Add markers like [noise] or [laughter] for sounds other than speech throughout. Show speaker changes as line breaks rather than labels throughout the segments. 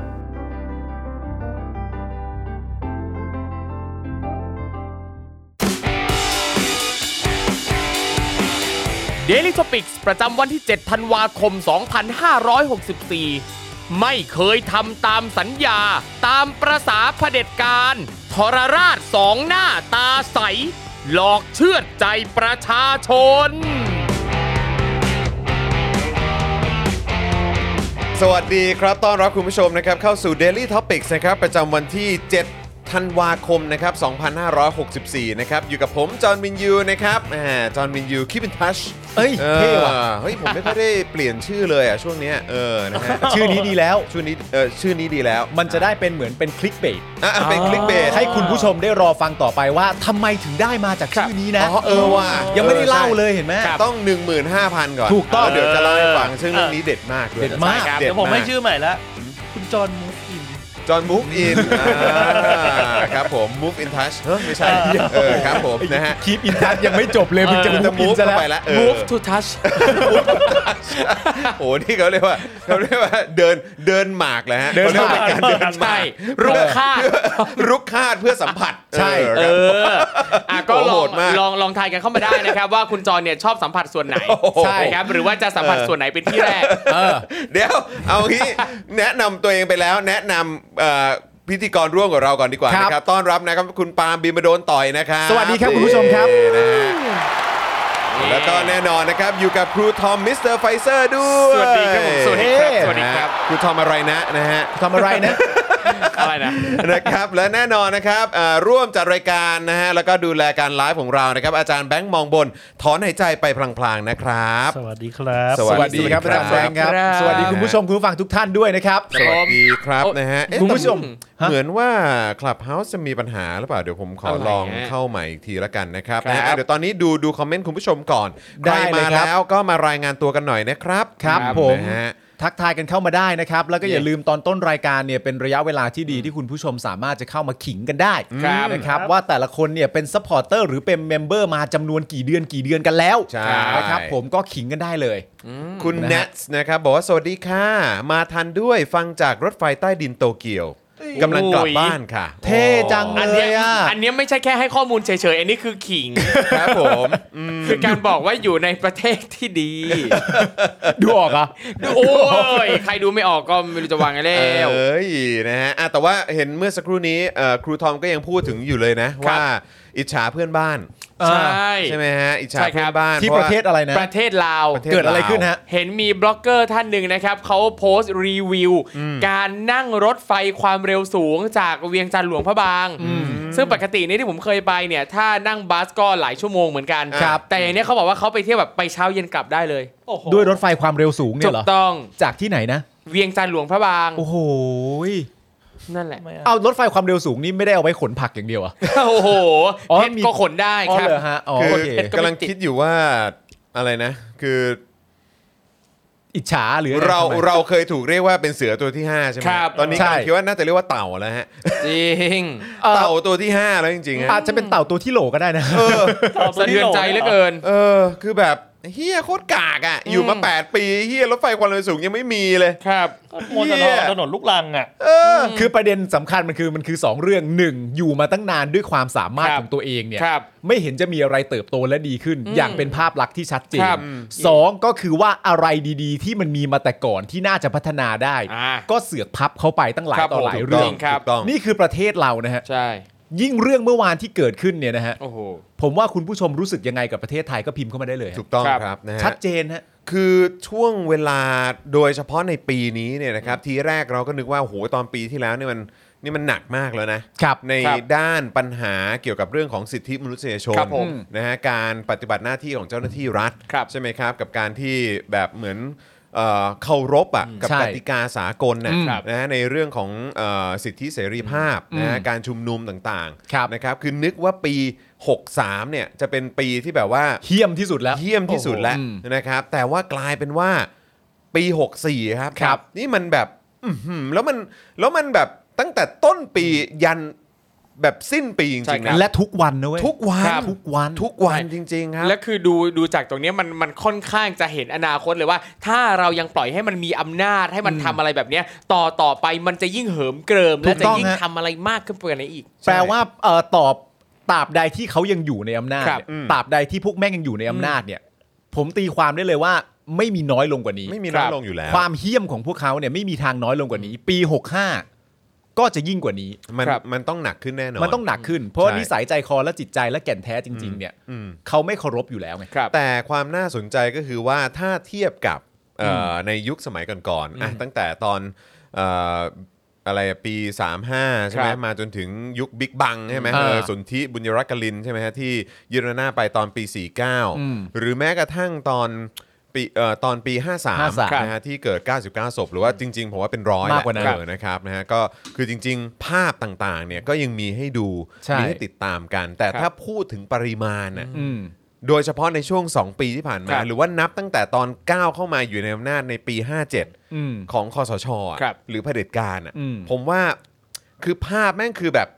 Daily Topics ประจำวันที่ 7 ธันวาคม 2564 ไม่เคยทำตามสัญญา ตามประษาเผด็จการทรราชสองหน้าตาใส หลอกเชื่อดใจประชาชน
สวัสดีครับ ต้อนรับคุณผู้ชมนะครับเข้าสู่ Daily Topics นะครับประจำวันที่ 7 ธันวาคมนะครับ2564 นะครับ อยู่กับผม จอห์นวินยูนะครับอ่าจอห์นวินยูคีบินทัช
เอ้ยเท่ว่ะ
เฮ้ย ผมไม่ค่อยได้เปลี่ยนชื่อเลยอ่ะ ช่วงเนี้ยเออนะฮะ
[laughs] ชื่อนี้ดีแล้ว
ชื่อนี้เออชื่อนี้ดีแล้ว
มันจะได้เป็นเหมือนเป็นคลิกเบ
[laughs]
ส
อ่ะเป็นคลิกเบส
ให้คุณผู้ชมได้รอฟังต่อไปว่าทำไมถึงได้มาจากชื่อนี้นะ
อ๋อเออว่ะ
ยังไม่ได้เล่า
ออใช่
เลยเห็นไหม
ต้อง 15,000 ก่อน
ถูกต้อง
เเดี๋ยวจะเล่าให้ฟังซึ่งเรื่องนี้เด็ดมากด้วย
เด็ดมาก
ใช่ครับ
เดี๋ยวผมให้ชื่อใหม่ละคุณจอห์นมูฟอิน
จอห์นมูฟอินครับผม Move in touch เฮ้ยไม่ใช่เออครับผมนะฮะ
คีปอินทัชยังไม่จบเลยมึงจะ
มันจะ
มูฟ
มู
อิน
ฟ
ซะแล้ว
ไปแล้วเออ
Move to touch
โอ้โหนี่เขาเรียกว่าเขาเรียกว่าเดินเดินหมากแล้วฮะ
เดินหมาก
ขรียว่เป็นการเดินหมา
ใช่
ก
รูปค่าด
รุกคาดเพื่อสัมผัส
ใช่
เอ
เอ
อครับ
ออ่ะก็ล
โห
อง
ดมาก
ลองลองทายกันเข้ามาได้นะครับ ว่าคุณจอนเนี่ยชอบสัมผัสส่วนไหน
ใช่
นะครับหรือว่าจะสัมผัสส่วนไหนเป็นที่แรก
เออ
เดี๋ยวเอางี้ แนะนำตัวเองไปแล้ว แนะนำเอ่อพิธีกรร่วมกับเราก่อนดีกว่า
ครับ
นะครับต้อนรับนะครับคุณปาล์มบีมาโดนต่อยนะครับ
สวัสดีครับคุณผู้ชมครับ
นี่นะฮะแล้วก็แน่นอนนะครับอยู่กับครูทอมมิสเตอร์ไฟเซอร์ด้วย
สวัสดีครับผมสวัสดีครับสวัสดีครับ
นะฮะครูทอมอะไรนะนะฮะ [laughs]
ทำอะไรนะ
อะไรนะ
นะครับและแน่นอนนะครับเอ่อร่วมจัดรายการนะฮะแล้วก็ดูแลการไลฟ์ของเรานะครับ อาจารย์แบงค์มองบน ถอนหายใจไปพลางๆนะครับ
สวัสดีครับ
สวัส ดี
ครับ
ค
อา
รับ
จารย์แบงค์ครับ
ครับ
สวัสดีคุณผู้ชมคุณผู้ฟังทุกท่านด้วยนะครับ
สวัสดีครับ
โอ้
นะฮะเอ๊ะ
คุณผู้ชม
แต่เหมือนว่า Clubhouse จะมีปัญหาหรือเปล่า เดี๋ยวผมขอ
อะไรฮะ
ลองเข้าใหม่อีกทีละกันนะครับ
ครับ
นะฮะเดี๋ยวตอนนี้ดูดูคอมเมนต์คุณผู้ชมก่อน ใค
ได้
ร
เลย
มา
ครับ
แล้วก็มารายงานตัวกันหน่อยนะครับ
ครับผม
นะฮะ
ทักทายกันเข้ามาได้นะครับ แล้วก็อย่าลืมตอนต้นรายการเนี่ยเป็นระยะเวลาที่ดีที่คุณผู้ชมสามารถจะเข้ามาขิงกันได้
ครับ
นะครับว่าแต่ละคนเนี่ยเป็นซัพพอร์เตอร์หรือเป็นเมมเบอร์มาจำนวนกี่เดือนกี่เดือนกันแล้ว
ใช่
นะครับผมก็ขิงกันได้เลย
คุณ
นะฮะ
เนทนะครับบอกว่าสวัสดีค่ะ มาทันด้วยฟังจากรถไฟใต้ดินโตเกียวกำลังกลับ
โอ้ย
บ้านค่ะ
เท่จัง
อัน
เล
เนี้ย
ยอ่ะ
อันเนี้ยไม่ใช่แค่ให้ข้อมูลเฉยๆ อันนี้คือขิง
ครับผมอืม
คือการบอกว่าอยู่ในประเทศที่ดี
[laughs] ดูออกอ่ะ
โอ้ย ใครดูไม่ออกก็ไม่รู้จะวางไงแล้ว
เอ้ยนะฮะอ่ะแต่ว่าเห็นเมื่อสักครู่นี้เอ่อครูทอมก็ยังพูดถึงอยู่เลยนะ
ครับ
ว่าอิจฉาเพื่อนบ้าน
ใช่
ใช่ไหมฮะ อิจฉา
ใช่ครับ
เพื่อนบ้าน
ที่ประเทศอะไรนะ
ประเทศลาว
ประทศ
เกิดอะไร
ลาว
ขึ้นฮะ
เห็นมีบล็อกเกอร์ท่านหนึ่งนะครับ เขาโพสต์รีวิว การนั่งรถไฟความเร็วสูงจากเวียงจันทร์หลวงพระบาง ซึ่งปกตินี่ที่ผมเคยไปเนี่ย ถ้านั่งบัสก็หลายชั่วโมงเหมือนกัน
ครับ
แต่อย่างเนี้ยเขาบอกว่าเขาไปเที่ยวแบบไปเช้าเย็นกลับได้เลย
ด้วยรถไฟความเร็วสูงเนี่
ถู
ยเหร
ก
อ
ต้อง
จากที่ไหนนะ
เวียงจันทร์หลวงพระบาง
โอ้โหย
นั่นแหละ
เอารถไฟความเร็วสูงนี่ไม่ได้เอาไว้ขนผักอย่างเดียวอะ
โอ้โห
อ๋อ
เพชร
มี
ก็ขนได้
อ๋อ
ครับ
เหรอฮะอ๋อ
คือ
โอเค
ก็ไม่ติด
กำลังคิดอยู่ว่าอะไรนะ คือ
อิจฉาหรืออะ
เรา
ไทำไม
เราเคยถูกเรียกว่าเป็นเสือตัวที่ 5 ใช่ไหม
ครับ
ตอนนี้
ใช่
กำลังคิดว่าน่าจะเรียกว่าเต่าแล้วฮะ
จริง
เอ่อ
เต่าตัวที่ 5 แล้วจริงๆฮะ
อาจจะเป็นเต่าตัวที่โหลก็ได้นะ
เออ
สะเทือนใจเหลือเกิน
เออคือแบบ เฮียโคตรกากอ่ะ อยู่มา 8 ปีเฮียรถไฟความเร็วสูงยังไม่มีเลย
ครับ
มอเตอ
เหี้ย
ร์ถนนลูกลังอ่ะ
เออ
คือประเด็นสำคัญมันคือมันคือ 2 เรื่องหนึ่งอยู่มาตั้งนานด้วยความสามารถ
ครับ
ของตัวเองเนี่ย
ครับ
ไม่เห็นจะมีอะไรเติบโตและดีขึ้น อย่างเป็นภาพลักษณ์ที่ชัดเจน
ครับ
สองก็คือว่าอะไรดีๆ ที่มันมีมาแต่ก่อนที่น่าจะพัฒนาได้
อ่า
ก็เสือกพับเข้าไปตั้งหลาย
ครับ
ต่อหลา
ผ
ย
ม
เรื่
จ
อง
ริงครับ
ถูกต้อง
นี่คือประเทศเรานะฮะ
ใช่
ยิ่งเรื่องเมื่อวานที่เกิดขึ้นเนี่ยนะฮะ
โอ้โห
ผมว่าคุณผู้ชมรู้สึกยังไงกับประเทศไทยก็พิมพ์เข้ามาได้เลยฮะ
ถูกต้อง
ครับ
ครับนะ
ชั
ฮะ
ดเจนฮะ
คือช่วงเวลาโดยเฉพาะในปีนี้เนี่ยนะครับทีแรกเราก็นึกว่าโอ้โหตอนปีที่แล้วเนี่ยมันนี่มันหนักมากแล้วนะครับ ใน
ครับ
ด้านปัญหาเกี่ยวกับเรื่องของสิทธิมนุษยชน
ครับผม
นะฮะการปฏิบัติหน้าที่ของเจ้าหน้าที่รัฐ
ครับ
ใช่ไหมครับกับการที่แบบเหมือนเอ่อเคารพอ่ะกับ
ใช่
กติกาสากลนะ
อืมครับ
นะฮะในเรื่องของเออสิทธิเสรีภาพนะฮะ
อืม
การชุมนุมต่าง
ครับ
ๆนะครับคือนึกว่าปี 63เนี่ยจะเป็นปีที่แบบว่า
เฮี้ยมที่สุดแล้ว
เยี่ยมที่สุดแล้ว
โอ้โหอืม
นะครับ แต่ว่ากลายเป็นว่าปี 64 ครับ
ครับ
นี่มันแบบอื้อหือแล้วมันแล้วมันแบบตั้งแต่ต้นปียันแบบสิ้นปีจ
ใช่
ริงๆ
ครั
นะ
บ
และทุกวันนะเว้ย
ทุกวัน
ทุกวัน
ทุกวันจริง ๆ ครับ
แล้วคือดูดูจากตรงเนี้ยมันมันค่อนข้างจะเห็นอนาคตเลยว่า ถ้าเรายังปล่อยให้มันมีอำนาจให้มันทำอะไรแบบเนี้ยต่อต่อไปมันจะยิ่งเหิมเกริม และ
ถูก
จะ
ต้อง
ยิ่ง
ฮะ
ทำอะไรมากขึ้นไปกว่านี้อีก
แปลว่าเอ่อตอบตราบใดที่เขายังอยู่ในอำนาจ
ครับ
เนี่ยตราบใดที่พวกแม่งยังอยู่ในอำนาจเนี่ย ผมตีความได้เลยว่าไม่มีน้อยลงกว่านี้
ไม่มีน้อ
ค
ย
รับ
ลงอยู่แล้ว
ความเฮี้ยมของพวกเขาเนี่ยไม่มีทางน้อยลงกว่านี้ ปี 65 ก็จะยิ่งกว่านี้
มัน
ครับ
มันต้องหนักขึ้นแน่นอน
มันต้องหนักขึ้น เพราะว่า
ใช่
นิสัยใจคอและจิตใจและแก่นแท้จริง ๆ เนี่ย
อืม
เขาไม่เคารพอยู่แล้วไง
ครับ
แต่ความน่าสนใจก็คือว่าถ้าเทียบกับเอ่ออในยุคสมัยก่อนๆอ่ะตั้งแต่ตอนเอ่ออะไรอะปี 35 ใช่ไหม
ครับ
มาจนถึงยุคบิ๊กบังใช่ไหม
อ่า
เออสนธิบุญยรักกลินใช่ไหมฮะที่ยึดอำนาจไปตอนปี
อืม
49 หรือแม้กระทั่งตอนปีเอ่อตอนปี
ครับ
53นะฮะที่เกิด 99ศพหรือว่าจริง ๆ ผมว่าเป็นร้อย
มากกว่านั้น
แหละเออนะครับนะฮะก็คือจริง ๆ ภาพต่างๆเนี่ยก็ยังมีให้ดู
ใช่
มีให้ติดตามกัน แต่
ครับ
ถ้าพูดถึงปริมาณน่ะ
อืม
โดยเฉพาะในช่วง 2 ปีที่ผ่านมา
ครับ
หรือว่านับตั้งแต่ตอนก้าวเข้ามาอยู่ในอำนาจในปี 57
อืม
ของคอสชอะ
ครับ
หรือเผด็จการอะ
อืม
ผมว่าคือภาพแม่งคือแบบ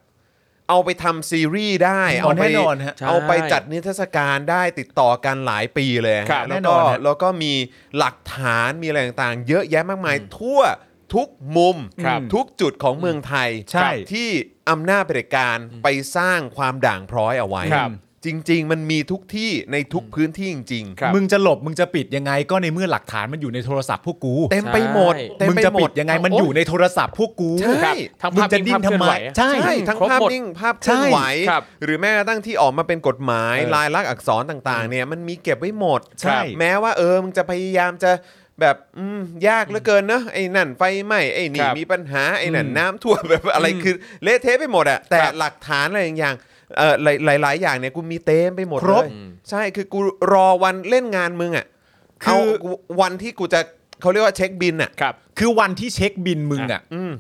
เอาไปทำซีรีส์ได้
อ๋อ
เอาไป
แน่นอนฮะ
เอาไปจัดนิทรรศการได้ติดต่อกันหลายปีเลย
ครั
ฮะ
บ
แล้ว
แน่น
ก็
อนฮะ
แล้วก็มีหลักฐานมีอะไรต่างๆ เยอะแยะมากมายทั่วทุกมุม
ครับ
ทุกจุดของเมืองไทย
ใช่
ที่อำนาจเผด็จการไปสร้างความด่างพร้อยเอาไว้
ครับ
จริง ๆ มันมีทุกที่ในทุกพื้นที่จริง
ครับ
มึงจะหลบมึงจะปิดยังไงก็ในเมื่อหลักฐานมันอยู่ในโทรศัพท์พวกกู
ๆ เต็มไปหมด
ใช่
เต็
มึง
ไป
จะ
ห
ปิ
ด
ดยังไงมันอยู่ในโทรศัพท์พวกกู
ใช่
ครับทั้ง
มึง
ภาพ
จะ
นิ่ง
ดิ้
ภาน พ
ทำ
เคลื่อน
ไม
ไหว
ใช่
ใช่ทั้ง
ครบ
ภาพ
หมด
นิ่งภาพเค
ใช่
ลื่อนไหว
ครับ
หรือแม้กระทั่งที่ออกมาเป็นกฎหมาย ลายลักษณ์อักษรต่างๆ เนี่ยมันมีเก็บไว้หมด
ใช่
แม้ว่าเออมึงจะพยายามจะแบบอืมยากเหลือเกินเนอะไอ้นั่นไฟไหม้ไอ้นี่
ครับ
มีปัญหาไอ้นั่นน้ำท่วมแบบอะไรคือเละเทะไปหมดอะแต่
ครับ
หลักฐานอะไรอย่างเออหลายหลายๆอย่างเนี่ยกูมีเต็มไปหมด
ครบ
เลยใช่คือกูรอวันเล่นงานมึงอะ
คือ
เอาวันที่กูจะเขาเรียกว่าเช็คบินอะ
ครับ
คือวันที่เช็คบินมึงอ่ะ
อืม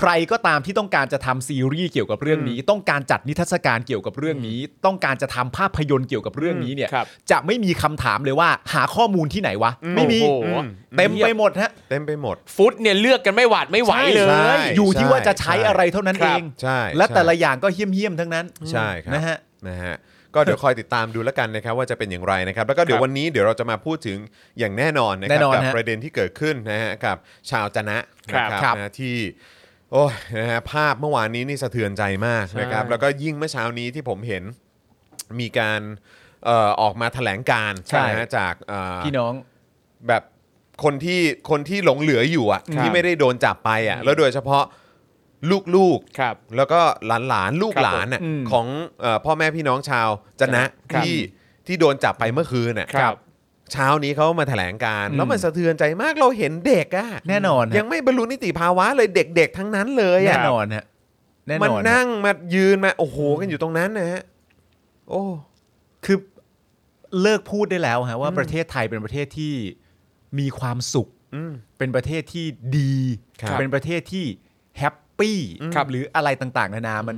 ใครก็ตามที่ต้องการจะทำซีรีส์เกี่ยวกับเรื่องนี้ ต้องการจัดนิทรรศการเกี่ยวกับเรื่องนี้ ต้องการจะทำภาพยนตร์เกี่ยวกับเรื่องนี้เนี่ย
ครับ
จะไม่มีคำถามเลยว่าหาข้อมูลที่ไหนวะ ไม่มี
โอ้โห
เต็มไปหมดฮะ
เต็มไปหมด
ฟุตเนี่ยเลือกกันไม่หวาดไม่ไหวเลย
ใช่
อยู่ที่ว่าจะใช้อะไรเท่านั้น
ครั
เอบ ง
ใช่
และ
ใช่
แต่ละอย่างก็เหี้ยมๆทั้งนั้น
ใช่ครับ
นะฮะ
นะฮะก็เดี๋ยวคอยติดตามดูแล้วกันนะครับว่าจะเป็นอย่างไรนะครับ แล้วก็เดี๋ยว
ครับ
วันนี้เดี๋ยวเราจะมาพูดถึงอย่างแน่นอนนะค
แน่
รั
นอน
กั
ฮะ
ประเด็นที่เกิดขึ้นนะฮะกับชาวจะนะครับ นะฮะที่โอ้ยนะฮะภาพเมื่อวานนี้นี่สะเทือนใจมากนะครับ แล้วก็ยิ่งเมื่อเช้านี้ที่ผมเห็นมีการเอ่อออกมาแถลงการณ์
ใช่
นะฮะจากเอ่อ
พี่น้อง
แบบคนที่คนที่หลงเหลืออยู่อ่ะ
ครับ
ที่ไม่ได้โดนจับไปอ่ะแล้วโดยเฉพาะลูก
ครับ
ๆ แล้วก็หลานหลานๆลูกหลานน่ะ
อืม
ของเอ่อพ่อแม่พี่น้องชาวจะนะครับ ที่ที่โดนจับไปเมื่อคืนน่ะ
ครับ
เช้านี้เขามาแถลงการณ์
อืม
แล้วมันสะเทือนใจมากเราเห็นเด็กอ่ะ
แน่นอนฮะ
ยังไม่บรรลุนิติภาวะเลยเด็กๆ ทั้งนั้นเลย
แน่
อ่ะ
นอนฮะแน่
มัน
นอนฮะ
นั่งมายืนมาโอ้โหกันอยู่ตรงนั้นนะฮะโอ้
คือเลิกพูดได้แล้วฮะว่าประเทศไทยเป็นประเทศที่มีความสุข
อืม
เป็นประเทศที่ดี
ครับ
เป็นประเทศที่แฮปปี้
ครับ
หรืออะไรต่างๆ นานา มัน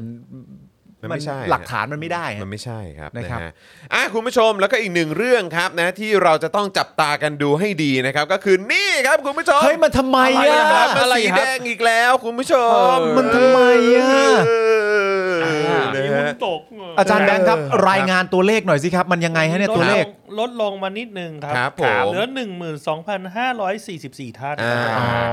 มันไม่ใช่ฮะ
หลักฐานมันไม่ได้ฮะ
มันไม่ใช่ครับ
นะครับ
ฮอ่ะคุณผู้ชมแล้วก็อีกหนึ่งเรื่องครับนะที่เราจะต้องจับตากันดูให้ดีนะครับ ก็คือนี่ครับคุณผู้ชม
เฮ้ยมันทำไม
อะไร
อะ
นะครับมัน
อะไร
สี
ครับ
แดงอีกแล้ว คุณผู้ชม
เออมัน
ทำไมอะ
เอออา นะ
หุ้น
ฮะ
ตก
อาจารย์แบงค์ครับ
เออ
รายงานตัวเลขหน่อยสิครับ มันยังไงฮะเนี่ยตัวเลข
ลดลงมานิดนึงครับ
ครับผม
เหลือ 12,544 ท่าน
อ่า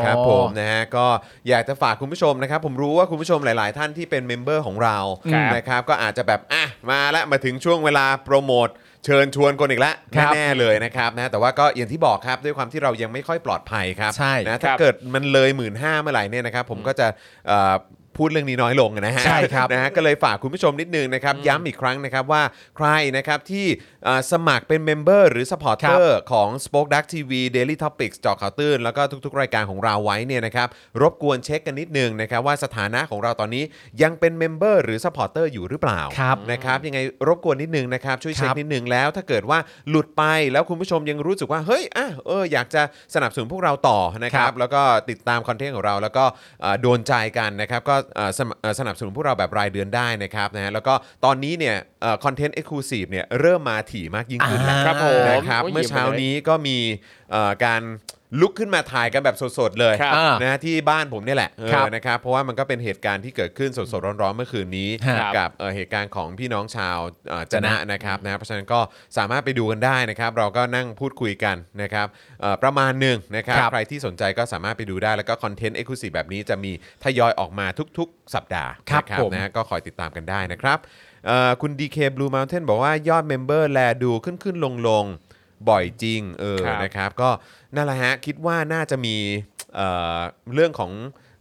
ครับผมนะฮะก็อยากจะฝากคุณผู้ชมนะครับ ผมรู้ว่าคุณผู้ชมหลาย ๆ ท่านที่เป็นเมมเบอร์ของเรา
ครับ
นะครับก็อาจจะแบบอ่ะมาละมาถึงช่วงเวลาโปรโมทเชิญชวนคนอีกละ
ครับ
แน่ๆเลยนะครับนะแต่ว่าก็อย่างที่บอกครับด้วยความที่เรายังไม่ค่อยปลอดภัยครับ
ใช่
นะถ้า
ครับ
เกิดมันเลยหมื่นห้าเมื่อไหร่เนี่ยนะครับผมก็จะเอ่อพูดเรื่องนี้น้อยลงนะฮะ
ใช่ครับ
นะฮะก็เลยฝากคุณผู้ชมนิดนึงนะครับ ย้ำอีกครั้งนะครับว่าใครนะครับที่เอ่อสมัครเป็นเมมเบอร์หรือสปอร์เตอร์ของ Spoke Dark TV Daily Topics เจอข่าวตื้น แล้วก็ทุกๆ รายการของเราไว้เนี่ยนะครับ รบกวนเช็คกันนิดนึงนะครับ ว่าสถานะของเราตอนนี้ยังเป็นเมมเบอร์หรือสปอร์เตอร์อยู่หรือเปล่า
ครับ
นะครับยังไงรบกวนนิดนึงนะครับช่วยเช็ค
ครับ
นิดนึงแล้วถ้าเกิดว่าหลุดไปแล้วคุณผู้ชมยังรู้สึกว่าเฮ้ยอ่ะเอออยากจะสนับสนุนพวกเราต่อนะครั
ครับ บ
แล้วก็ติดตามคอนเทนต์ของเรา แล้วก็เอ่อโดนใจกันนะครับก็เอ่อสมเอ่อสนับสนุนพวกเราแบบรายเดือนได้นะครับนะฮะแล้วก็ตอนนี้เนี่ยคอนเทนต์เอ็กซ์คลูซีฟเนี่ยเริ่มมาถี่มากยิ่งขึ้นแล้ว
อ่า
ครับผม
นะครับ
โอ้ย
เมื่อเช้า
หยิบไปเลย
นี้ก็มีเอ่อการลุกขึ้นมาถ่ายกันแบบสดๆเลย
ครับ
อ่า
นะฮะที่บ้านผมเนี่ยแหละเออ
ครับ
นะครับเพราะว่ามันก็เป็นเหตุการณ์ที่เกิดขึ้นสดๆร้อนๆเมื่อคืนนี้
ครับ
กับเอ่อเหตุการณ์ของพี่น้องชาวเอ่อจะนะนะครับนะเพราะฉะนั้นก็สามารถไปดูกันได้นะครับ เราก็นั่งพูดคุยกันนะครับเอ่อประมาณหนึ่งนะครับใครที่สนใจก็สามารถไปดูได้แล้วก็คอนเทนต์เอ็กซ์คลูซีฟแบบนี้จะมีทยอยออกมาทุกๆ สัปดาห์
ครับ
นะ
ผม
นะฮะก็คอยติดตามกันได้นะครับเอ่อคุณ DK Blue Mountain บอกว่ายอดเมมเบอร์แลดูขึ้นขึ้นลงลงๆบ่อยจริงเออ
ครับ
นะครับก็นั่นแหละฮะคิดว่าน่าจะมีเอ่อเรื่องของ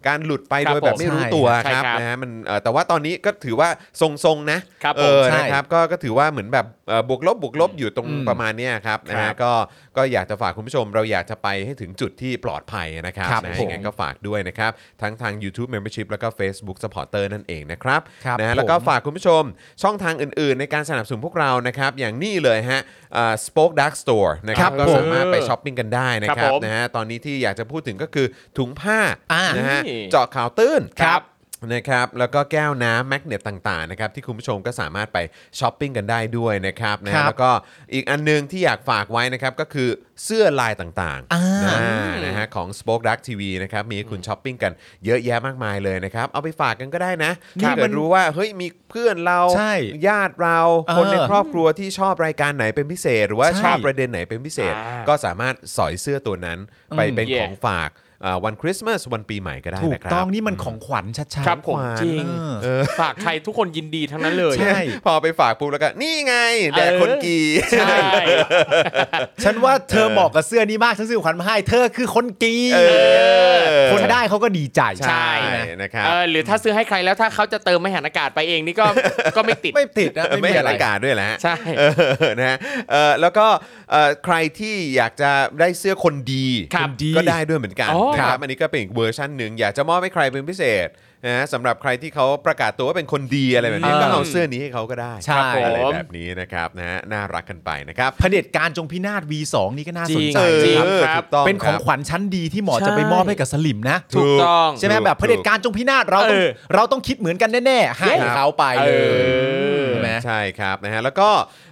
การหลุดไป
ครับ
โดยแบบไม่รู้
ผม
ตัว
ใช่
ครับ
ครับ
นะฮะมันเอ่อแต่ว่าตอนนี้ก็ถือว่าทรงๆนะครับ
ผม
เออ
ใช่
นะครับก็ก็ถือว่าเหมือนแบบเอ่อบวกลบบวกลบอยู่ตรง
อืม
ประมาณเนี้ยครับนะ
ครั
ฮะ
บ
ก็ก็อยากจะฝากคุณผู้ชม เราอยากจะไปให้ถึงจุดที่ปลอดภัยนะครับ ครับ
ครับ
นะ
ผม
ยังไงก็ฝากด้วยนะครับ ทั้งทาง YouTube Membership แล้วก็ Facebook Supporter นั่นเองนะครับ
ครับ
นะฮะแล้วก็
ผม
ฝากคุณผู้ชมช่องทางอื่นๆ ในการสนับสนุนพวกเรานะครับ อย่างนี่เลยฮะอ่า Spoke Dark Store นะค
ค
รั
รั
บบ ก็
ผ
สา
ม
มารถไปช้อปปิ้งกันได้นะค
ค
รับ
รั
บ
ผม
นะฮะตอนนี้ที่อยากจะพูดถึงก็คือถุงผ้า
อ่าน
นะฮะ
นี่
เจาะข่าวตื้น
ครับ
นะครับแล้วก็แก้วน้ำแมกเนตต่างๆนะครับที่คุณผู้ชมก็สามารถไปช้อปปิ้งกันได้ด้วยนะครับนะฮะ
ครับ
แล้วก็อีกอันหนึงที่อยากฝากไว้นะครับก็คือเสื้อลายต่าง
อ่า
นะนะฮะของ Spoke Dark TV นะครับมีให้คุณช้อปปิ้งกันเยอะแยะมากมายเลยนะครับ เอาไปฝากกันก็ได้นะ
ครั
ถ้า
บ
เกิดรู้ว่าเฮ้ยมีเพื่อนเรา
ใช่
ญาติเราคน
เออ
ในครอบครัวที่ชอบรายการไหนเป็นพิเศษ หรือว่า
ใช่
ชอบประเด็นไหนเป็นพิเศษ
อ่า
ก็สามารถสอยเสื้อตัวนั้นไป
อืม
เป็น
เย่
ของฝากอ่าวันคริสต์มาสวันปีใหม่ก็ได้
ถูก
นะครับ
ต้องนี่มันของขวัญชัดๆ
ครับผม
หวาน
จริง
เออ
ฝากใครทุกคนยินดีทั้งนั้นเลย
ใช่
[laughs] พอไปฝากปุ๊บแล้วก็นี่ไงแดกคนกี
ใช่
ฉันว่าเธอเหมาะกับเสื้อนี้มากฉันซื้อของขวัญมาให้เธอคือคนกรี
เออ
คนได้เขาก็ดีใจ
ใช่นะครับ
เออหรือถ้าซื้อให้ใครแล้วถ้าเขาจะเติมไม่หันอากาศไปเองนี่ก็
[laughs]
ก็ไม่ติด
ไม่ติดนะ
ไม่
มี
เห็น
อะไร
อากาศด้วยแหละ
ใช่
นะฮะเออ [laughs] แล้วก็เอ่อใครที่อยากจะได้เสื้อคนดี
ครับ
ดี
ก็ได้ด้วยเหมือนกัน
อ๋อ
นะค
ค
รั
รั
บบ อันนี้ก็เป็นอีกเวอร์ชันหนึ่งอยากจะมอบให้ใครเป็นพิเศษนะฮะสำหรับใครที่เขาประกาศตัวว่าเป็นคนดีอะไรแบบนี้
อืม
ก็เอาเสื้อนี้ให้เขาก็ได้
ใช่
อะไร
ผม
แบบนี้นะครับนะฮะน่ารักกันไปนะครับ
เผด็จการจงพินาศ V2 นี่ก็น่าสนใจ
จริง
นะค
ค
รั
รั
บบ
เออถูกต้อง
เป็นของ
ครับ
ขวัญชั้นดีที่หมอจะไป
ใช่
มอบให้กับสลิมนะ
ถูกต้อง
ใช่ไหม
ถูก
แบบเผด็จการจงพินาศเราต้อง
เออ
เราต้องคิดเหมือนกันแน่ๆให้
ครับ
เขาไป
เอ
เลย
อ
ใช่ไหม
ใช่ครับนะฮะแล้วก็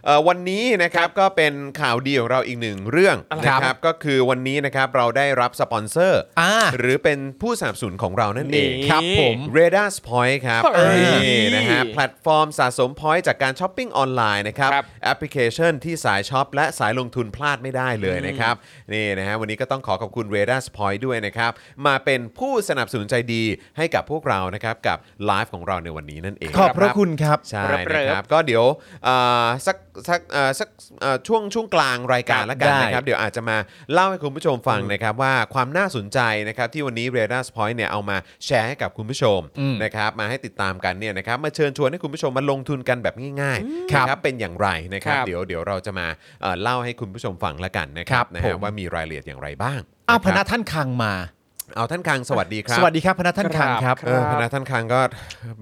เอ่อวันนี้นะครับก็เป็นข่าวดีของเราอีกหนึ่งเรื่อง
อะไร
นะค
ครั
รับบ ก็คือวันนี้นะครับเราได้รับสปอนเซอร์
อ่า
หรือเป็นผู้สนับสนุนของเรานั่นเอง
นี่
ครับผม
เรดาร์สพอยต์ครับ
เอ้ย
นี่นะฮะแพลตฟอร์มสะสมพอยต์จากการช้อปปิ้งออนไลน์นะครับ
ครับ
แอปพลิเคชันที่สายช็อปและสายลงทุนพลาดไม่ได้เลยนะครับนี่นะฮะวันนี้ก็ต้องขอขอบคุณเรดาร์สพอยต์ด้วยนะครับ มาเป็นผู้สนับสนุนใจดีให้กับพวกเรานะครับกับไลฟ์ของเราในวันนี้นั่นเอง
ขอบพระคุณครับ
ใช่
เริบเริ
นะ
บ
ครับก็เดี๋ยวเอ่อสักสักเอ่อสักเอ่อช่วงช่วงกลางรายการ
ครับ
แล้วกัน
ได้
นะครับ เดี๋ยวอาจจะมาเล่าให้คุณผู้ชมฟังนะครับว่าความน่าสนใจนะครับที่วันนี้ r a d a r Point เนี่ยเอามาแชร์ให้กับคุณผู้ชม
อืม
นะครับมาให้ติดตามกันเนี่ยนะครับมาเชิญชวนให้คุณผู้ชมมาลงทุนกันแบบง่ายๆ
ครับ
นะครับเป็นอย่างไรนะครับ
ครับ
เดี๋ยวเดี๋ยวเราจะมาเอ่อเล่าให้คุณผู้ชมฟังแล้วกันนะค
ครั
รับบ นะฮะ
ผม
ว่ามีรายละเอียดอย่างไรบ้าง
อ้าว
ะค
พนั
รั
ก
บ
ท่านคังมา
เอาท่านคังสวัสดีครับ
สวัสดีครับพนักท่านคังครับ
เออพนักท่านคังก็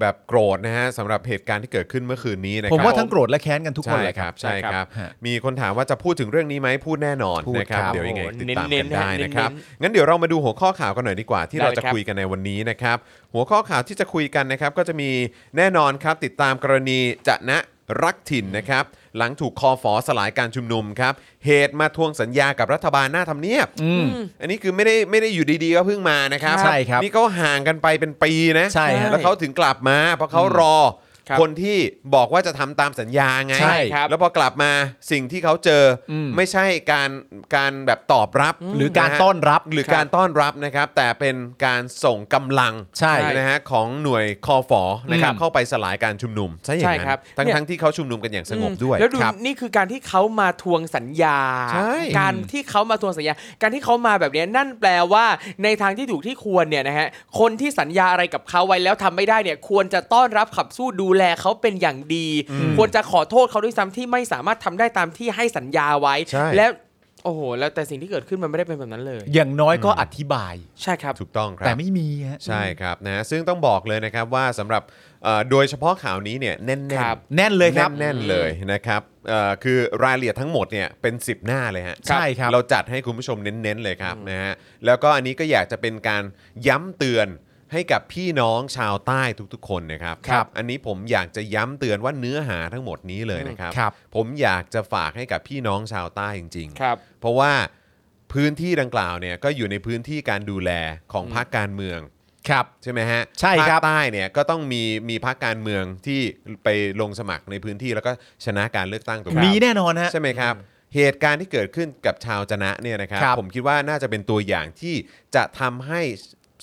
แบบโกรธนะฮะสำหรับเหตุการณ์ที่เกิดขึ้นเมื่อคืนนี้นะครับ
ผมว่าทั้งโกรธและแค้นกันทุกคน
ใช่
เลย
ค
ค
รั
รับ บ
ใช่ครับ
ฮะ
มีคนถามว่าจะพูดถึงเรื่องนี้ไหมพูดแน่นอน
พูด
นะครับ
ครับ
เดี๋ยวยังไงติดตาม
เน้
กัน
นๆ
ได้นะครับ
เน้น
งั้นเดี๋ยวเรามาดูหัวข้อข่าวกันหน่อยดีกว่า ที่
ได้
เรา
เลย
จะ
ครับ
คุยกันในวันนี้นะครับ หัวข้อข่าวที่จะคุยกันนะครับ ก็จะมีแน่นอนครับ ติดตามกรณีจะนะรักถิ่นนะครับ หลังถูกคอฟอสลายการชุมนุมครับ เหตุมาทวงสัญญากับรัฐบาลหน้าทำเนียบ
อืม
อันนี้คือไม่ได้ไม่ได้อยู่ดีๆก็เพิ่งมานะครับ
ใช่ครับ
นี่เขาห่างกันไปเป็นปีนะ
ใช่ฮะ
แล้วเขาถึงกลับมาเพราะเขารอ
ครับ
คนที่บอกว่าจะทำตามสัญญาไง
ใช่ครับ
แล้วพอกลับมาสิ่งที่เขาเจออไม่ใช่การการแบบตอบรับ
หรือการ
ะฮะ
ต้อนรับ
หรือการต้อนรับนะครับ แต่เป็นการส่งกำลัง
ใช่
นะฮะของหน่วยคอฟอนะครับ
อืม
เข้าไปสลายการชุมนุมใช่อย่าง
ใช่
นั้
ครับ
นทั้งทั้งที่เขาชุมนุมกันอย่างสงบด้วย
แล้วดู
ครับ
นี่คือการที่เขามาทวงสัญญา
ใช่
การที่เขามาทวงสัญญา การที่เขามาแบบเนี้ยนั่นแปลว่าในทางที่ถูกที่ควรเนี่ยนะฮะคนที่สัญญาอะไรกับเขาไว้แล้วทำไม่ได้เนี่ยควรจะต้อนรับขับสู้ดูแลเขาเป็นอย่างดี ควรจะขอโทษเขาด้วยซ้ำที่ไม่สามารถทำได้ตามที่ให้สัญญาไว้
ใช่
แล้วโอ้โห แล้วแต่สิ่งที่เกิดขึ้นมันไม่ได้เป็นแบบนั้นเลย
อย่างน้อยก็อธิบาย
ใช่ครับ
ถูกต้องครับ
แต่ไม่มีฮะ
ใช่ครับนะซึ่งต้องบอกเลยนะครับว่าสำหรับเอ่อโดยเฉพาะข่าวนี้เนี่ยแน่นๆ
ครับ
แน่นเลยครับ
แน่นๆเลยนะครับเอ่อคือรายละเอียดทั้งหมดเนี่ยเป็น 10 หน้าเลยฮะ
ใช่ครับ
เราจัดให้คุณผู้ชมเน้นๆเลยครับนะฮะแล้วก็อันนี้ก็อยากจะเป็นการย้ำเตือนให้กับพี่น้องชาวใต้ทุกๆ คนนะครับ
ครับ
อันนี้ผมอยากจะย้ำเตือนว่าเนื้อหาทั้งหมดนี้เลยนะครับ
ครับ
ผมอยากจะฝากให้กับพี่น้องชาวใต้จริง ๆ
ครับ
เพราะว่าพื้นที่ดังกล่าวเนี่ยก็อยู่ในพื้นที่การดูแลของพรรคการเมือง
ครับ
ใช่ไหมฮะ
ใช่ครับ
ภาคใต้เนี่ยก็ต้องมีมีพรรคการเมืองที่ไปลงสมัครในพื้นที่แล้วก็ชนะการเลือกตั้งตรงนั้น
มีแน่นอนฮะ
ใช่ไหมครับ เหตุการณ์ที่เกิดขึ้นกับชาวจะนะเนี่ยนะครับ
ครับ
ผมคิดว่าน่าจะเป็นตัวอย่างที่จะทำให้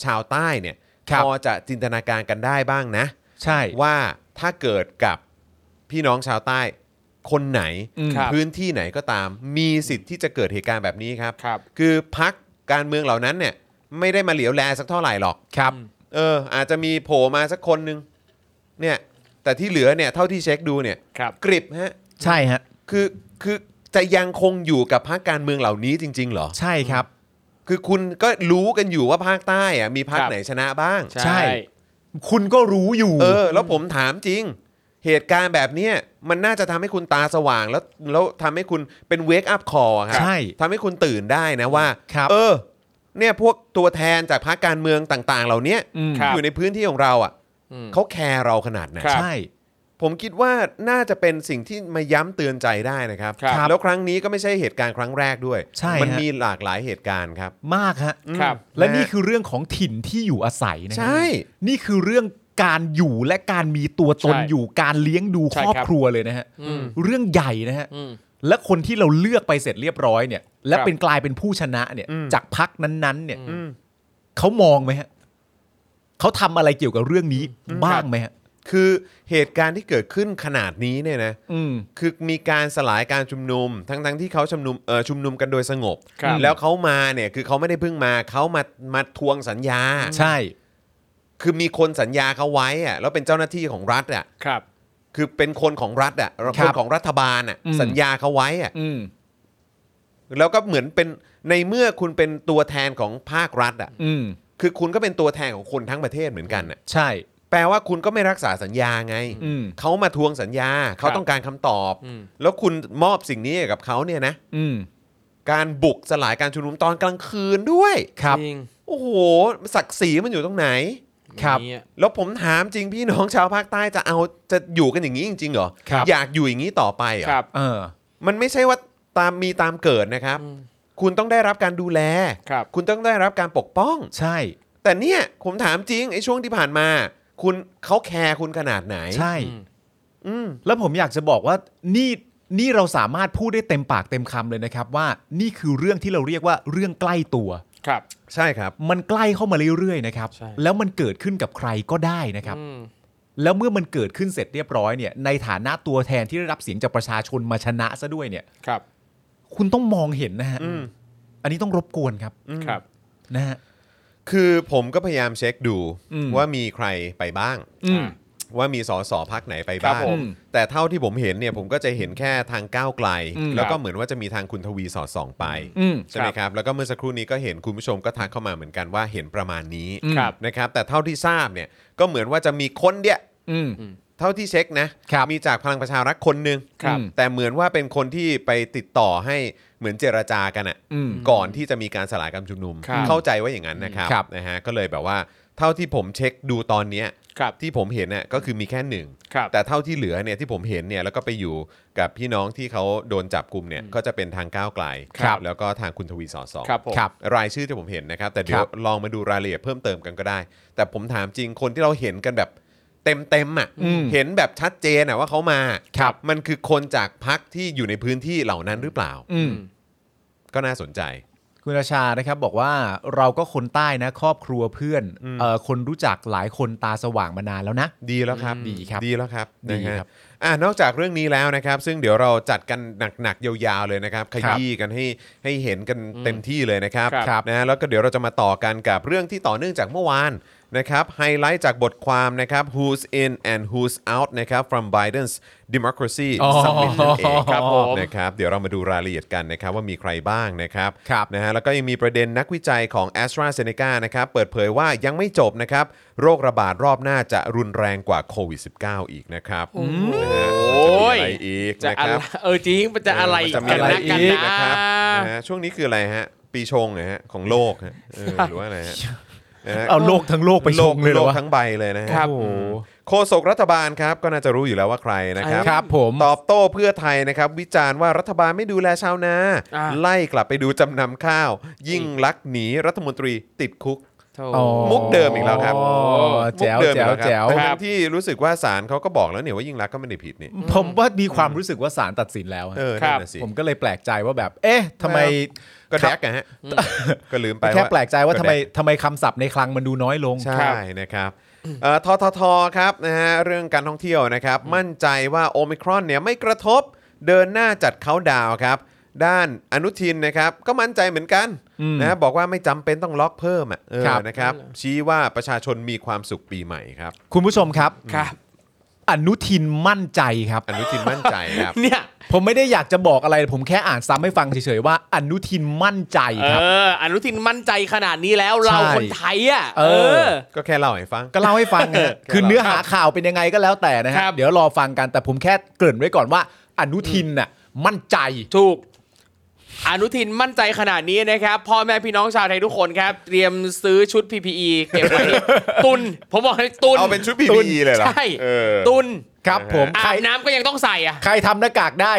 ชาวใต้เนี่ย
ครับ
พอจะจินตนาการกันได้บ้างนะ
ใช่
ว่าถ้าเกิดกับพี่น้องชาวใต้คนไหน
อืม
ครับ
พื้นที่ไหนก็ตาม มีสิทธิ์ที่จะเกิดเหตุการณ์แบบนี้ครับ
ครับ
คือพักการเมืองเหล่านั้นเนี่ยไม่ได้มาเหลียวแลสักเท่าไหร่หรอก
ครับ
เอออาจจะมีโผล่มาสักคนหนึ่งเนี่ยแต่ที่เหลือเนี่ยเท่าที่เช็คดูเนี่ย
ครับ
กริบฮะ
ใช่ฮะ
คือคือจะยังคงอยู่กับพรรคการเมืองเหล่านี้จริง ๆ เหรอ
ใช่ครับ
คือคุณก็รู้กันอยู่ว่าภาคใต้อะมีพรรค
ครับ
ไหนชนะบ้าง
ใช่ คุณก็รู้อยู่
เออ แล้วผมถามจริง เหตุการณ์แบบเนี้ยมันน่าจะทำให้คุณตาสว่าง แล้วแล้วทำให้คุณเป็นเวกอัพคอครั
ใช่
ทำให้คุณตื่นได้นะว่า
ครับ
เออ เนี่ยพวกตัวแทนจากพรรคการเมืองต่าง ๆ เหล่าเนี้ย
อืม
ครับ
อยู่ในพื้นที่ของเราอ่ะ
อืม
เขาแคร์เราขนาดไหน
ครับ
ใช่
ผมคิดว่าน่าจะเป็นสิ่งที่มาย้ำเตือนใจได้นะครับ
ครับ
แล้วครั้งนี้ก็ไม่ใช่เหตุการณ์ครั้งแรกด้วย
ใช่
มั
ฮะ
มีหลากหลายเหตุการณ์ครับ
มากฮะ
ครับ
และ
นะ
นี่คือเรื่องของถิ่นที่อยู่อาศัยนะฮะ
ใช่
นี่คือเรื่องการอยู่และการมีตัวตน
ใช่
อยู่การเลี้ยงดู
ใช่ค
ค
รั
รอ
บบ
ครัวเลยนะฮะ
อืม
เรื่องใหญ่นะฮะ
อืม
และคนที่เราเลือกไปเสร็จเรียบร้อยเนี่ย และ
ครับ
เป็นกลายเป็นผู้ชนะเนี่ย
อืม
จากพักนั้นๆ เนี่ย
อืม
เขามองไหมฮะเขาทำอะไรเกี่ยวกับเรื่องนี้บ้างไหมฮะ
คือเหตุการณ์ที่เกิดขึ้นขนาดนี้เนี่ยนะ
อืม
คือมีการสลายการชุมนุม ทั้งทั้งๆที่เขาชุมนุมเอ่อชุมนุมกันโดยสงบ
ครับ
แล้วเขามาเนี่ยคือเขาไม่ได้เพิ่งมาเขามามาทวงสัญญา
ใช่
คือมีคนสัญญาเขาไว้อะแล้วเป็นเจ้าหน้าที่ของรัฐอะ
ครับ
คือเป็นคนของรัฐอะ
ครั
ค
บ
นของรัฐบาลอะ
อืม
สัญญาเขาไว้อะ
อืม
แล้วก็เหมือนเป็นในเมื่อคุณเป็นตัวแทนของภาครัฐอะ
อืม
คือคุณก็เป็นตัวแทนของคนทั้งประเทศเหมือนกันอะ
ใช่
แปลว่าคุณก็ไม่รักษาสัญญาไง
อืม
เขามาทวงสัญญาเขา
ครับ
ต้องการคำตอบ
อืม
แล้วคุณมอบสิ่งนี้ให้กับเขาเนี่ยนะ
อืม
การบุกสลายการชุมนุมตอนกลางคืนด้วย
ครับ
จริง
โอ้โห ศักดิ์ศรีมันอยู่ตรงไหน
ครับ
เนี่ย
แล้วผมถามจริงพี่น้องชาวภาคใต้จะเอาจะอยู่กันอย่างนี้จริงๆเหรอ
ครับ
อยากอยู่อย่างนี้ต่อไปเหรอ
ครับ
เออ
มันไม่ใช่ว่าตามมีตามเกิดนะครับ
อืม
คุณต้องได้รับการดูแล
ครับ
คุณต้องได้รับการปกป้อง
ใช่
แต่เนี่ยผมถามจริงไอ้ช่วงที่ผ่านมา คุณเขาแคร์คุณขนาดไหน
ใช่
อืม
อืม
แล้วผมอยากจะบอกว่านี่นี่เราสามารถพูดได้เต็มปากเต็มคำเลยนะครับ ว่านี่คือเรื่องที่เราเรียกว่าเรื่องใกล้ตัว
ครับ
ใช่ครับ
มันใกล้เข้ามาเรื่อยๆนะครับ
ใช่
แล้วมันเกิดขึ้นกับใครก็ได้นะครับ
อืม
แล้วเมื่อมันเกิดขึ้นเสร็จเรียบร้อยเนี่ยในฐานะตัวแทนที่ได้รับเสียงจากประชาชนมาชนะซะด้วยเนี่ย
ครับ
คุณต้องมองเห็นนะฮะ
อืม
อันนี้ต้องรบกวนครับ
ครับ
นะฮะ
คือผมก็พยายามเช็คดู
อืม
ว่ามีใครไปบ้าง
อืม
ว่ามีสสพักไหนไป
ครับ
้าง
บผม
แต่เท่าที่ผมเห็นเนี่ยผมก็จะเห็นแค่ทางก้าวไกล
อืม
แล้วก็เหมือนว่าจะมีทางคุณทวีสอดส่องไป
อืม
ใช่ไหมครับแล้วก็เมื่อสักครู่นี้ก็เห็นคุณผู้ชมก็ทักเข้ามาเหมือนกันว่าเห็นประมาณนี้
อืม
ครับ
นะครับแต่เท่าที่ทราบเนี่ยก็เหมือนว่าจะมีคนเดีย
อืม
เท่าที่เช็คนะครับมีจากพลังประชารัฐคนหนึ่ง
ครับ
แต่เหมือนว่าเป็นคนที่ไปติดต่อให้เหมือนเจรจากันอะ
อืม
ก่อนที่จะมีการสลายการชุมนุม
ครับ
เข้าใจว่าอย่างนั้นนะครับ
ครับ
นะฮะก็เลยแบบว่าเท่าที่ผมเช็คดูตอนเนี้ย
ครับ
ที่ผมเห็นน่ะก็คือมีแค่หนึ่ง
ครับ
แต่เท่าที่เหลือเนี่ยที่ผมเห็นเนี่ยแล้วก็ไปอยู่กับพี่น้องที่เขาโดนจับกลุ่มเนี่ยก็จะเป็นทางก้าวไกล
ครับ
แล้วก็ทางคุณทวีสอดสอง
ครับผม
ครับ
รายชื่อที่ผมเห็นนะครับ แต่เดี๋ย
คว รับ
ลองมาดูรายละเอียดเพิ่มเติมกันก็ได้ แต่ผมถามจริงคนที่เราเห็นกันแบบ เต็มเต็มๆอ่ะ
อืม
เห็นแบบชัดเจนอ่ะว่าเขามา
ครับ
มันคือคนจากพักที่อยู่ในพื้นที่เหล่านั้นหรือเปล่า
อืม
ก็น่าสนใจ
คุณราชานะครับบอกว่าเราก็คนใต้นะครอบครัวเพื่อนเอ่อคนรู้จักหลายคนตาสว่างมานานแล้วนะ
ดีแล้วครับ
ดีครับ
ดีแล้วครับ
ดี
นะฮะ
ครับ
อ่านอกจากเรื่องนี้แล้วนะครับ ซึ่งเดี๋ยวเราจัดกันหนักๆยาวๆเลยนะครับขยี้กันให้ให้เห็นกันเต็มที่เลยนะครับ
ครับ
นะฮะแล้วก็เดี๋ยวเราจะมาต่อกันกับเรื่องที่ต่อเนื่องจากเมื่อวานนะครับไฮไลท์จากบทความนะครับ who's in and who's out นะครับ from Biden's democracy
อ๋อ
summit นั่นเอง
ครับผม
นะครับเดี๋ยวเรามาดูรายละเอียดกันนะครับว่ามีใครบ้างนะครับ
ครับ
นะฮะแล้วก็ยังมีประเด็นนักวิจัยของ a s t r a z e ซ e c a นะครับเปิดเผยว่ายังไม่จบนะครับ โรคระบาดรอบหน้าจะรุนแรงกว่าโควิด -19 อีกนะครับนะฮะ
โอ้
มันจะมี
ย
อะไรอีก
จะ
นะ
อะ
ค
ไร
รับ
เออจริงมันจะอะไร
เมันจะมี
กัน
อะไร
นะ
อี
กัน
ก
นะ
นะครับนะฮะช่วงนี้คืออะไรฮะ ปีชงเหรอฮะของโลกฮะเออหรือว่าอะไรฮะนะฮะ
เอาโลกทั้งโลกไปชงเลยเห
โล
รอก วะ
ทั้งใบเลยนะฮะ
ครับ
โอ้โห
โฆษกรัฐบาลครับก็น่าจะรู้อยู่แล้วว่าใครนะครับ
ครับผม
ตอบโต้เพื่อไทยนะครับวิจารณ์ว่ารัฐบาลไม่ดูแลชาวนา
อ่า
ไล่กลับไปดูจำนำข้าว ยิ่งลักษณ์หนีรัฐมนตรีติดคุก
โถ่
อ๋อ
มุกเดิมอีกแล้วครับ
อ๋อแจ๋ว
มุกเดิมอีกล้วครับ
แจ๋วแจ๋ว
ทั้
ครั
ง
บ
ที่รู้สึกว่าศาลเขาก็บอกแล้วเนี่ยว่ายิ่งลักษณ์ก็ไม่ได้ผิดนี่
ผมว่ามีความรู้สึกว่าศาลตัดสินแล้วอะ
เออ
ครั
นั่
บ
นนะสิ
ผมก็เลยแปลกใจว่าแบบ เอ๊ะทำไม
ก็
ครั
แด
บ
กอะฮะก็ลืมไป
แค่
ว่า
แปลกใจว่าทำไม
ก็แดก
ทำไมคำศัพท์ในคลังมันดูน้อยลง
ใช่นะครับเอ่อทททครับนะฮะเรื่องการท่องเที่ยวนะครับ มั่นใจว่าโอมิครอนเนี่ยไม่กระทบเดินหน้าจัดเขาน์ดาวน์ครับ ด้านอนุทินนะครับก็มั่นใจเหมือนกัน
อืม
นะบอกว่าไม่จำเป็นต้องล็อกเพิ่มอ่ะเออ
ครับ
นะครับ ชี้ว่าประชาชนมีความสุขปีใหม่ครับ
คุณผู้ชมครับ
ครับ
อนุทินมั่นใจครับ
อนุทินมั่นใจ
[laughs]
ครับ
เนี่ย
ผมไม่ได้อยากจะบอกอะไร ผมแค่อ่านซ้ำให้ฟังเฉยๆว่า อนุทินมั่นใจ
เอ
ครับ
ออนุทินมั่นใจขนาดนี้แล้วเรา
ใช่
คนไทยอ่ะ
เออ
ก็แค่เล่าให้ฟัง
ก็เล่าให้ฟังนะฮะ คือเนื้อหาข่าวเป็นยังไงก็แล้วแต่นะฮะ
ครับ
เดี๋ยวรอฟังกันแต่ผมแค่เกริ่นไว้ก่อนว่า อนุทินน่ะมั่นใจ
ถูก อนุทินมั่นใจขนาดนี้นะครับพ่อแม่พี่น้องชาวไทยทุกคนครับ เตรียมซื้อชุด PPE เก็บไว้ ตุน ผมบอกให้ตุน
เอาเป็นชุด
ตุน
PPE เลยเหรอ
ใช่
เออ
ตุน
ครับผม
อา
ใคร
บน้ำก็ยังต้องใส่อ่ะ
ใครทำหน้ากากได้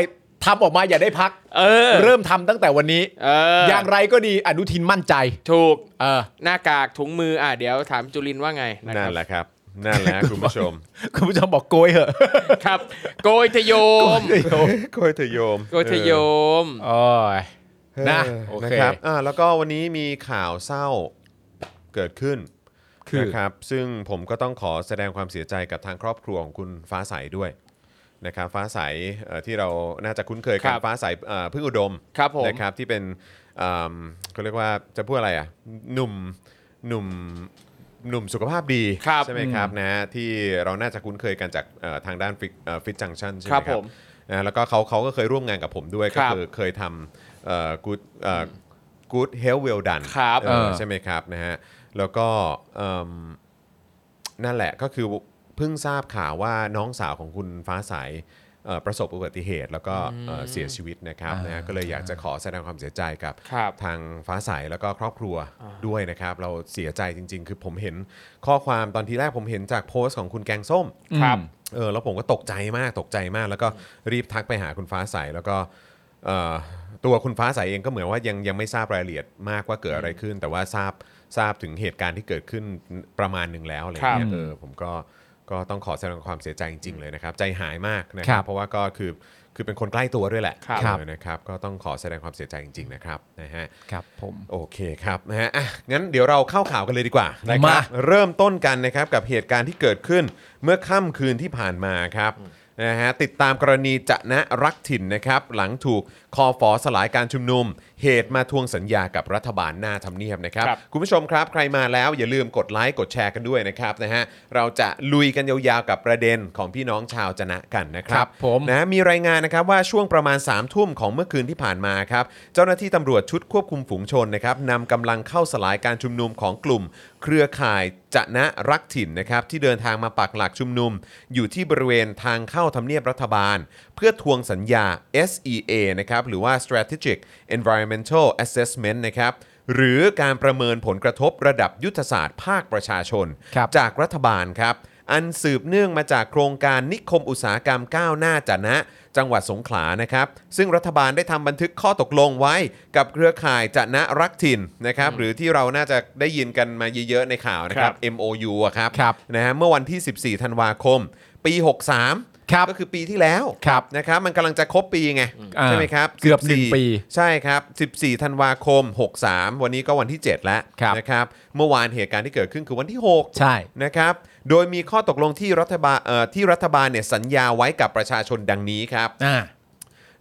ทำออกมาอย่าได้พัก
เออ
เริ่มทำตั้งแต่วันนี้
เออ
อย่างไรก็ดีอนุทินมั่นใจ
ถูก
เออ
หน้ากากถุงมืออ่ะเดี๋ยวถามจุลินว่าไงนะค
นั่
รั
น
บ
แหละครับ นั่นแหละครับคุณผู้ชม
คุณผู้ชมบอกโกยเหอะ
ครับ โกยทะโยม
โคยเถยโยม
โกยทะโยม
โอ้ย
เออ
นะ
เออ
โอ
นะ
เค
ครับอ่าแล้วก็วันนี้มีข่าวเศร้าเกิดขึ้น
คือ
นะครับ ซึ่งผมก็ต้องขอแสดงความเสียใจกับทางครอบครัวของคุณฟ้าใสด้วยนะครับ ฟ้าใสเอ่อที่เราน่าจะคุ้นเคยกั
คน รับ
ฟ้าใสเอ่อพึ่งอุดม
ครับผม
นะครับที่เป็นอ่าเขาเรียกว่าจะพูดอะไรอ่ะหนุ่มหนุ่มหนุ่มสุขภาพดี
ครับ
ใช่ไหมครับนะฮะที่เราน่าจะคุ้นเคยกันจากเอ่อทางด้านฟิตจังชันใช่ไหมค
ครั
รั
บบ ผม
นะแล้วก็เขาเขาก็เคยร่วมงานกับผมด้วย
ค
ก็
รับ
คือเคยทำเอ่อกูดเอ่อกูดเฮลเวลดัน
ครับ
ใช่ไหมครับนะฮะแล้วก็เอิ่มนั่นแหละก็คือเพิ่งทราบข่าวว่าน้องสาวของคุณฟ้าใสเอ่อประสบอุบัติเหตุ แล้วก็เอ่อเสียชีวิตนะครับนะฮะก็เลยอยากจะขอแสดงความเสียใจกับ
ครับ
ทางฟ้าใสแล้วก็ครอบครัวด้วยนะครับ เราเสียใจจริง ๆ คือผมเห็นข้อความตอนที่แรกผมเห็นจากโพสต์ของคุณแกงส้ม
ครับ
เออแล้วผมก็ตกใจมากตกใจมาก แล้วก็รีบทักไปหาคุณฟ้าใสแล้วก็เอ่อตัวคุณฟ้าใสเองก็เหมือนว่ายังยังไม่ทราบรายละเอียดมากว่าเกิดอะไรขึ้น แต่ว่าทราบทราบถึงเหตุการณ์ที่เกิดขึ้นประมาณหนึ่งแล้วอะไรอย่างเงี้ย
ครับ
เออผมก็ก็ต้องขอแสดงความเสียใจจริง ๆ เลยนะครับ ใจหายมากนะค
ครั
รับบ เพราะว่าก็คือคือเป็นคนใกล้ตัวด้วยแหละ
ครับ
เออนะครับก็ต้องขอแสดงความเสียใจจริง ๆ นะครับนะฮะ
ครับผม
โอเคครับนะฮะอ่ะงั้นเดี๋ยวเราเข้าข่าวกันเลยดีกว่านะครับเริ่มต้นกันนะครับกับเหตุการณ์ที่เกิดขึ้นเมื่อค่ำคืนที่ผ่านมาครับนะฮะติดตามกรณีจะนะรักถิ่นนะครับหลังถูกคอฟอสลายการชุมนุม เหตุมาทวงสัญญากับรัฐบาลหน้าทำเนียบนะครับ
ครับ
คุณผู้ชมครับ ใครมาแล้วอย่าลืมกดไลค์กดแชร์กันด้วยนะครับนะฮะเราจะลุยกันยาวๆกับประเด็นของพี่น้องชาวจะนะกันนะครั
ครับ บผม
นะมีรายงานนะครับว่าช่วงประมาณ3ามทุ่มของเมื่อคืนที่ผ่านมาครับเจ้าหน้าที่ตำรวจชุดควบคุมฝูงชนนะครับนำกำลังเข้าสลายการชุมนุมของกลุ่ม เครือข่ายจะนะรักถิ่นนะครับที่เดินทางมาปักหลักชุมนุม อยู่ที่บริเวณทางเข้าทำเนียบรัฐบาล เพื่อทวงสัญญา SEA นะครับหรือว่า Strategic Environmental Assessment นะครับหรือการประเมินผลกระทบระดับยุทธศาสตร์ภาคประชาชน
ครับ
จากรัฐบาลครับ อันสืบเนื่องมาจากโครงการนิคมอุตสาหกรรมก้าวหน้าจะนะ จังหวัดสงขลานะครับ ซึ่งรัฐบาลได้ทำบันทึกข้อตกลงไว้กับเครือข่ายจะนะรักถิ่นนะครับหรือที่เราน่าจะได้ยินกันมาเยอะๆในข่าวนะครับ MOU อะครับ
ครับ
นะฮะเมื่อวันที่ 14 ธันวาคม ปี 63
ครับ
ก็คือปีที่แล้ว
ครับ
นะครับมันกำลังจะครบปีไง
อ่า
ใช่ไหมครับ
เกือบหนึ่ง
14
ปี
ใช่ครับ 14 ธันวาคม 63 วันนี้ก็วันที่ 7 แล้ว
ครับ
นะครับเมื่อวานเหตุการณ์ที่เกิดขึ้นคือวันที่ 6
ใช่
นะครับ โดยมีข้อตกลงที่รัฐบาลเอ่อที่รัฐบาลเนี่ยสัญญาไว้กับประชาชนดังนี้ครับ
อ่า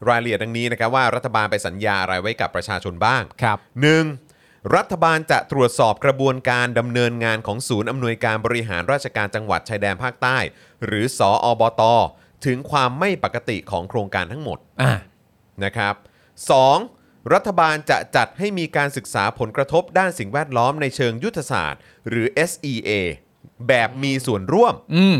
ร
ายละเอียดดังนี้นะครับว่ารัฐบาลไปสัญญาอะไรไว้กับประชาชนบ้าง
ครับ
1. รัฐบาลจะตรวจสอบกระบวนการดำเนินงานของศูนย์อำนวยการบริหารราชการจังหวัดชายแดนภาคใต้ หรือสออบต ถึงความไม่ปกติของโครงการทั้งหมด
อ่า
นะครับ 2. รัฐบาลจะจัดให้มีการศึกษาผลกระทบด้านสิ่งแวดล้อมในเชิงยุทธศาสตร์ หรือ SEA แบบมีส่วนร่วม
อืม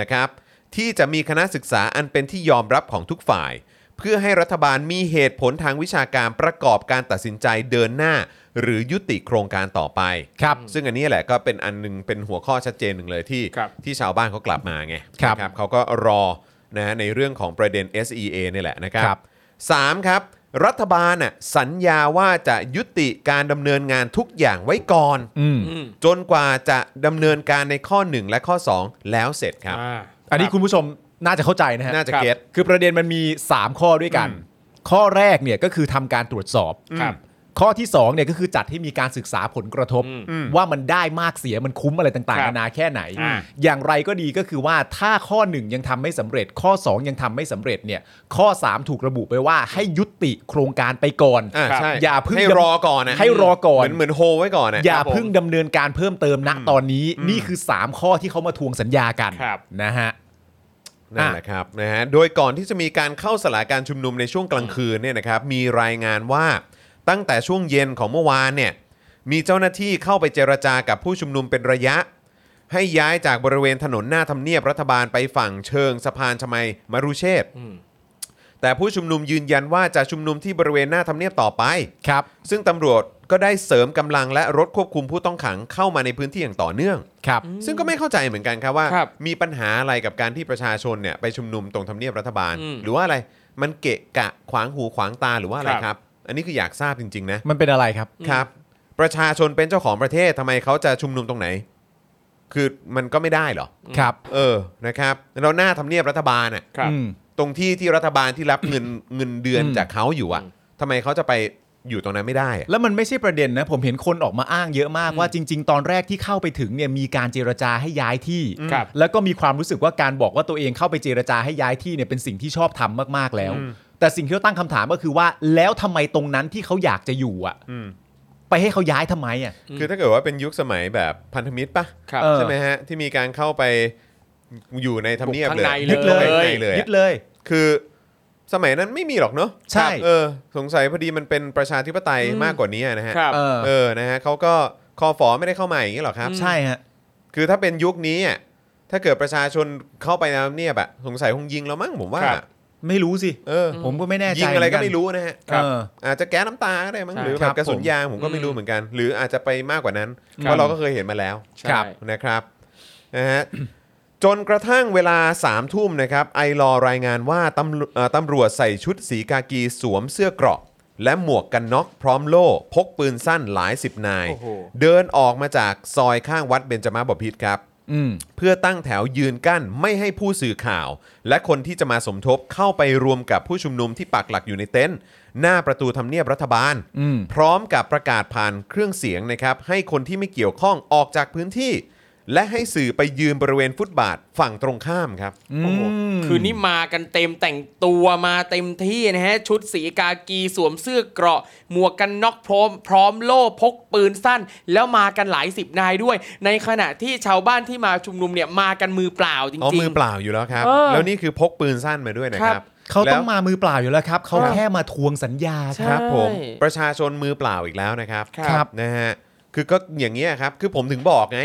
นะครับ ที่จะมีคณะศึกษาอันเป็นที่ยอมรับของทุกฝ่าย เพื่อให้รัฐบาลมีเหตุผลทางวิชาการประกอบการตัดสินใจเดินหน้า หรือยุติโครงการต่อไป
ครับ
ซึ่งอันนี้แหละก็เป็นอันหนึงเป็นหัวข้อชัดเจนหนึ่งเลยที่
ครับ
ที่ชาวบ้านเขากลับมาไง
ครับ
นะเขาก็รอนะในเรื่องของประเด็น SEA นี่แหละนะครั
ครับ บ
สามครับ รัฐบาลน่ะสัญญาว่าจะยุติการดำเนินงานทุกอย่างไว้ก่อน
อืม
อืม
จนกว่าจะดำเนินการในข้อ 1 และข้อ 2 แล้วเสร็จครับ
อ่า
อันนี้คุณผู้ชมน่าจะเข้าใจนะฮะ
น่าจะ
ครับ
เก็ต
คือประเด็นมันมี 3 ข้อด้วยกัน ข้อแรกเนี่ยก็คือทำการตรวจสอบ
ครับ
ข้อที่2เนี่ยก็คือจัดให้มีการศึกษาผลกระทบ
อืม
ว่ามันได้มากเสียมันคุ้มอะไรต่าง
ค
ๆ
รับ
นานาแค่ไหน
อ่า
อย่างไรก็ดีก็คือว่าถ้าข้อ 1 ยังทำไม่สำเร็จ ข้อ 2 ยังทำไม่สำเร็จเนี่ยข้อ 3 ถูกระบุไปว่าให้ยุติโครงการไปก่อน
อ่า
ครับ
ใช่
อย่าเพิ่ง
ให้รอก่อนนะ
ให้รอก่อ
เห
น
มือนเหมือนโฮไว้ก่อนนะ
อย่าเพิ่งดำเนินการเพิ่มเติมณตอนนี้นี่คือ 3 ข้อที่เขามาทวงสัญญากัน
ครับ
นะฮะ
นั่นแหละครับนะฮะโดยก่อนที่จะมีการเข้าสลายการชุมนุมในช่วงกลางคืนเนี่ยนะครับมีรายงานว่าตั้งแต่ช่วงเย็นของเมื่อวานเนี่ยมีเจ้าหน้าที่เข้าไปเจรจากับผู้ชุมนุมเป็นระยะ ให้ย้ายจากบริเวณถนนหน้าทำเนียบรัฐบาลไปฝั่งเชิงสะพานชมัยมรุเชษฐ์แต่ผู้ชุมนุมยืนยันว่าจะชุมนุมที่บริเวณหน้าทำเนียบต่อไป
ครับ
ซึ่งตำรวจก็ได้เสริมกำลังและรถควบคุมผู้ต้องขังเข้ามาในพื้นที่อย่างต่อเนื่อง
ครับ
ซึ่งก็ไม่เข้าใจเหมือนกันครับว่า
ครับ
มีปัญหาอะไรกับการที่ประชาชนเนี่ยไปชุมนุมตรงทำเนียบรัฐบาล
อืม
หรือว่าอะไรมันเกะกะขวางหูขวางตาหรือว่าอะไร
ครับ
ครับ อันนี้คืออยากทราบจริง ๆ นะ
มันเป็นอะไรครับ
ครับ ประชาชนเป็นเจ้าของประเทศทำไมเขาจะชุมนุมตรงไหน คือมันก็ไม่ได้เหรอ
ครับ
เออนะครับเราหน้าทำเนียบรัฐบาลอ่ะ
ครับ
อืม
ตรงที่ที่รัฐบาลที่รับเงิน เงินเดือน
อืม
จากเขาอยู่อ่ะทำไมเขาจะไปอยู่ตรงนั้นไม่ได้อะ
แล้วมันไม่ใช่ประเด็นนะ ผมเห็นคนออกมาอ้างเยอะมากว่าจริง ๆ ตอนแรกที่เข้าไปถึงเนี่ยมีการเจรจาให้ย้ายที่
ครับ
แล้วก็มีความรู้สึกว่าการบอกว่าตัวเองเข้าไปเจรจาให้ย้ายที่เนี่ยเป็นสิ่งที่ชอบทำมากๆแล้ว แต่สิ่งที่เขาตั้งคำถามก็คือว่า แล้วทำไมตรงนั้นที่เขาอยากจะอยู่อ่ะ
อืม
ไปให้เขาย้ายทำไมอ่ะ
คือถ้าเกิดว่าเป็นยุคสมัยแบบพันธมิตรปะ
ครับ
เออ
ใช่ไหมฮะ ที่มีการเข้าไปอยู่ในทำเนียบ
บุก
เลย
ข้างในเลย
ข้าไปข้างในเลย
ยึด
อะ
เลย
คือสมัยนั้นไม่มีหรอกเนาะ
ใช่
เออ สงสัยพอดีมันเป็นประชาธิปไตยมากกว่านี้นะฮะ
ครับ
เออ
เออนะฮะเขาก็คอฟอไม่ได้เข้ามาอย่างนี้หรอกครับ
ใช่ฮะ
คือถ้าเป็นยุคนี้อะถ้าเกิดประชาชนเข้าไปในทำเนียบอะสงสัยคงยิงแล้วมั้งผมว่า
ครับ
ไม่รู้สิ
เออ
ผมก็ไม่แน่ใจ
ยิงอะไรก็
เหนน
ไม่รู้นะฮะ
ครับเออ
อาจจะแก๊สน้ำตาก็ได้มั้ง
ใช่
หรือ
ค
แบ
รั
บบ กระสุน
ผม
ยางผมก็ไม่รู้เหมือนกัน หรืออาจจะไปมากกว่านั้น
ค
เพ
รับ
ราะเราก็เคยเห็นมาแล้ว
ใช่
ครับ
นะครับนะฮะ จนกระทั่งเวลา3ามทุ่มนะครับไอรอรายงานว่าตำรวเอ่อตำรวจใส่ชุดสีกากีสวมเสื้อเกราะ และหมวกกันน็อกพร้อมโล่ พกปืนสั้นหลายสิบนาย
โอ้โห
เดินออกมาจากซอยข้างวัดเบญจมาบพิตรครับ
อืม
เพื่อตั้งแถวยืนกั้นไม่ให้ผู้สื่อข่าว และคนที่จะมาสมทบเข้าไปรวมกับผู้ชุมนุมที่ปักหลักอยู่ในเต็นท์หน้าประตูทำเนียบรัฐบาล
อืม
พร้อมกับประกาศผ่านเครื่องเสียงนะครับให้คนที่ไม่เกี่ยวข้องออกจากพื้นที่ และให้สื่อไปยืนบริเวณฟุตบาทฝั่งตรงข้ามครับ
โอ้โหคือนี่มากันเต็มแต่งตัวมาเต็มที่นะฮะ ชุดสีกากีสวมเสื้อเกราะ หมวกกันน็อกพร้อม พร้อมโล่พกปืนสั้น แล้วมากันหลายสิบนายด้วย ในขณะที่ชาวบ้านที่มาชุมนุมเนี่ยมากันมือเปล่าจริ
อ๋อง มือเปล่าอยู่แล้วครับ
เออ
แล้วนี่คือพกปืนสั้นมาด้วยนะค
ครั
รับบ
เขาต้อง
แล้ว
มามือเปล่าอยู่แล้วครับเขา
ครับ
แค่มาทวงสัญญา
ใช่
ครับผมประชาชนมือเปล่าอีกแล้วนะครับ
ครับ
ครับ
นะฮะคือก็อย่างนี้ยครับคือผมถึงบอกไง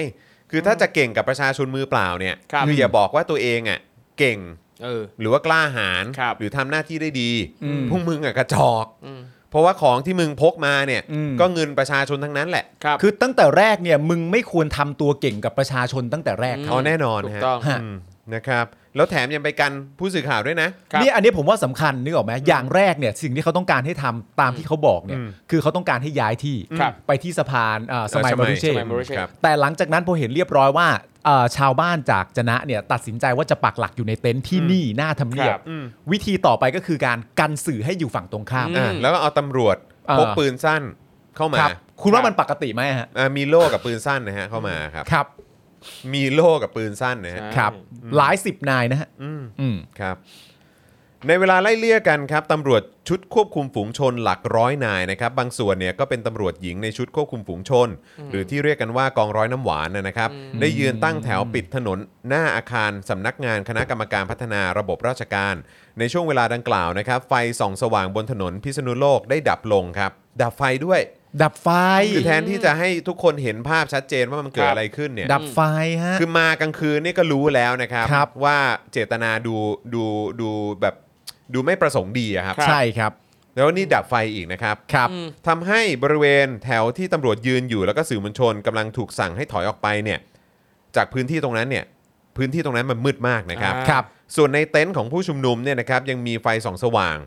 คือถ้าจะเก่งกับประชาชนมือเปล่าเนี่ย
ครับ
ออย่าบอกว่าตัวเองอ่ะเก่ง
เออ
หรือว่ากล้าหาญ
ครับ
หรือทำหน้าที่ได้ดี
อืม
พวกมึงอ่ะกระจอก
อืม
เพราะว่าของที่มึงพกมาเนี่ย
อืม
ก็เงินประชาชนทั้งนั้นแหละ
ครับ
คือตั้งแต่แรกเนี่ยมึงไม่ควรทำตัวเก่งกับประชาชนตั้งแต่แรก
อืม
ครับ
เอาแน่นอน
ถูก
ฮะ
ต้อง
ฮะ
อืมนะครับ แล้วแถมยังไปกันผู้สื่อข่าวด้วยนะ
ครับ
เนี่ยอันนี้ผมว่าสำคัญนึกออกไหมอย่างแรกเนี่ยสิ่งที่เขาต้องการให้ทำตามที่เขาบอกเนี่ย
อืม
คือเขาต้องการให้ย้ายที่
ครับ
ไปที่สะพานเอ่อสมัย
เออส
ม
มัย
รุเช
ส
ษ
มัย
ฐ์
มรุเชษฐ์
ครับ
แต่หลังจากนั้นพอเห็นเรียบร้อยว่าเอ่อชาวบ้านจากจะนะเนี่ยตัดสินใจว่าจะปักหลักอยู่ในเต็นท์ที่นี่หน้าทำเนีย
ครับ บ
อืม
วิธีต่อไปก็คือการกันสื่อให้อยู่ฝั่งตรงข้าม
อืม
อ่ะแล้วก็เอาตำรวจ
อ่า
พกปืนสั้นเข้ามา
ครับคุณว่ามันปกติไหมฮะ
อ่ะมีโล่กับปืนสั้นนะฮะเข้ามาครับ
ครับ
มีโล่กับปืนสั้นนะฮะ
ใช่
ครับ หลายสิบนายนะฮะ
อืม
อืม
ครับในเวลาไล่เลี่ยกันครับตำรวจชุดควบคุมฝูงชนหลักร้อยนายนะครับบางส่วนเนี่ยก็เป็นตำรวจหญิงในชุดควบคุมฝูงชน หรือที่เรียกกันว่ากองร้อยน้ำหวานนะนะครับ ได้ยืนตั้งแถวปิดถนนหน้าอาคารสำนักงานคณะกรรมการพัฒนาระบบราชการ ในช่วงเวลาดังกล่าวนะครับ ไฟส่องสว่างบนถนนพิษณุโลกได้ดับลงครับ ดับไฟด้วย
ดับไฟ
คือแทนที่จะให้ทุกคนเห็นภาพชัดเจนว่ามันเกิดอะไรขึ้นเนี่ย
ดับไฟฮะ
[laughs] คือมากลางคืนนี่ก็รู้แล้วนะครับ
ครับ
ว่าเจตนาดูดูดูแบบดูไม่ประสงค์ดีอะครับ
ใช่ครับ
แล้วนี่ดับไฟอีกนะครับ
ครับ
ทำให้บริเวณแถวที่ตำรวจยืนอยู่แล้วก็สื่อมวลชนกำลังถูกสั่งให้ถอยออกไปเนี่ยจากพื้นที่ตรงนั้นเนี่ยพื้นที่ตรงนั้นมันมืดมากนะครับ
อ่า
ครับ
ส่วนในเต็นท์ของผู้ชุมนุมเนี่ยนะครับยังมีไฟส่องสว่าง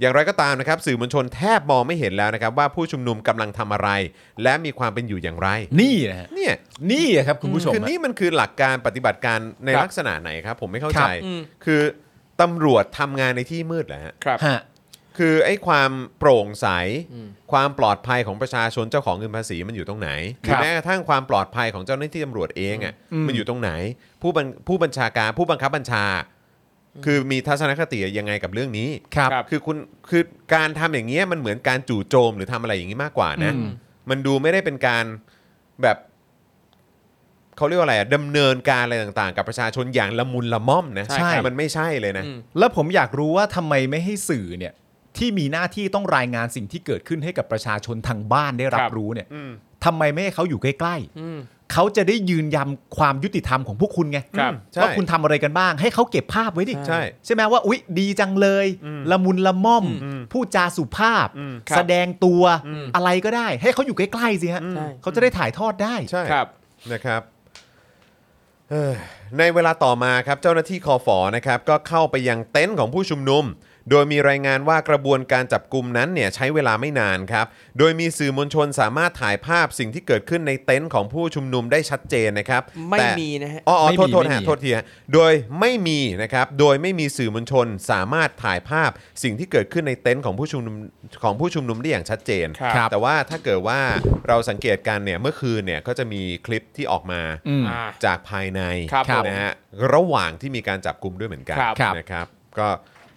อย่างไรก็ตามนะครับ สื่อมวลชนแทบมองไม่เห็นแล้วนะครับ ว่าผู้ชุมนุมกำลังทำอะไร และมีความเป็นอยู่อย่างไร
นี่นะฮะ
เนี่ย
นี่อะครับคุณผู้ชม
คือ
ฮะ
นี่มันคือหลักการปฏิบัติการใน
ครับ
ลักษณะไหนครับ ผมไม่เข้า
ครั
ใจ
บ
อืม
คือตำรวจทำงานในที่มืดแหละฮะ
ครับ
ฮะ
คือไอ้ความโปร่งใส
อืม
ความปลอดภัยของประชาชนเจ้าของเงินภาษีมันอยู่ตรงไหนหรือ
ครับ
แม้กระทั่งความปลอดภัยของเจ้าหน้าที่ตำรวจเองอ่ะ
อืม
มันอยู่ตรงไหน ผู้บัญผู้บัญชาการผู้บังคับบัญชา คือมีทัศนคติยังไงกับเรื่องนี้
ครับ
ครับ
คือคุณคือการทำอย่างเงี้ยมันเหมือนการจู่โจมหรือทำอะไรอย่างงี้มากกว่านะ
อืม
มันดูไม่ได้เป็นการแบบเขาเรียกว่าอะไรอะดำเนินการอะไรต่างๆ กับประชาชนอย่างละมุนละม่อมนะ
ใช่ครับ
มันไม่ใช่เลยนะ
อืม
แล้วผมอยากรู้ว่าทำไมไม่ให้สื่อเนี่ยที่มีหน้าที่ต้องรายงานสิ่งที่เกิดขึ้นให้กับประชาชนทางบ้านได้รั
ครับ บ
รู้เนี่ย
อืม
ทำไมไม่ให้เขาอยู่ใกล้
อืม
ๆเขาจะได้ยืนยันความยุติธรรมของพวกคุณไง
ครับ
ใช่
ว่าคุณทำอะไรกันบ้าง ให้เขาเก็บภาพไว้ดิ
ใช่
ใช่ไหมว่าอุ๊ยดีจังเลยละมุนละม่อม
อืม
พูดจาสุภาพ
อืม
ครับ
แสดงตัว
อืม
อะไรก็ได้ ให้เขาอยู่ใกล้ๆสิฮะ
อืม
ใช่
เขาจะได้ถ่ายทอดได้
ใช่
ครับ
นะครับเอ้ยในเวลาต่อมาครับเจ้าหน้าที่คอฝอนะครับ ก็เข้าไปยังเต็นท์ของผู้ชุมนุม โดยมีรายงานว่ากระบวนการจับกลุ่มนั้นเนี่ยใช้เวลาไม่นานครับ โดยมีสื่อมวลชนสามารถถ่ายภาพสิ่งที่เกิดขึ้นในเต็นท์ของผู้ชุมนุมได้ชัดเจนนะครับ
ไม่
แต่
มีนะฮะ
อ๋ออ๋อ
ไม่มี
โทษโทษ
ไม่
ฮะ
มี
โทษทีฮะโดยไม่มีนะครับ โดยไม่มีสื่อมวลชนสามารถถ่ายภาพสิ่งที่เกิดขึ้นในเต็นท์ของผู้ชุมนุมของผู้ชุมนุมได้อย่างชัดเจน
ครับ
แต่ว่าถ้าเกิดว่าเราสังเกตกันเนี่ยเมื่อคืนเนี่ยก็จะมีคลิปที่ออกมา
อืม
อ่า
จากภายใน
ครับผม
นะฮะระหว่างที่มีการจับกลุ่มด้วยเหมือนกัน
ครับ
นะครับ ก็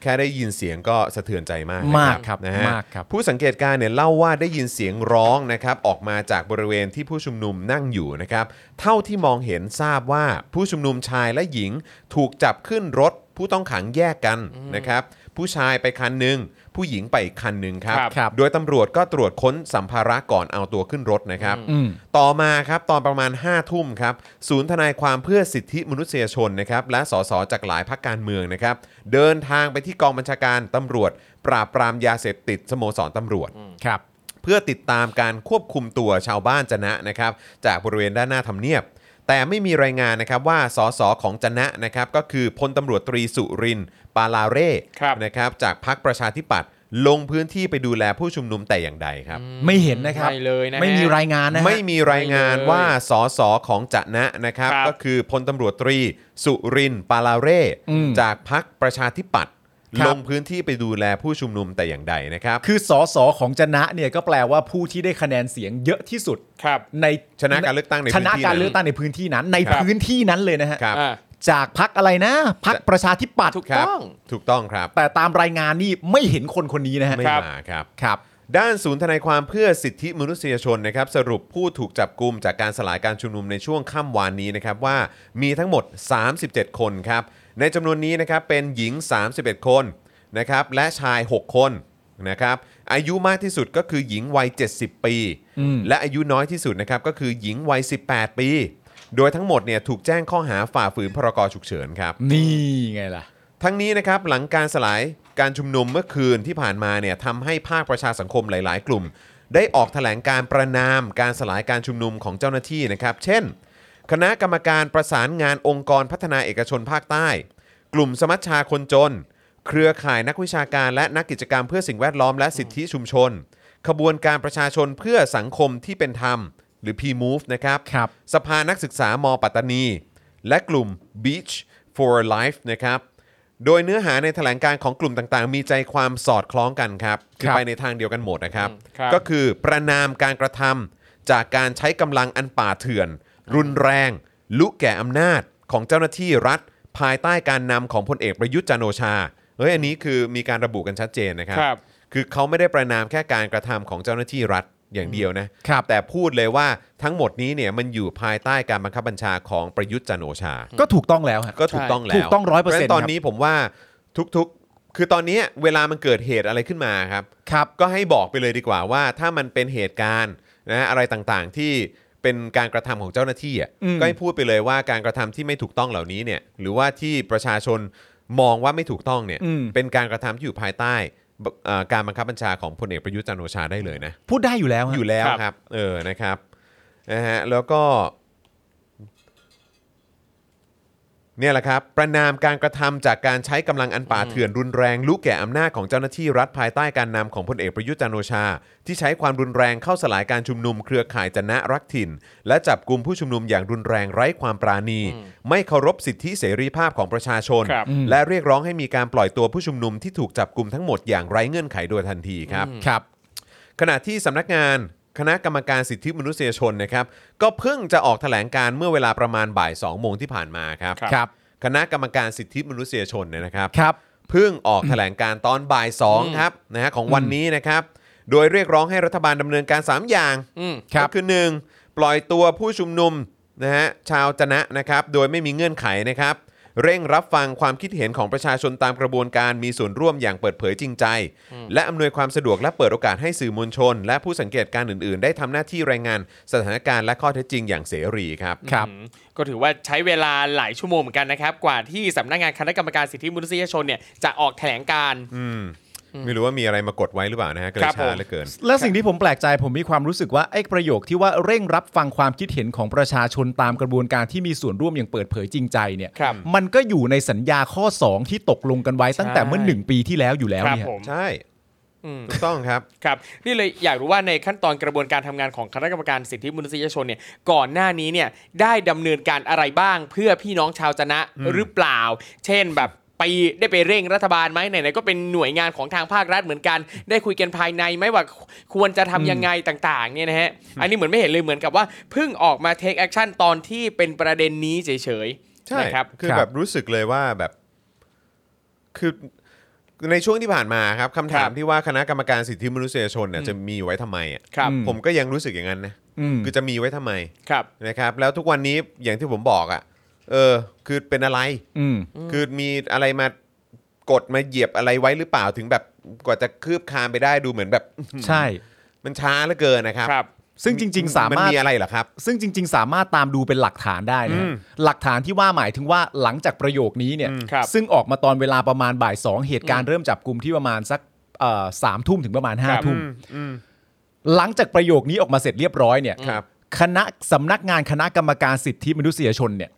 แค่ได้ยินเสียงก็สะเทือนใจมาก
มากครับ
นะฮะ
มากครับ
ผู้สังเกตการณ์เนี่ยเล่าว่าได้ยินเสียงร้องนะครับออกมาจากบริเวณที่ผู้ชุมนุมนั่งอยู่นะครับเท่าที่มองเห็นทราบว่าผู้ชุมนุมชายและหญิงถูกจับขึ้นรถผู้ต้องขังแยกกันนะครับผู้ชายไปคันหนึ่งผู้หญิงไปอีกคันหนึ่งครับ
ครับ
ครับ
โดยตำรวจก็ตรวจค้นสัมภาระก่อนเอาตัวขึ้นรถนะครับ
อืม
ต่อมาครับตอนประมาณ 5 ทุ่มครับศูนย์ทนายความเพื่อสิทธิมนุษยชนนะครับและสสจากหลายพรรคการเมืองนะครับเดินทางไปที่กองบัญชาการตำรวจ ปราบปรามยาเสพติดสโมสรตำรวจ
ครับ
เพื่อติดตามการควบคุมตัวชาวบ้านจะนะนะครับจากบริเวณด้านหน้าทำเนียบ แต่ไม่มีรายงานนะครับว่าสสของจะนะนะครับก็คือพลตำรวจตรีสุรินทร์ปาลาเร่
ครับ
นะครับจากพรรคประชาธิปัตย์ลงพื้นที่ไปดูแลผู้ชุมนุมแต่อย่างใดครับ
ไม่เห็นนะครับ
ไม่เลยนะฮะ
ไม่มีรายงานนะฮะ
ไม่มีรายงาน
ไม่เลย
ว่าสสของจะนะนะครับ
ครับ
ก็คือพลตำรวจตรี สุรินทร์ปาลาเร่
อืม
จากพักประชาธิปัตย์
ครับ
ลงพื้นที่ไปดูแลผู้ชุมนุมแต่อย่างใดนะครับ
คือสอสอของจนะเนี่ยก็แปลว่าผู้ที่ได้คะแนนเสียงเยอะที่สุด
ครับ
ใน
ชนะการเลือกตั้งใน
ช
พื้น
นะ
ที่
การ
นั้น
เลือกตั้งในพื้นที่นั้น ใน
ครับ
พื้นที่นั้นเลยนะฮะ
ครับ
อ่า
จากพักอะไรนะพักประชาธิปัตย์
ถูก
ครับ
ต้อง
ถูกต้องครับ
แต่ตามรายงานนี่ไม่เห็นคนคนนี้นะฮะ
ไม่
ครับ
มาครับ
ครับ
ด้านศูนย์ทนายความเพื่อสิทธิมนุษยชนนะครับสรุปผู้ถูกจับกลุ่มจากการสลายการชุมนุมในช่วงค่ำวานนี้นะครับว่ามีทั้งหมด 37 คนครับในจำนวนนี้นะครับเป็นหญิง 31 คนนะครับและชาย 6 คนนะครับอายุมากที่สุดก็คือหญิงวัย 70 ปี
อืม
และอายุน้อยที่สุดนะครับก็คือหญิงวัย 18 ปี โดยทั้งหมดเนี่ยถูกแจ้งข้อหาฝ่าฝืนพรกฉุกเฉินครับ
นี่ไงล่ะ
ทั้งนี้นะครับหลังการสลาย การชุมนุมเมื่อคืนที่ผ่านมาเนี่ยทำให้ภาคประชาสังคมหลาย ๆ กลุ่ม ได้ออกแถลงการประนามการสลายการชุมนุมของเจ้าหน้าที่นะครับ เช่น คณะกรรมการประสานงานองค์กรพัฒนาเอกชนภาคใต้ กลุ่มสมัชชาคนจน เครือข่ายนักวิชาการและนักกิจกรรมเพื่อสิ่งแวดล้อมและสิทธิชุมชน ขบวนการประชาชนเพื่อสังคมที่เป็นธรรม หรือ P-Move นะครับ
ครับ
สภานักศึกษามปัตตานี และกลุ่ม Beach for Life นะครับ โดยเนื้อหาในแถลงการของกลุ่มต่างๆ มีใจความสอดคล้องกันครับคือ
ครับ
ไปในทางเดียวกันหมดนะครับ
อืมครับ
ก็คือประนามการกระทำจากการใช้กำลังอันป่าเถื่อน รุนแรง ลุแก่อำนาจของเจ้าหน้าที่รัฐ ภายใต้การนำของพลเอกประยุทธ์จันทร์โอชาเฮ้ยอันนี้คือมีการระบุกันชัดเจนนะครับ
ครับ
คือเขาไม่ได้ประนามแค่การกระทำของเจ้าหน้าที่รัฐอย่างเดียวนะครับ แต่พูดเลยว่าทั้งหมดนี้เนี่ยมันอยู่ภายใต้การบังคับบัญชาของประยุทธ์จันทร์โอชา
ก็ถูกต้องแล้วฮะ
ก็ถูกต้องแล้ว
ถูกต้อง100%
พาะฉะนั้นตอน
ครับ
นี้ผมว่าทุกๆ คือตอนนี้เวลามันเกิดเหตุอะไรขึ้นมาครับ
ครับ
ก็ให้บอกไปเลยดีกว่าว่าถ้ามันเป็นเหตุการณ์นะอะไรต่างๆที่เป็นการกระทำของเจ้าหน้าที่อ่ะ
อืม
ก็ให้พูดไปเลยว่าการกระทำที่ไม่ถูกต้องเหล่านี้เนี่ยหรือว่าที่ประชาชนมองว่าไม่ถูกต้องเนี่ย
อืม
เป็นการกระทำที่อยู่ภายใต้เอ่อการบังคับบัญชาของพลเอกประยุทธ์จันทร์โอชาได้เลยนะ
พูดได้อยู่แล้วฮะ
อยู่แล้ว
ครับ
ครับเออนะครับนะฮะแล้วก็เนี่ยแหละครับ ประนามการกระทำจากการใช้กำลังอันป่าเถื่อนรุนแรงลุกแก่อำนาจของเจ้าหน้าที่รัฐภายใต้การนำของพลเอกประยุทธ์จันทร์โอชา ที่ใช้ความรุนแรงเข้าสลายการชุมนุมเครือข่ายจนะรักถิ่น และจับกลุ่มผู้ชุมนุมอย่างรุนแรงไร้ความปราณี ไม่เคารพสิทธิเสรีภาพของประชาชน
ครับ
และเรียกร้องให้มีการปล่อยตัวผู้ชุมนุมที่ถูกจับกลุ่มทั้งหมดอย่างไร้เงื่อนไขโดยทันทีครับ
ครับ
ขณะที่สำนักงานคณะกรรมการสิทธิมนุษยชนนะครับก็เพิ่งจะออกแถลงการเมื่อเวลาประมาณบ่าย2โมงที่ผ่านมาครับ
ครับ
ครับ
คณะกรรมการสิทธิมนุษยชนเนี่ยนะครับ
ครับ
เพิ่งออกแถลงการตอนบ่าย2ครับนะฮะของวันนี้นะครับ โดยเรียกร้องให้รัฐบาลดำเนินการ 3 อย่าง
อืม
ครับ
ก็คือ 1. ปล่อยตัวผู้ชุมนุมนะฮะชาวจะนะนะครับ โดยไม่มีเงื่อนไขนะครับ เร่งรับฟังความคิดเห็นของประชาชนตามกระบวนการมีส่วนร่วมอย่างเปิดเผยจริงใจ และอำนวยความสะดวกและเปิดโอกาสให้สื่อมวลชน และผู้สังเกตการณ์อื่น ๆ ได้ทำหน้าที่รายงานสถานการณ์และข้อเท็จจริงอย่างเสรีครับ
ครับ
อืมก็ถือว่าใช้เวลาหลายชั่วโมงเหมือนกันนะครับ กว่าที่สำนักงานคณะกรรมการสิทธิมนุษยชนเนี่ยจะออกแถลงการ
อืมไม่รู้ว่ามีอะไรมากดไว้หรือเปล่านะฮะก็เล
ครั
ย
บ
ช้า
ผ
ม เหลือเกิน
และสิ่งที่ผมแปลกใจผมมีความรู้สึกว่าไอ้ประโยคที่ว่าเร่งรับฟังความคิดเห็นของประชาชนตามกระบวนการที่มีส่วนร่วมอย่างเปิดเผยจริงใจเนี่ย
ครับ
มันก็อยู่ในสัญญาข้อ 2 ที่ตกลงกันไว้ตั้งแต่เมื่อ
ใช่
1 ปีที่แล้วอยู่แล้ว
ครับ
เนี่ย
ผม
ใช่
อืม
ถูกต้องครับ
ครับนี่เลยอยากรู้ว่าในขั้นตอนกระบวนการทำงานของคณะกรรมการสิทธิมนุษยชนเนี่ยก่อนหน้านี้เนี่ยได้ดำเนินการอะไรบ้าง เพื่อพี่น้องชาวจะนะหรือเปล่า เช่นแบบไปได้ไปเร่งรัฐบาลไหมไหนๆก็เป็นหน่วยงานของทางภาครัฐเหมือนกัน ได้คุยกันภายในไหมว่าควรจะทำยังไงต่างๆเนี่ยนะฮะอันนี้เหมือนไม่เห็นเลยเหมือนกับว่าเพิ่งออกมาเทคแอคชั่นตอนที่เป็นประเด็นนี้เฉยๆ
ใช่
นะครับ
คือ
ครับ
แบบรู้สึกเลยว่าแบบคือในช่วงที่ผ่านมาครับคำถาม
ครับ
ที่ว่าคณะกรรมการสิทธิมนุษยชนเนี่ยจะมีไว้ทำไมอ่ะ
ครับ
ผมก็ยังรู้สึกอย่างนั้นนะ
อืม
คือจะมีไว้ทำไม
ครับ
นะครับ แล้วทุกวันนี้อย่างที่ผมบอกอ่ะ เออ คือเป็นอะไร
อืม
คือมีอะไรมากดมาเหยียบอะไรไว้หรือเปล่าถึงแบบกว่าจะคืบคลานไปได้ดูเหมือนแบบ
[laughs] ใช่
มันช้าเหลือเกินนะครับ
ครับ
ซึ่งจริง ๆ สามารถ
นมีอะไรเหรอครับ
ซึ่งจริง ๆ สามารถตามดูเป็นหลักฐานได้นะฮะ
อืม
หลักฐานที่ว่าหมายถึงว่าหลังจากประโยคนี้เนี่ย
อืมครับ
ซึ่งออกมาตอนเวลาประมาณบ่ายสองเหตุการณ์เริ่มจับกลุ่มที่ประมาณสักเอ่อสามทุ่มถึงประมาณห้า
ครับ
ทุ่มหลังจากประโยคนี้ออกมาเสร็จเรียบร้อยเนี่ย
ครับ
คณะสำนักงานคณะกรรมการสิทธิมนุษยชนเนี่ย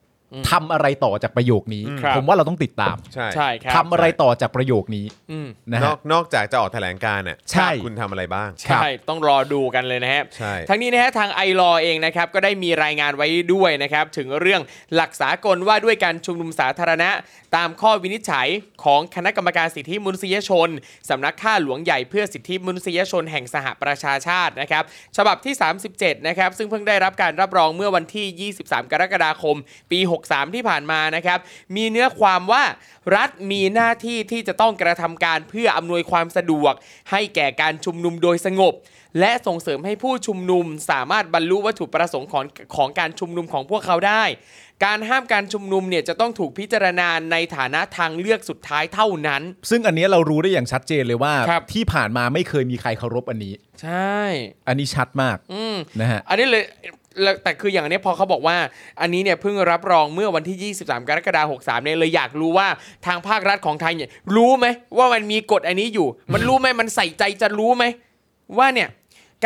ทำอะไรต่อจากประโยคนี้
ครับ
ผมว่าเราต้องติดตาม
ใช่
ใช่ครับ
ทำอะไรต่อจากประโยคนี้
อืม
น
นะ
อ
ฮะ
กนอกจากจะออกแถลงการน่ะ
ใช่
คุณทำอะไรบ้าง
ครั
ใช่
บ
ต้องรอดูกันเลยนะฮะ
ใช่
ทั้งนี้นะฮะทางไอรอเองนะครับก็ได้มีรายงานไว้ด้วยนะครับ ถึงเรื่องหลักสากลว่าด้วยการชุมนุมสาธารณะ ตามข้อวินิจฉัยของคณะกรรมการสิทธิมนุษยชนสำนักข้าหลวงใหญ่เพื่อสิทธิมนุษยชนแห่งสหประชาชาตินะครับ ฉบับที่ 37 นะครับ ซึ่งเพิ่งได้รับการรับรองเมื่อวันที่ 23 กรกฎาคม ปี 63 ที่ผ่านมานะครับ มีเนื้อความว่ารัฐมีหน้าที่ที่จะต้องกระทำการเพื่ออำนวยความสะดวก ให้แก่การชุมนุมโดยสงบ และส่งเสริมให้ผู้ชุมนุมสามารถบรรลุวัตถุประสงค์ของของการชุมนุมของพวกเขาได้ การห้ามการชุมนุมเนี่ยจะต้องถูกพิจารณาในฐานะทางเลือกสุดท้ายเท่านั้น
ซึ่งอันเนี้ยเรารู้ได้อย่างชัดเจนเลยว่า
ครับ
ที่ผ่านมาไม่เคยมีใครเคารพอันนี้
ใช่
อันนี้ชัดมาก
อืม
นะฮะ
อันนี้เลย แล้วแต่คืออย่างเนี้ยพอเขาบอกว่า อันนี้เนี่ยเพิ่งรับรองเมื่อวันที่ 23 กรกฎาคม63เนี่ยเลยอยากรู้ว่าทางภาครัฐของไทยเนี่ยรู้ไหมว่ามันมีกฎอันนี้อยู่ มันรู้ไหมมันใส่ใจจะรู้ไหมว่าเนี่ย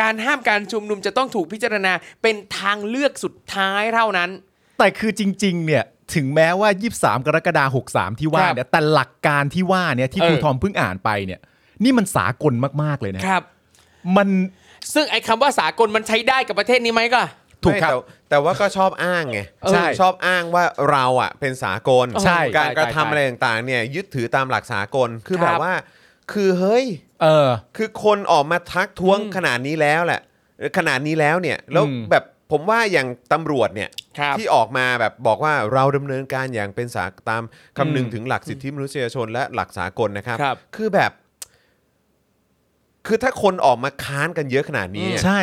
การห้ามการชุมนุมจะต้องถูกพิจารณาเป็นทางเลือกสุดท้ายเท่านั้น
แต่คือจริง ๆ เนี่ยถึงแม้ว่า 23 กรกฎาคม63 ที่ว่า
ครับ
เนี่ยแต่หลักการที่ว่าเนี่ยที่
เออ
ครูทอมเพิ่งอ่านไปเนี่ยนี่มันสากลมากๆเลยนะครับ มัน
ซึ่งไอ้คำว่าสากลมันใช้ได้กับประเทศนี้ไหมก็
ถูกครับ
ไม่แต่แต่ว่าก็ชอบอ้างไง
ใช่
ชอบอ้างว่าเราอ่ะเป็นสากล
ใช่
การกระทำ
ใช่ใช่
อะไรต่างๆเนี่ยยึดถือตามหลักสากลคือ
ค
แบ
รับบ
ว่า คือเฮ้ย
เออ
คือคนออกมาทักท้วง
อืม
ขนาดนี้แล้วแหละขนาดนี้แล้วเนี่ยแล้ว
อืม
แบบผมว่าอย่างตำรวจเนี่ย
ครับ
ที่ออกมาแบบบอกว่าเราดำเนินการอย่างเป็นสากตามคำนึงถึงหลักสิทธิมนุษยชนและหลักสากลนะครับ
ครับ
อแบบ คือถ้าคนออกมาค้านกันเยอะขนาดนี้
อืม
อะ
ใช่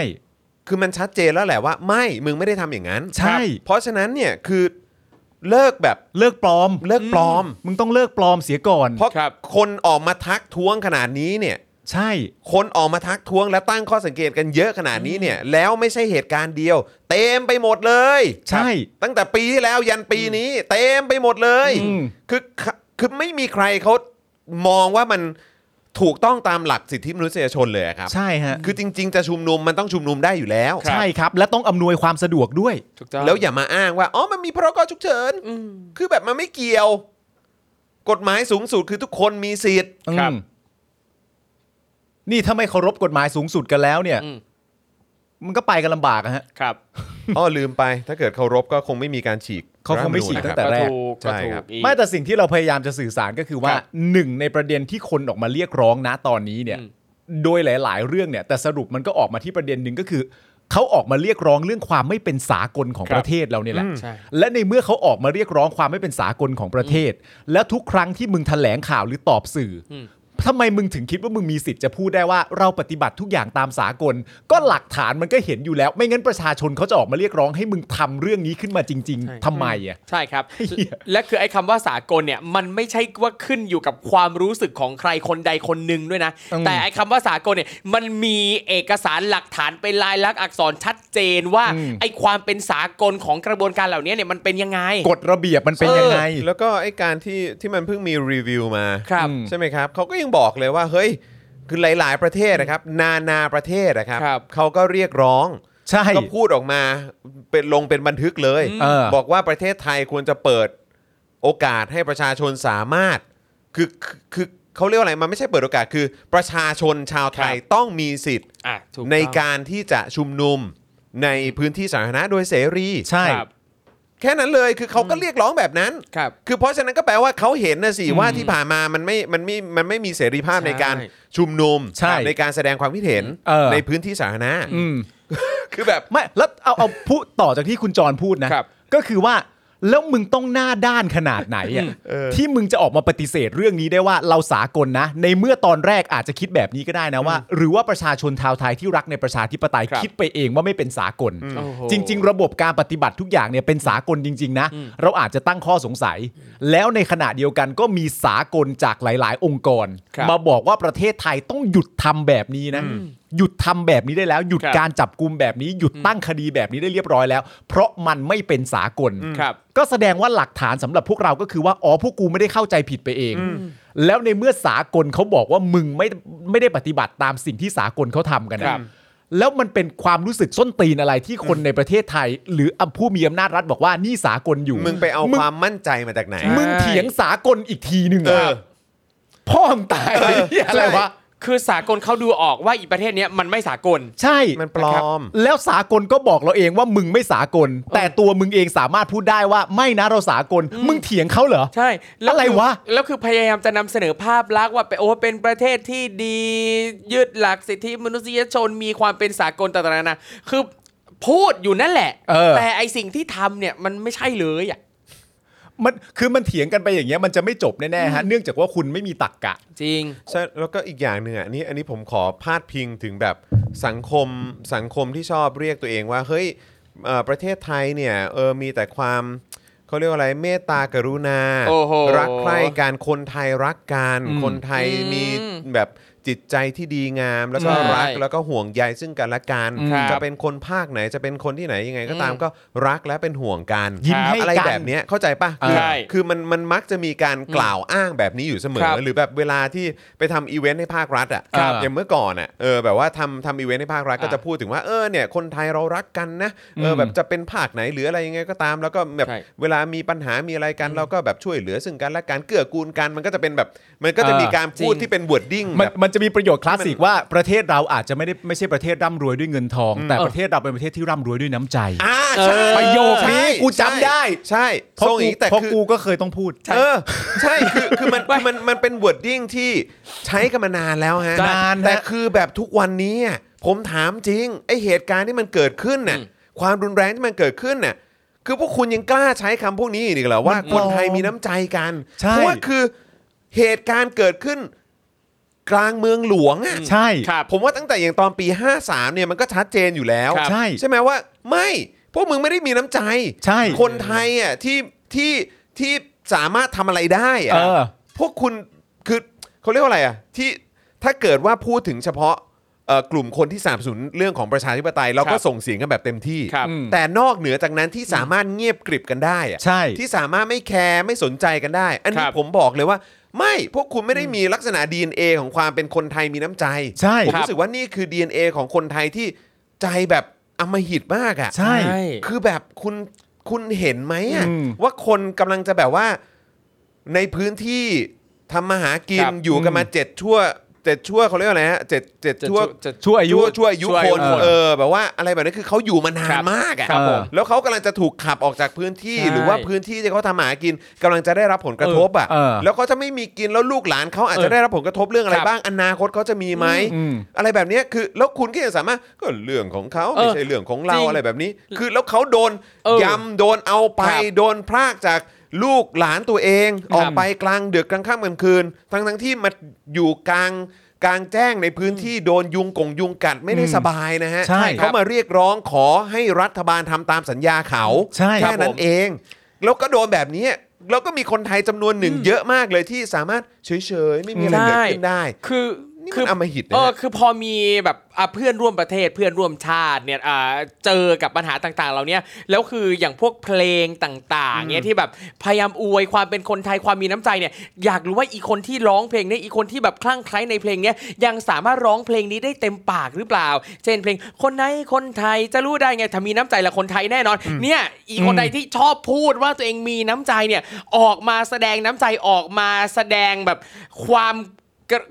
คือมันชัดเจนแล้วแหละว่า ไม่ มึงไม่ได้ทำอย่างนั้นค
ใช่
รับเพราะฉะนั้นเนี่ยคือเลิกแบบ
เลิกปลอม
เลิกปลอม
มึงต้องเลิกปลอมเสียก่อน
เพราะ
ครับ
คนออกมาทักท้วงขนาดนี้เนี่ย
ใช่
คนออกมาทักท้วงและตั้งข้อสังเกตกันเยอะขนาดนี้เนี่ย แล้วไม่ใช่เหตุการณ์เดียว เต็มไปหมดเลย
ใช่
ครับตั้งแต่ปีที่แล้วยันปีนี้เต็มไปหมดเลย
อืม
คือคือไม่มีใครเขามองว่ามันถูกต้องตามหลักสิทธิมนุษยชนเลยอะครับ
ใช่ฮะ
คือจริง ๆ จะชุมนุมมันต้องชุมนุมได้อยู่แล้ว
ครับ
ใช่ครับ และต้องอำนวยความสะดวกด้วย
ถูกต้อง
แล้วอย่ามาอ้างว่า อ๋อ มันมีพรกฉุกเฉิน คือแบบมันไม่เกี่ยว กฎหมายสูงสุดคือทุกคนมีสิท
[laughs]
ธิ์
ครับ
อืมนี่ถ้าไม่เคารพกฎหมายสูงสุดกันแล้วเนี่ย
อืม
มันก็ไปกันลำบากอะฮะ
ครับ
อ๋อ ลืมไป ถ้าเกิดเคารพก็คงไม่มีการฉีก
เขาคงไม่ฉีก
รัฐธรรนูญนะคบ
ตั้งแต่ รก
ถูก
ใช่
ก็ถูก
ครับ
อีก
ไม่แต่สิ่งที่เราพยายามจะสื่อสารก็คือว่า
ครับ
หนึ่งในประเด็นที่คนออกมาเรียกร้องนะตอนนี้เนี่ย
อืม
โดยหลาย ๆ เรื่องเนี่ย แต่สรุปมันก็ออกมาที่ประเด็นหนึ่งก็คือเขาออกมาเรียกร้องเรื่องความไม่เป็นสากลของ
ครับ
ประเทศเราเนี่ยแหละ
อืมใช่
และในเมื่อเขาออกมาเรียกร้องความไม่เป็นสากลของประเทศ แล้วทุกครั้งที่มึงแถลงข่าวหรือตอบสื่ออทำไมมึงถึงคิดว่ามึงมีสิทธิ์จะพูดได้ว่าเราปฏิบัติทุกอย่างตามสากล ก็หลักฐานมันก็เห็นอยู่แล้ว ไม่งั้นประชาชนเขาจะออกมาเรียกร้องให้มึงทำเรื่องนี้ขึ้นมาจริง ๆทำไมอ่ะ
ใช่ครับ
เหี้ย
และคือไอ้คำว่าสากลเนี่ยมันไม่ใช่ว่าขึ้นอยู่กับความรู้สึกของใครคนใดคนหนึ่งด้วยนะ แต่ไอ้คำว่าสากลเนี่ยมันมีเอกสารหลักฐานเป็นลายลักษณ์อักษรชัดเจนว่าไอ้ความเป็นสากลของกระบวนการเหล่านี้เนี่ยมันเป็นยังไง
กฎระเบียบมันเป็นยังไง
แล้วก็ไอ้การที่ที่มันเพิ่งมีรีวิวมา
ครับ
ใช่ไหมครับ เขาก็ยังบอกเลยว่า เฮ้ย คือหลาย ๆ ประเทศนะครับ นานาประเทศนะครับ
ครับ
เขาก็เรียกร้อง
ใช่
ก็พูดออกมาเป็นลงเป็นบันทึกเลย
เออ
บอกว่าประเทศไทยควรจะเปิดโอกาสให้ประชาชนสามารถ คือคือคือเขาเรียกว่าอะไรมันไม่ใช่เปิดโอกาสคือ ประชาชนชาวไทยต้องมีสิทธิ์
อ่ะถูกต้อง
ในการที่จะชุมนุมในพื้นที่สาธารณะโดยเสรี
ใช่
ครับ
แค่นั้นเลยคือเขาก็เรียกร้องแบบนั้น
ครับ
คือเพราะฉะนั้นก็แปลว่าเขาเห็นนะสิว่าที่ผ่านมามันไม่มันไม่มันไม่มีเสรีภาพ
ใช่
ในการชุมนุม
ใช่
ในการแสดงความคิดเห็น
เออ
ในพื้นที่สาธารณะ
อืม
คือแบบ
ไม่แล้วเอาเอาพูดต่อจากที่คุณจรพูดนะ
ครับ
ก็คือว่าแล้วมึงต้องหน้าด้านขนาดไหนอ่ะ
เออ
ที่มึงจะออกมาปฏิเสธเรื่องนี้ได้ว่าเราสากลนะ ในเมื่อตอนแรกอาจจะคิดแบบนี้ก็ได้นะว่า หรือว่าประชาชนชาวไทยที่รักในประชาธิปไตย
ครับ
คิดไปเองว่าไม่เป็นสากล
โอ้โห
จริง ๆ ระบบการปฏิบัติทุกอย่างเนี่ยเป็นสากลจริง ๆ นะ เราอาจจะตั้งข้อสงสัย แล้วในขณะเดียวกันก็มีสากลจากหลาย ๆ องค์กร
ครับ
มาบอกว่าประเทศไทยต้องหยุดทำแบบนี้นะหยุดทำแบบนี้ได้แล้วหยุด
ครับ
การ การจับกลุ่มแบบนี้หยุดตั้งคดีแบบนี้ได้เรียบร้อยแล้ว เพราะมันไม่เป็นสากล
ครับ
ก็แสดงว่าหลักฐานสำหรับพวกเราก็คือว่าอ๋อพวกกูไม่ได้เข้าใจผิดไปเอง แล้วในเมื่อสากลเขาบอกว่ามึงไม่ไม่ได้ปฏิบัติตามสิ่งที่สากลเขาทำกัน
ครั
นะ
บ
แล้วมันเป็นความรู้สึกส้นตีนอะไรที่คนในประเทศไทย หรืออำผู้มีอำนาจรัฐบอกว่านี่สากลอยู่
มึงไปเอา
มึ
ค
ง
วามมั่นใจมาจากไหน
มึงเถียงสากลอีกทีหนึ่งเหรอ
เออ
พ่อมงตายเลยเหี้ยอะไรวะ
คือสากลเขาดูออกว่าอีประเทศเนี้ยมันไม่สากล
ใช่
มันปลอม
แล้วสากลก็บอกเราเองว่ามึงไม่สากล แต่ตัวมึงเองสามารถพูดได้ว่าไม่นะเราสากล มึงเถียงเขาเหรอ
ใช่แล้ว
อะไรวะ
คือแล้วคือพยายามจะนำเสนอภาพลักษณ์ว่าเป็นโอ้เป็นประเทศที่ดียึดหลักสิทธิมนุษยชนมีความเป็นสากลต่างๆนานาคือพูดอยู่นั่นแหละ
เออ
แต่ไอสิ่งที่ทำเนี่ยมันไม่ใช่เลยอ่ะ
มันคือมันเถียงกันไปอย่างเงี้ยมันจะไม่จบแน่ๆฮะเนื่องจากว่าคุณไม่มีตักกะ
จริง
ใช่แล้วก็อีกอย่างหนึ่งอ่ะอันนี้อันนี้ผมขอพาดพิงถึงแบบสังคมสังคมที่ชอบเรียกตัวเองว่าเฮ้ยเอ่อประเทศไทยเนี่ยเออมีแต่ความเขาเรียกว่าอะไรเมตตากรุณา
โอ้โห
รักใคร่การคนไทยรักกัน คนไทยมีแบบ จิตใจที่ดีงาม แล้วก็
ใช่
รักแล้วก็ห่วงใยซึ่งกันและกัน
ครับ
จะเป็นคนภาคไหนจะเป็นคนที่ไหนยังไงก็ตาม
อืม
ก็รักและเป็นห่วงกัน
ยิ้มให้
อะไร
กัน
แบบเนี้ยเข้าใจปะ
เออ
คือ
ใช่
คือมันมันมักจะมีการกล่าวอ้างแบบนี้อยู่เสม
ค
อ
รับ
หรือแบบเวลาที่ไปทำอีเวนต์ให้ภาครัฐอ่ะ
ครับ
อย่างเมื่อก่อนอ่ะเออแบบว่าทำทำอีเวนต์ให้ภาครัฐก็
อ่ะ
จะพูดถึงว่าเออเนี่ยคนไทยเรารักกันนะเอออ
ม
แบบจะเป็นภาคไหนหรืออะไรยังไงก็ตาม แล้วก็แบบ
ใช่
เวลามีปัญหามีอะไรกันเราก็แบบช่วยเหลือซึ่งกันและกันเกื้อกูลกันมันก็จะเป็นแบบมันก็จะมีการพูดที่เป็นบวดดิ้ง
มั
แบ
น
บ
มันจะมีประโยชน์คลาสสิกว่าประเทศเราอาจจะไม่ได้ไม่ใช่ประเทศร่ำรวยด้วยเงินทอง แต่ประเทศเราเป็นประเทศที่ร่ำรวยด้วยน้ำใจ
อ่าใช่
ประโยคนี้
ใช่
กูจำได้
ใช่
เพราะ
ทรง
กู
นี้แต่
เพราะ
คือ
กูก็เคยต้องพูด
เออใช่คือคือมันคือมันมันเป็น wording ที่ใช้กันมานานแล้วฮะ
นานฮะ
แต่คือแบบทุกวันนี้อะผมถามจริงไอเหตุการณ์ที่มันเกิดขึ้นน่ะ
อืม
ความรุนแรงที่มันเกิดขึ้นน่ะคือพวกคุณยังกล้าใช้คำพวกนี้อีกเหรอว่าคนไทยมีน้ำใจกัน
ใช่
เพราะว่าคือเหตุการณ์เกิดขึ้นกลางเมืองหลวงอ่ะ
ใช่
ครับ
ผมว่าตั้งแต่อย่างตอนปี 53 เนี่ยมันก็ชัดเจนอยู่แล้ว
ครับใช่
ใช่ไหมว่าไม่พวกมึงไม่ได้มีน้ำใจ
ใช่
คนไทยอ่ะที่ที่ที่สามารถทำอะไรได้อ่ะ
เออ
พวกคุณคือเขาเรียกว่าอะไรอ่ะที่ถ้าเกิดว่าพูดถึงเฉพาะเอ่อกลุ่มคนที่สนับสนุนเรื่องของประชาธิปไตยเราก็
ครับ
ส่งเสียงกันแบบเต็มที่
ครับ
แต่นอกเหนือจากนั้นที่สามารถเงียบกริบกันได้อ่ะ
ใช่
ที่สามารถไม่แคร์ไม่สนใจกันได้ อันนี้
ครับ
ผมบอกเลยว่า ไม่พวกคุณไม่ได้มีลักษณะ DNA ของความเป็นคนไทยมีน้ำใจ
ใช่
ผม
ครับ
รู้สึกว่านี่คือ DNA ของคนไทยที่ใจแบบอำมหิตมากอ่ะ
ใช่
คือแบบคุณคุณเห็นไหมอ่ะ
อืม
ว่าคนกำลังจะแบบว่าในพื้นที่ทำมาหากิน
ครับ
อยู่กันมาเจ็ดชั่วเจ็ดชั่วเขาเรียกว่าอะไรฮะเจ็ดเจ็ด
จะ
ชั่ว
จะ
ชั่วอายุ
ชั่วชั่วอายุ
ชั่วอา
ค
ยุ
น
คน
เออแบบว่าอะไรแบบนั้นคือเขาอยู่มานาน
ครับ
มากอะ
ครับผม
แล้วเขากำลังจะถูกขับออกจากพื้นที่
ใช่
หรือว่าพื้นที่ที่เขาทำหากินกำลังจะได้รับผลกระทบอ่ะ
เออ
แล้วเขาจะไม่มีกินแล้วลูกหลานเขาอาจ
เอ
จะ
อ
ได้รับผลกระทบเรื่องอะไร
ครับ
บ้างอนาคตเขาจะมีไหม
อืม
อะไรแบบเนี้ยคือ แล้วคุณก็ยังสามารถก็เรื่องของเขา
เออ
ไม่ใช่เรื่องของเรา
จริง
อะไรแบบนี้ คือแล้วเขาโดน
เออย
ำโดนเอาไป
ครับ
โดนพรากจากลูกหลานตัวเอง ออกไปกลางดึกกลางค่ำกลางคืน ทั้งทั้งๆที่มาอยู่กลางกลางแจ้งในพื้นที่โดนยุงกงยุงกัดไม่ได้
อืม
สบายนะฮะ
ใช่ครับ
เขามาเรียกร้องขอให้รัฐบาลทำตามสัญญาเขา
ใช่
แค่
ครับ
นั้
ผ
น
ม
เอง แล้วก็โดนแบบนี้แล้วก็มีคนไทยจำนวนหนึ่งเยอะมากเลยที่สามารถเฉยๆ ไม่มีอะไรเกิดขึ้นได้
คือ
นี่มัน
คือ
อำมหิตนะ
เอ
ฮะ
อคือพอมีแบบอ่ะเพื่อนร่วมประเทศเพื่อนร่วมชาติเนี่ยอ่าเจอกับปัญหาต่างๆ เหล่าเนี้ยแล้วคืออย่างพวกเพลงต่างๆเนี่ยที่แบบพยายามอวยความเป็นคนไทยความมีน้ำใจเนี่ยอยากรู้ว่าอีคนที่ร้องเพลงเนี่ยอีคนที่แบบคลั่งไคล้ในเพลงเนี่ยยังสามารถร้องเพลงนี้ได้เต็มปากหรือเปล่า เช่นเพลงคนไหนคนไทยจะรู้ได้ไงถ้ามีน้ำใจละคนไทยแน่นอน เนี่ยอีคนใดที่ชอบพูดว่าตัวเองมีน้ำใจเนี่ยออกมาแสดงน้ำใจออกมาแสดงแบบความ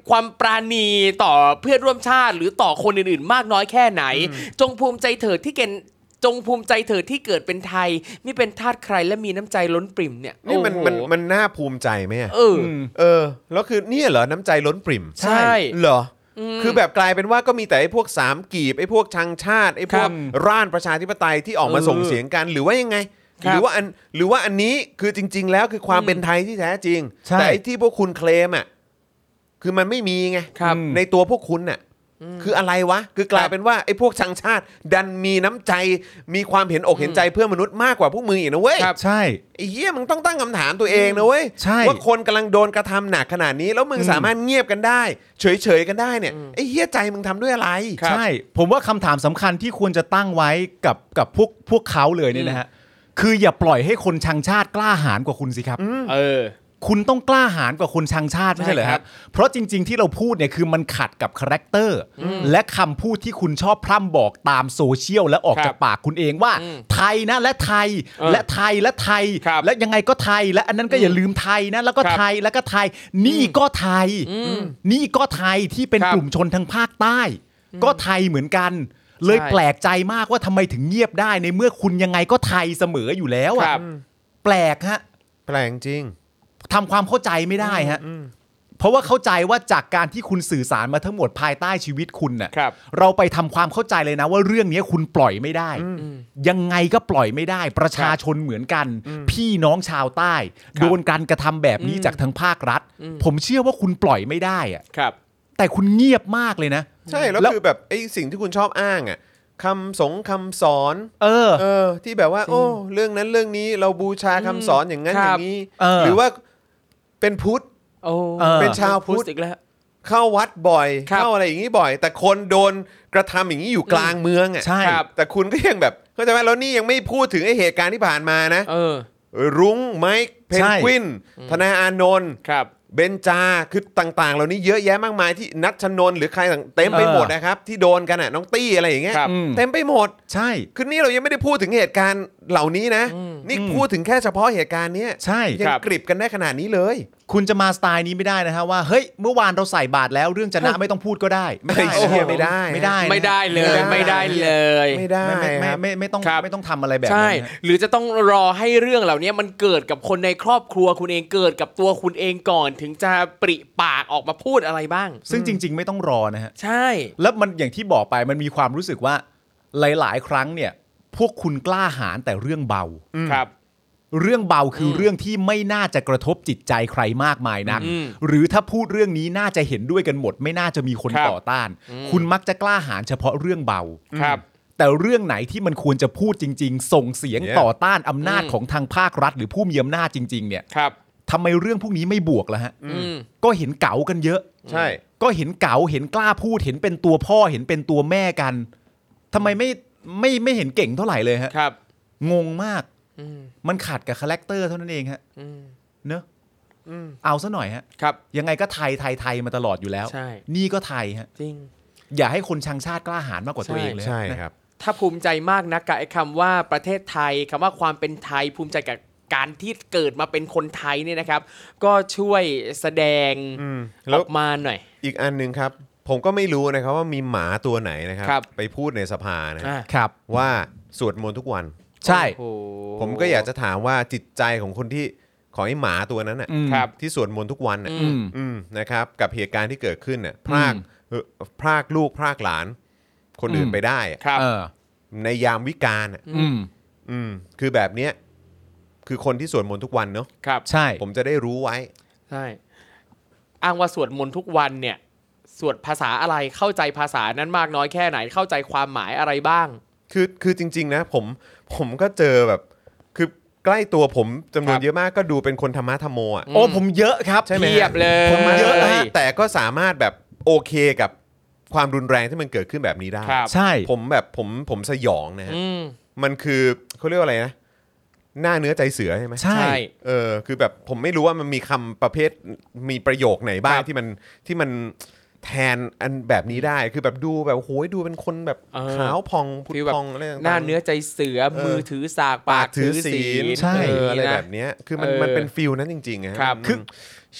ความปราณีต่อเพื่อนร่วมชาติ หรือต่อคนอื่นๆ มากน้อยแค่ไหน จงภูมิใจเถิดที่เกณฑ์จงภูมิใจเถิดที่เกิดเป็นไทย ไม่เป็นทาสใครและมีน้ำใจล้นปริ่มเนี่ย
นี่มัน
โอ้โห
มันมันน่าภูมิใจไหมอะ
เอออ
เออแล้วคือเนี่ยเหรอน้ำใจล้นปริ่ม
ใช่
เหรออคือแบบกลายเป็นว่าก็มีแต่ไอ้พวกสามกีบไอ้พวกชังชาติไอ้พว
ครั
ก
บ
ร่านประชาธิปไตยที่ออกมา
เออ
ส่งเสียงกันหรือว่ายังไง
ค
ห
รับ
รือว่าอันหรือว่าอันนี้คือจริง ๆ แล้วคือความเป็นไทยที่แท้จริง
ใช่
แต่ไอ้ที่พวกคุณเคลมอ่ะคือมันไม่มีไง
ครับ
ในตัวพวกคุณน่ะคืออะไรวะ คือกลายเป็นว่าไอ้พวกชังชาติ ดันมีน้ำใจมีความเห็นอกเห็นใจเพื่อนมนุษย์มากกว่าพวกมึงอีกนะเว้ย
ใช่
ไอ้เหี้ยมึงต้องตั้งคำถามตัวเองนะเว้ย
ใช่
ว่าคนกำลังโดนกระทำหนักขนาดนี้ แล้วมึง
อืม
สามารถเงียบกันได้ เฉยๆกันได้เนี่ยไอ้เหี้ยใจมึงทำด้วยอะไร
ใช่ ผมว่าคำถามสำคัญที่ควรจะตั้งไว้กับกับพวกพวกเขาเลยเนี่ยนะฮะ คืออย่าปล่อยให้คนชังชาติกล้าหาญกว่าคุณสิครับ
เออ
คุณต้องกล้าหาญกว่าคนชังชาติไม่ใช่เหรอ
ใช่
ค
ครั
รับบ เพราะจริง ๆ ที่เราพูดเนี่ยคือมันขัดกับคาแรคเตอร์และคำพูดที่คุณชอบพร่ำบอกตามโซเชียลและออก
ครับ
จากปากคุณเองว่า ไทยนะและไทย
เออ
และไทยและไทย
ครับ
และยังไงก็ไทยและอันนั้นก็อย่าลืมไทยนะแล้วก็
ครับ
ไทยแล้วก็ไทย นี่ก็ไทย นี่ก็ไทยที่เป็น
ครับ
กลุ่มชนทางภาคใต้ ก็ไทยเหมือนกัน เลย
ใช่
แปลกใจมากว่าทำไมถึงเงียบได้ในเมื่อคุณยังไงก็ไทยเสมออยู่แล้ว
ค
อะ
รับ
แปลกฮะ
แปลงจริง
ทำความเข้าใจไม่ได้ฮะ เพราะว่าเข้าใจว่าจากการที่คุณสื่อสารมาทั้งหมดภายใต้ชีวิตคุณน่ะ
ครับ
เราไปทำความเข้าใจเลยนะว่าเรื่องนี้คุณปล่อยไม่ได้ ยังไงก็ปล่อยไม่ได้ ประชาชนเหมือนกัน พี่น้องชาวใต้ โดนการกระทำแบบนี้จากทางภาครัฐ ผมเชื่อว่าคุณปล่อยไม่ได้อะ
ครับ
แต่คุณเงียบมากเลยนะ
ใช่แล้ว
แล้ว
คือแบบไอ้สิ่งที่คุณชอบอ้างอ่ะคำสงคำสอน
เออ
เออที่แบบว่า โอ้เรื่องนั้นเรื่องนี้เราบูชาคำสอนอย่างนั้น
ค
อ
รับ
ย่างนี้
เออ
หรือว่าเป็นพุทธ
โอ้
เออ
เป็นชาวพุทธ
อีกแล้ว
เข้าวัดบ่อย
ครับ
เข้าอะไรอย่างนี้บ่อย แต่คนโดนกระทำอย่างนี้อยู่กลางเมืองอ่ะ
ใช่
ครับ
แต่คุณก็ยังแบบเข้าใจไหมแล้วนี่ยังไม่พูดถึงไอ้เหตุการณ์ที่ผ่านมานะ
เออ
รุ้งไมค์เพน
ใช่
กวิน ธนาอานนท์
ครับ
เบนจาคือต่าง ๆ เหล่านี้เยอะแยะมากมายที่นัทชนนหรือใครต่างเต็มไปหมดนะครับ ที่โดนกันอ่ะน้องตี้อะไรอย่างเงี้ย
ครับ
อืม
เต็มไปหมด
ใช่
คือนี่เรายังไม่ได้พูดถึงเหตุการณ์เหล่านี้นะ นี่พูดถึงแค่เฉพาะเหตุการณ์เนี้ย
ใช่
ยัง
ครับ
กริบกันได้ขนาดนี้เลย
คุณจะมาสไตล์นี้ไม่ได้นะฮะว่าเฮ้ยเมื่อวานเราใส่บาทแล้วเรื่องจะ
[laughs]
นะไม่ต้องพูดก็ได้ไม่ได้
ไอ้เหี้ย
นะ
ไม่ได้
ไม่ได้นะ
ไม่ได้เลยไม่ได้เลย
ไม่ได้
ไม่
ค
ไม่ไม่
รับ
ไม่ไม่ต้อง
ครับ
ไม่ต้องทำอะไรแบบ
ใช่
นั้นนะ
หรือจะต้องรอให้เรื่องเหล่านี้มันเกิดกับคนในครอบครัวคุณเองเกิดกับตัวคุณเองก่อน ถึงจะปริปากออกมาพูดอะไรบ้าง
ซึ่งจริง ๆ ไม่ต้องรอนะฮะ
ใช่
แล้วมันอย่างที่บอกไปมันมีความรู้สึกว่าหลาย ๆ ครั้งเนี่ย พวกคุณกล้าหาญแต่เรื่องเบา
ครับ
เรื่องเบาคืออ
ม
เรื่องที่ไม่น่าจะกระทบจิตใจใครมากมายนัก
อืม
หรือถ้าพูดเรื่องนี้น่าจะเห็นด้วยกันหมด ไม่น่าจะมีคน
ครับ
ต่อต้าน คุณมักจะกล้าหาญเฉพาะเรื่องเบา
ครับ
แต่เรื่องไหนที่มันควรจะพูดจริง ๆ ส่งเสียง
Yeah
ต่อต้านอำนาจ
อืม
ของทางภาครัฐ หรือผู้มีอำนาจจริง ๆ เนี่ย
ครับ
ทำไมเรื่องพวกนี้ไม่บวกล่ะฮะ
อืม
ก็เห็นเก๋ากันเยอะ
ใช่
ก็เห็นเก๋าเห็นกล้าพูด เห็นเป็นตัวพ่อเห็นเป็นตัวแม่กันทำไมไม่ไม่ไม่เห็นเก่งเท่าไหร่เลยฮะ
ครับ
งงมาก
อืม
มันขัดกับคาแรคเตอร์เท่านั้นเองฮะ
อืม
เนอะ
อืม
เอาซะหน่อยฮะ
ครับ
ยังไงก็ไทยไทยไทยมาตลอดอยู่แล้ว
ใช่
นี่ก็ไทยฮะ
จริง
อย่าให้คนชังชาติกล้าหาญมากกว่าตัวเองเลยฮะ
ใช่
นะครับ
ถ้าภูมิใจมากนะกับไอ้คำว่าประเทศไทยคำว่าความเป็นไทยภูมิใจกับการที่เกิดมาเป็นคนไทยเนี่ยนะครับ ก็ช่วยแสดง
อืม
อ
แล้
อ
ว
กมาหน่อย
อีกอันหนึ่งครับ ผมก็ไม่รู้นะครับว่ามีหมาตัวไหนนะครั
ครับ
ไปพูดในสภานะ
อ่ะ
ครับ
ว่าสวดมนต์ทุกวัน
ใช่
โอ้โห
ผมก็อยากจะถามว่าจิตใจของคนที่ขอให้หมาตัวนั้นน่ะ
อืม
ครับ
ที่สวดมนต์ทุกวันน่ะ
อื
อื
ม
ม
อืมนะครับ กับเหตุการณ์ที่เกิดขึ้นเนี่ยพราก
อืม
เอ่อพรากลูกพรากหลานคนอื่น
อืม
ไปได้อะ
ครับ
เออ
ในยามวิกาลน่ะ
อืม
อืมคือแบบเนี้ยคือคนที่สวดมนต์ทุกวันเนาะ
ครับ
ใช่
ผมจะได้รู้ไว้
ใช่ อ้างว่าสวดมนต์ทุกวันเนี่ย สวดภาษาอะไรเข้าใจภาษานั้นมากน้อยแค่ไหนเข้าใจความหมายอะไรบ้าง
คือคือจริง ๆ นะผมผมก็เจอแบบ คือใกล้ตัวผมจำนว
คน รับ
เยอะมากก็ดูเป็นคนธรรมะธรรมโมอ่ะ
โอ้ผมเยอะครับ
ใช่ไหมฮะ
เพียบเลย
ผมเยอะนะฮะแต่ก็สามารถแบบโอเคกับความรุนแรงที่มันเกิดขึ้นแบบนี้ได้
ครับ
ใช่
ผมแบบผมผมสยองนะฮะ
อืม
มันคือเขาเรียกว่าอะไรนะ หน้าเนื้อใจเสือใช่ไหม
ใช่
ใช่
เออคือแบบผมไม่รู้ว่ามันมีคำประเภทมีประโยคไหนบ้าง
ครับ
ที่มันที่มันแทนอันแบบนี้ได้คือแบบดูแบบโอ้ยดูเป็นคนแบบขาวพองพุด
ฟีลแบบ
พองอะไรต่างๆ
หน้าเนื้อใจเสือ
เออ
มือถือสากปากถือศีล
ใช่
เออ
อะ
อะไร ไร
แบ
แบบ บ
นี้
เนี้ยคือมัน
เออ
มันเป็นฟิลนั้นจริงๆอะ
ครับ
คือ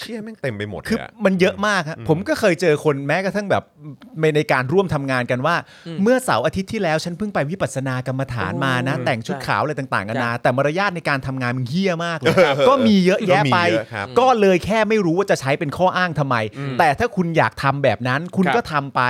เชี่ยแม่งเต็มไปหมดเล
คือย
อะ
มันเยอะมากฮะผมก็เคยเจอคนแม้กระทั่งแบบในการร่วมทำงานกันว่า เมื่อเสาร์อาทิตย์ที่แล้วฉันเพิ่งไปวิปัสสนากรรมฐานมานะ
โอ้
แต่งชุด
ใช่
ขาวอะไรต่างๆกันานา
ใช่
แต่มารยาทในการทำงานมึงเฮี้ยมากเลยก็มีเยอะแยะไป
ก็มีเยอะครับ
ก็เลยแค่ไม่รู้ว่าจะใช้เป็นข้ออ้างทำไม แต่ถ้าคุณอยากทำแบบนั้นคุณ
ครับ
ก็ทำไป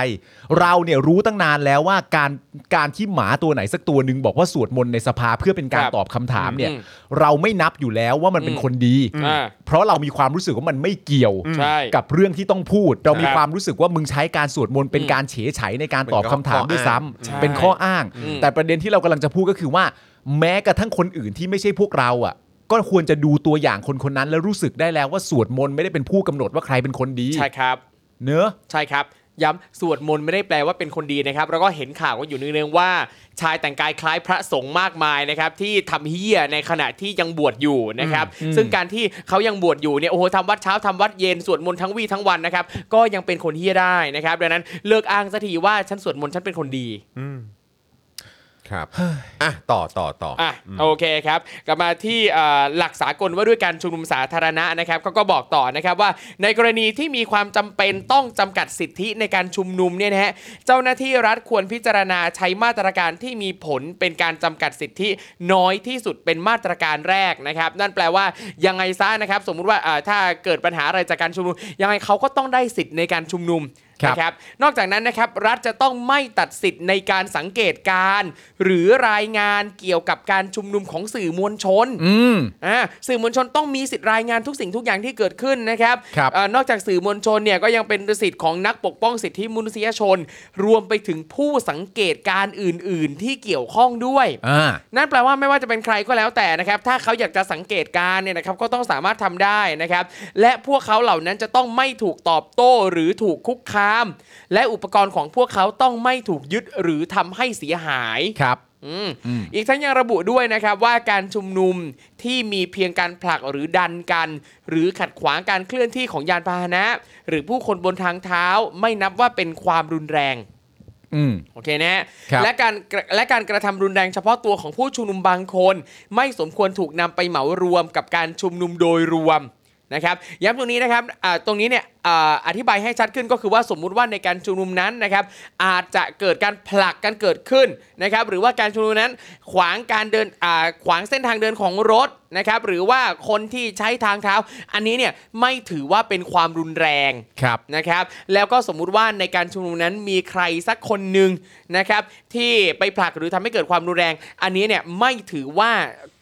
เราเนี่ยรู้ตั้งนานแล้วว่าการการที่หมาตัวไหนสักตัวหนึ่งบอกว่าสวดมนต์ในสภาเพื่อเป็นการ
ครับ
ตอบคำถามเนี่ย
อืม
เราไม่นับอยู่แล้วว่ามันเป็น
อืม
คนดี
อ่า
เพราะเรามีความรู้สึกว่ามันไม่เกี่ยว
ใช่
กับเรื่องที่ต้องพูด เรามี
ครับ
ความรู้สึกว่ามึงใช้การสวดมนต์เป็น
อืม
การเฉยไฉในการตอบคำถามด้วยซ้ำ
ใช่
เป็นข้ออ้าง
อืม
แต่ประเด็นที่เรากำลังจะพูดก็คือว่า แม้กระทั่งคนอื่นที่ไม่ใช่พวกเราอ่ะ ก็ควรจะดูตัวอย่างคนคนนั้นแล้วรู้สึกได้แล้วว่าสวดมนต์ไม่ได้เป็นผู้กำหนดว่าใครเป็นคนดี
ใช่ครับ
เนอะ
ใช่ครับ ย้ำสวดมนต์ไม่ได้แปลว่าเป็นคนดีนะครับ แล้วก็เห็นข่าวกันอยู่เนืองๆว่า ชายแต่งกายคล้ายพระสงฆ์มากมายนะครับ ที่ทำเฮี้ยในขณะที่ยังบวชอยู่นะครับ ซึ่งการที่เขายังบวชอยู่เนี่ยโอ้โหทำวัดเช้าทำวัดเย็นสวดมนต์ทั้งวี่ทั้งวันนะครับ ก็ยังเป็นคนเฮี้ยได้นะครับดังนั้นเลิกอ้างสักทีว่าฉันสวดมนต์ฉันเป็นคนดี
ครับอ่ะต่อต่อต่ออ
อ่ะโอเคครับกลับมาที่เอ่อหลักสากลว่าด้วยการชุมนุมสาธารณะนะครับเขาก็บอกต่อนะครับว่าในกรณีที่มีความจำเป็นต้องจำกัดสิทธิในการชุมนุมเนี่ยนะฮะเจ้าหน้าที่รัฐควรพิจารณาใช้มาตรการที่มีผลเป็นการจำกัดสิทธิน้อยที่สุดเป็นมาตรการแรกนะครับนั่นแปลว่ายังไงซะนะครับสมมุติว่าอ่าถ้าเกิดปัญหาอะไรจากการชุมนุมยังไงเขาก็ต้องได้สิทธิในการชุมนุม
ครับ
นะครับ นอกจากนั้นนะครับรัฐจะต้องไม่ตัดสิทธิ์ในการสังเกตการณ์หรือรายงานเกี่ยวกับการชุมนุมของสื่อมวลชน
อืม
อ่าสื่อมวลชนต้องมีสิทธิ์รายงานทุกสิ่งทุกอย่างที่เกิดขึ้นนะครับ
ครับ
เอ่อนอกจากสื่อมวลชนเนี่ยก็ยังเป็นสิทธิ์ของนักปกป้องสิทธิมนุษยชน รวมไปถึงผู้สังเกตการณ์อื่น ๆ ที่เกี่ยวข้องด้วย
อ่า
นั่นแปลว่าไม่ว่าจะเป็นใครก็แล้วแต่นะครับ ถ้าเขาอยากจะสังเกตการณ์เนี่ยนะครับ ก็ต้องสามารถทำได้นะครับ และพวกเขาเหล่านั้นจะต้องไม่ถูกตอบโต้หรือถูกคุกคาม และอุปกรณ์ของพวกเขาต้องไม่ถูกยึดหรือทำให้เสียหาย
ครับ
อืมอีกทั้งยังระบุด้วยนะครับว่าการชุมนุมที่มีเพียงการผลักหรือดันกัน หรือขัดขวางการเคลื่อนที่ของยานพาหนะ หรือผู้คนบนทางเท้าไม่นับว่าเป็นความรุนแรง
อืม
โอเคนะครับ และการกระและการกระทำรุนแรงเฉพาะตัวของผู้ชุมนุมบางคน ไม่สมควรถูกนำไปเหมารวมกับการชุมนุมโดยรวมนะครับย้ำตรงนี้นะครับอ่าตรงนี้เนี่ยอ่าอธิบายให้ชัดขึ้นก็คือว่าสมมุติว่าในการชุมนุมนั้นนะครับ อาจจะเกิดการผลักกันเกิดขึ้นนะครับ หรือว่าการชุมนุมนั้นขวางการเดินอ่าขวางเส้นทางเดินของรถนะครับ หรือว่าคนที่ใช้ทางเท้า อันนี้เนี่ยไม่ถือว่าเป็นความรุนแรง
ครับ
นะครับแล้วก็สมมุติว่าในการชุมนุมนั้นมีใครสักคนหนึ่งนะครับที่ไปผลักหรือทำให้เกิดความรุนแรง อันนี้เนี่ยไม่ถือว่า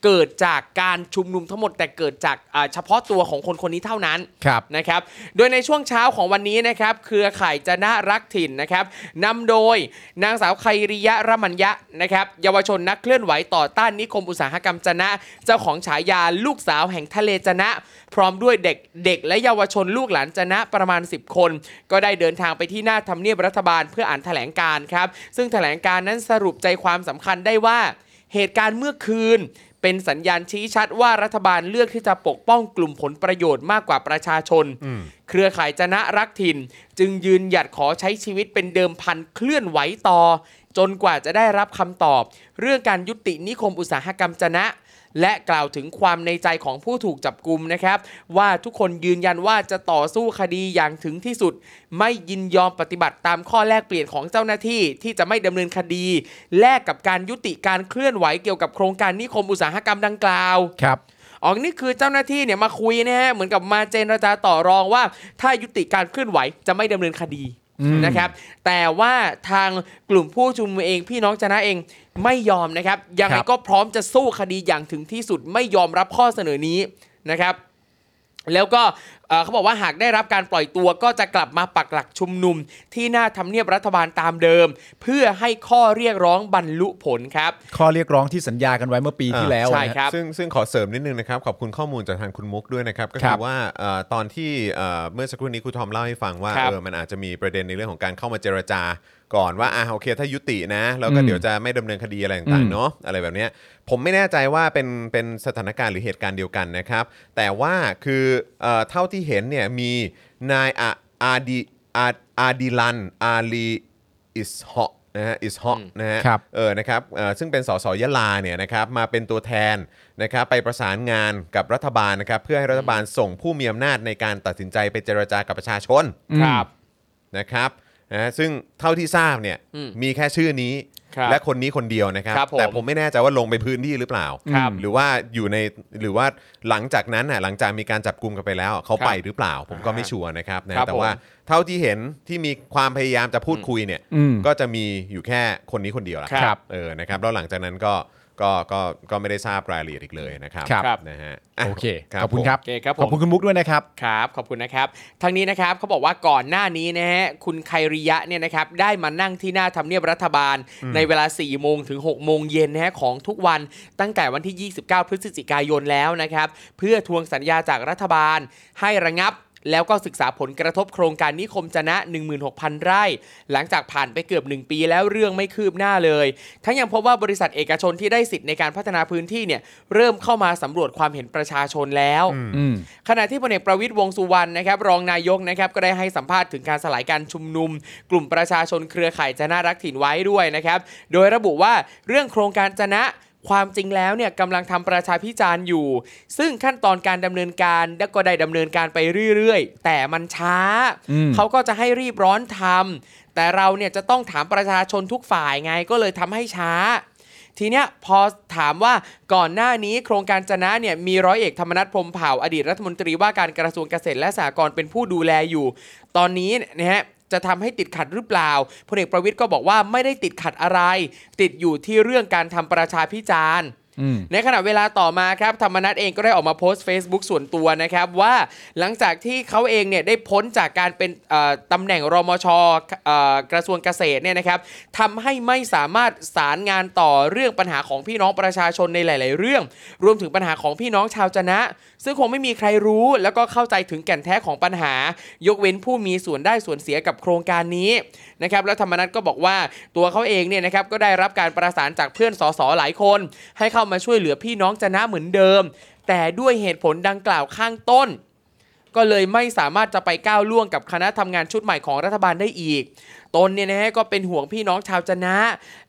เกิดจากการชุมนุมทั้งหมดแต่เกิดจากอ่าเฉพาะตัวของคนคนนี้เท่านั้น
ครับ
นะครับ โดยในช่วงเช้าของวันนี้นะครับ เครือข่ายจะน่ารักถิ่นนะครับนำโดยนางสาวไคริยะระมัญญะนะครับ เยาวชนนักเคลื่อนไหวต่อต้านนิคมอุตสาหกรรมจะนะ เจ้าของฉายาลูกสาวแห่งทะเลจะนะ พร้อมด้วยเด็กเด็กและเยาวชนลูกหลานจะนะประมาณ 10 คน ก็ได้เดินทางไปที่หน้าทำเนียบรัฐบาลเพื่ออ่านแถลงการณ์ครับ ซึ่งแถลงการณ์นั้นสรุปใจความสำคัญได้ว่า เหตุการณ์เมื่อคืน เป็นสัญญาณชี้ชัดว่ารัฐบาลเลือกที่จะปกป้องกลุ่มผลประโยชน์มากกว่าประชาชน เครือข่ายจนะรักถิ่น จึงยืนหยัดขอใช้ชีวิตเป็นเดิมพันเคลื่อนไหวต่อ จนกว่าจะได้รับคำตอบ เรื่องการยุตินิคมอุตสาหกรรมจนะ และกล่าวถึงความในใจของผู้ถูกจับกลุมนะครับ ว่าทุกคนยืนยันว่าจะต่อสู้คดีอย่างถึงที่สุด ไม่ยินยอมปฏิบัติตามข้อแลกเปลี่ยนของเจ้าหน้าที่ที่จะไม่ดำเนินคดี แลกกับการยุติการเคลื่อนไหวเกี่ยวกับโครงการนิคมอุตสาหกรรมดังกล่าว
ครับ
อ๋อนี่คือเจ้าหน้าที่เนี่ยมาคุยนะฮะ เหมือนกับมาเจรจาต่อรองว่า ถ้ายุติการเคลื่อนไหวจะไม่ดำเนินคดีนะครับ แต่ว่าทางกลุ่มผู้ชุมนุมเองพี่น้องชนะเองไม่ยอมนะครับ ยังไง
ครับ
ก็พร้อมจะสู้คดีอย่างถึงที่สุดไม่ยอมรับข้อเสนอนี้นะครับ แล้วก็เอ่อเขาบอกว่าหากได้รับการปล่อยตัวก็จะกลับมาปักหลักชุมนุม ที่หน้าทำเนียบรัฐบาลตามเดิม เพื่อให้ข้อเรียกร้องบรรลุผลครับ
ข้อเรียกร้องที่สัญญากันไว้เมื่อปีที่แล้ว
ใช่
นะฮะ
ครับ
ซึ่งซึ่งขอเสริมนิดนึงนะครับ ขอบคุณข้อมูลจากทางคุณมุกด้วยนะครับ ก็
ค
คื
รั
อบ ว่าเอ่อตอนที่เอ่อเมื่อสักครู่นี้ครูทอมเล่าให้ฟังว่า
ครับ
เออมันอาจจะมีประเด็นในเรื่องของการเข้ามาเจรจาก่อนว่าอ่ะโอเคถ้ายุตินะ แล้วก็
อืม
เดี๋ยวจะไม่ดำเนินคดีอะไรต่างๆเนาะอะไรแบบเนี้ยผมไม่แน่ใจว่าเป็นเป็นสถานการณ์หรือเหตุการณ์เดียวกันนะครับ แต่ว่าคือเอ่อเท่าที่เห็นเนี่ยมีนายอะอาดีอาอาดีลันอาลีอิสฮอกนะฮะอิสฮอก
อืม
นะฮะ
ครับ
เออ นะครับเอ่อซึ่งเป็นสสยะลาเนี่ยนะครับ มาเป็นตัวแทนนะครับ ไปประสานงานกับรัฐบาลนะครับ เพื่อให้รัฐบาลส่งผู้มีอำนาจในการตัดสินใจไปเจรจากับประชาชน
ครับ
นะครับ นะ ซึ่งเท่าที่ทราบเนี่ย
อืม
มีแค่ชื่อนี้
ครับ
และคนนี้คนเดียวนะครับ
ครับผม
แต่ผมไม่แน่ใจว่าลงไปพื้นที่หรือเปล่า
ครับ
หรือว่าอยู่ใน หรือว่าหลังจากนั้นน่ะ หลังจากมีการจับกลุ่มกันไปแล้ว เขา
ครับ
ไปหรือเปล่า ผมก็ไม่
อ่า
ชัวร์นะครับนะ
ครับ
แต่
ผม
ว่าเท่าที่เห็นที่มีความพยายามจะพูดคุยเนี่ย
อืม
ก็จะมีอยู่แค่คนนี้คนเดียวละ
ครับ
เออ นะครับ แล้วหลังจากนั้นก็ ก็ ก็ ก็ไม่ได้ทราบรายละเอียดอีกเลยนะครับ
ครับ
นะฮะะ
โอเค
รั
ขอบคุณครับ
โอเคครับผม
ขอบคุณคุณมุกด้วยนะครับ
ครับขอบคุณนะครับทางนี้นะครับเขาบอกว่าก่อนหน้านี้นะฮะคุณไคริยะเนี่ยนะครับได้มานั่งที่หน้าทำเนียบรัฐบาล ในเวลา4ี่โมงถึง6กโมงเย็นนะฮะของทุกวันตั้งแต่วันที่ 29 พฤศจิกายนแล้วนะครับเพื่อทวงสัญญาจากรัฐบาล ให้ระงับ แล้วก็ศึกษาผลกระทบโครงการนิคมจะนะ 16,000 ไร่ หลังจากผ่านไปเกือบ 1 ปีแล้วเรื่องไม่คืบหน้าเลย ทั้งยังพบว่าบริษัทเอกชนที่ได้สิทธิ์ในการพัฒนาพื้นที่เนี่ยเริ่มเข้ามาสำรวจความเห็นประชาชนแล้ว
อืม
ขณะที่พลเอกประวิตยวงษ์สุวรรณนะครับรองนายกนะครับก็ได้ให้สัมภาษณ์ถึงการสลายการชุมนุม กลุ่มประชาชนเครือข่ายจะน่ารักถิ่นไว้ด้วยนะครับ โดยระบุว่าเรื่องโครงการจะนะความจริงแล้วเนี่ยกำลังทำประชาพิจารณ์อยู่ ซึ่งขั้นตอนการดำเนินการก็ได้ดำเนินการไปเรื่อยๆ แต่มันช้า
อืม
เขาก็จะให้รีบร้อนทำแต่เราเนี่ยจะต้องถามประชาชนทุกฝ่ายไงก็เลยทำให้ช้า ทีเนี้ยพอถามว่าก่อนหน้านี้โครงการจะนะเนี่ยมีร้อยเอกธรรมนัฐพรหมเผ่าอดีตรัฐมนตรีว่าการกระทรวงเกษตรและสหกรณ์เป็นผู้ดูแลอยู่ ตอนนี้นะฮะ จะทำให้ติดขัดหรือเปล่าพลเอกประวิทย์ก็บอกว่าไม่ได้ติดขัดอะไร ติดอยู่ที่เรื่องการทำประชาพิจารณ์
อืม
ในขณะเวลาต่อมาครับธรรมนัฐเองก็ได้ออกมาโพสต์ Facebook ส่วนตัวนะครับว่าหลังจากที่เขาเองเนี่ยได้พ้นจากการเป็นเอ่อตำแหน่งรมชเอ่อกระทรวงเกษตรเนี่ยนะครับทำให้ไม่สามารถสารงานต่อเรื่องปัญหาของพี่น้องประชาชนในหลาย ๆ เรื่อง รวมถึงปัญหาของพี่น้องชาวจะนะ ซึ่งคงไม่มีใครรู้แล้วก็เข้าใจถึงแก่นแท้ของปัญหา ยกเว้นผู้มีส่วนได้ส่วนเสียกับโครงการนี้นะครับแล้วธรรมนัฐก็บอกว่าตัวเขาเองเนี่ยนะครับก็ได้รับการประสานจากเพื่อนสสหลายคน ให้เข้ามาช่วยเหลือพี่น้องจะนะเหมือนเดิม แต่ด้วยเหตุผลดังกล่าวข้างต้น ก็เลยไม่สามารถจะไปก้าวล่วงกับคณะทำงานชุดใหม่ของรัฐบาลได้อีก ตนเนี่ยนะฮะก็เป็นห่วงพี่น้องชาวจะนะ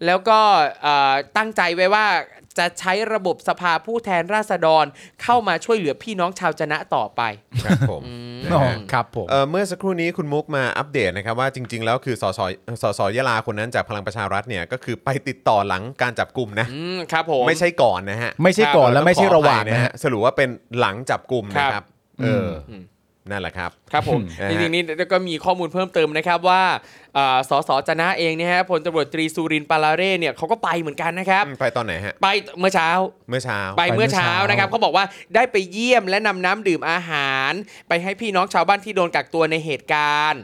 แล้วก็เอ่อตั้งใจไว้ว่าจะใช้ระบบสภาผู้แทนราษฎรเข้ามาช่วยเหลือพี่น้องชาวจะนะต่อไป
ครับผมนะ
อ๋อ
ฮะ
ครับผม
เอ่อเมื่อสักครู่นี้คุณมุกมาอัปเดตนะครับว่าจริง ๆ แล้วคือสสสสยะลาคนนั้นจากพลังประชารัฐเนี่ยก็คือไปติดต่อหลังการจับกลุ่มนะ
อืมครับผม
ไม่ใช่ก่อนนะฮะ
ไม่ใช่ก่อนและ
เต้ง
ไม่ใช่
ขออภัย
ระหว่างนะฮะ
สรุปว่าเป็นหลังจับกลุ่มนะค
ครั
รับบ เอออนั่นแหละครับ
ครับผม
อืม
จริงๆนี่ก็มีข้อมูลเพิ่มเติมนะครับว่าเอ่อสสจะนะเองเนี่ยฮะพลตำรวจตรีสุรินทร์ปาลาเร่เนี่ยเขาก็ไปเหมือนกันนะครับ
ไปตอนไหนฮะ
ไปเมื่อเช้า
เมื่อเช้า
ไปเมื่อเช้า
ไปเมื่อเช้าน
นะครับเขาบอกว่าได้ไปเยี่ยมและนำน้ำดื่มอาหาร ไปให้พี่น้องชาวบ้านที่โดนกักตัวในเหตุการณ์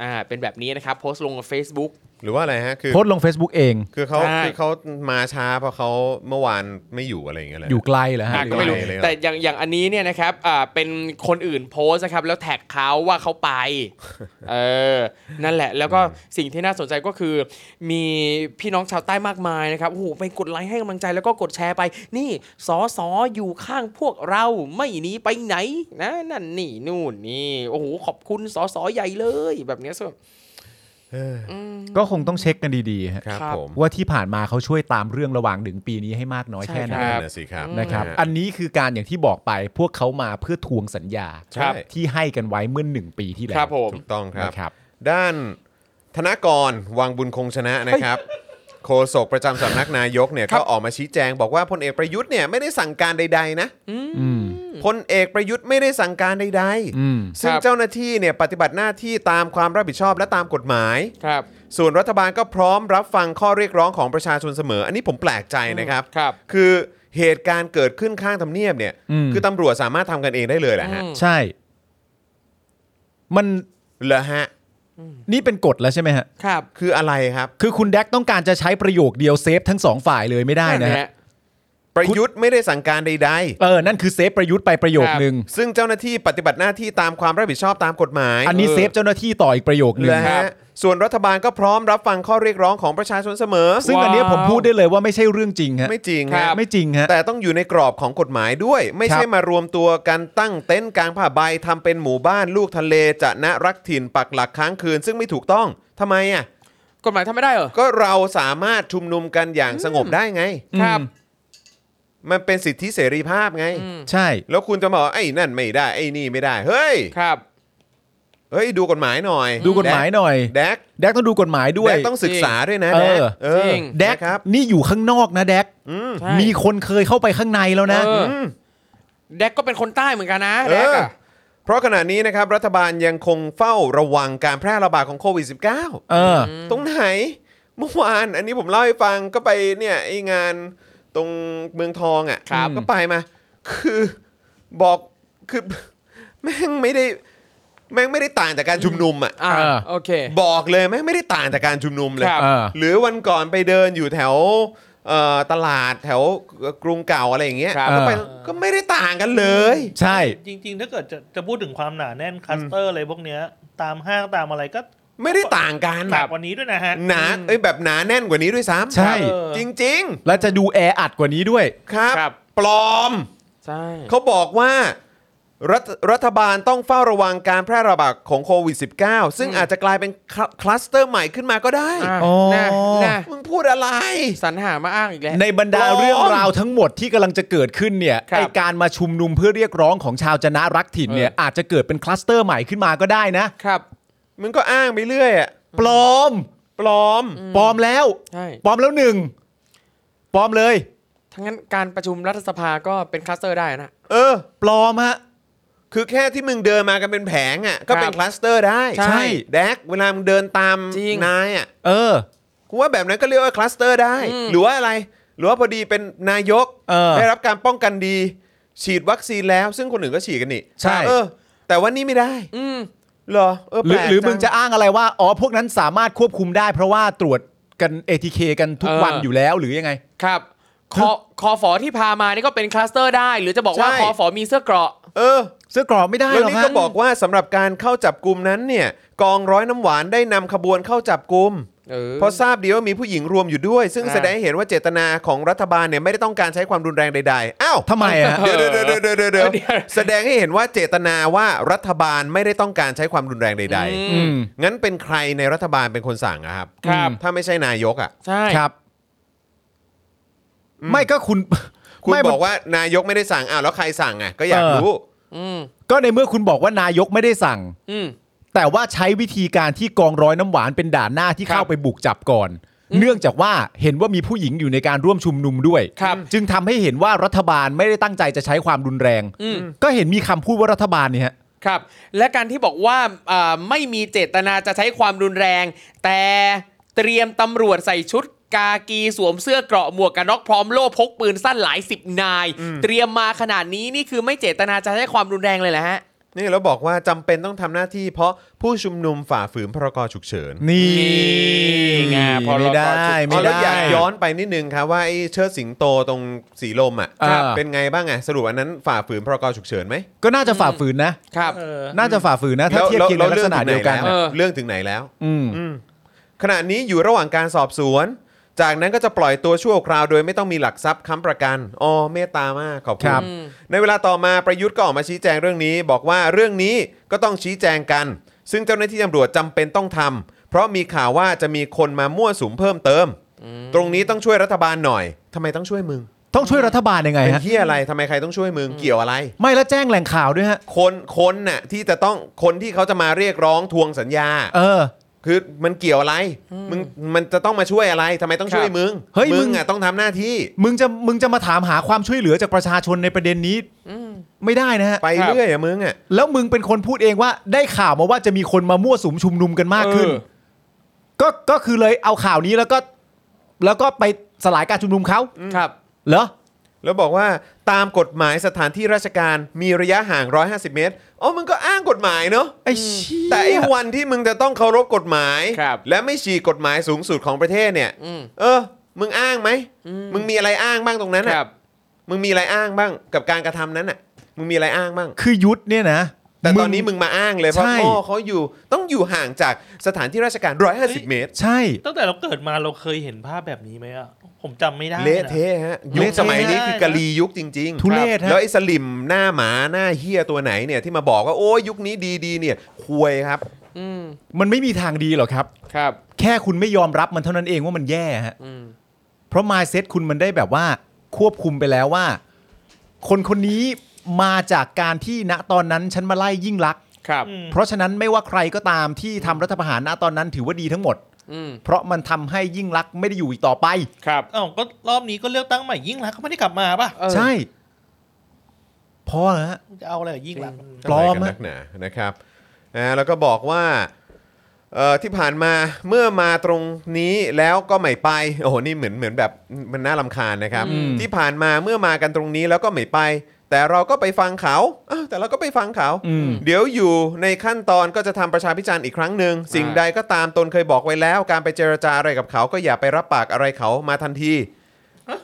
อ่าเป็นแบบนี้นะครับ โพสต์ลงใน Facebook
หรือว่าอะไรฮะ คือ
โพสต์ลง Facebook เอง
คือเขา
ใช่
คือเขามาช้าเพราะเขาเมื่อวานไม่อยู่อะไรอย่างเงี้ยเลย
อยู่ไกลเหรอฮะ
อ่ะ
ห
ก็
รือ
ไม่รู้
ไม่เลยเหรอ
แต่อย่างอย่างอันนี้เนี่ยนะครับอ่าเป็นคนอื่นโพสต์นะครับ แล้วแท็กเขาว่าเขาไป เออนั่นแหละ แล้วก็สิ่งที่น่าสนใจก็คือ มีพี่น้องชาวใต้มากมายนะครับโอ้โหไปกดไลค์ให้กำลังใจแล้วก็กดแชร์ไป นี่สอสออยู่ข้างพวกเราไม่หนีไปไหนนะนั่นนี่นู่นนี่โอ้โหขอบคุณสอสอใหญ่เลยแบบเนี้ยส่วน
ก็คงต้องเช็คกันดีๆฮะ
ครับ
ครับ
ผม
ว่าที่ผ่านมาเขาช่วยตามเรื่องระหว่างถึงปีนี้ให้มากน้อยแค่ไหน
ใช่
นั่
ค
น
รับ
นะสิครับ
นะครับ
ฮ
อันนี้คือการอย่างที่บอกไปพวกเขามาเพื่อทวงสัญญา
ครั
ใช่
บ
ที่ให้กันไว้เมื่อหนึ่งปีที่แล้ว
ครับผม
ถูกต้องครับ
นะครับ
ด้านธนกรวังบุญคงชนะนะครับ โฆษกประจำสำนักนายกเนี่ย
ครั
ก็
บ
ออกมาชี้แจงบอกว่าพลเอกประยุทธ์เนี่ยไม่ได้สั่งการใด ๆ นะ
อืม
พลเอกประยุทธ์ไม่ได้สั่งการใด
อืม
ๆ ซึ่ง
ครับ
เจ้าหน้าที่เนี่ยปฏิบัติหน้าที่ตามความรับผิดชอบและตามกฎหมาย
ครับ
ส่วนรัฐบาลก็พร้อมรับฟังข้อเรียกร้องของประชาชนเสมอ อันนี้ผมแปลกใจนะครับ
ครับ
คือเหตุการณ์เกิดขึ้นข้างทำเนียบเนี่ย คือตำรวจสามารถทำกันเองได้เลยแหละฮะ
อืม
ใช่ มัน
เหรอฮะ
นี่เป็นกฎแล้วใช่ไหมฮะ
ครับ
คืออะไรครับ
คือคุณแดกต้องการจะใช้ประโยคเดียวเซฟทั้งสองฝ่ายเลยไม่ได้นะ
นั่นแห
ฮะ
ละ
ประยุทธ์ไม่ได้สั่งการใด
เออนั่นคือเซฟประยุทธ์ไปประโยค
ครับ
หนึ่ง
ๆ ซึ่งเจ้าหน้าที่ปฏิบัติหน้าที่ตามความรับผิดชอบตามกฎหมาย
อันนี้เซฟเจ้าหน้าที่ต่ออีกประโยคหนึ่
เหรง อฮะส่วนรัฐบาลก็พร้อมรับฟังข้อเรียกร้องของประชาชนเสมอ
ซึ่งอันเนี้ยผมพูดได้เลยว่าไม่ใช่เรื่องจริงฮะ
ไม่จริง
ค
ฮะ
รับ
ไม่จริงฮะ
แต่ต้องอยู่ในกรอบของกฎหมายด้วย ไม่ใช่
ครับ
มารวมตัวกันตั้งเต็นท์กลางผ้าใบทำเป็นหมู่บ้านลูกทะเลจะนะรักถิ่นปักหลักค้างคืน ซึ่งไม่ถูกต้องทำไมอ่ะ
กฎหมายทำไม่ได้เหรอ
ก็เราสามารถชุมนุมกันอย่างสงบได้ไง
ครับ
มันเป็นสิทธิเสรีภาพไง
ใช่
แล้วคุณจะมาบอกไอ้นั่นไม่ได้ไอ้นี่ไม่ได้ เฮ้ย
ครับ
เฮ้ยดูกฎหมายหน่อย
ดูกฎหมายหน่อย
แดก
แดกต้องดูกฎหมายด้ว
แด
ย
กต้องศึกษาด้วยนะ
เอ
แดก
อ
เออ
จริง
แดก
นะครับ
นี่อยู่ข้างนอกนะแดก
ใช่
มีคนเคยเข้าไปข้างในแล้วนะ
เอออแดกก็เป็นคนใต้เหมือนกันนะ
เออ
แดกอะ
เพราะขณะนี้นะครับ รัฐบาลยังคงเฝ้าระวังการแพร่ระบาดของโควิด -19
เออ
ตรงไหน เมื่อวาน อันนี้ผมเล่าให้ฟังก็ไปเนี่ยไอ้งานตรงเมืองทองอ่ะ
ครับ
ก็ไปมา คือบอกคือ [laughs] แม่งไม่ได้ แม่งไม่ได้ต่างจากการชุมนุมอ่ะ
อ่า
เออ
โอเค
บอกเลยแม่งไม่ได้ต่างจากการชุมนุมเลย
ครับ
เออ
หรือวันก่อนไปเดินอยู่แถวเอ่อตลาดแถวกรุงเก่าอะไรอย่างเงี้ย
ครับ
ก็ไป
เออ
ก็ไม่ได้ต่างกันเลย
ใช่
จริง ๆ ถ้าเกิดจะจะพูดถึงความหนาแน่นคลัสเตอร์อะไรพวกเนี้ย ตามห้างตามอะไรก็
ไม่ได้ต่างกัน
หนักกว่านี้ด้วยนะฮะ
หนาเอ้ยแบบหนาแน่นกว่านี้ด้วยซ้ำ
ใช่
ครับจริง
และจะดูแออัดกว่านี้ด้วย
ๆ ครับ
ครับ
ปลอม
ใช่
เขาบอกว่ารัฐรัฐบาลต้องเฝ้าระวังการแพร่ระบาดของโควิด -19 ซึ่งอาจจะกลายเป็นคลคลัสเตอร์ใหม่ขึ้นมาก็ได้
อ่ะ
อ๋อ
นะนะ
มึงพูดอะไร
สรรหามาอ้างอีกแล้ว
ในบรรดา
ปลอม
เรื่องราวทั้งหมดที่กำลังจะเกิดขึ้นเนี่ย
ครับ
ไอการมาชุมนุมเพื่อเรียกร้องของชาวจนะรักถิ่นเนี่ย
เอออ
อาจจะเกิดเป็นคลัสเตอร์ใหม่ขึ้นมาก็ได้นะ
ครับ
มึงก็อ้างไปเรื่อยอะ
ปลอม
ปลอม
ปลอมแล้ว
ใช่
ปลอมแล้วหนึ่งปลอมเลย
ทั้งนั้นการประชุมรัฐสภาก็เป็นคลัสเตอร์ได้นะ
เออ
ปลอมฮะ
คือแค่ที่มึงเดินมากันเป็นแผงอ่ะก็เป็น
ครับ
คลัสเตอร์ได้
ใช่
แดกเวลามึงเดินตาม
จริง
นายอ่ะ
เออ
กูว่าแบบนั้นก็เรียกว่าคลัสเตอร์ได้ หรือว่าอะไร หรือว่าพอดีเป็นนายก
เออ
ได้รับการป้องกันดี ฉีดวัคซีนแล้ว ซึ่งคนอื่นก็ฉีดกันนี่
ใช่
เออ แต่ว่านี่ไม่ได้
อืม
เหรอเออ
ห
แป
รื
ล
อก หรือมึง
ง
จะอ้างอะไรว่า อ๋อ พวกนั้นสามารถควบคุมได้ เพราะว่าตรวจกัน ATK กันทุก
เออ
วันอยู่แล้วหรือยังไง
ครับคอคอฝอที่พามานี่ก็เป็นคลัสเตอร์ได้ หรือจะบอกว่า
ใช่
คอฝอมีเสื้อเกราะ
เออ
เสื้อกรอบไม่ได้
แล้ว
หรอก
นี่
ฮะ
ก็บอกว่าสำหรับการเข้าจับกลุ่มนั้นเนี่ย กองร้อยน้ำหวานได้นำขบวนเข้าจับกลุ่ม
เออ
เพราะทราบดีว่ามีผู้หญิงรวมอยู่ด้วย ซึ่ง
อ่า
แสดงให้เห็นว่าเจตนาของรัฐบาลเนี่ยไม่ได้ต้องการใช้ความรุนแรงใดๆอ้าว
ทำไมอะฮะ
เดี๋ยวเดี๋ยวเดี๋ยวเดี๋ยวเดี๋ยวเดี๋ยว
เดี๋ยว
แสดงให้เห็นว่าเจตนาว่ารัฐบาลไม่ได้ต้องการใช้ความรุนแรงใด
อืม
ๆ งั้นเป็นใครในรัฐบาลเป็นคนสั่งอะครับ
ครับ
ถ้าไม่ใช่นายกอ่ะ
ใช่
ครับ ไม่ก็คุณ
คุณ
ไม่มัน
บอกว่านายกไม่ได้สั่งอ้าวแล้วใครสั่งอ่ะก็อยากรู้
อืม
ก็ในเมื่อคุณบอกว่านายกไม่ได้สั่ง
อืม
แต่ว่าใช้วิธีการที่กองร้อยน้ำหวานเป็นด่านหน้าที่
ครับ
เข้าไปบุกจับก่อน เนื่องจากว่าเห็นว่ามีผู้หญิงอยู่ในการร่วมชุมนุมด้วย
ครับ
จึงทำให้เห็นว่ารัฐบาลไม่ได้ตั้งใจจะใช้ความรุนแรง
อืม
ก็เห็นมีคำพูดว่ารัฐบาลเนี่ยฮะ
ครับ และการที่บอกว่าอ่าไม่มีเจตนาจะใช้ความรุนแรง แต่เตรียมตำรวจใส่ชุดกากีสวมเสื้อเกราะหมวกกันน็อกพร้อมโล่พกปืนสั้นหลายสิบนาย เตรียมมาขนาดนี้นี่คือไม่เจตนาจะใช้ความรุนแรงเลยแหละฮะ
นี่แล้วบอกว่าจำเป็นต้องทำหน้าที่ เพราะผู้ชุมนุมฝ่าฝืนพรกฉุกเฉิน
นี่
ไงพอเรา
ไม่ได้
ก็
อ๋
ไม่
อแล้วอ
ได้
ยากย้อนไปนิดนึงครับว่าไอ้เชิดสิงโตตรงสีลมอ่ะ
ครับ
เป็นไงบ้างอ่ะสรุปอันนั้นฝ่าฝืนพรกฉุกเฉินไหม
ก็น่าจะฝ่าฝืนนะ
ครับ
เออ
น่าจะฝ่าฝืนนะ ถ้าเทียบเคียงในลักษณะเดียวกัน
แล้
เออ
เรื่องถึงไหนแล้ว
อืม
ขณะนี้อยู่ระหว่างการสอบสวน จากนั้นก็จะปล่อยตัวชั่วคราวโดยไม่ต้องมีหลักทรัพย์ค้ำประกันอ๋อเมตตามากขอบคุ
ค
ณ
รับ
ในเวลาต่อมาประยุทธ์ก็ออกมาชี้แจงเรื่องนี้ บอกว่าเรื่องนี้ก็ต้องชี้แจงกัน ซึ่งเจ้าหน้าที่ตำรวจจำเป็นต้องทำเพราะมีข่าวว่าจะมีคนมามั่วสุมเพิ่มเติม ตรงนี้ต้องช่วยรัฐบาลหน่อยทำไมต้องช่วยมึง
ต้องช่วยรัฐบาลยังไง
เป็น
ฮะ
ที่อะไรทำไมใครต้องช่วยมึง เกี่ยวอะไร
ไม่แล้วแจ้งแหล่งข่าวด้วยฮะ
คนคนน่ะที่จะต้องคนที่เขาจะมาเรียกร้องทวงสัญญา
เออ
คือมันเกี่ยวอะไร มึงมันจะต้องมาช่วยอะไรทำไมต้องช่วยมึง
เฮ้ยมึง
มึงอ่ะต้องทำหน้าที่
มึงจะมึงจะมาถามหาความช่วยเหลือจากประชาชนในประเด็นนี้ไม่ได้นะฮะ
ไปเรื่อยอะมึงอ่ะ
แล้วมึงเป็นคนพูดเองว่าได้ข่าวมาว่าจะมีคนมามั่วสุมชุมนุมกันมากขึ้น
เออ
ก็ก็คือเลยเอาข่าวนี้แล้วก็ แล้วก็ไปสลายการชุมนุมเขา
ครับ
เหรอ
แล้วบอกว่าตามกฎหมายสถานที่ราชการมีระยะห่าง 150 เมตรอ๋อมึงก็อ้างกฎหมายเนาะ
ไอ้เชี่ย
แต่ไอ้วันที่มึงจะต้องเคารพกฎหมาย
ครับ
และไม่ฉีกกฎหมายสูงสุดของประเทศเนี่ย
อืม
เออ มึงอ้างไหมมึงมีอะไรอ้างบ้างตรงนั้น
ค
อ่ะ
รับ
มึงมีอะไรอ้างบ้างกับการกระทำนั้นน่ะ มึงมีอะไรอ้างบ้าง
คือยุทธเนี่ยนะ
แต่ตอนนี้มึงมาอ้างเลย เพราะ
ใช่
พ่อเขาอยู่ต้องอยู่ห่างจากสถานที่ราชการ 150 เมตร
ใช่
ตั้งแต่เราเกิดมาเราเคยเห็นภาพแบบนี้ไหมอ่ะ ผมจำไม่ได้น
เละเทะฮะ ยุค
เละเทะ
สมัยนี้คือกะลียุคจริงๆ
ทุเรศฮะ
แล้วไอ้สลิมหน้าหมาหน้าเฮียตัวไหนเนี่ยที่มาบอกว่า โอ้ยยุคนี้ดีๆเนี่ยควยครับ
อืม
มันไม่มีทางดีหรอกครับ
ครับ
แค่คุณไม่ยอมรับมันเท่านั้นเองว่ามันแย่ฮะ
อืม
เพราะ mindset คุณมันได้แบบว่าควบคุมไปแล้วว่า คนคนนี้มาจากการที่ณตอนนั้นฉันมาไล่ยิ่งลักษณ์
ครับ
อืม
เพราะฉะนั้นไม่ว่าใครก็ตามที่ทำรัฐประหารณตอนนั้นถือว่าดีทั้งหมด
อืม
เพราะมันทำให้ยิ่งลักษณ์ไม่ได้อยู่อีกต่อไป
ครับ
อ้าวก็รอบนี้ก็เลือกตั้งใหม่ยิ่งรักษณ์ก็ไม่ได้กลับมาป่ะ
เออ
ใช่ พอแล้วฮะ
จะเอาอะไรกับยิ่งรักษณ์
ปลอม
อะไรกัน
อะ
นักหนานะครับอ่าแล้วก็บอกว่าเอ่อที่ผ่านมาเมื่อมาตรงนี้แล้วก็ไม่ไปโอ้โหนี่เหมือนเหมือนแบบมันน่าลำคาญนะครับ
อืม
ที่ผ่านมาเมื่อมากันตรงนี้แล้วก็ไม่ไป แต่เราก็ไปฟังเขาอ้าวแต่เราก็ไปฟังเขา
อืม
เดี๋ยวอยู่ในขั้นตอนก็จะทำประชาพิจารณ์อีกครั้งหนึ่งสิ่งใดก็ตามตนเคยบอกไว้แล้ว การไปเจรจาอะไรกับเขาก็อย่าไปรับปากอะไรเขามาทันที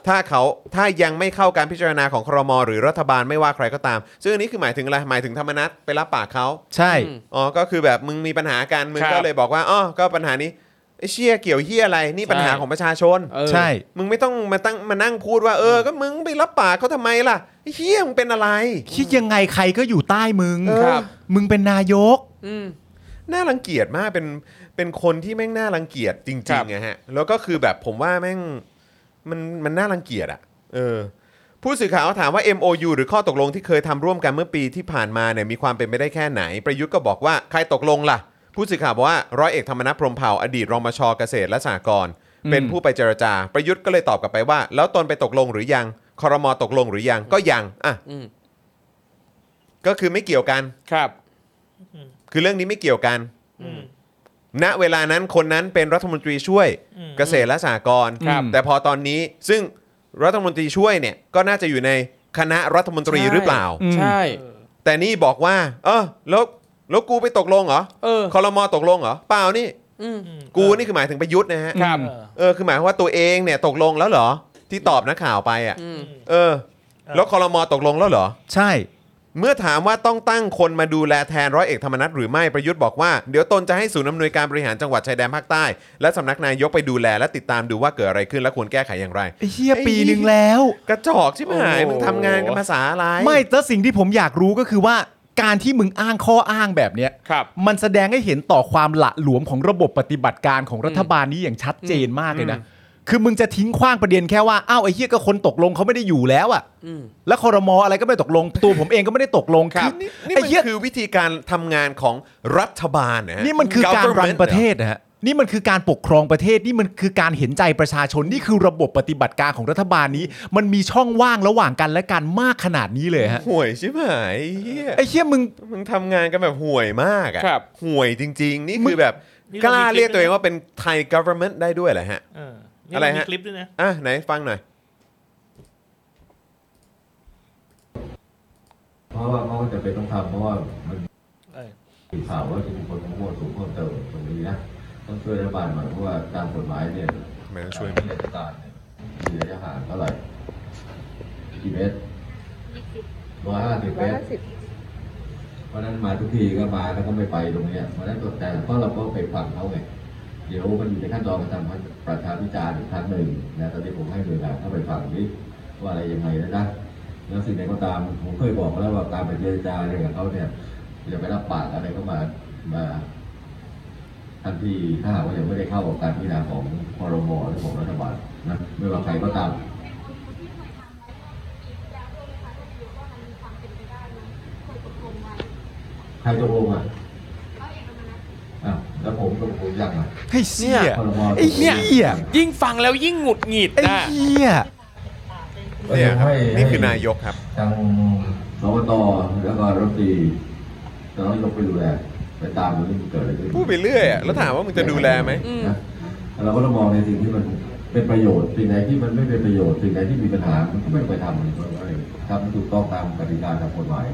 ถ้าเขาถ้ายังไม่เข้าการพิจารณาของครมหรือรัฐบาลไม่ว่าใครก็ตาม ซึ่งอันนี้คือหมายถึงอะไรหมายถึงธรรมนัตไปรับปากเขา
ใช่
อืม
อ๋อก็คือแบบมึงมีปัญหากันมึง
ครับ
ก็เลยบอกว่าอ๋อก็ปัญหานี้ไอ้เชี่ยเกี่ยวเฮียอะไรนี่ปัญหา
ใช่
ของประชาชน
เออ
ใช่
มึงไม่ต้องมาตั้งมานั่งพูดว่าเออ ก็มึงไปรับปากเขาทำไมล่ะไอ้เฮียมึงเป็นอะไร
คิดยังไงใครก็อยู่ใต้มึง
เออ
ครับ
มึงเป็นนายก
อืม
น่ารังเกียจมากเป็นเป็นคนที่แม่งน่ารังเกียจจ
ค
ริ
รั
ง
บ
ๆนะฮะแล้วก็คือแบบผมว่าแม่งมันมันน่ารังเกียจอะเออ ผู้สื่อข่าวก็ถามว่า MOU หรือข้อตกลงที่เคยทำร่วมกันเมื่อปีที่ผ่านมาเนี่ยมีความเป็นไปได้แค่ไหน ประยุทธ์ก็บอกว่าใครตกลงล่ะ ผู้สื่อข่าวบอกว่าร้อยเอกธรรมนัฐพรหมเผ่าอดีตรองมชเกษตรและสหกรณ์
อืม
เป็นผู้ไปเจรจา ประยุทธ์ก็เลยตอบกลับไปว่า แล้วตนไปตกลงหรือยังคอรมอตกลงหรือยังก็ยังอ่ะ ก็คือไม่เกี่ยวกัน
ครับ
คือเรื่องนี้ไม่เกี่ยวกัน
อืม
ณเวลานั้นคนนั้นเป็นรัฐมนตรีช่วย
อืม
เกษตรและสหกรณ์
ครับ
แต่พอตอนนี้ซึ่งรัฐมนตรีช่วยเนี่ยก็น่าจะอยู่ในคณะรัฐมนตรีหรือเปล่า
อืม
ใช่
แต่นี่บอกว่า เออแล้วแล้วกูไปตกลงเหรอ
เออ
คอรมอตกลงเหรอเปล่านี่
อืม
อืม
กูนี่คือหมายถึงประยุทธ์นะฮะ
ครับ
เออ
เออคือหมายความว่าตัวเองเนี่ยตกลงแล้วเหรอ ที่ตอบนักข่าวไปอ่ะ
อืม
เออ แล้วคอรมอตกลงแล้วเหรอ
ใช่
เมื่อถามว่าต้องตั้งคนมาดูแลแทนร้อยเอกธรรมนัฐหรือไม่ประยุทธ์บอกว่า เดี๋ยวตนจะให้ศูนย์อำนวยการบริหารจังหวัดชายแดนภาคใต้ และสำนักนายกไปดูแลและติดตามดูว่าเกิดอะไรขึ้นและควรแก้ไขอย่างไร
ไอ้เฮีย
ไอ้
ปีหนึ่งแล้ว
กระจอกใช่ไหม
โอ้โห
มึงทำงานกันภาษาอะไร
ไม่แต่สิ่งที่ผมอยากรู้ก็คือว่าการที่มึงอ้างข้ออ้างแบบเนี้ย
ครับ
มันแสดงให้เห็นต่อความหละหลวมของระบบปฏิบัติการของรัฐบาลนี้อย่างชัดเจนมากเลยนะ คือมึงจะทิ้งขว้างประเด็นแค่ว่า อ้าวไอ้เหี้ยก็คนตกลงเขาไม่ได้อยู่แล้วอะ
อืม
แล้วคอรมออะไรก็ไม่ตกลง ตัวผมเองก็ไม่ได้ตกลง
ครับ
นี่
นี่
ไอ้
มัน
เหี้ย
คือวิธีการทำงานของรัฐบาลนะฮะ
นี่มันคือการ
Government
รันประเทศนะฮะ นี่มันคือการปกครองประเทศ นี่มันคือการเห็นใจประชาชน นี่คือระบบปฏิบัติการของรัฐบาลนี้ มันมีช่องว่างระหว่างกันและกันมากขนาดนี้เลยฮะ
ห่วยใช่ไหมเหี้ย
ไอ้เหี้ยมึง
มึงทำงานกันแบบห่วยมากอ่ะ
ครับ
ห่วยจริง ๆ นี่คือแบบ
นี่
ก
เรามี
ล้า
คลิป
เรียกตัวเองว่าเป็นไทย government ได้ด้วยเหรอฮะ
เออ
อะ
อะไร ไร
ฮะ
ฮะคลิปด้วยนะ
อ่ะไหนฟังหน่อย
เพราะว่าเขาก็จะเป็นต้องทำเพราะว่ามัน
เออ
มีข่าวว่าจะมีคนมามั่วสุมเพิ่มเติมตรงนี้นะต้องช่วยรัฐบาลหน่อยเพราะว่าตามกฎหมายเนี่ย
ไม่ต้องช่วย
เอกสารเนี่ยมีระยะห่างเท่าไหร่กี่เมตรร้อยห้าสิบเมตรเพราะฉะนั้นมาทุกทีก็มาแล้วก็ไม่ไปตรงเนี้ยเพราะฉะนั้นแต่ก็เราก็ไปฟังเขาไงเดี๋ยวมันอยู่ในขั้นตอนการทำประชาพิจารณ์อีกครั้งหนึ่งนะตอนนี้ผมให้หน่วยงานเข้าไปฟังนี่ว่าอะไรยังไงนะนะ แล้วสิ่งใดก็ตามผมเคยบอกแล้วว่าการไปเจรจาอะไรกับเขาเนี่ยอย่าไปรับปากอะไรก็มามาทันทีถ้าหากว่ายังไม่ได้เข้ากับการพิจารณาของคอรมอหรือของรัฐบาลนะไม่ว่าใครก็ตาม ใครตกลงอ่ะอ้าวแล้วผมตกลงยังอ่ะ
ไอ้เหี้ย
ครม
ไอ้เหี้ย
ตกลงง
ยิ่งฟังแล้วยิ่งหงุดหงิด
ไอ้
นะ
เหี้ย
เนี่ยครับ
ให้ให้
นี่คือนายกครับ
ทางสวตแล้วก็รัฐมนตรีจะต้องลงไปดูแลไปตามดูที่มันเกิดอะไรขึ้น
พูดไปเรื่อยอะแล้วถามว่ามึงจะดูแลไหม
นะเราก็ต้องมองในสิ่งที่มันเป็นประโยชน์สิ่งไหนที่มันไม่เป็นประโยชน์สิ่งไหนที่มีปัญหามันก็ไม่ไปทำมันก็ไม่ทำให้ถูกต้องตามกติกาตามกฎหมาย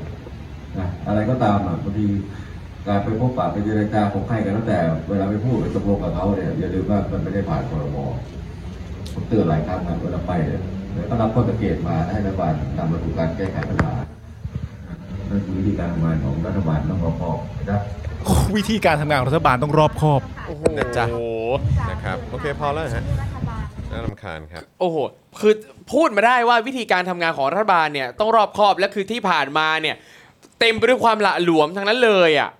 นะอะไรก็ตามอ่ะบางทีการไปพบปะไปเจรจาของใครกันตั้งแต่ เวลาไปพูดไปตกลงกับเขาเนี่ยอย่าลืมว่ามันไม่ได้ผ่านครม ผมเตือนหลายครั้งนะเวลาไปเนี่ยแล้วก็รับข้อสังเกตมาให้รัฐบาลนำมาสู่การแก้ไขปัญหานั่นคือวิธีการทำงานของรัฐบาลต้องรอบคอบนะครับ
วิธีการทำงานของรัฐบาลต้องรอบคอบ
โอ้โห
นะจ๊ะ นะครับโอเคพอแล้วฮะน่ารำคาญครับ
โอ้โห คือพูดมาได้ว่าวิธีการทำงานของรัฐบาลเนี่ยต้องรอบคอบและคือที่ผ่านมาเนี่ย เต็มไปด้วยความละหลวมทั้งนั้นเลยอ่ะ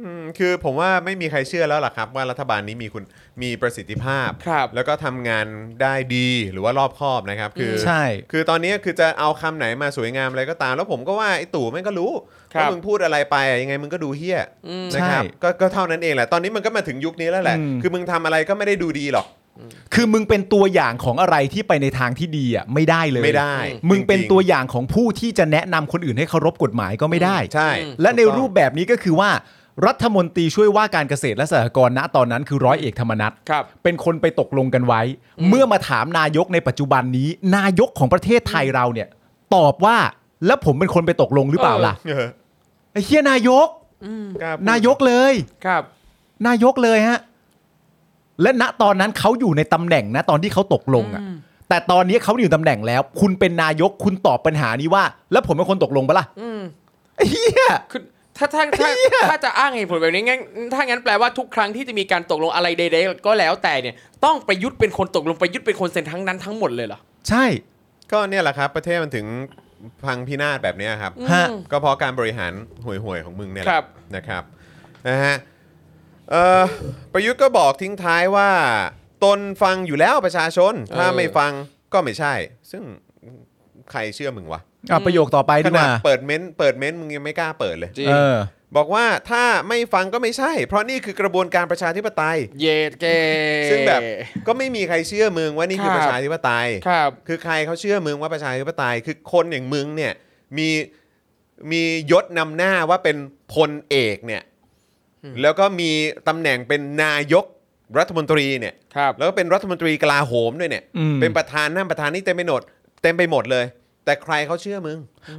อืมคือผมว่าไม่มีใครเชื่อแล้วล่ะครับ ว่ารัฐบาลนี้มีคุณมีประสิทธิภาพ
ครับ
แล้วก็ทำงานได้ดีหรือว่ารอบคอบนะครับ คือ
ใช่
คือตอนนี้คือจะเอาคำไหนมาสวยงามอะไรก็ตาม แล้วผมก็ว่าไอ้ตู่แม่งก็รู้
ครับ
ว่ามึงพูดอะไรไปอะยังไงมึงก็ดูเฮี้ย
อืม
นะครับ
ใช่
ก็ก็เท่านั้นเองแหละตอนนี้มันก็มาถึงยุคนี้แล้วแหละ
อืม
คือมึงทำอะไรก็ไม่ได้ดูดีหรอก
คือมึงเป็นตัวอย่างของอะไรที่ไปในทางที่ดีอ่ะไม่ได้เลย
ไม่ได้
มึงเป็น
จริๆ
ตัวอย่างของผู้ที่จะแนะนำคนอื่นให้เคารพกฎหมายก็ไม่ได้
ใช่
และใน
ถูกต้อง
รูปแบบนี้ก็คือว่า รัฐมนตรีช่วยว่าการเกษตรและสหกรณ์ณตอนนั้นคือร้อยเอกธรรมนัฐ
ครับ
เป็นคนไปตกลงกันไว้ เมื่อมาถามนายกในปัจจุบันนี้ นายกของประเทศไทยเราเนี่ย ตอบว่าแล้วผมเป็นคนไปตกลงหรือเปล่าล่ะ
เออ
ไอ้เฮียนายก
กล้พูด
นายกเลย
ครับ
นายกเลยฮะ และณตอนนั้นเขาอยู่ในตำแหน่งนะตอนที่เขาตกลงอะ่ะ แต่ตอนนี้เขาอยู่ตำแหน่งแล้ว คุณเป็นนายกคุณตอบปัญหานี้ว่า แล้วผมเป็นคนตกลงปะล่ะ
อืม
ไอ้เฮีย
คือถ้าถ้าถ้า
เหี้ย
ถ้าจะอ้างเหตุผลแบบนี้งั้นถ้างั้นแปลว่าทุกครั้งที่จะมีการตกลงอะไรใดๆก็แล้วแต่เนี่ย ต้องประยุทธ์เป็นคนตกลงประยุทธ์เป็นคนเซ็นทั้งนั้นทั้งหมดเลยเหรอ
ใช่
ก็เนี่ยแหละครับประเทศมันถึงพังพินาศแบบเนี้ยครับ
ฮะ
ก็เพราะการบริหารห่วยๆของมึงเนี่ยแห
ครั
ละ
บ
นะครับนะฮะเอ่อประยุทธ์ก็บอกทิ้งท้ายว่าตนฟังอยู่แล้วประชาชน ถ้าไม่ฟังก็ไม่ใช่ ซึ่งใครเชื่อมึงวะ
อ่ะประโยคต่อไป
ข
ดีก
นาด
ว่า
เปิดเม้นต์เปิดเม้นต์มึงยังไม่กล้าเปิดเลย
จริง
เออ
บอกว่าถ้าไม่ฟังก็ไม่ใช่ เพราะนี่คือกระบวนการประชาธิปไตย
เยดเก
ซึ่งแบบก็ไม่มีใครเชื่อมึงว่านี่คือ
ครับ
ประชาธิปไตย
ครับ
คือใครเขาเชื่อมึงว่าประชาธิปไตยคือคนอย่างมึงเนี่ยมี มียศนำหน้าว่าเป็นพลเอกเนี่ยแล้วก็มีตำแหน่งเป็นนายกรัฐมนตรีเนี่ย
ครับ
แล้วก็เป็นรัฐมนตรีกลาโหมด้วยเนี่ย
อืม
เป็นประธานนั่นประธานนี่เต็มไปหมดเต็มไปหมดเลย แต่ใครเขาเชื่อมึง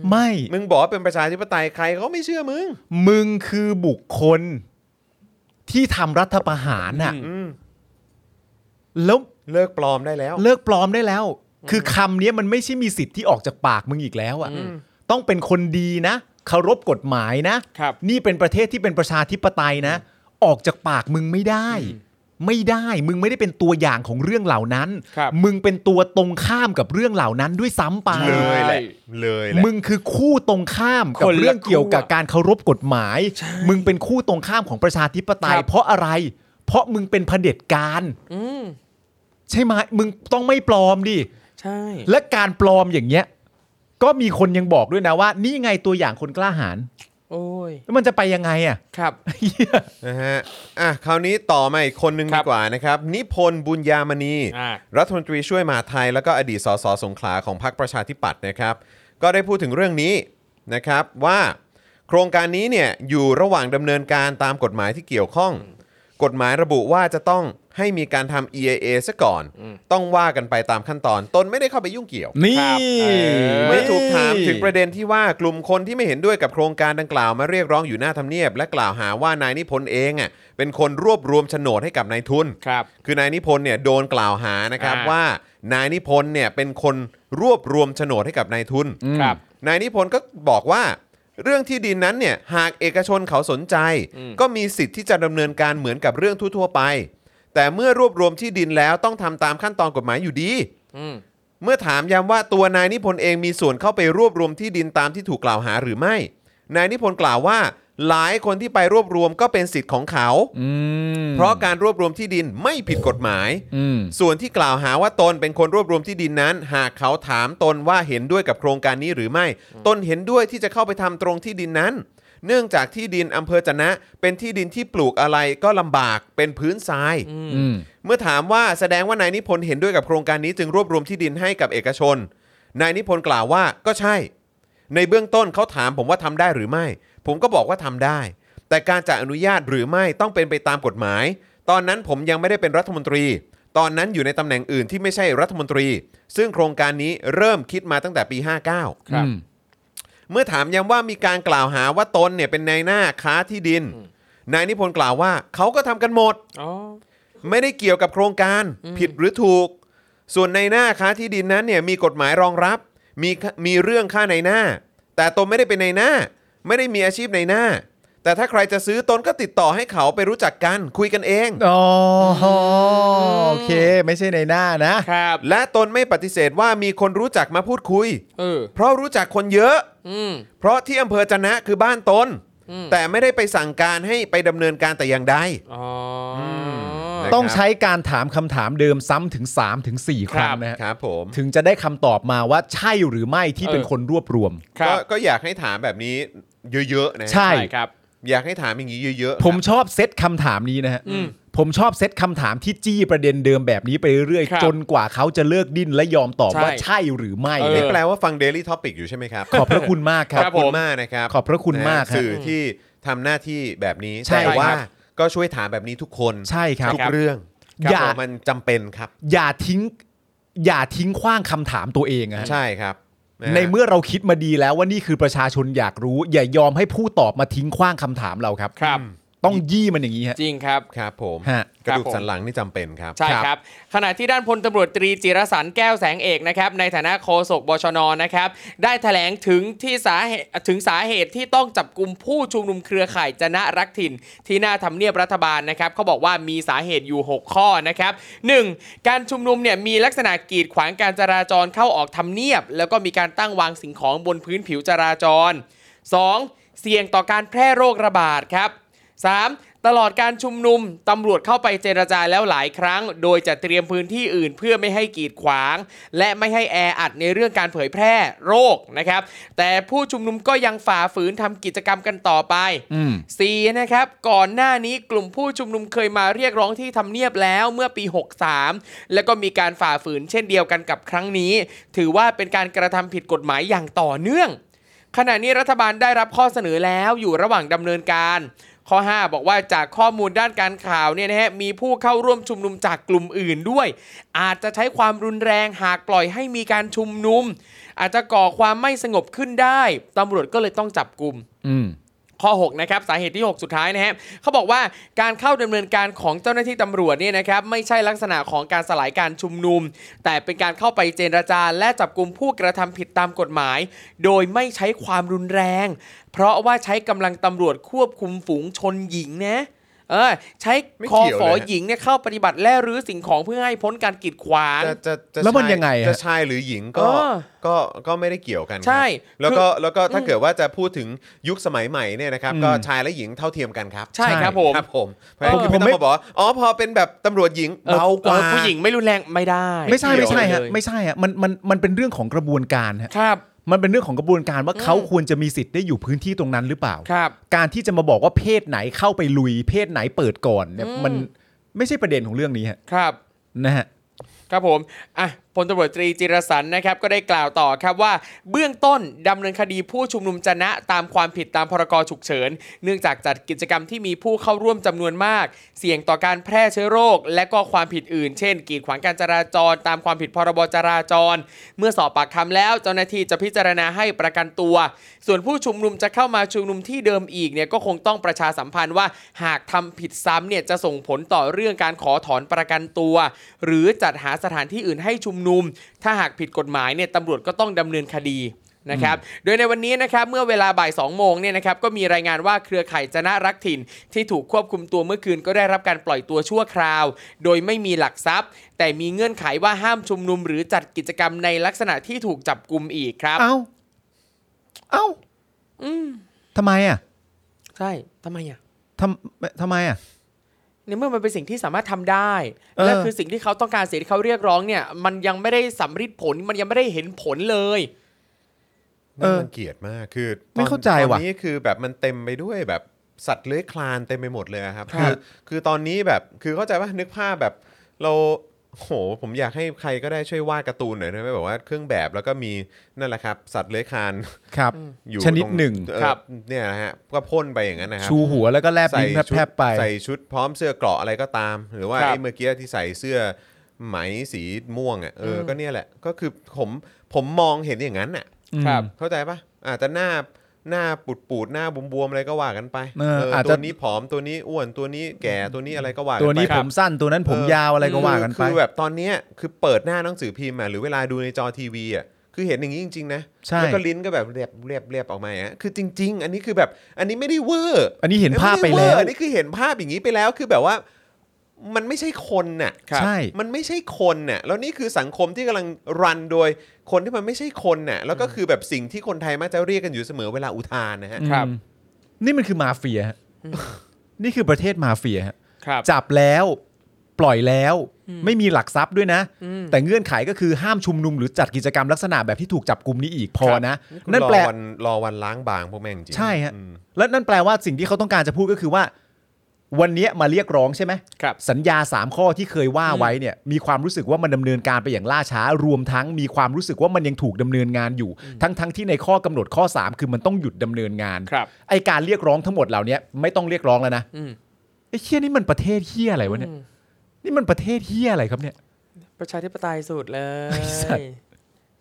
ไม่
มึงบอกว่าเป็นประชาธิปไตยใครเขาไม่เชื่อมึง
มึงคือบุคคลที่ทำรัฐประหารน่ะ
อืม
แล้ว
เลิกปลอมได้แล้ว
เลิกปลอมได้แล้ว คือคำนี้มันไม่ใช่มีสิทธิ์ที่ออกจากปากมึงอีกแล้วอ่ะ ต้องเป็นคนดีนะเคารพกฎหมายนะ
ครับ
นี่เป็นประเทศที่เป็นประชาธิปไตยนะ ออกจากปากมึงไม่ได้ ไม่ได้มึงไม่ได้เป็นตัวอย่างของเรื่องเหล่านั้น
ครับ
มึงเป็นตัวตรงข้ามกับเรื่องเหล่านั้นด้วยซ้ำไป
เลยแหละ
ใช่
เลยแหละ
มึงคือคู่ตรงข้ามกับ
คนละ
เรื่องเกี่ยวกับ
ขั้ว
การเคารพกฎหมาย มึงเป็นคู่ตรงข้ามของประชาธิปไตย
ครับ
เพราะอะไร เพราะมึงเป็นเผด็จการ
อืม
ใช่ไหมมึงต้องไม่ปลอมดิ
ใช่
และการปลอมอย่างเงี้ย ก็มีคนยังบอกด้วยนะว่า นี่ไงตัวอย่างคนกล้าหาญ
โอ้ย
แล้วมันจะไปยังไงอ่ะ
ครับ
นะฮะ อ่ะ คราวนี้ต่อมาอีกคนนึง
ครั
ดี
บ
กว่านะครับ นิพนธ์บุญยามณี
อ่า
รัฐมนตรีช่วยมหาดไทย แล้วก็อดีตสสสงขลาของพรรคประชาธิปัตย์นะครับ ก็ได้พูดถึงเรื่องนี้นะครับว่าโครงการนี้เนี่ยอยู่ระหว่างดำเนินการตามกฎหมายที่เกี่ยวข้อง กฎหมายระบุว่าจะต้องให้มีการทำ EIA ซะก่อน ต้องว่ากันไปตามขั้นตอน ตนไม่ได้เข้าไปยุ่งเกี่ยว
นี่
ครับเออ
เมื่อถูกถามถึงประเด็นที่ว่ากลุ่มคนที่ไม่เห็นด้วยกับโครงการดังกล่าวมาเรียกร้องอยู่หน้าทำเนียบ และกล่าวหาว่านายนิพนธ์เองอ่ะเป็นคนรวบรวมโฉนดให้กับนายทุน
ครับ
คือนายนิพนธ์เนี่ยโดนกล่าวหานะครับ
อ่า
ว่านายนิพนธ์เนี่ยเป็นคนรวบรวมโฉนดให้กับนายทุน
ครับ
นายนิพนธ์ก็บอกว่า เรื่องที่ดินนั้นเนี่ยหากเอกชนเขาสนใจ
อืม
ก็มีสิทธิ์ที่จะดำเนินการเหมือนกับเรื่องทั่วๆไป แต่เมื่อรวบรวมที่ดินแล้วต้องทำตามขั้นตอนกฎหมายอยู่ดี
อืม
เมื่อถามย้ำว่าตัวนายนิพนธ์เองมีส่วนเข้าไปรวบรวมที่ดินตามที่ถูกกล่าวหาหรือไม่ นายนิพนธ์กล่าวว่า หลายคนที่ไปรวบรวมก็เป็นสิทธิ์ของเขา
อืม
เพราะการรวบรวมที่ดินไม่ผิดกฎหมาย
อืม
ส่วนที่กล่าวหาว่าตนเป็นคนรวบรวมที่ดินนั้น หากเขาถามตนว่าเห็นด้วยกับโครงการนี้หรือไม่ ตนเห็นด้วยที่จะเข้าไปทำตรงที่ดินนั้น เนื่องจากที่ดินอำเภอจะนะ เป็นที่ดินที่ปลูกอะไรก็ลำบากเป็นพื้นทราย
อืม
เมื่อถามว่าแสดงว่านายนิพนธ์เห็นด้วยกับโครงการนี้จึงรวบรวมที่ดินให้กับเอกชน นายนิพนธ์กล่าวว่าก็ใช่ ในเบื้องต้นเขาถามผมว่าทำได้หรือไม่ ผมก็บอกว่าทำได้ แต่การจะอนุญาตหรือไม่ต้องเป็นไปตามกฎหมาย ตอนนั้นผมยังไม่ได้เป็นรัฐมนตรี ตอนนั้นอยู่ในตำแหน่งอื่นที่ไม่ใช่รัฐมนตรี ซึ่งโครงการนี้เริ่มคิดมาตั้งแต่ปี 59
ครับ
อืม
เมื่อถามย้ำว่ามีการกล่าวหาว่าตนเนี่ยเป็นนายหน้าค้าที่ดิน นายนิพนธ์กล่าวว่าเขาก็ทำกันหมด
อ๋อ
ไม่ได้เกี่ยวกับโครงการผิดหรือถูก ส่วนในหน้าค้าที่ดินนั้นเนี่ยมีกฎหมายรองรับ มีมีเรื่องค่าในหน้า แต่ตนไม่ได้เป็นในหน้า ไม่ได้มีอาชีพในหน้า แต่ถ้าใครจะซื้อตนก็ติดต่อให้เขาไปรู้จักกันคุยกันเอง
อ๋อโอเค ไม่ใช่ในหน้านะ
ครับ
และตนไม่ปฏิเสธว่ามีคนรู้จักมาพูดคุย
เออ
เพราะรู้จักคนเยอะ
อืม
เพราะที่อำเภอจะนะคือบ้านตน
อืม
แต่ไม่ได้ไปสั่งการให้ไปดำเนินการแต่อย่างใด
อ๋ออ
ม
นะ
ต้องใช้การถามคำถามเดิมซ้ำถึง3ถึง4ครั้งนะฮะ
ครับผม
ถึงจะได้คำตอบมาว่าใช่หรือไม่ที่
เออ
เป็นคนรวบรวม
ครับ
ก็ก็อยากให้ถามแบบนี้เยอะๆนะ
ใช่
ใช่ครับ
อยากให้ถามอย่างนี้เยอะๆ
ผมชอบเซตคำถามนี้นะฮะ
อืม
ผมชอบเซตคำถามที่จี้ประเด็นเดิมแบบนี้ไปเรื่อย
ครับ
ๆ จนกว่าเขาจะเลิกดิ้นและยอมตอบ
ใช่
ว่าใช่หรือไม่
เออ
นี่แปลว่าฟัง Daily Topic อยู่ใช่ไหมครับ
ขอบพระคุณมากค
ข
รั
อบ บคุณ
ผม
มากนะครับ
ขอบพระคุณมาก
น
ครับ
สื่อที่ทำหน้าที่แบบนี้
ใช่
แต่
ครับ
ว่าก็ช่วยถามแบบนี้ทุกคน
ใช่ครับ
ทุกเรื่อง
ครับอย่า
มันจำเป็นครับ
อย่าทิ้ง อย่าทิ้งขว้างคำถามตัวเองอะฮะ
ใช่ครับะฮะ
ในเมื่อเราคิดมาดีแล้วว่านี่คือประชาชนอยากรู้ อย่ายอมให้ผู้ตอบมาทิ้งขว้างคำถามเราครับ
ครับ
ต้องยี่มันอย่างนี้ฮะ
จริงครับ
ครับผม
ฮะ
กระดูก
ครับผม
สันหลังนี่จำเป็นครับ
ใช่ครับ ขณะที่ด้านพลตำรวจตรีจิรสันแก้วแสงเอกนะครับ ในฐานะโฆษกบชนนะครับ ได้แถลงถึงที่สาเหตุถึงสาเหตุที่ต้องจับกลุ่มผู้ชุมนุมเครือข่ายจนะรักถิ่น ที่หน้าทำเนียบรัฐบาลนะครับเขาบอกว่ามีสาเหตุอยู่ 6 ข้อนะครับ 1. การชุมนุมเนี่ยมีลักษณะกีดขวางการจราจรเข้าออกทำเนียบ แล้วก็มีการตั้งวางสิ่งของบนพื้นผิวจราจร 2. เสี่ยงต่อการแพร่โรคระบาดครับ 3. ตลอดการชุมนุม ตำรวจเข้าไปเจรจาแล้วหลายครั้ง โดยจะเตรียมพื้นที่อื่นเพื่อไม่ให้กีดขวาง และไม่ให้แออัดในเรื่องการเผยแพร่โรคนะครับ แต่ผู้ชุมนุมก็ยังฝ่าฝืนทำกิจกรรมกันต่อไป
อืม
4นะครับก่อนหน้านี้กลุ่มผู้ชุมนุมเคยมาเรียกร้องที่ทำเนียบแล้วเมื่อปี 63 แล้วก็มีการฝ่าฝืนเช่นเดียวกันกับครั้งนี้ ถือว่าเป็นการกระทำผิดกฎหมายอย่างต่อเนื่อง ขณะนี้รัฐบาลได้รับข้อเสนอแล้วอยู่ระหว่างดำเนินการ ข้อ 5 บอกว่าจากข้อมูลด้านการข่าวเนี่ยนะฮะมีผู้เข้าร่วมชุมนุมจากกลุ่มอื่นด้วย อาจจะใช้ความรุนแรงหากปล่อยให้มีการชุมนุม อาจจะก่อความไม่สงบขึ้นได้ตำรวจก็เลยต้องจับกลุ่ม
อืม
ข้อ 6 นะครับ สาเหตุที่ 6 สุดท้ายนะฮะเขาบอกว่าการเข้าดำเนินการของเจ้าหน้าที่ตำรวจเนี่ยนะครับไม่ใช่ลักษณะของการสลายการชุมนุม แต่เป็นการเข้าไปเจรจาและจับกลุ่มผู้กระทำผิดตามกฎหมาย โดยไม่ใช้ความรุนแรง เพราะว่าใช้กำลังตำรวจควบคุมฝูงชนหญิงนะเออใช้
ไม่
คอ
เกี่ยว
ฝอ
เลยฮะ
หญิงเนี่ยเข้าปฏิบัติและรื้อสิ่งของเพื่อให้พ้นการกีดขวาง
จะจะจะ
แล้วมัน
ชา
ยังไงฮะ
จะชายหรือหญิงก็
เออ
ก็ก็ไม่ได้เกี่ยวกันครับ
ใช่
แล้วก็
คือ
แล้วก็ถ้าเกิดว่าจะพูดถึงยุคสมัยใหม่เนี่ยนะครับก็ชายและหญิงเท่าเทียมกันครับ
ใช่ครับผม
ครับผมเพราะฉะนั้น
เออ
คือไม่ต้องมาบอกว่าอ๋อพอเป็นแบบตำรวจหญิง
ออ
เบากว่า
ออผู้หญิงไม่รุนแรงไม่ได้
ไม่ใช่ไม่ใช่ฮะ
เกี่ยวเลย
ไม่ใช่ฮะมันมันมันเป็นเรื่องของกระบวนการฮะ
ครับ
มันเป็นเรื่องของกระบวนการว่า
อืม
เขาควรจะมีสิทธิ์ได้อยู่พื้นที่ตรงนั้นหรือเปล่า
ครับ
การที่จะมาบอกว่าเพศไหนเข้าไปลุย เพศไหนเปิดก่อนเนี่ย
อืม
มันไม่ใช่ประเด็นของเรื่องนี้ฮะ
ครับ
นะฮะ
ครับผม อ่ะ พลตำรวจตรีจิรสันนะครับ ก็ได้กล่าวต่อครับว่า เบื้องต้นดำเนินคดีผู้ชุมนุมจะนะตามความผิดตามพรกฉุกเฉิน เนื่องจากจัดกิจกรรมที่มีผู้เข้าร่วมจำนวนมาก เสี่ยงต่อการแพร่เชื้อโรค และก็ความผิดอื่น เช่น กีดขวางการจราจร ตามความผิดพรบจราจร เมื่อสอบปากคำแล้วเจ้าหน้าที่จะพิจารณาให้ประกันตัว ส่วนผู้ชุมนุมจะเข้ามาชุมนุมที่เดิมอีกเนี่ยก็คงต้องประชาสัมพันธ์ว่า หากทำผิดซ้ำเนี่ยจะส่งผลต่อเรื่องการขอถอนประกันตัว หรือจัดหาสถานที่อื่นให้ชุมนุม ถ้าหากผิดกฎหมายเนี่ยตำรวจก็ต้องดำเนินคดีนะครับ โดยในวันนี้นะครับเมื่อเวลาบ่าย 2 โมงเนี่ยนะครับก็มีรายงานว่าเครือข่ายจนะรักถิ่น ที่ถูกควบคุมตัวเมื่อคืนก็ได้รับการปล่อยตัวชั่วคราว โดยไม่มีหลักทรัพย์ แต่มีเงื่อนไขว่าห้ามชุมนุม หรือจัดกิจกรรมในลักษณะที่ถูกจับกลุมอีกครับ
เอ้า เอ้าทำไมอ่ะ
ใช่ทำไมอ่ะ
ทำทำไมอ่ะ
ในเมื่อมันเป็นสิ่งที่สามารถทำได้
เออ
และคือสิ่งที่เขาต้องการสิ่งที่เขาเรียกร้องเนี่ย มันยังไม่ได้สำฤทธิ์ผลมันยังไม่ได้เห็นผลเลย
เอ
น่า
อ
รังเกียจมากคือตอน
ไม่เข้าใจว่ะ
ตอนนี้คือแบบมันเต็มไปด้วยแบบสัตว์เลื้อยคลานเต็มไปหมดเลยอะครับ
ครับ
คือตอนนี้แบบคือเข้าใจว่านึกภาพแบบเราโหผมอยากให้ใครก็ได้ช่วยวาดการ์ตูนหน่อยได้ไหมแบบว่าเครื่องแบบแล้วก็มีนั่นแหละครับสัตว์เลื้อยคลาน [laughs]
ครับ
อยู่
ชนิด
ตรง
หนึ่ง
เอ่อ
ครับ
เนี่ยนะฮะก็พ่นไปอย่างนั้นนะครั
ชูหัวแล้วก็แลบ
ใส่
ลิ้น
ชุด
แพรบๆไป
ใส่ชุดพร้อมเสื้อเกราะอะไรก็ตาม หรือว่า
ครับ
ไอ้เมื่อกี้ที่ใส่เสื้อไหมสีม่วงอ่ะเอออ
ม
ก็เนี่ยแหละก็คือผมผมมองเห็นอย่างนั้นน่ะ
อืม
ครับ
เข้าใจปะอาจจะหน้าหน้าปูดปูดๆหน้าบวมๆอะไรก็ว่ากันไป
เออ
เอออา
อาจ
ตั
จะ
วนี้ผอมตัวนี้อ้วนตัวนี้แก่ตัวนี้อะไรก็ว่ากั
ตัวนี้
ไป
ผมสั้นตัวนั้นผมยาวอะไรก็ว่ากันไป
คือแบบตอนเนี้ยคือเปิดหน้าหนังสือพิมพ์อะหรือเวลาดูในจอทีวีอ่ะคือเห็นอย่างนี้จริงๆนะ
ใช่
แล้วก็ลิ้นก็แบบเรียบเรียบเรียบออกมาอย่างเงี้ยคือจริง ๆ อันนี้คือแบบอันนี้ไม่ได้เวอร์
อันนี้เห็นภาพไป
ม่ด้
แล้
เอ
ว
ร์อันนี้คือเห็นภาพอย่างนี้ไปแล้วคือแบบว่า มันไม่ใช่คนน่ะ
ครับใช่
มันไม่ใช่คนน่ะแล้วนี่คือสังคมที่กำลังรันโดยคนที่มันไม่ใช่คนน่ะแล้วก็คือแบบสิ่งที่คนไทยมักจะเรียกกันอยู่เสมอเวลาอุทานนะฮะ
ครับ
อืมนี่มันคือมาเฟียฮะนี่คือประเทศมาเฟียฮะ
ครับ
จับแล้วปล่อยแล้ว ไม่มีหลักทรัพย์ด้วยนะ
อืม
แต่เงื่อนไขก็คือห้ามชุมนุมหรือจัดกิจกรรมลักษณะแบบที่ถูกจับกลุ่มนี้อีกพอนะ นั่นแปล
รอวันรอวันล้างบางพวกแม่งจริง
ใช่ฮะ
อืม
และนั่นแปลว่าสิ่งที่เขาต้องการจะพูดก็คือว่า วันเนี้ยมาเรียกร้องใช่ไหม
ครับ
สัญญา 3 ข้อที่เคยว่าไว้เนี่ยมีความรู้สึกว่ามันดำเนินการไปอย่างล่าช้า รวมทั้งมีความรู้สึกว่ามันยังถูกดำเนินงานอยู่ ทั้งทั้งที่ในข้อกำหนดข้อ 3 คือมันต้องหยุดดำเนินงาน
ครับ
ไอการเรียกร้องทั้งหมดเหล่านี้ไม่ต้องเรียกร้องแล้วนะ
อืม
ไอเฮียนี่มันประเทศเฮียอะไรวะเนี่ย
อืม
นี่มันประเทศเฮียอะไรครับเนี่ย
ประชาธิปไตยสุดเล
ไอ้สั
ย
ตว์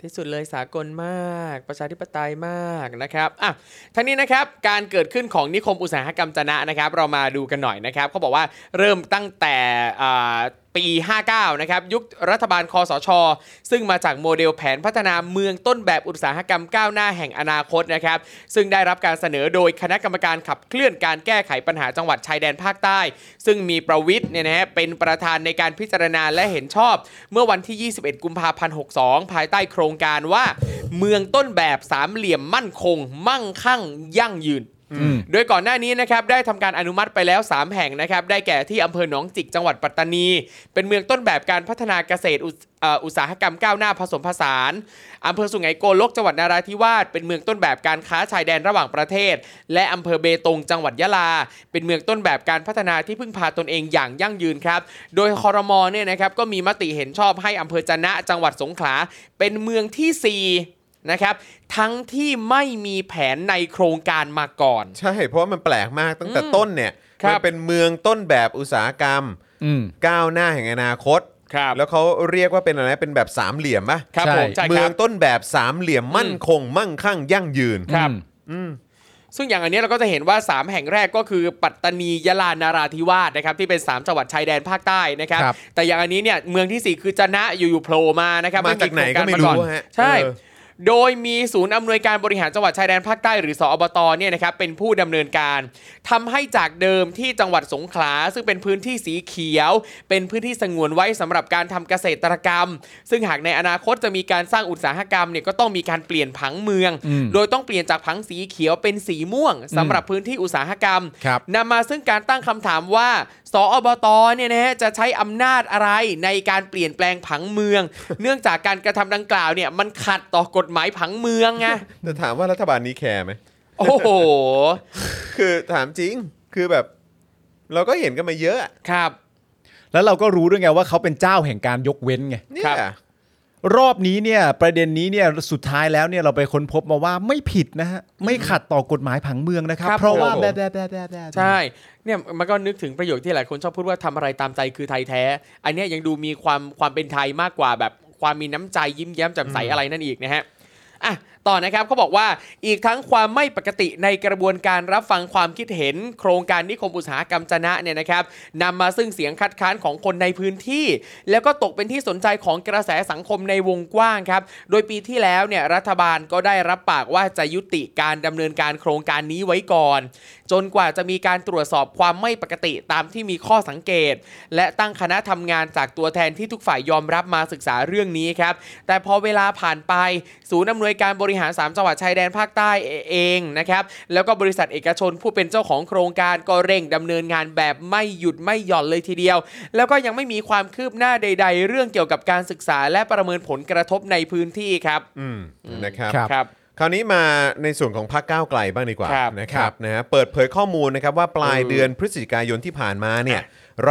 ที่สุดเลยสากลมาก ประชาธิปไตยมากนะครับอ่ะทั้งนี้นะครับการเกิดขึ้นของนิคมอุตสาหกรรมจะนะนะครับ เรามาดูกันหน่อยนะครับเขาบอกว่าเริ่มตั้งแต่อ่าปี 59 นะครับ ยุครัฐบาลคอสช ซึ่งมาจากโมเดลแผนพัฒนาเมืองต้นแบบอุตสาหกรรมก้าวหน้าแห่งอนาคตนะครับ ซึ่งได้รับการเสนอโดยคณะกรรมการขับเคลื่อนการแก้ไขปัญหาจังหวัดชายแดนภาคใต้ ซึ่งมีประวิทย์เนี่ยนะฮะเป็นประธานในการพิจารณาและเห็นชอบ เมื่อวันที่ 21 กุมภาพันธ์ 62 ภายใต้โครงการว่า เมืองต้นแบบสามเหลี่ยมมั่นคง มั่งคั่ง ยั่งยืน
อืม
โดยก่อนหน้านี้นะครับได้ทำการอนุมัติไปแล้ว 3 แห่งนะครับได้แก่ที่อำเภอหนองจิกจังหวัดปัตตานี เป็นเมืองต้นแบบการพัฒนาเกษตรอุตเอ่ออุตสาหกรรมก้าวหน้าผสมผสานอำเภอสุไหงโกลกจังหวัดนาราธิวาสเป็นเมืองต้นแบบการค้าชายแดนระหว่างประเทศ และอำเภอเบตงจังหวัดยะลา เป็นเมืองต้นแบบการพัฒนาที่พึ่งพาตนเองอย่างยั่งยืนครับโดยคอรมอเนี่ยนะครับก็มีมติเห็นชอบให้อำเภอจะนะจังหวัดสงขลาเป็นเมืองที่สี่ นะครับ ทั้งที่ไม่มีแผนในโครงการมาก่อน
ใช่เพราะว่ามันแปลกมากตั้งแต่ต้นเนี่ย
ครับ
มัเป็นเมืองต้นแบบอุตสาหกรรม
อืม
ก้าวหน้าแห่งอนาคต
ครับ
แล้วเขาเรียกว่าเป็นอะไรนะเป็นแบบสามเหลี่ยมปะ
ครับ
ใช่
ผมใช่
เมื
ค
อ
รั
ง
บ
ต้นแบบสามเหลี่ยมมั่นคง มั่งคั่งยั่งยืน
ครับ
อืม
ซึ่งอย่างอันเนี้ยเราก็จะเห็นว่า 3 แห่งแรกก็คือปัตตานียะลานาราธิวาสนะครับที่เป็น 3 จังหวัดชายแดนภาคใต้นะครับ
ครับ
แต่อย่างอันนี้เนี่ยเมืองที่ 4 คือจะนะอยู่ๆโผล่มานะครับ
มาจากไหนก็ไม่รู้
โคงาาอน
ฮะ
ใช่
เออ
โดยมีศูนย์อำนวยการบริหารจังหวัดชายแดนภาคใต้หรือสอบตเนี่ยนะครับเป็นผู้ดำเนินการทำให้จากเดิมที่จังหวัดสงขลาซึ่งเป็นพื้นที่สีเขียว เป็นพื้นที่สงวนไว้สำหรับการทำเกษตรกรรม ซึ่งหากในอนาคตจะมีการสร้างอุตสาหกรรมเนี่ยก็ต้องมีการเปลี่ยนผังเมือง
อืม
โดยต้องเปลี่ยนจากผังสีเขียวเป็นสีม่วงสำหรับพื้นที่อุตสาหกรรม
ครับ
นำมาซึ่งการตั้งคำถามว่า สอบตเนี่ยนะฮะจะใช้อำนาจอะไรในการเปลี่ยนแปลงผังเมือง [laughs] เนื่องจากการกระทำดังกล่าวเนี่ยมันขัดต่อกฎหมายผังเมืองไง [laughs]
แต่ถามว่ารัฐบาลนี้แคร์ไหม
โอ้โห
คือถามจริงคือแบบ เราก็เห็นกันมาเยอะอะ
ครับ
แล้วเราก็รู้ด้วยไงว่าเขาเป็นเจ้าแห่งการยกเว้นไง
เนี่
ครั
ย
บ
รอบนี้เนี่ยประเด็นนี้เนี่ยสุดท้ายแล้วเนี่ยเราไปค้นพบมาว่าไม่ผิดนะฮะไม่ขัดต่อกฎหมายผังเมืองนะครับ
ครับ
เพราะว่า
ผม
แบบแบบแบบแบบแบบ
ใช่เนี่ยมันก็นึกถึงประโยคที่หลายคนชอบพูดว่าทำอะไรตามใจคือไทยแท้ อันเนี้ยยังดูมีความความเป็นไทยมากกว่าแบบความมีน้ำใจยิ้มแย้มแจ่มใสอะไรนั่นอีกนะฮะอ่ะต่อนะครับเขาบอกว่าอีกทั้งความไม่ปกติในกระบวนการรับฟังความคิดเห็น โครงการนิคมอุตสาหกรรมจะนะเนี่ยนะครับนำมาซึ่งเสียงคัดค้านของคนในพื้นที่ แล้วก็ตกเป็นที่สนใจของกระแสสังคมในวงกว้างครับ โดยปีที่แล้วเนี่ยรัฐบาลก็ได้รับปากว่าจะยุติการดำเนินการโครงการนี้ไว้ก่อน จนกว่าจะมีการตรวจสอบความไม่ปกติตามที่มีข้อสังเกต และตั้งคณะทำงานจากตัวแทนที่ทุกฝ่ายยอมรับมาศึกษาเรื่องนี้ครับ แต่พอเวลาผ่านไป ศูนย์อำนวยการบริหาร 3 จังหวัดชายแดนภาคใต้เองนะครับ แล้วก็บริษัทเอกชนผู้เป็นเจ้าของโครงการก็เร่งดำเนินงานแบบไม่หยุดไม่หย่อนเลยทีเดียว แล้วก็ยังไม่มีความคืบหน้าใด ๆ เรื่องเกี่ยวกับการศึกษาและประเมินผลกระทบในพื้นที่ครับ
อืมนะครับ
ครับ
ครับ
คราวนี้มาในส่วนของพรรคก้าวไกลบ้างดีกว่า
ครับ
นะครับนะฮะเปิดเผยข้อมูลนะครับว่าปลาย
เออ
เดือนพฤศจิกายนที่ผ่านมาเนี่ย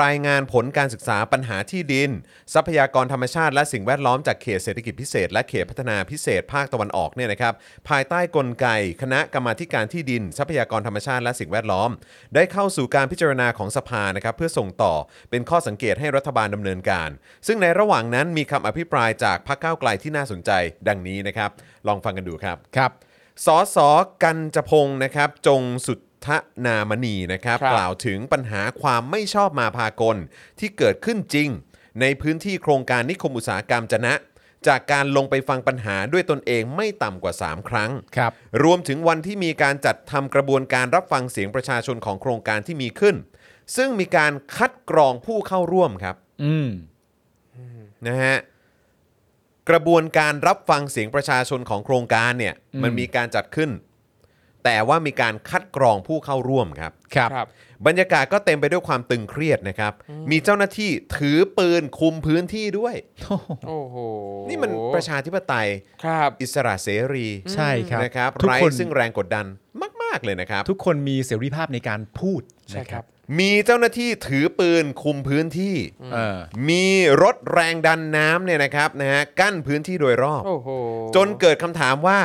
รายงานผลการศึกษาปัญหาที่ดิน ทรัพยากรธรรมชาติและสิ่งแวดล้อมจากเขตเศรษฐกิจพิเศษ และเขตพัฒนาพิเศษภาคตะวันออกเนี่ยนะครับภายใต้กลไก คณะกรรมาธิการที่ดิน ทรัพยากรธรรมชาติและสิ่งแวดล้อม ได้เข้าสู่การพิจารณาของสภานะครับเพื่อส่งต่อเป็นข้อสังเกตให้รัฐบาลดำเนินการ ซึ่งในระหว่างนั้นมีคำอภิปรายจากพรรคก้าวไกลที่น่าสนใจ ดังนี้นะครับลองฟังกันดูครับ
ครับ
สอสอกันจพงศ์นะครับ จงสุทธนามณีนะครับ
ครับ
กล่าวถึงปัญหาความไม่ชอบมาพากล ที่เกิดขึ้นจริง ในพื้นที่โครงการนิคมอุตสาหกรรมจะนะ จากการลงไปฟังปัญหาด้วยตนเองไม่ต่ำกว่า 3 ครั้ง
ครับ
รวมถึงวันที่มีการจัดทำกระบวนการรับฟังเสียงประชาชนของโครงการที่มีขึ้น ซึ่งมีการคัดกรองผู้เข้าร่วมครับ
อืม
นะฮะกระบวนการรับฟังเสียงประชาชนของโครงการเนี่ย
อืม
มันมีการจัดขึ้น แต่ว่ามีการคัดกรองผู้เข้าร่วมครับ
ครับ
ครับ
บรรยากาศก็เต็มไปด้วยความตึงเครียดนะครับ มีเจ้าหน้าที่ถือปืนคุมพื้นที่ด้วย
โอ้โห
นี่มันประชาธิปไตย
ครับ
อิสระเสรี
ใช่ครับ
นะครับ
ทุก
ไร้
คน
ซึ่งแรงกดดันมาก ๆ เลยนะครับ
ทุกคนมีเสรีภาพในการพูด
ใช่
นะค
ค
รั
รั
บบ
มีเจ้าหน้าที่ถือปืนคุมพื้นที่
เออ
มีรถแรงดันน้ำเนี่ยนะครับนะฮะกั้นพื้นที่โดยรอบ
โอ้โห
จนเกิดคำถามว่า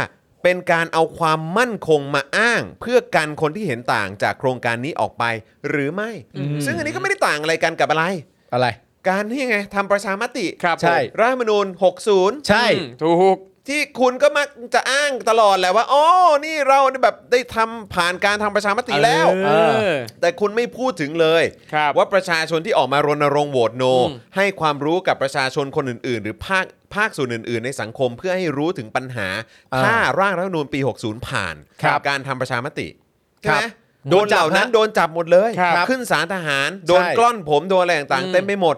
เป็นการเอาความมั่นคงมาอ้าง เพื่อกันคนที่เห็นต่างจากโครงการนี้ออกไปหรือไม่
อืม
ซึ่งอันนี้ก็ไม่ได้ต่างอะไรกันกับอะไร
อะไร
การที่ไงทำประชามติ
ครับ
ใช่
ผม
รัฐธรรมนูญ 60
ใช่
อืมถูก
ที่คุณก็มักจะอ้างตลอดแหละว่าอ๋อนี่เราแบบได้ทำผ่านการทำประชามติแล้ว
เออ
แต่คุณไม่พูดถึงเลย
ครับ
ว่าประชาชนที่ออกมารณรงค์โหวตโน
อืม
ให้ความรู้กับประชาชนคนอื่น ๆ หรือภาคภาคส่วนอื่น ๆ ในสังคมเพื่อให้รู้ถึงปัญหา
อ่า
ถ้าร่างรัฐธรรมนูญปี 60 ผ่าน
ครับ
การทำประชามติ
ครับ
ใช่ไหม
โด
โด
น
นเห
จับ
ล่านั้น
ฮะ
โดนจับหมดเลย
ครับ
ขึ้นศาลทหาร โดน
ใช่
กล้อนผมโดนอะไรต่าง
อื
ๆ
ม
เต็มไปหมด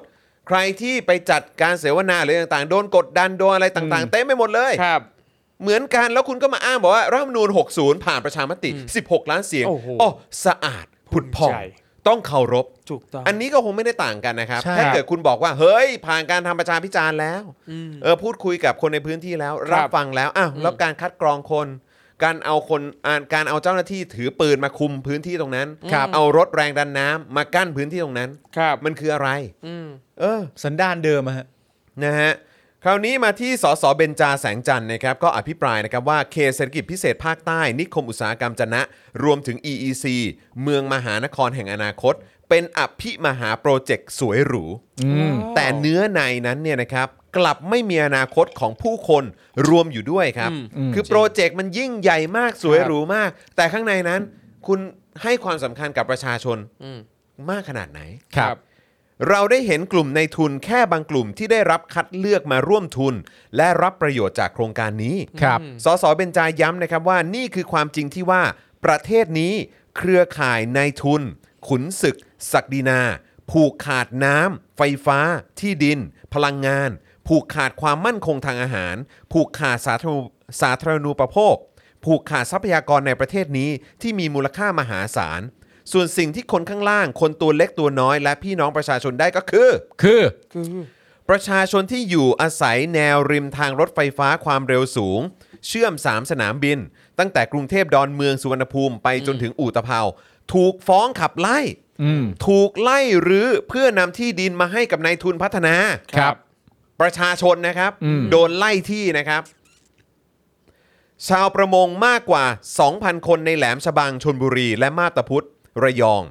ใครที่ไปจัดการเสวนาหรืออะไรต่าง ๆ โดนกดดันโดนอะไรต่าง ๆ เต็มไปหมดเลย
ครับ
เหมือนกันแล้วคุณก็มาอ้างบอกว่ารัฐธรรมนูญ 60 ผ่านประชามติ
อืม
16 ล้านเสียง
โอ้โห
อสะอาดผุดผ่อง
ภูมิใจ
ต้องเคารพ
ถูกต้อง
อันนี้ก็คงไม่ได้ต่างกันนะครับ
ใช่
ถ้าเกิดคุณบอกว่า เฮ้ย ผ่านการทำประชาพิจารณ์แล้ว
อืม
เออพูดคุยกับคนในพื้นที่แล้ว
ครั
รับบ ฟังแล้วอ้าว
อืม
แล้วการคัดกรองคน การเอาคนอ่าการเอาเจ้าหน้าที่ถือปืนมาคุมพื้นที่ตรงนั้น
ครับ
เอารถแรงดันน้ำมากั้นพื้นที่ตรงนั้น
ครับ
มันคืออะไร
อืม
เออ
สันดานเดิมอะฮะ
นะฮะ คราวนี้มาที่สสเบญจาแสงจันทร์นะครับก็อภิปรายนะครับว่าเขตเศรษฐกิจพิเศษภาคใต้ นิคมอุตสาหกรรมจะนะ รวมถึง EEC เมืองมหานครแห่งอนาคต เป็นอภิมหาโปรเจกต์สวยหรู แต่เนื้อในนั้นเนี่ยนะครับกลับไม่มีอนาคตของผู้คนรวมอยู่ด้วยครับ คือโปรเจกต์มันยิ่งใหญ่มากสวยหรูมาก แต่ข้างในนั้น คุณให้ความสำคัญกับประชาชน
อืม
มากขนาดไหน
ครับ
เราได้เห็นกลุ่มในทุนแค่บางกลุ่มที่ได้รับคัดเลือกมาร่วมทุน และรับประโยชน์จากโครงการนี้
ครับ
สสเบญจาย้ำนะครับว่านี่คือความจริงที่ว่าประเทศนี้ เครือข่ายในทุน ขุนศึก ศักดินา ผูกขาดน้ำ ไฟฟ้า ที่ดิน พลังงาน ผูกขาดความมั่นคงทางอาหาร ผูกขาดสาธารณูสาธารณูปโภค ผูกขาดทรัพยากรในประเทศนี้ที่มีมูลค่ามหาศาล ส่วนสิ่งที่คนข้างล่าง คนตัวเล็กตัวน้อย และพี่น้องประชาชนได้ก็คือ
คือ
ประชาชนที่อยู่อาศัยแนวริมทางรถไฟฟ้าความเร็วสูง เชื่อม 3 สนามบิน ตั้งแต่กรุงเทพดอนเมืองสุวรรณภูมิไปจนถึงอู่ตะเภาถูกฟ้องขับไล่
อืม
ถูกไล่หรือเพื่อนำที่ดินมาให้กับนายทุนพัฒนา
ครับ
ประชาชนนะครับ
อืม
โดนไล่ที่นะครับ ชาวประมงมากกว่า 2,000 คนในแหลมฉบังชนบุรี และมาบตาพุธระยอง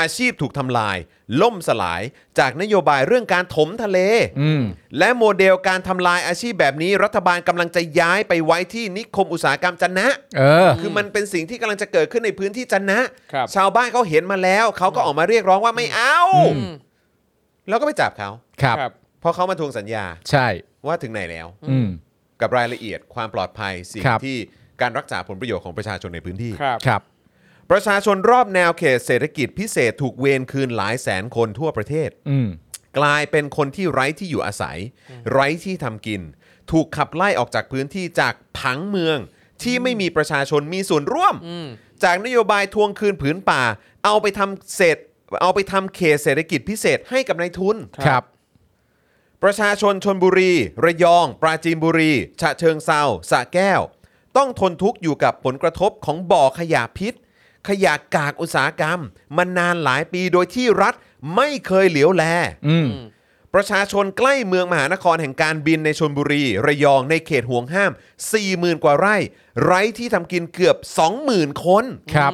อาชีพถูกทำลาย ล่มสลายจากนโยบายเรื่องการถมทะเล
อืม
และโมเดลการทำลายอาชีพแบบนี้ รัฐบาลกำลังจะย้ายไปไว้ที่นิคมอุตสาหกรรมจันนะ
เออ
คือมันเป็นสิ่งที่กำลังจะเกิดขึ้นในพื้นที่จันนะ
ครับ
ชาวบ้านเขาเห็นมาแล้ว เขาก็ออกมาเรียกร้องว่าไม่เอา แล้วก็ไปจับเขา
ครับ
ครับ
เพราะเขามาทวงสัญญา
ใช่
ว่าถึงไหนแล้ว
อืม
กับรายละเอียดความปลอดภัยสิ่ง
ครับ
ที่การรักษาผลประโยชน์ของประชาชนในพื้นที่
ครับ
ครับ
ประชาชนรอบแนวเขตเศรษฐกิจพิเศษถูกเวรคืนหลายแสนคนทั่วประเทศ
อืม
กลายเป็นคนที่ไร้ที่อยู่อาศัย ไร้ที่ทำกิน ถูกขับไล่ออกจากพื้นที่จากผังเมือง ที่ไม่มีประชาชนมีส่วนร่วม จากนโยบายทวงคืนผืนป่า เอาไปทำเศษเอาไปทำเขตเศรษฐกิจพิเศษให้กับนายทุน
ครับ
ประชาชนชนบุรี ระยอง ปราจีนบุรี ฉะเชิงเซาสระแก้ว ต้องทนทุกข์อยู่กับผลกระทบของบ่อขยะพิษ ขยะกากอุตสาหกรรม มานานหลายปีโดยที่รัฐไม่เคยเหลียวแล
อืม
ประชาชนใกล้เมืองมหานครแห่งการบินในชนบุรี ระยองในเขตห่วงห้าม 40,000 กว่าไร่ ไร่ที่ทำกินเกือบ 20,000 คน
ครับ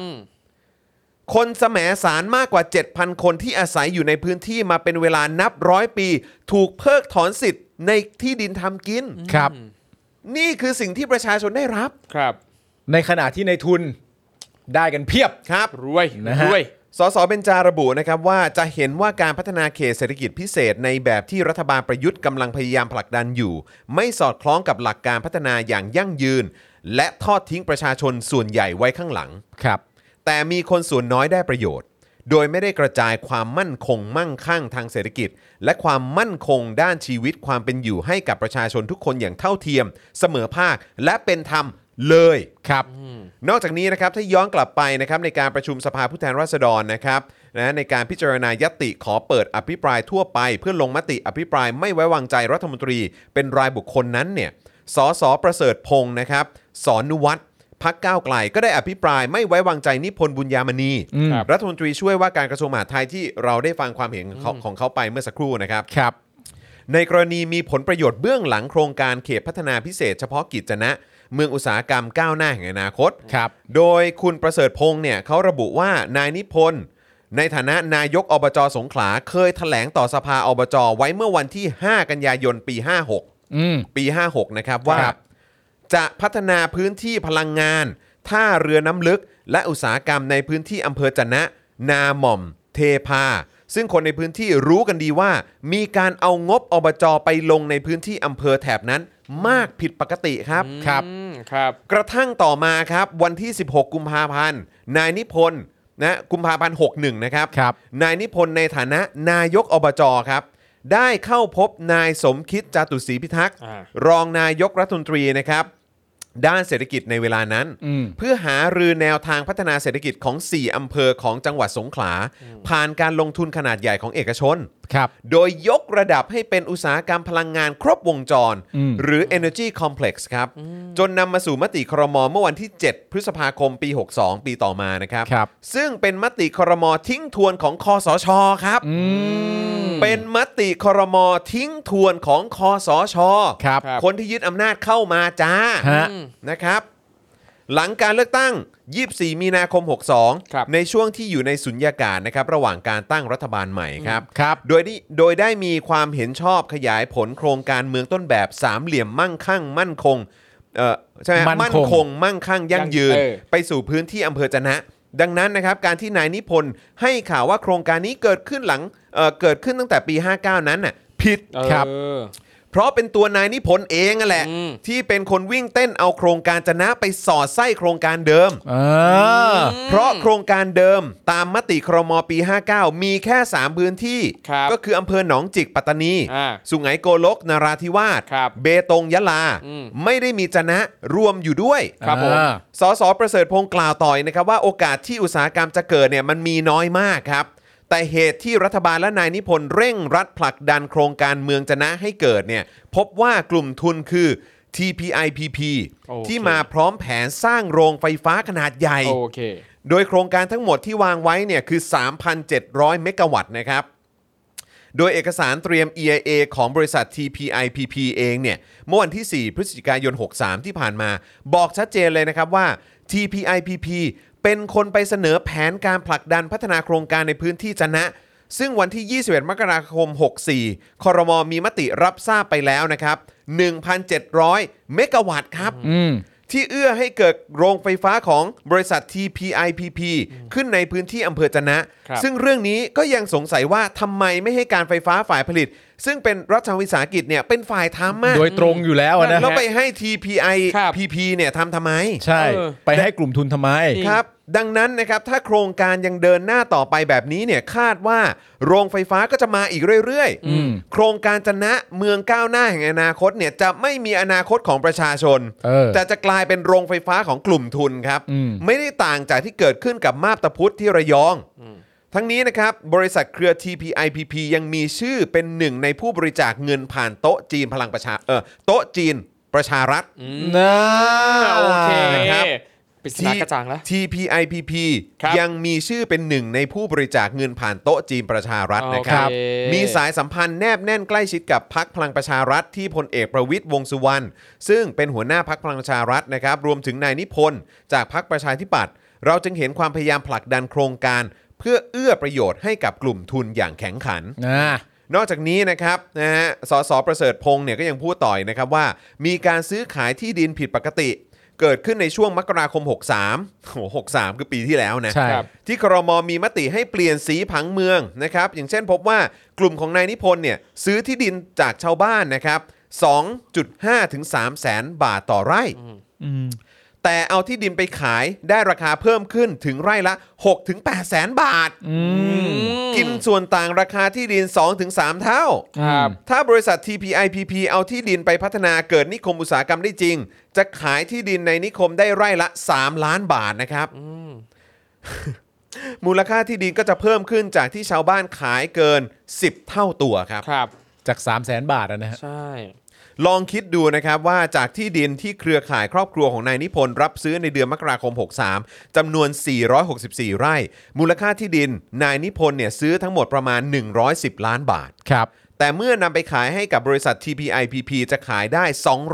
คนแสมสารมากกว่า 7,000 คนที่อาศัยอยู่ในพื้นที่มาเป็นเวลานับร้อยปี ถูกเพิกถอนสิทธิ์ในที่ดินทำกิน
ครับ
นี่คือสิ่งที่ประชาชนได้รับ
ครับ
ในขณะที่ในทุนได้กันเพียบ
ครับ
รวย
นะฮะ
รวย
สสเบญจาระบุนะครับว่าจะเห็นว่าการพัฒนาเขตเศรษฐกิจพิเศษในแบบที่รัฐบาลประยุทธ์กำลังพยายามผลักดันอยู่ ไม่สอดคล้องกับหลักการพัฒนาอย่างยั่งยืน และทอดทิ้งประชาชนส่วนใหญ่ไว้ข้างหลัง
ครับ
แต่มีคนส่วนน้อยได้ประโยชน์ โดยไม่ได้กระจายความมั่นคงมั่งคั่งทางเศรษฐกิจ และความมั่นคงด้านชีวิตความเป็นอยู่ให้กับประชาชนทุกคนอย่างเท่าเทียม เสมอภาคและเป็นธรรมเลย
ครับ
นอกจากนี้นะครับถ้าย้อนกลับไปนะครับในการประชุมสภาผู้แทนราษฎรนะครับนะในการพิจารณายตติขอเปิดอภิปรายทั่วไป เพื่อลงมติอภิปรายไม่ไว้วางใจรัฐมนตรี เป็นรายบุคคลนั้นเนี่ยสสประเสริฐพงศ์นะครับสอนนุวัฒน์พักก้าวไกลก็ได้อภิปรายไม่ไว้วางใจนิพนธ์บุญญามณี
อืม
ครับรัฐมนตรีช่วยว่าการกระทรวงมหาดไทยที่เราได้ฟังความเห็นของของเขาไปเมื่อสักครู่นะครับ
ครับ
ในกรณีมีผลประโยชน์เบื้องหลังโครงการเขตพัฒนาพิเศษเฉพาะกิจจะนะ เมืองอุตสาหกรรมก้าวหน้าแห่งอนาคต
ครับ
โดยคุณประเสริฐพงษ์เนี่ยเขาระบุว่านายนิพนธ์ในฐานะนายกอบจสงขลาเคยถแถลงต่อสภาอบจไว้เมื่อวันที่ 5 กันยายนปี
อืม
56 ปี 56 นะครับว่า
ครับ
จะพัฒนาพื้นที่พลังงาน ท่าเรือน้ำลึก และอุตสาหกรรมในพื้นที่อำเภอจะนะ นาหม่อม เทพา ซึ่งคนในพื้นที่รู้กันดีว่า มีการเอางบอบจไปลงในพื้นที่อำเภอแถบนั้น มากผิดปกติครับ
ครับ
อืมครับ
กระทั่งต่อมาครับ วันที่ 16 กุมภาพันธ์นายนิพนธ์นะกุมภาพันธ์61 นะครับ
ครับ
นายนิพนธ์ในฐานะนายกอบจครับ ได้เข้าพบนายสมคิดจาตุศรีพิทักษ์
อ่าร
องนายกรัฐมนตรีนะครับ ด้านเศรษฐกิจในเวลานั้น
อืม
เพื่อหารือแนวทางพัฒนาเศรษฐกิจของ 4 อำเภอของจังหวัดสงขลา ผ่านการลงทุนขนาดใหญ่ของเอกชน
ครับ
โดยยกระดับให้เป็นอุตสาหกรรมพลังงานครบวงจร
อืม
หรือ Energy Complex ครับ จนนำมาสู่มติครมเมื่อวันที่ 7 พฤษภาคมปี 62 ปีต่อมานะครับ
ครับ
ซึ่งเป็นมติครมทิ้งทวนของคอสชครับ เป็นมติครมทิ้งทวนของคอสช
ครับ
คนที่ยึดอำนาจเข้ามาจ้า
ฮะ
นะครับ หลังการเลือกตั้ง 24 มีนาคม
ครับ
62 ในช่วงที่อยู่ในสุญญากาศนะครับ ระหว่างการตั้งรัฐบาลใหม่ครับ
ครับ
โดยที่โดยได้มีความเห็นชอบขยายผลโครงการเมืองต้นแบบสามเหลี่ยมมั่งคั่ง มั่นคงเอ่อใช่ไหม
มั่
มั่
น
น
คง
คง มั่งคั่งยั่งยืน
เออ
ไปสู่พื้นที่อำเภอจะนะ ดังนั้นนะครับ การที่นายนิพนธ์ให้ข่าวว่าโครงการนี้เกิดขึ้นหลังเอ่อเกิดขึ้นตั้งแต่ปี 59 นั้นน่ะผิด
เออ
ครับ
เพราะเป็นตัวนายนิพนธ์เองนั่นแหละ
อืม
ที่เป็นคนวิ่งเต้นเอาโครงการจะนะไปสอดไส้โครงการเดิม
เออ
เพราะโครงการเดิมตามมติครมปี 59 มีแค่ 3 พื้นที่
ครับ
ก็คืออำเภอหนองจิกปัตตานี
อ่า
สุไหงโกลกนราธิวาส
ครับ
เบตงยะลา
อืม
ไม่ได้มีจะนะรวมอยู่ด้วย
ครับผม
อ่า
สสประเสริฐพงศ์กล่าวต่อยนะครับว่าโอกาสที่อุตสาหกรรมจะเกิดเนี่ยมันมีน้อยมากครับ แต่เหตุที่รัฐบาลและนายนิพนธ์เร่งรัดผลักดันโครงการเมืองจะนะให้เกิดเนี่ยพบว่ากลุ่มทุนคือ TPIPP
โอเค
ที่มาพร้อมแผนสร้างโรงไฟฟ้าขนาดใหญ่
โอเค
โดยโครงการทั้งหมดที่วางไว้เนี่ยคือ 3,700 เมกะวัตต์นะครับ โดยเอกสารเตรียม EIA ของบริษัท TPIPP เองเนี่ย เมื่อวันที่ 4 พฤศจิกายน 63 ที่ผ่านมา บอกชัดเจนเลยนะครับว่า TPIPP เป็นคนไปเสนอแผนการผลักดันพัฒนาโครงการในพื้นที่จะนะ ซึ่งวันที่ 21 มกราคม 64 ครมมีมติรับทราบไปแล้วนะครับ 1,700 เมกะวัตต์ครับ
อืม
ที่เอื้อให้เกิดโรงไฟฟ้าของบริษัท TPIPP ขึ้นในพื้นที่อำเภอจะนะ
ครับ
ซึ่งเรื่องนี้ก็ยังสงสัยว่าทำไมไม่ให้การไฟฟ้าฝ่ายผลิต ซึ่งเป็นรัฐวิสาหกิจเนี่ยเป็นฝ่ายทำมา
โดยตรงอยู่แล้วนะ
แล้ว
ฮะ
ไปให้ TPIPP เนี่ยทำทำไม
ใช่
เออ
ไปให้กลุ่มทุนทำไม
ครับ ดังนั้นนะครับถ้าโครงการยังเดินหน้าต่อไปแบบนี้เนี่ยคาดว่าโรงไฟฟ้าก็จะมาอีกเรื่อย
อืม
ๆ โครงการจะนะเมืองก้าวหน้าแห่งอนาคตเนี่ยจะไม่มีอนาคตของประชาชน
เออ
แต่จะกลายเป็นโรงไฟฟ้าของกลุ่มทุนครับ
อืม
ไม่ได้ต่างจากที่เกิดขึ้นกับมาบตาพุธที่ระยอง ทั้งนี้นะครับ บริษัทเครือ TPIPP ยังมีชื่อเป็นหนึ่งในผู้บริจาคเงินผ่านโต๊ะจีนพลังประชาเออโต๊ะจีนประชารัฐ
นะ
อ่าโอเค
ครับ
ปริศนากระจ่างแล้ว
TPIPP
ครับ
ยังมีชื่อเป็นหนึ่งในผู้บริจาคเงินผ่านโต๊ะจีนประชารัฐนะครับ
โอเค
มีสายสัมพันธ์แนบแน่นใกล้ชิดกับพักพลังประชารัฐที่พลเอกประวิตยวงษ์สุวรรณซึ่งเป็นหัวหน้าพักพลังประชารัฐนะครับ รวมถึงนายนิพนธ์จากพักประชาธิปัตย์เราจึงเห็นความพยายามผลักดันโครงการ เพื่อเอื้อประโยชน์ให้กับกลุ่มทุนอย่างแข็งขัน
นะ
นอกจากนี้นะครับนะฮะสสประเสริฐพงษ์เนี่ยก็ยังพูดต่อยนะครับว่า มีการซื้อขายที่ดินผิดปกติ เกิดขึ้นในช่วงมกราคม 63โอ้โห63 คือปีที่แล้วนะ
ใช่
ครับที่ครมมีมติให้เปลี่ยนสีผังเมืองนะครับ อย่างเช่นพบว่ากลุ่มของนายนิพนธ์เนี่ยซื้อที่ดินจากชาวบ้านนะครับ 2.5 ถึง 3 แสนบาทต่อไร่ แต่เอาที่ดินไปขายได้ราคาเพิ่มขึ้นถึงไร่ละ 6 ถึง 8 แสนบาท กินส่วนต่างราคาที่ดิน 2-3 เท่า
ครับ
ถ้าบริษัท TPIPP เอาที่ดินไปพัฒนาเกิดนิคมอุตสาหกรรมได้จริง จะขายที่ดินในนิคมได้ไร่ละ 3 ล้านบาทนะครับ [laughs] มูลค่าที่ดินก็จะเพิ่มขึ้นจากที่ชาวบ้านขายเกิน 10 เท่าตัวครับ
ครับ
จาก3 0 0แสนบาทอะนะฮะ
ใช่
ลองคิดดูนะครับว่าจากที่ดินที่เครือข่ายครอบครัวของนายนิพนธ์รับซื้อในเดือนมกราคม 63จำนวน 464 ไร่ มูลค่าที่ดินนายนิพนธ์เนี่ยซื้อทั้งหมดประมาณ 110 ล้านบาท
ครับ
แต่เมื่อนำไปขายให้กับบริษัท TPIPP จะขายได้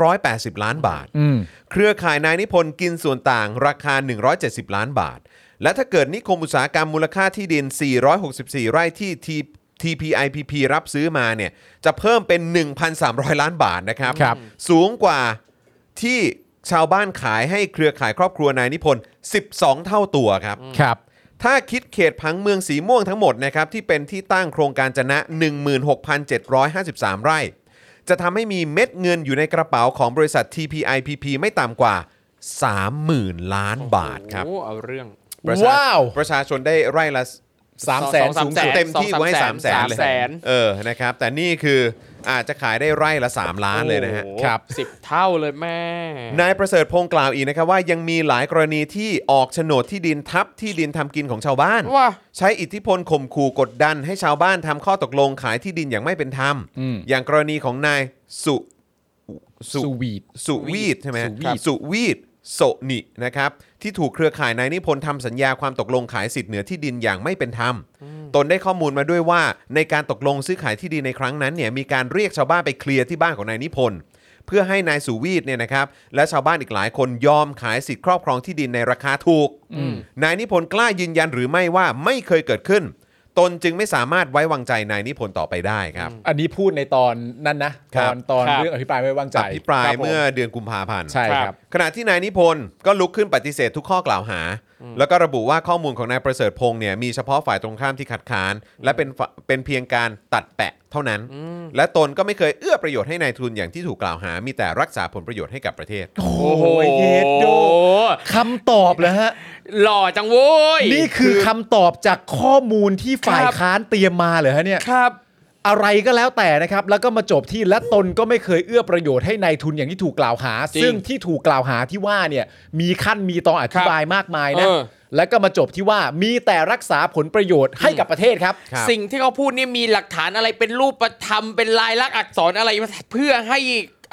280 ล้านบาท
อืม
เครือข่ายนายนิพนธ์กินส่วนต่างราคา 170 ล้านบาท และถ้าเกิดนิคมอุตสาหกรรมมูลค่าที่ดิน 464 ไร่ที่ T- TPIPP รับซื้อมาเนี่ย จะเพิ่มเป็น 1,300 ล้านบาทนะครับ
ครับ
สูงกว่าที่ชาวบ้านขายให้เครือข่ายครอบครัวนายนิพนธ์ 12 เท่าตัวครับ
ครับ
ถ้าคิดเขตผังเมืองสีม่วงทั้งหมดนะครับที่เป็นที่ตั้งโครงการจะนะ 16,753 ไร่ จะทำให้มีเม็ดเงินอยู่ในกระเป๋าของบริษัท TPIPP ไม่ต่ำกว่า 30,000 ล้านบาทครับ
โอ้ เอาเรื่อง
ประชา
ว้าว
ประชาชนได้ไร่ละ
สามแส
ส
น
องสาม
สูง
แส
สุด
น
เต็มที่ไว้
ส
3
อ
0
ง
0
สาม
0 0
แส
เล
น
ยเออนะครับแต่นี่คืออาจจะขายได้ไร่ละ 3 ล้านเลยนะฮะ
โอ้โหสิบเท่าเลยแม่
นายประเสริฐพงศ์กล่าวอีกนะครับว่ายังมีหลายกรณีที่ออกโฉนดที่ดินทับที่ดินทำกินของชาวบ้าน
ว่า
ใช้อิทธิพลข่มขู่กดดันให้ชาวบ้านทำข้อตกลงขายที่ดินอย่างไม่เป็นธรรม อย่างกรณีของนายสุ
สวีท
สุวีดใช่ไหม
สุวีท
ครับสุวีดโสนินะครับ ที่ถูกเครือข่ายนายนิพนธ์ทำสัญญาความตกลงขายสิทธิ์เหนือที่ดินอย่างไม่เป็นธรรม ตนได้ข้อมูลมาด้วยว่า ในการตกลงซื้อขายที่ดินในครั้งนั้นเนี่ยมีการเรียกชาวบ้านไปเคลียร์ที่บ้านของนายนิพนธ์เพื่อให้นายสุวีทเนี่ยนะครับ และชาวบ้านอีกหลายคนยอมขายสิทธิ์ครอบครองที่ดินในราคาถูกนายนิพนธ์กล้ายืนยันหรือไม่ว่าไม่เคยเกิดขึ้น ตนจึงไม่สามารถไว้วางใจนายนิพนธ์ต่อไปได้ครับ
อันนี้พูดในตอนนั้นนะ
ครั
ต
บ
อนตอน
ครับ
เรื่องอภิปรายไม่ไว้วางใจ
จับพิปราย
ครับผ
เมื่อเดือนกุมภาพันธ์
ใช่ค
ครั
รับ
บ
ขณะที่นายนิพนธ์ก็ลุกขึ้นปฏิเสธทุกข้อกล่าวหา แล้วก็ระบุว่าข้อมูลของนายประเสริฐพงษ์เนี่ยมีเฉพาะฝ่ายตรงข้ามที่ขัดขาน และเป็นฝ่าเป็นเพียงการตัดแปะเท่านั้น และตนก็ไม่เคยเอื้อประโยชน์ให้นายทุนอย่างที่ถูกกล่าวหา มีแต่รักษาผลประโยชน์ให้กับประเทศ
โอ้โห
โอ้โห
เย็ดโดคำตอบเลยฮะ
หล่อจังโว้ย
นี่คือคำตอบจากข้อมูลที่ฝ่าย
ครับ
ค้านเตรียมมาเลยฮะเนี่ย
ครับ
อะไรก็แล้วแต่นะครับ แล้วก็มาจบที่และตนก็ไม่เคยเอื้อประโยชน์ให้ในายทุนอย่างที่ถูกกล่าวหา
จริง
ซึ่งที่ถูกกล่าวหาที่ว่าเนี่ยมีขั้นมีตอนอธิบายมากมายนะ
เออ
แล้วก็มาจบที่ว่ามีแต่รักษาผลประโยชน์ให้กับประเทศครับ
ครับ
สิ่งที่เขาพูดเนี่ยมีหลักฐานอะไรเป็นรูปธรรมเป็นลายลักษณ์อักษรอะไรเพื่อให้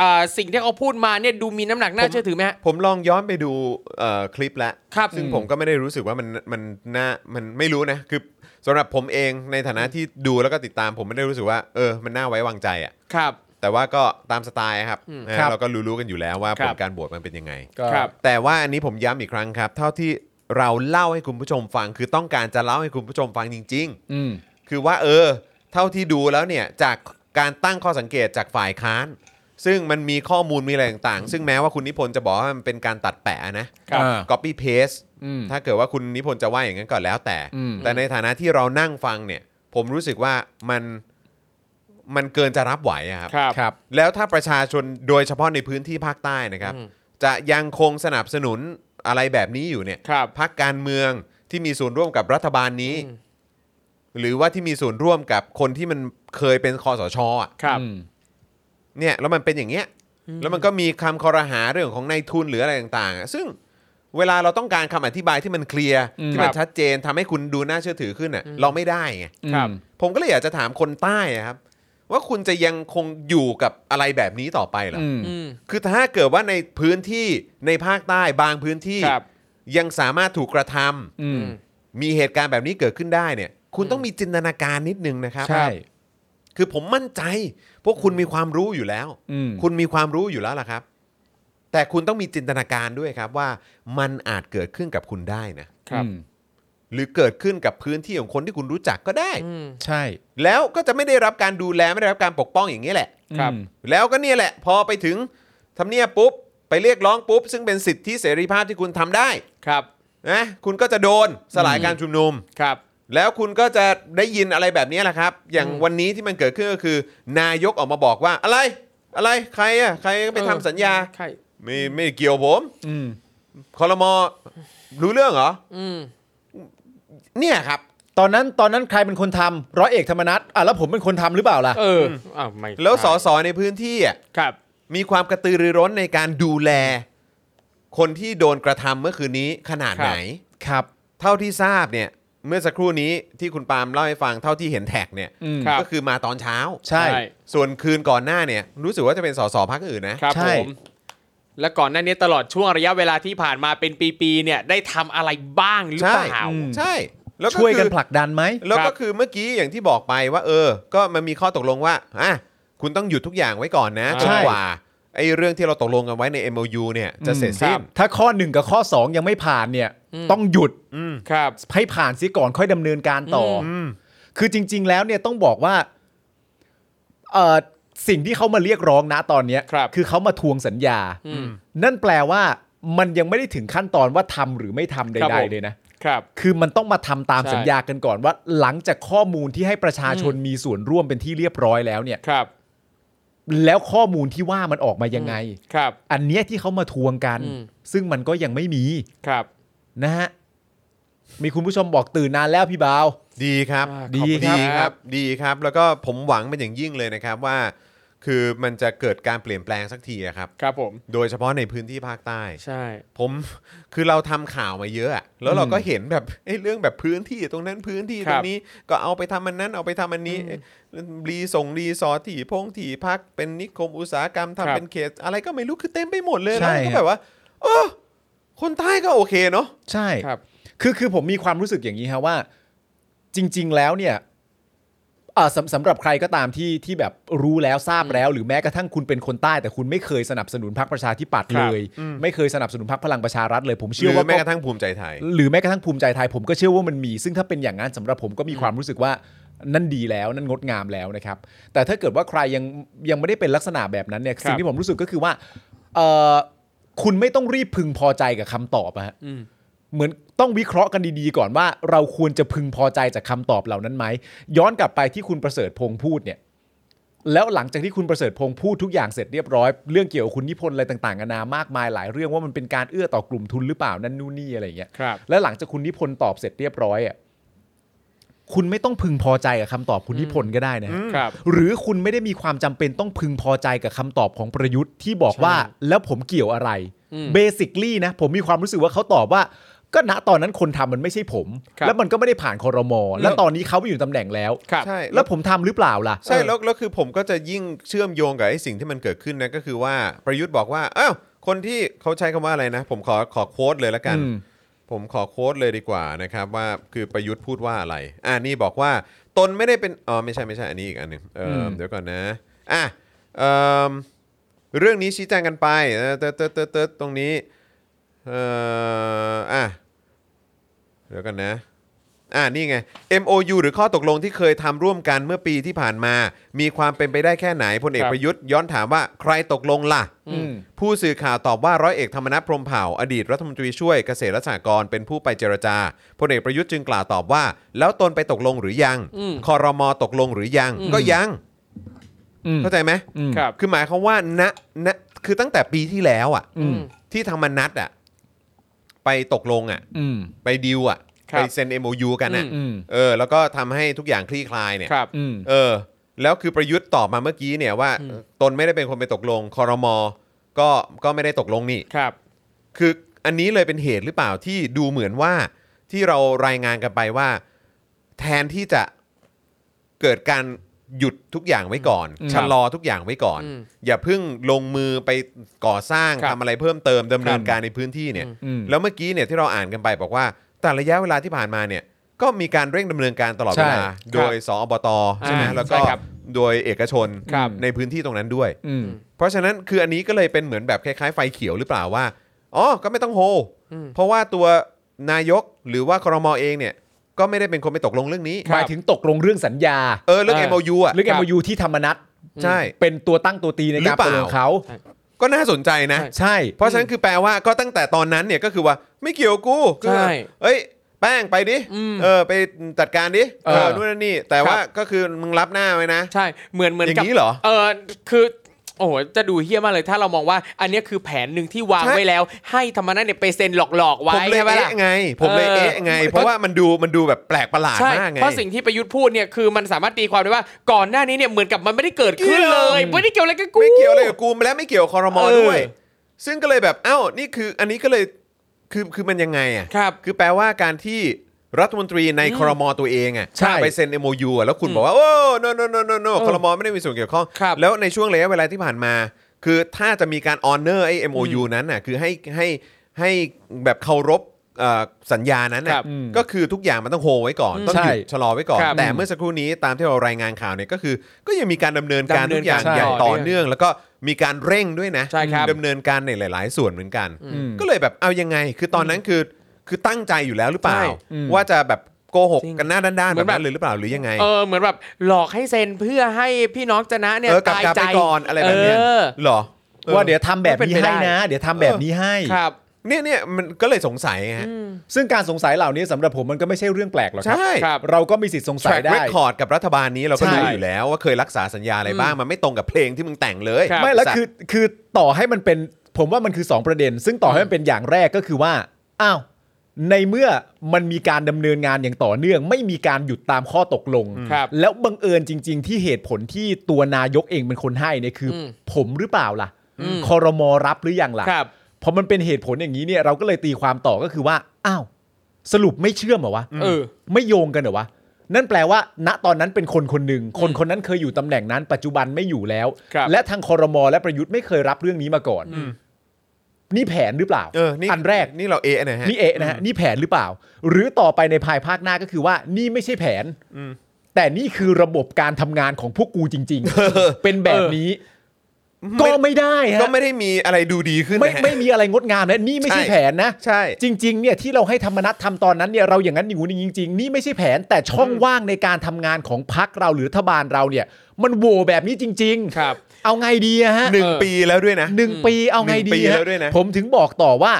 อ่าสิ่งที่เขาพูดมาเนี่ยดูมีน้ำหนักน่าเชื่อถือไหมฮะ
ผมลองย้อนไปดูเอ่อคลิปแล้ว
ครับ
ซึ่ง
อืม
ผมก็ไม่ได้รู้สึกว่ามันมันน่ามันไม่รู้นะคือสำหรับผมเองในฐานะที่ดูแล้วก็ติดตามผมไม่ได้รู้สึกว่าเออมันน่าไว้วางใจอะ
ครับ
แต่ว่าก็ตามสไตล์ครับนะครับ เราก็รู้ๆกันอยู่แล้วว่า
ค
ผ
รั
ล
บ
การบวชมันเป็นยังไง
ก็
ครับ
แต่ว่าอันนี้ผมย้ำอีกครั้งครับ เท่าที่เราเล่าให้คุณผู้ชมฟัง คือต้องการจะเล่าให้คุณผู้ชมฟังจริง
อืม
ๆ คือว่าเออ เท่าที่ดูแล้วเนี่ยจากการตั้งข้อสังเกตจากฝ่ายค้าน ซึ่งมันมีข้อมูลมีอะไรต่างๆ ซึ่งแม้ว่าคุณนิพนธ์จะบอกว่ามันเป็นการตัดแปะนะครับ
อ่า
ก๊อปปี้เพส
อืม
ถ้าเกิดว่าคุณนิพนธ์จะว่าอย่างนั้นก็แล้วแต่
อืม
แต่ในฐานะที่เรานั่งฟังเนี่ย ผมรู้สึกว่ามันมันเกินจะรับไหวอะครับ
ครับ
ครับ
แล้วถ้าประชาชนโดยเฉพาะในพื้นที่ภาคใต้นะครับ
อืม
จะยังคงสนับสนุนอะไรแบบนี้อยู่เนี่ย
ครับ
พักการเมืองที่มีส่วนร่วมกับรัฐบาลนี้
อืม
หรือว่าที่มีส่วนร่วมกับคนที่มันเคยเป็นคอสชอะ
ครับ
อืม
เนี่ยแล้วมันเป็นอย่างเงี้ยแล้วมันก็มีคำคอรหาเรื่องของนายทุนหรืออะไรต่างๆอะซึ่งเวลาเราต้องการคำอธิบายที่มันเคลียร์
อืม
ที่มั
คน รับ
ชัดเจนทำให้คุณดูน่าเชื่อถือขึ้นอ่ะเราไม่ได้ไง
ครับ
ผมก็เลยอยากจะถามคนใต้อะครับ ว่าคุณจะยังคงอยู่กับอะไรแบบนี้ต่อไปเหรออ
อืม
อืม
คือถ้าเกิดว่าในพื้นที่ในภาคใต้บางพื้นที่
ครับ
ยังสามารถถูกกระทำ
อืม
มีเหตุการณ์แบบนี้เกิดขึ้นได้เนี่ย คุณต้องมีจินตนาการนิดนึงนะครับ
ใช่
คือผมมั่นใจ พวกคุณมีความรู้อยู่แล้ว
อืม
คุณมีความรู้อยู่แล้วล่ะครับ แต่คุณต้องมีจินตนาการด้วยครับว่ามันอาจเกิดขึ้นกับคุณได้นะครับ
อืม
หรือเกิดขึ้นกับพื้นที่ของคนที่คุณรู้จักก็ได้
อืม
ใช่
แล้วก็จะไม่ได้รับการดูแลไม่ได้รับการปกป้องอย่างนี้แหละ
ครับ
อืม
แล้วก็เนี่ยแหละ พอไปถึงทำเนียบปุ๊บ ไปเรียกร้องปุ๊บ ซึ่งเป็นสิทธิเสรีภาพที่คุณทำได้
ครับ
นะคุณก็จะโดนสลายการชุมนุม
ครับ
แล้วคุณก็จะได้ยินอะไรแบบนี้แหละครับ อย่างวันนี้ที่มันเกิดขึ้นก็คือ นายกออกมาบอกว่าอะไรอะไรใครอ่ะใครไปทำสัญญา
ใคร
ไม่ไม่เกี่ยวผม
อืม
คอรมอรู้เรื่องเหรอ
อืม
เนี่ยครับ
ตอนนั้นตอนนั้นใครเป็นคนทำร้อยเอกธรรมนัฐอ่ะแล้วผมเป็นคนทำหรือเปล่าล่ะ
เอออ้าวไม่
แล้วสสในพื้นที่อ่ะ
ครับ
มีความกระตือรือร้นในการดูแล คนที่โดนกระทำเมื่อคืนนี้ขนาดไหน
ครับ
เท่าที่ทราบเนี่ย เมื่อสักครู่นี้ที่คุณปาล์มเล่าให้ฟังเท่าที่เห็นแท็กเนี่ย
อืม
ครับ
ก็คือมาตอนเช้า
ใช่
ส่วนคืนก่อนหน้าเนี่ย รู้สึกว่าจะเป็นสสพักอื่นนะ
ครับ
ใช่
ผม และก่อนหน้านี้ตลอดช่วงระยะเวลาที่ผ่านมาเป็นปีๆเนี่ยได้ทำอะไรบ้างหรือ
ใช่
เปล่า
อืม
ใช่แล้วก็
ช่วยกัน
คือ
ผลักดันไหม
แล้ว
ครั
ก็
บ
คือเมื่อกี้อย่างที่บอกไปว่า เออ ก็มันมีข้อตกลงว่าอ่ะคุณต้องหยุดทุกอย่างไว้ก่อนนะจ
ใช่
นกว่าไอ้เรื่องที่เราตกลงกันไว้ใน MOU เนี่ยจะเสร็จสิ้น
ถ้าข้อ 1 กับข้อ 2 ยังไม่ผ่านเนี่ย ต้องหยุด
อืม
ครับ
ให้ผ่านเสียก่อนค่อยดำเนินการต่ออ
ม
คือจริง ๆ แล้วเนี่ยต้องบอกว่าเอ่อสิ่งที่เขามาเรียกร้องนะตอนเนี้ย
ครับ
อเขามาทวงสัญญา นั่นแปลว่ามันยังไม่ได้ถึงขั้นตอนว่าทำหรือไม่ทำ
ครับ
ใด
ผม
ๆเลยนะ
ครับ
คือมันต้องมาทำตาม
ใช่
สัญญากันก่อนว่า หลังจากข้อมูลที่ให้ประชาชนมีส่วนร่วมเป็นที่เรียบร้อยแล้วเนี่ย
ครับ
แล้วข้อมูลที่ว่ามันออกมายังไง
ครับ
อันเนี้ยที่เขามาทวงกัน
อืม
ซึ่งมันก็ยังไม่มี
ครับ
นะฮะ มีคุณผู้ชมบอกตื่นนานแล้วพี่บาว
ดีครับ
อ่า
ดี
ขอบคุณ
ดีค
ค
รั
รับ บ
ดีครับ แล้วก็ผมหวังเป็นอย่างยิ่งเลยนะครับว่า คือมันจะเกิดการเปลี่ยนแปลงสักทีอะครับ
ครับผม
โดยเฉพาะในพื้นที่ภาคใต้
ใช่
ผมคือเราทำข่าวมาเยอะอะแล้วเราก็เห็นแบบไอ้เรื่องแบบพื้นที่ตรงนั้นพื้นที่
ค
ตร
รับ
งนี้ก็เอาไปทำมันนั้นเอาไปทำมันนี้รีส่งรีสอร์ทที่พงที่พักเป็นนิคมอุตสาหกรรมทำ
ครับ
เป็นเขตอะไรก็ไม่รู้คือเต็มไปหมดเลย
ใช่
แล้วก็
ฮะ
แบบว่าเออคนใต้ก็โอเคเนาะ
ใช่
ครับ
คือคือผมมีความรู้สึกอย่างนี้ครับว่า จริง ๆ แล้วเนี่ยเอ่อสำสำหรับใครก็ตามที่ที่แบบรู้แล้วทราบแล้ว หรือแม้กระทั่งคุณเป็นคนใต้ แต่คุณไม่เคยสนับสนุนพรรคประชาธิปัตย์
ครั
เล
บ
ย ไม่เคยสนับสนุนพรรคพลังประชารัฐเลยผม
หรื
เชื่อ
อ
ว่า
แม้
ก็
กระทั่งภูมิใจไทย
หรือแม้กระทั่งภูมิใจไทยผมก็เชื่อว่ามันมี ซึ่งถ้าเป็นอย่างนั้นสำหรับผมก็มีความรู้สึกว่านั่นดีแล้วนั่นงดงามแล้วนะครับ แต่ถ้าเกิดว่าใครยังยังไม่ได้เป็นลักษณะแบบนั้นเนี่ย
ครับ
สิ่งที่ผมรู้สึกก็คือว่าเอ่อคุณไม่ต้องรีบพึงพอใจกับคำตอบอะฮะ
อืม
เหมือนต้องวิเคราะห์กันดีๆก่อนว่า เราควรจะพึงพอใจจากคำตอบเหล่านั้นไหมย้อนกลับไปที่คุณประเสริฐพงษ์พูดเนี่ย แล้วหลังจากที่คุณประเสริฐพงษ์พูดทุกอย่างเสร็จเรียบร้อย เรื่องเกี่ยวกับคุณนิพนธ์อะไรต่างๆนานามากมายหลายเรื่องว่ามันเป็นการเอื้อต่อกลุ่มทุนหรือเปล่านั่นนู่นนี่อะไรอย่างเงี้ย
ครับ
แล้วหลังจากคุณนิพนธ์ตอบเสร็จเรียบร้อยอ่ะคุณไม่ต้องพึงพอใจกับคำตอบคุณนิพนธ์ก็ได้นะฮะ
ครับ
หรือคุณไม่ได้มีความจำเป็นต้องพึงพอใจกับคำตอบของประยุทธ์ที่บอกว่า
ใช่
แล้วผมเกี่ยวอะไร
อืม
เบสิคลี่นะ ผมมีความรู้สึกว่าเขาตอบว่า ก็ณตอนนั้นคนทำมันไม่ใช่ผม
ครับ
แล้วมันก็ไม่ได้ผ่านคอรมอและ
อืม
ตอนนี้เขาไปอยู่ตำแหน่งแล้ว
ครับ
ใช่
แล้วผมทำหรือเปล่าล่ะ
ใช่แล้วแล้วคือผมก็จะยิ่งเชื่อมโยงกับไอ้สิ่งที่มันเกิดขึ้นนะก็คือว่าประยุทธ์บอกว่าอ้าวคนที่เขาใช้คำว่าอะไรนะ ผมขอขอโค้ดเลยละกัน
อืม
ผมขอโค้ดเลยดีกว่านะครับว่าคือประยุทธ์พูดว่าอะไร อ่านี่บอกว่าตนไม่ได้เป็นอ๋อไม่ใช่ไม่ใช่อันนี้อีกอันหนึ่งเอออเดี๋ยวก่อนนะอ่ะเอมเรื่องนี้ชี้แจงกันไปเออเติร์ดเติร์ดเติร์ดเติร์ดตรงนี้เอออ่ะเดี๋ยวกันนะ อ่านี่ไง MOU หรือข้อตกลงที่เคยทำร่วมกันเมื่อปีที่ผ่านมา มีความเป็นไปได้แค่ไหนพลเอก
ครับ
ประยุทธ์ย้อนถามว่าใครตกลงล่ะ
อืม
ผู้สื่อข่าวตอบว่าร้อยเอกธรรมนัฐพรหมเผ่า อดีตรัฐมนตรีช่วยเกษตรและสหกรณ์เป็นผู้ไปเจรจาพลเอกประยุทธ์จึงกล่าวตอบว่า แล้วตนไปตกลงหรือยัง
อืม
คอรมอตกลงหรือยัง ก็ยัง
อืม
เข้าใจไหม
อืม
ครับ
คือหมายความว่าณณคือตั้งแต่ปีที่แล้วอ่ะ
อืม
ที่ธรรมนัฐอ่ะ ไปตกลงอ่ะ
อืม
ไปดิวอ่ะ
ครับ
ไปเซ็น MOU กันอ่ะ
อืม
เออ แล้วก็ทำให้ทุกอย่างคลี่คลายเนี่ย
ครับ
อืม
เออ แล้วคือประยุทธ์ตอบมาเมื่อกี้เนี่ยว่า
อืม
ตนไม่ได้เป็นคนไปตกลงคอรมอก็ก็ไม่ได้ตกลงนี่
ครับ
คืออันนี้เลยเป็นเหตุหรือเปล่าที่ดูเหมือนว่าที่เรารายงานกันไปว่า แทนที่จะเกิดการหยุดทุกอย่างไว้ก่อน
อืม
ชะลอทุกอย่างไว้ก่อน
อืม
อย่าเพิ่งลงมือไปก่อสร้าง
ครับ
ทำอะไรเพิ่มเติมดำเนินการในพื้นที่เนี่ย
อืม
อืม
แล้วเมื่อกี้เนี่ยที่เราอ่านกันไปบอกว่า แต่ระยะเวลาที่ผ่านมาเนี่ย ก็มีการเร่งดำเนินการตลอดเวลา
ใช่
โดยสอบตใช่ไหม
อ่า
แล้วก็
ใช่ครับ
โดยเอกชน
ครับ
ในพื้นที่ตรงนั้นด้วย
อืม
เพราะฉะนั้นคืออันนี้ก็เลยเป็นเหมือนแบบคล้ายๆไฟเขียวหรือเปล่าว่าอ๋อก็ไม่ต้องโฮ
อืม
เพราะว่าตัวนายกหรือว่าครมอเองเนี่ย ก็ไม่ได้เป็นคนไปตกลงเรื่องนี้
ครับ
หมายถึงตกลงเรื่องสัญญา
เออเรื่อง
เออ
MOU อ่ะ
เรื่อง MOU ที่ธรรมนัต
ใช่
เป็นตัวตั้งตัวตีในการประเมินเขา
ก็น่าสนใจนะ
ใช่
ใช่
เพราะฉะนั้นคือแปลว่าก็ตั้งแต่ตอนนั้นเนี่ยก็คือว่าไม่เกี่ยวกู
ใช่
เอ้ย แป้งไปดิ
อืม
เออ ไปจัดการดิ
เออ
นู่นนนนี่ แต่
ครับ
ว่าก็คือมึงรับหน้าไว้นะ
ใช่ เหมือนเหมือน
อย่า
กับ
งนี้เหรอ
เออคือ โอ้โห จะดูเฮี้ยมากเลยถ้าเรามองว่า อันเนี้ยคือแผนหนึ่งที่วาง
ใช่
ไว้แล้ว ให้ธรรมนัตเนี่ยไปเซ็นหลอกๆไว้
ผมเลย
ใช่ไหมล่ะ
เอ๊ะไง ผมเลย
เออ
เอ๊ะไง เพราะว่ามันดูมันดูแบบแปลกประหลาด
ใช่
มากไง
เพราะสิ่งที่ประยุทธ์พูดเนี่ยคือมันสามารถตีความได้ว่าก่อนหน้านี้เนี่ยเหมือนกับมันไม่ได้เกิดขึ้น
เกี่
เลย ยไม่ได้เกี่ยวอะไรกับกู
ไม่เกี่ยวอะไรกับกูและไม่เกี่ยวกับคอรมอ
เออ
ด้วย ซึ่งก็เลยแบบเอ้านี่คืออันนี้ก็เลยคือคือมันยังไงอ่ะ
ครับ
คือแปลว่าการที่รัฐมนตรีในคอรมอตัวเองอ่ะ
ใช่
ไปเซ็น MOU อ่ะแล้วคุณบอกว่าโอ้ no no no no no คอรมอไม่ได้มีส่วนเกี่ยวข้อง
ครับ
แล้วในช่วงระยะเวลาที่ผ่านมา คือถ้าจะมีการ honor ไอ้ MOU นั้นน่ะคือให้ให้ให้แบบเคารพเอ่อสัญญานั้น
ค
น่ะ
รับ
ก็คือทุกอย่างมันต้องโฮไว้ก่อนต้องหยุด
ใช่
ชะลอไว้ก่อน
ครับ
แต่เมื่อสักครู่นี้ตามที่เรารายงานข่าวเนี่ยก็คือ ก็ยังมีการดำเนินการทุกอย่าง
ดำเนินการ
อย่าง
ต่
ต่อ
อเนื่อง
เนื่อง แล้วก็มีการเร่งด้วยนะ
ใช่ครับ
ดำเนินการในหลาย ๆ ส่วนเหมือนกัน
อืม
ก็เลยแบบเอายังไง คือตอนนั้นคือคือตั้งใจอยู่แล้วหรือเปล่า
ใช่
อืม
ว่าจะแบบโกหก
จริง
กันหน้าด้านๆ
เห
แบบ
มือนแบบ
นั้นเลยหรือเปล่าหรือยังไง
เออเหมือนแบบหลอกให้เซ็นเพื่อให้พี่น้องจนะเนี่ย
เออกลับ
ตาย
กลับ
ใจ
ไปก่อนอะไรแบบเนี้ย
เออ
เหรอออ
ว่าเดี๋ยวทำแบบ
เป็น
นี้
ไปได้
ให้นะ เดี๋ยวทำแบบนี้ให้
ครับ
เนี่ยเนี่ยมันก็เลยสงสัยฮะ
ซึ่งการสงสัยเหล่านี้สำหรับผมมันก็ไม่ใช่เรื่องแปลกหรอกครั
ใช่
ครับ
เราก็มีสิทธิ์สงสัย
แ r ็ c
ได้
เรคคอร์ดกับรัฐบาลนี้เราก็
ใช่
รู้อยู่แล้วว่าเคยรักษาสัญญาอะไรบ้าง มันไม่ตรงกับเพลงที่มึงแต่งเลย
ครับ
ไม่แล้ว
สัต
คือคือต่อให้มันเป็นผมว่ามันคือ 2 ประเด็น ซึ่งต่อให้มันเป็นอย่างแรกก็คือว่าอ้าว ในเมื่อมันมีการดำเนินงานอย่างต่อเนื่อง ไม่มีการหยุดตามข้อตกลง
ครับ
แล้วบังเอิญจริง ๆ ที่เหตุผลที่ตัวนายกเองเป็นคนให้เนี่ยคืออ
ม
ผมหรือเปล่าล่ะ
อืม
คอรมอรับหรือยังล่ะ
ครับ
พอมันเป็นเหตุผลอย่างนี้เนี่ยเราก็เลยตีความต่อก็คือว่า อ้าว สรุปไม่เชื่อมเหรอวะ
เออ
ไม่โยงกันเหรอวะ นั่นแปลว่า ณตอนนั้นเป็นคนคนหนึ่งคนคนนั้นเคยอยู่ตำแหน่งนั้น ปัจจุบันไม่อยู่แล้ว
ครับ
และทางคอรมอและประยุทธ์ไม่เคยรับเรื่องนี้มาก่อน นี่แผนหรือเปล่า
เออนี่
นแรก
นี่เราเอะนะฮะ
นี่เอะนะฮะนี่แผนหรือเปล่า หรือต่อไปในภายภาคหน้าก็คือว่านี่ไม่ใช่แผนแต่นี่คือระบบการทำงานของพวกกูจริง ๆ เป็นแบบนี้ ก็ไม่ได้ฮะ
ก็ไม่ได้มีอะไรดูดีขึ้น
ไม่
นะฮะ
ไม่มีอะไรงดงามและนี่ไม่ใช่
ใช่
แผนนะ
ใช่
จริง ๆ เนี่ยที่เราให้ธรรมนัตทำตอนนั้นเนี่ยเราอย่างนั้นอย่างงู้นอย่างนี้จริง ๆ นี่ไม่ใช่แผนแต่ช่องว่างในการทำงานของพักเราหรือรัฐบาลเราเนี่ย มันโหวแบบนี้จริง ๆ
ครับ
เอาไงดีอะฮะ
หนึ่ง
เออ
ปีแล้วด้วยนะ
หนึ่งปีเอาไงดี
หนึ่งปี
ฮะ
แล้วด้วยนะ
ผมถึงบอกต่อว่า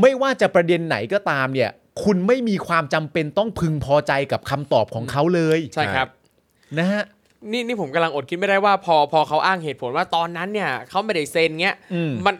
ไม่ว่าจะประเด็นไหนก็ตามเนี่ย คุณไม่มีความจำเป็นต้องพึงพอใจกับคำตอบของเขาเลย
ใช่ครับ
นะฮะ
นี่นี่ผมกำลังอดคิดไม่ได้ว่าพอพอเขาอ้างเหตุผลว่าตอนนั้นเนี่ยเขาไม่ได้เซ็นเงี้ย
อืม
มัน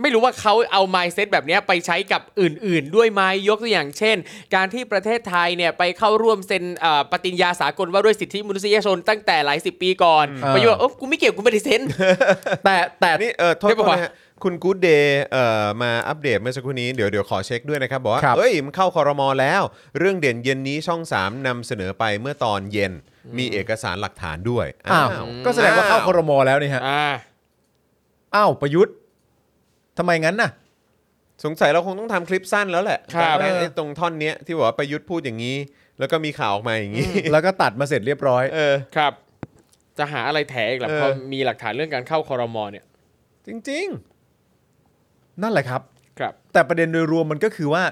ไม่รู้ว่าเขาเอา mindset แบบเนี้ยไปใช้กับอื่น ๆ ด้วยไหมยกตัวอย่างเช่น การที่ประเทศไทยเนี่ยไปเข้าร่วมเซ็นเอ่อปฏิญญาสากลว่าด้วยสิทธิมนุษยชนตั้งแต่หลายสิบปีก่อน
อืม
ไปยุ่งว่าเออกูไม่เกี่ยวกูไม่ได้เซ็น
[laughs] แต่แต่
นี่เออโทษ
เรียบร้อย
นะฮะคุณกู๊ดเดย์เอ่อมาอัปเดตเมื่อสักครู่นี้เดี๋ยวเดี๋ยวขอเช็คด้วยนะครับ บอกว่า
ครับ
เอ้ย มันเข้าคอรมอแล้ว เรื่องเด่นเย็นนี้ช่อง 3นำเสนอไปเมื่อตอนเย็นมีเอกสารหลักฐานด้วย
อ้าวก็แสดงว่าเข้าคอรมอแล้วนี่ฮะ
อ่า
อ้าวประยุทธ์ทำไมงั้นน่ะ
สงสัยเราคงต้องทำคลิปสั้นแล้วแหละ
ครับ
จำได้ไอ้ตรงท่อนเนี้ยที่บอกว่าประยุทธ์พูดอย่างนี้ แล้วก็มีข่าวออกมาอย่างนี้
แล้วก็ตัดมาเสร็จเรียบร้อย
เออ
ครับ จะหาอะไรแถอีกเหรอ
เออ
พอมีหลักฐานเรื่องการเข้าคอรมอเนี่ย
จริง
นั่นแหละครับ
ครับ
แต่ประเด็นโดยรวมมันก็คือว่า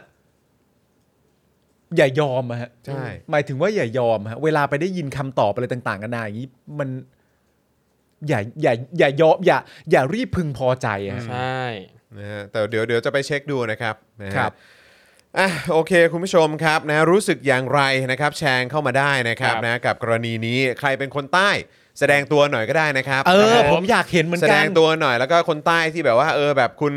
อย่ายอมอะฮะ
ใช่
หมายถึงว่าอย่ายอมฮะเวลาไปได้ยินคำตอบอะไรต่างๆกันานาอย่างนี้ มัน อย่าอย่า อย่ายอมอย่า อย่ารีบพึงพอใจอะฮะ
ใช่
ๆนะฮะแต่เดี๋ยวเดี๋ยวจะไปเช็คดูนะครับนะฮะ
ครับ
อ่ะโอเค คุณผู้ชมครับนะรู้สึกอย่างไรนะครับแชร์เข้ามาได้นะครับ
ครับ
นะกับกรณีนี้ใครเป็นคนใต้ แสดงตัวหน่อยก็ได้นะครับ
เออ
นะ
ผมอยากเห็นเหมือน
แสด
กัน
งตัวหน่อยแล้วก็คนใต้ที่แบบว่า เออแบบคุณ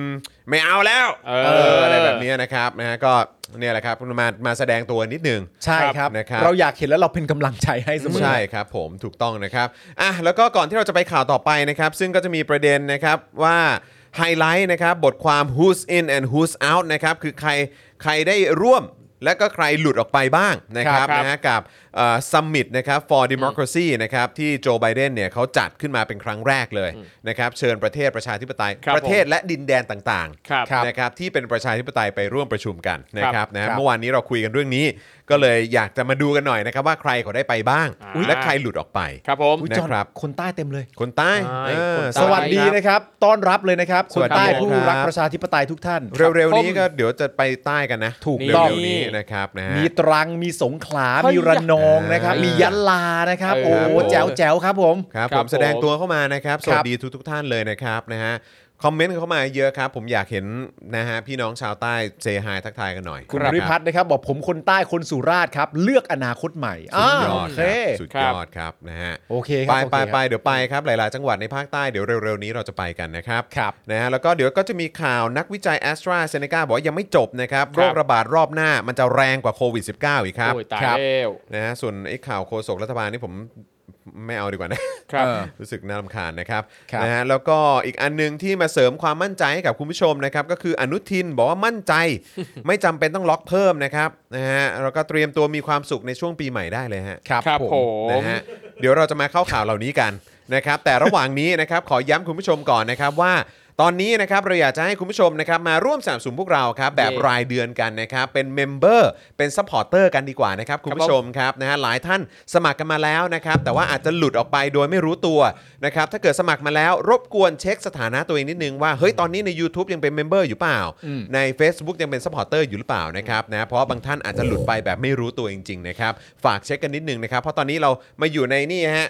ไม่เอาแล้ว
เออ
ไรแบบนี้นะครับนะฮะก็เนี่ยแหละครับมามาแสดงตัวนิดหนึง
ใช่ครับ
นะครับ
เราอยากเห็นแล้วเราเป็นกำลังใจให้เสมอ
ใช่ครับผมถูกต้องนะครับอ่ะแล้วก็ก่อนที่เราจะไปข่าวต่อไปนะครับ ซึ่งก็จะมีประเด็นนะครับว่าไฮไลท์นะครับบทความ who's in and who's out นะครับคือใครใครได้ร่วมและก็ใครหลุดออกไปบ้างนะครับ
ครับ
นะฮะกับซัมมิตนะครับ for democracy นะครับที่โจไบเดนเนี่ยเขาจัดขึ้นมาเป็นครั้งแรกเลยนะครับเชิญประเทศประชาธิปไตย
ครับ
ประเทศและดินแดนต่าง
ครับ
ๆนะครับที่เป็นประชาธิปไตยไปร่วมประชุมกันนะครับนะฮะ
ครับ
เมื่อวานนี้เราคุยกันเรื่องนี้ ก็เลยอยากจะมาดูกันหน่อยนะครับว่าใครเขาได้ไปบ้าง
อุ๊ย
และใครหลุดออกไป
ครับผม
อุ๊ย
นะ
จอห์น
ครับ
คนใต้เต็มเลย
คนใต้
ใช่
เออ
คนใต้
สวัสดีนะครับ ต้อนรับเลยนะครับ
ส
คน
วัสดี
ใต้
ครับ
ผู้รักประชาธิปไตยทุกท่าน
เร็วๆนี้ก็เดี๋ยวจะไปใต้กันนะ
ถูกต้อง
เร็วๆนี้นะครับนะฮะ
มีตรังมีสงขลา
เฮ้ย
มีระนองนะครับ
เออ
มียะลานะครับ
เออ
โอ้
ครับ
โห
ผม
แจ๋วแจ๋วครับผม
ครับ
ครั
ผ
บ
มแสดง
ผม
ตัวเข้ามานะครับ ส
ค
วั
รับ
สดีทุกๆท่านเลยนะครับนะฮะคอมเมนต์เข้ามาเยอะครับ ผมอยากเห็นนะฮะพี่น้องชาวใต้เซฮายทักทายกันหน่อย
คุณ
รับ
ริพัฒน์นะครับ บอกผมคนใต้คนสุราษฎร์ครับ เลือกอนาคตใหม่
สุ
อ่า
ดยอ
โอ
ด
เค
ครับสุดยอดครับนะฮะ
โอเคค
ไป
รับ
ไป
โอ
ไป
เคครับ
เดี๋ยวไปครับหลายๆ จังหวัดในภาคใต้เดี๋ยวเร็วๆนี้เราจะไปกันนะครับ
ครับ
นะฮะแล้วก็เดี๋ยวก็จะมีข่าวนักวิจัยแอสตราเซเนกาบอกว่ายังไม่จบนะครับโรคระบาดรอบหน้ามันจะแรงกว่าโควิด -19 อีกครับ
โอ้ยตาย
ครั
แล้ว
นะฮะส่วนไอ้ข่าวโฆษกรัฐบาลนี่ผมไม่เอาดีกว่านะ
ครับ
เออ
[laughs] รู้สึกน่ารำคาญนะครับ
ครับ
นะฮะแล้วก็อีกอันหนึงที่มาเสริมความมั่นใจให้กับคุณผู้ชมนะครับก็คืออนุทินบอกว่ามั่นใจ
[laughs]
ไม่จำเป็นต้องล็อกเพิ่มนะครับนะฮะแล้วก็เตรียมตัวมีความสุขในช่วงปีใหม่ได้เลยฮะ
ครับ
ครับ
ผ
ผม ม
นะฮะเดี๋ยวเราจะมาเข้าข่าวเหล่านี้กันนะครับ แต่ระหว่างนี้นะครับขอย้ำคุณผู้ชมก่อนนะครับว่า ตอนนี้นะครับเราอยากจะให้คุณผู้ชมนะครับมาร่วมสนับสนุนพวกเราครับแบบ
เย้
รายเดือนกันนะครับเป็นเมมเบอร์เป็นซัพพอร์เตอร์กันดีกว่านะครับคุณผู้ชมครับนะฮะหลายท่านสมัครกันมาแล้วนะครับแต่ว่าอาจจะหลุดออกไปโดยไม่รู้ตัวนะครับถ้าเกิดสมัครมาแล้วรบกวนเช็คสถานะตัวเองนิดนึงว่าเฮ้ยตอนนี้ใน YouTube ยังเป็นเมมเบอร์อยู่เปล่า
อืม
ใน Facebook ยังเป็นซัพพอร์เตอร์อยู่หรือเปล่านะครับนะเพราะบางท่านอาจจะหลุดไปแบบไม่รู้ตัวจริงๆนะครับฝากเช็คกันนิดนึงนะครับ เพราะตอนนี้เรามาอยู่ในนี่ฮะ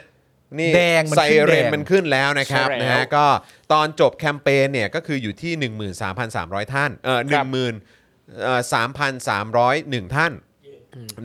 นี่
แดงมัน
ไซ
ขึ้นแดง
เรนมันขึ้นแล้วนะครับ
ใช่แล้ว
นะฮะก็ตอนจบแคมเปญเนี่ยก็คืออยู่ที่ 13,300 ท่านเอ่อ
ครับ
10,000เอ่อ3,301 ท่าน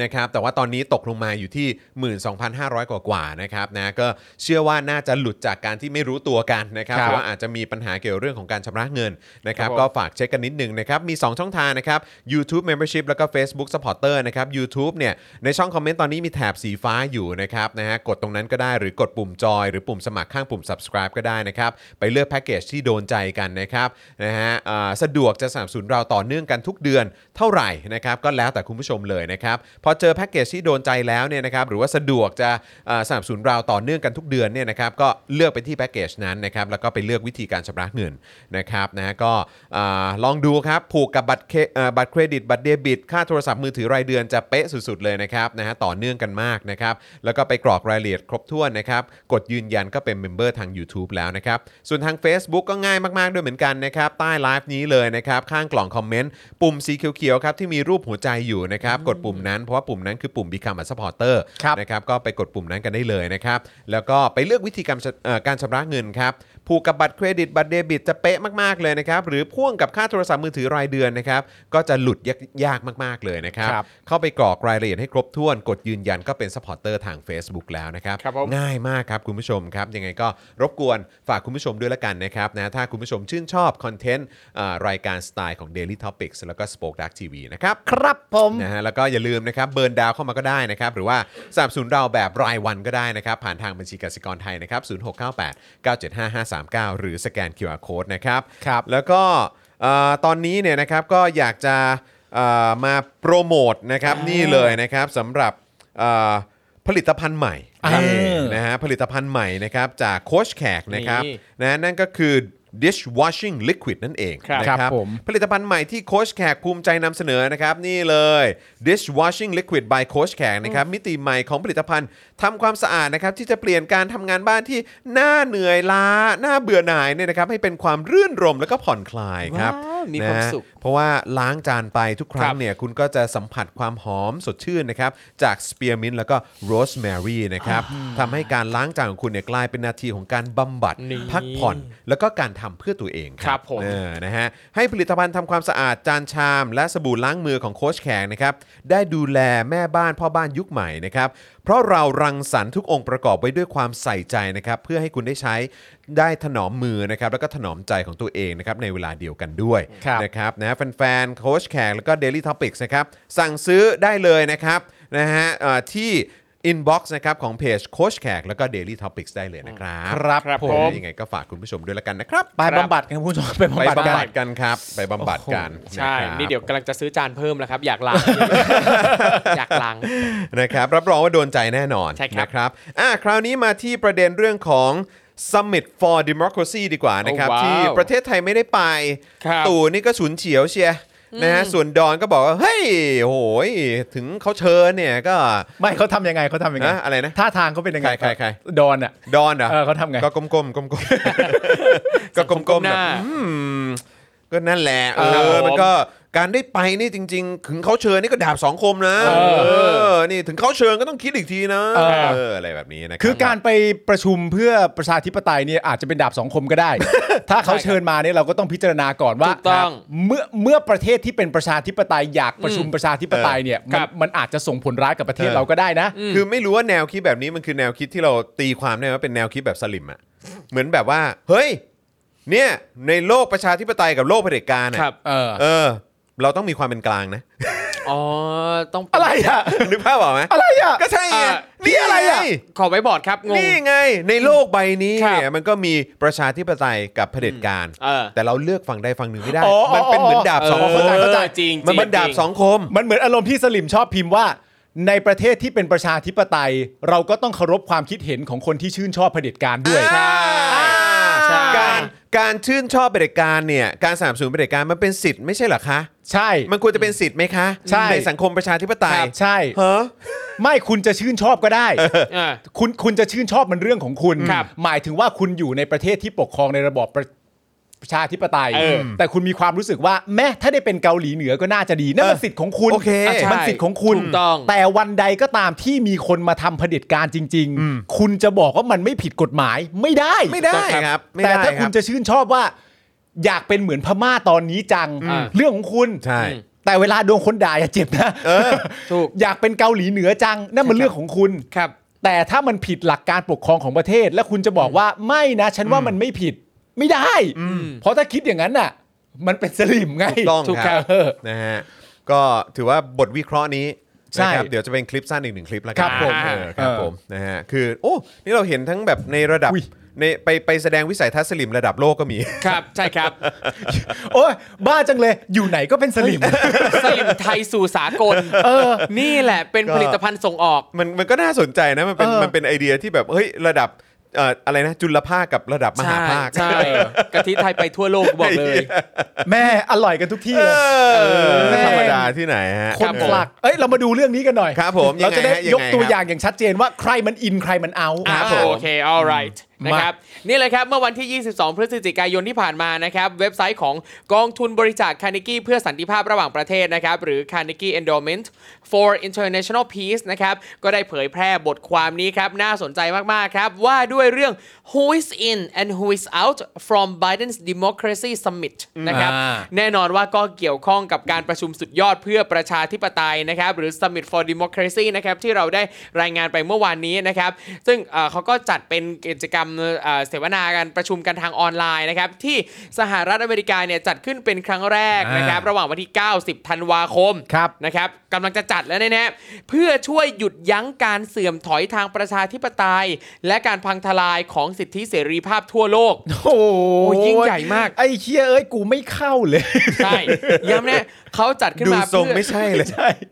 นะครับแต่ว่าตอนนี้ตกลงมาอยู่ที่ 12,500 กว่ากว่าๆนะครับนะก็เชื่อว่าน่าจะหลุดจากการที่ไม่รู้ตัวกันนะครับ
ครับ
แต่ว่าอาจจะมีปัญหาเกี่ยวเรื่องของการชำระเงินนะครับ
ครับผม
ก็ฝากเช็คกันนิดนึงนะครับมี 2 ช่องทางนะครับ YouTube Membership แล้วก็ Facebook Supporter นะครับ YouTube เนี่ยในช่องคอมเมนต์ตอนนี้มีแถบสีฟ้าอยู่นะครับนะฮะกดตรงนั้นก็ได้หรือกดปุ่มจอยหรือปุ่มสมัครข้างปุ่ม subscribe ก็ได้นะครับไปเลือกแพ็กเกจที่โดนใจกันนะครับนะฮะอ่าสะดวกจะสนับสนุนเราต่อเนื่องกันทุกเดือนเท่าไหร่นะครับก็แล้วแต่คุณผู้ชมเลยนะครับพอเจอแพ็กเกจที่โดนใจแล้วเนี่ยนะครับหรือว่าสะดวกจะอ่าสนับสนุนเราต่อเนื่องกันทุกเดือนเนี่ยนะครับก็เลือกไปที่แพ็กเกจนั้นนะครับแล้วก็ไปเลือกวิธีการชำระเงินนะครับนะฮะก็อ่าลองดูครับผูกกับบัตรเคอ่าบัตรเครดิตบัตรเดบิต ค่าโทรศัพท์มือถือรายเดือนจะเป๊ะสุดๆเลยนะครับนะฮะต่อเนื่องกันมากนะครับแล้วก็ไปกรอกรายละเอียดครบถ้วนนะครับกดยืนยันก็เป็นเมมเบอร์ทาง YouTube แล้วนะครับส่วนทาง Facebook ก็ง่ายมากๆด้วยเหมือนกันนะครับใต้ไลฟ์นี้เลยนะครับข้างกล่องคอมเมนต์ปุ่มสีเขียวๆครับที่มีรูปหัวใจอยู่นะครับกดปุ่มนั้นเพราะว่าปุ่มนั้นคือปุ่ม Become a supporter
ครับ
นะครับก็ไปกดปุ่มนั้นกันได้เลยนะครับแล้วก็ไปเลือกวิธีการชำเอ่อการชำระเงินครับผูกกับบัตรเครดิตบัตรเดบิตจะเป๊ะมากๆเลยนะครับหรือพ่วงกับค่าโทรศัพท์มือถือรายเดือนนะครับก็จะหลุดยากยากมากๆเลยนะครับ
ครับ
เข้าไปกรอกรายละเอียดให้ครบถ้วน กดยืนยันก็เป็นสปอร์เตอร์ทาง Facebook แล้วนะครับ
ครับผม
ง่ายมากครับคุณผู้ชมครับ ยังไงก็รบกวนฝากคุณผู้ชมด้วยละกันนะครับนะถ้าคุณผู้ชมชื่นชอบคอนเทนต์เอ่อรายการสไตล์ของ Daily Topics แล้วก็ Spoke Dark TV นะครับ
ครับผม
นะฮะแล้วก็อย่าลืมนะครับเบิร์นดาวเข้ามาก็ได้นะครับหรือว่าสนับสนุนเราแบบรายวันก็ได้นะครับ ผ่านทางบัญชีกสิกรไทยนะครับ0698 975 539 หรือสแกน QR Code นะครับ
ครับ
แล้วก็เอ่อตอนนี้เนี่ยนะครับก็อยากจะเอ่อมาโปรโมทนะครับนี่เลยนะครับสำหรับเอ่อผลิตภัณฑ์ใหม่
อ่า
นี่นะฮะผลิตภัณฑ์ใหม่นะครับจากโคชแขกนะครับ
นี่
นะนั่นก็คือ dishwashing liquid นั่นเอง
ครับ
นะ
ครับผม
ผลิตภัณฑ์ใหม่ที่โคชแขกภูมิใจนำเสนอนะครับ นี่เลย dishwashing liquid by โคชแขกนะครับ มิติใหม่ของผลิตภัณฑ์ทำความสะอาดนะครับ ที่จะเปลี่ยนการทำงานบ้านที่น่าเหนื่อยล้าน่าเบื่อหน่ายเนี่ยนะครับ ให้เป็นความรื่นรมย์แล้วก็ผ่อนคลายครับ
ว้าวมีความ
นะ
สุข
เพราะว่าล้างจานไปทุกครั้
ครั
ง
บ
เนี่ยคุณก็จะสัมผัสความหอมสดชื่นนะครับจากสเปียร์มินต์แล้วก็โรสแมรี่นะครับทำให้การล้างจานของคุณเนี่ยกลายเป็นนาทีของการบำบัด
นี่
พักผ่อนแล้วก็การทำเพื่อตัวเองค
ครั
รับบ
ผม
เออนะฮะให้ผลิตภัณฑ์ทำความสะอาดจานชาม และสบู่ล้างมือของโค้ชแขกนะครับได้ดูแลแม่บ้านพ่อบ้านยุคใหม่นะครับเพราะเรารังสรรค์ทุกองค์ประกอบไว้ด้วยความใส่ใจนะครับเพื่อให้คุณได้ใช้ได้ถนอมมือนะครับแล้วก็ถนอมใจของตัวเองนะครับในเวลาเดียวกันด้วย
ครับ
นะครับนะแฟนๆโค้ชแขกแล้วก็ Daily Topics นะครับสั่งซื้อได้เลยนะครับนะฮะเอ่อที่ inbox นะครับของเพจโค้ชแขกแล้วก็ Daily Topics ได้เลยนะครับ
ครับ
ครับ
ผ
ผมม
ยังไงก็ฝากคุณผู้ชมด้วยละกันนะครับ
ไปบำบัดกันคุณผู้ชมไป
ไป
บำ
ำ
บัดกับ
บั
น
ดกันครับ ไปบำบัดกัน
ใช่
ะครับ
นี่เดี๋ยวกำลังจะซื้อจานเพิ่มแล้วครับ อยาก
[laughs]
ล้าง อยากล้าง
นะครับรับรองว่าโดนใจแน่นอน
ใช่ครับ
นะครับอ่ะคราวนี้มาที่ประเด็นเรื่องของ Summit for Democracy ดีกว่านะครับ
โอ้ว้าว
ที่ประเทศไทยไม่ได้ไป
ครับ
ตู่นี่ก็ฉุนเฉียวเชียร์นะฮะส่วนดอนก็บอกว่า เฮ้ยโหยถึงเขาเชิญเนี่ยก็
ไม่เขาทำยังไงเขาทำยังไง
นะอะไรนะ
ท่าทางเขาเป็นยังไง
ใครใครใคร
ดอนอ่ะ
ดอนเหรอ
เออเขาทำไง
ก็กลมๆกลมๆกลมๆก็กลมๆแบ
หน้า
บอืมก็นั่นแหละเอ
ครับผ
อ
ม
มันก็การได้ไปนี่จริง ๆ ถึงเขาเชิญนี่ก็ดาบสองคมนะ
เออ
เออนี่ถึงเขาเชิญก็ต้องคิดอีกทีนะ
เออ
เอออะไรแบบนี้นะ
คือการไปประชุมเพื่อประชาธิปไตยเนี่ยอาจจะเป็นดาบสองคมก็ได้ ถ้าเขาเชิญมาเนี่ยเราก็ต้องพิจารณาก่อนว่า
ถูกต้อง
เมื่อเมื่อประเทศที่เป็นประชาธิปไตยอยากประชุมประชาธิปไตยเนี่ยมัน
ครับ
มันอาจจะส่งผลร้ายกับประเทศเราก็ได้นะ
คือไม่รู้ว่าแนวคิดแบบนี้มันคือแนวคิดที่เราตีความได้ว่าเป็นแนวคิดแบบสลิมอะเหมือนแบบว่า เฮ้ย เนี่ยในโลกประชาธิปไตยกับโลกเผด็จการอะ
ครับ
เออ
เออ เราต้องมีความเป็นกลางนะ
อ๋อ ต้องเป็น
อะไรอ่ะ
นึกภาพออกไหม
อะไรอ่ะ
ก็ใช่ไง
อ่า
นี่อะไรอะ
ขอไว้บอร์ดครับ งง
นี่ไงในโลกใบนี้
ครับ
เนี่ยมันก็มีประชาธิปไตยกับเผด็จการ
เออ
แต่เราเลือกฝั่งใดฝั่งหนึ่งไม่ได้
อ๋อ
มันเป็นเหมือนดาบสองค
เข้ามใจเข้าใจ
จริง
มันเป็น
จริง
ดาบสองคม
มันเหมือนอารมณ์ที่สลิมชอบพิมพ์ว่า ในประเทศที่เป็นประชาธิปไตย เราก็ต้องเคารพความคิดเห็นของคนที่ชื่นชอบเผด็จการด้วย
ใช่ ใช่
การการชื่นชอบเผด็จการเนี่ยการสนับสนุนเผด็จการมันเป็นสิทธิ์ไม่ใช่เหรอคะ
ใช่
มันควรจะเป็นสิทธิ์ไหมคะ
ใช่
สังคมประชาธิปไตย
ครับใช่
ฮะ
ไม่คุณจะชื่นชอบก็ได้
อ่า
คุณคุณจะชื่นชอบมันเรื่องของคุณ
ครับ
หมายถึงว่าคุณอยู่ในประเทศที่ปกครองในระบอบประประชาธิปไตย
เออ
แต่คุณมีความรู้สึกว่าแม้ถ้าได้เป็นเกาหลีเหนือก็น่าจะดีนั่นมัน
เออ
สิทธิ์ของคุณ
โอเค
อ่ะ
ใช่
มันสิทธิ์ของคุณ
ถูกต้อง
แต่วันใดก็ตามที่มีคนมาทำเผด็จการจริง ๆ คุณจะบอกว่ามันไม่ผิดกฎหมายไม่ได้
ไม่ได้ครับไม่
แต่
ได้
ถ้า
ค
คุ
รั
ณ
บ
จะชื่นชอบว่า อยากเป็นเหมือนพม่าตอนนี้จัง
อืม
เรื่องของคุณ
ใช่
อืม แต่เวลาโดนคนด่าอย่าเจ็บนะ
เออ
ถูก
[laughs] อยากเป็นเกาหลีเหนือจังนั่นมันเรื่องของคุณ
ครับ
แต่ถ้ามันผิดหลักการปกครองของประเทศ แล้วคุณจะบอกว่าไม่นะ ฉันว่ามันไม่ผิดไม่ได้ เพราะถ้าคิดอย่างนั้นน่ะ มันเป็นสลิมไง
ถูกต้อง
ถูก
ค
ครั
รับบ เออนะฮะก็ถือว่าบทวิเคราะห์นี้
ใช่
นะครับเดี๋ยวจะเป็นคลิปสั้นอีกหนึ่งคลิปแล้วกั
ครับผม
เออครับ
เออ
ผมนะฮะคือโอ้นี่เราเห็นทั้งแบบในระดับ
อุ๊ย
ในไปไปแสดงวิสัยทัศน์สลิมระดับโลกก็มี [laughs]
ครับ ใช่ครับ
โอ้ยบ้าจังเลย อยู่ไหนก็เป็นสลิม
สลิมไทยสู่สากลนี่แหละเป็นผลิตภัณฑ์ส่งออก
มันมันก็น่าสนใจนะมันเป็น
เออ
มันเป็นไอเดียที่แบบเฮ้ยระดับเอ่ออะไรนะจุลภาคกับระดับมหาภาค
ใช่ใช่กะทิไทยไปทั่วโลกบอกเลย
แม่อร่อยกันทุกที่
เออ
เลยแม่
ธรรมดาที่ไหนฮะ
คน
ผม
หลักเอ้ยเรามาดูเรื่องนี้กันหน่อย
ครับผม
เราจะได้
ยังไงฮะยังไง
ยกตัว
ครับ
อย่างอย่างชัดเจนว่าใครมันอินใครมันเอา
ครับ
อ่า
ผม
โอเค alright
มา
นะครับนี่เลยครับ เมื่อวันที่ 22 พฤศจิกายนที่ผ่านมานะครับ เว็บไซต์ของกองทุนบริจาคคานิกี้เพื่อสันติภาพระหว่างประเทศนะครับ หรือ Carnegie Endowment for International Peace นะครับ ก็ได้เผยแพร่บทความนี้ครับ น่าสนใจมาก ๆ ครับ ว่าด้วยเรื่อง who is in and who is out from Biden's Democracy Summit นะครับ
อ่า
แน่นอนว่าก็เกี่ยวข้องกับการประชุมสุดยอดเพื่อประชาธิปไตยนะครับ หรือ Summit for Democracy นะครับ ที่เราได้รายงานไปเมื่อวานนี้นะครับ ซึ่งเอ่อเขาก็จัดเป็นกิจกรรมเอ่อเสวนาการประชุมกันทางออนไลน์นะครับ ที่สหรัฐอเมริกาเนี่ยจัดขึ้นเป็นครั้งแรกนะครับ
อ่า
ระหว่างวันที่ 90 ธันวาคม
ครับ
นะครับกำลังจะจัดแล้วแน่ๆเพื่อช่วยหยุดยั้งการเสื่อมถอยทางประชาธิปไตย และการพังทลายของสิทธิเสรีภาพทั่วโลก
โอ้
โอ้ยิ่งใหญ่มาก
ไอ้เคียเอ้ยกูไม่เข้าเลย
ใช่ย้ำนะเขาจัดขึ้น
ดู
มา
ทรง
เพื่อ
ไม่ใช่เลย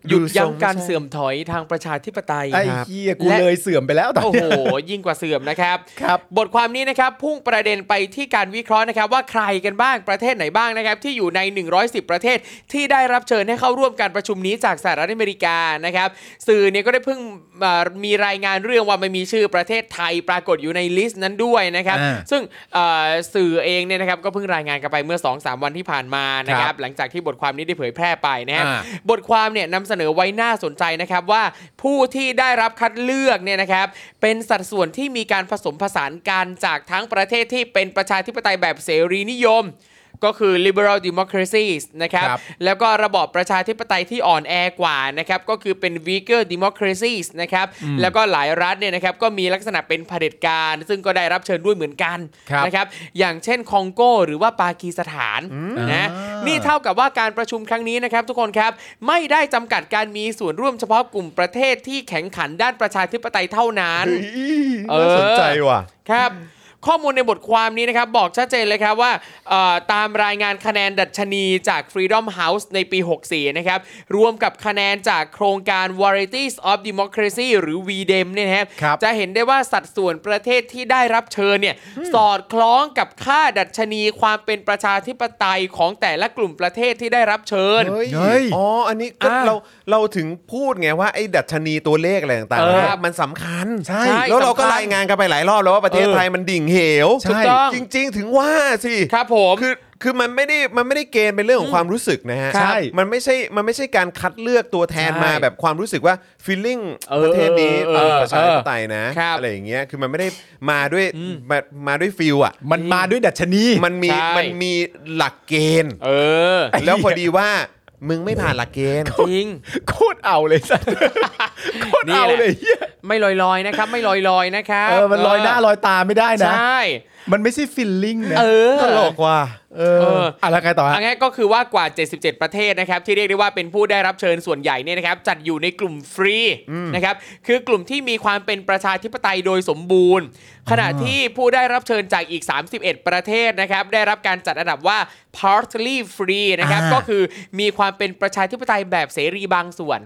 หยุด
ทร
ยั้ง
ไม่ใช่
การเสื่อมถอยทางประชาธิปไตย
ไอ้เคียกู
และ
เลยเสื่อมไปแล้วตอน
โอ้
เนี้
โห
ย
ยิ่งกว่าเสื่อมนะครับ
ครับ
บทความนี้นะครับ พุ่งประเด็นไปที่การวิเคราะห์นะครับ ว่าใครกันบ้างประเทศไหนบ้างนะครับ ที่อยู่ใน 110 ประเทศที่ได้รับเชิญให้เข้าร่วมการประชุมนี้จากสหรัฐอเมริกานะครับ สื่อเนี่ยก็ได้เพิ่งเอ่อมีรายงานเรื่องว่าไม่มีชื่อประเทศไทยปรากฏอยู่ในลิสต์นั้นด้วยนะครับ
อ่า
ซึ่งเอ่อสื่อเองเนี่ยนะครับก็เพิ่งรายงานกันไปเมื่อ 2-3 วันที่ผ่านมานะครับ หลังจากที่บทความนี้ได้เผยแพร่ไปนะฮะ
อ่า
บทความเนี่ยนำเสนอไว้น่าสนใจนะครับว่าผู้ที่ได้รับคัดเลือกเนี่ยนะครับเป็นสัดส่วนที่มีการผสมผสานกันจากทั้งประเทศที่เป็นประชาธิปไตยแบบเสรีนิยม ก็คือ liberal democracies นะครับ
ครับ
แล้วก็ระบอบประชาธิปไตยที่อ่อนแอกว่านะครับก็คือเป็น weaker democracies นะครับแล้วก็หลายรัฐเนี่ยนะครับก็มีลักษณะเป็นเผด็จการ ซึ่งก็ได้รับเชิญด้วยเหมือนกัน
ครับ
นะครับอย่างเช่นคองโกหรือว่าปากีสถานนะนี่ถ้า เท่ากับว่าการประชุมครั้งนี้นะครับทุกคนครับ ไม่ได้จำกัดการมีส่วนร่วมเฉพาะกลุ่มประเทศที่แข่งขันด้านประชาธิปไตยเท่านั้น
เฮ้ยน่าสนใจว่ะ
ครับ ข้อมูลในบทความนี้นะครับ บอกชัดเจนเลยครับว่าเอ่อตามรายงานคะแนนดัชนีจาก Freedom House ในปี 64 นะครับ รวมกับคะแนนจากโครงการ Varieties of Democracy หรือ VDEM เนี่ยนะครับ
ครับ
จะเห็นได้ว่าสัดส่วนประเทศที่ได้รับเชิญเนี่ย สอดคล้องกับค่าดัชนีความเป็นประชาธิปไตยของแต่ละกลุ่มประเทศที่ได้รับเชิญ
เฮ้ย
เฮ้ย
อ๋อ อันนี้ก็
อ่า
เราเราถึงพูดไงว่าไอ้ดัชนีตัวเลขอะไรต่าง
เออ
ๆ มันสำคัญ
ใช่
แล้วเราก็
สำคัญ
รายงานกันไปหลายรอบแล้วว่าประเทศ
เออ
ไทยมันดิ่งเหว
ถูกต้อง
จริง ๆ ถึงว่าสิ
ครับผม
คือคือมันไม่ได้มันไม่ได้เกณฑ์เป็นเรื่องของความรู้สึกนะฮะ
ใช่
มันไม่ใช่มันไม่ใช่การคัดเลือกตัวแทนมาแบบความรู้สึกว่า feeling
เออ
ประเทศนี้
เออเออ
ประชาธิปไตยนะครับ อะไรอย่างเงี้ยคือมันไม่ได้มาด้วยมามาด้วยฟิลอ่ะ
มันมาด้วยดัชนี
มันมี
ใช่
มันมีหลักเกณฑ์
เออ
แล้วพอดีว่ามึงไม่ผ่านหลักเกณฑ์
จริง
โคตรเอาเลยสัสโคตรเอา
นี่แหละ
เลยเหี้ย
ไม่ลอยๆนะครับ ไม่ลอยๆนะครับ
เออมันลอยหน้าลอยตาไม่ได้นะ
ใช่
มันไม่ใช่ฟิลลิ่งนะ
เออ
ตลกว่ะ
เออ
เออ
อ่ะแล้วไงต่อฮะ
อันนี้นก็คือว่ากว่า 77 ประเทศนะครับ ที่เรียกได้ว่าเป็นผู้ได้รับเชิญส่วนใหญ่เนี่ยนะครับ จัดอยู่ในกลุ่มฟรีนะครับ คือกลุ่มที่มีความเป็นประชาธิปไตยโดยสมบูรณ์ ขณะที่ผู้ได้รับเชิญจากอีก 31 ประเทศนะครับ ได้รับการจัดอันดับว่า partly free นะครับ
อ่า
ก็คือมีความเป็นประชาธิปไตยแบบเสรีบางส่วน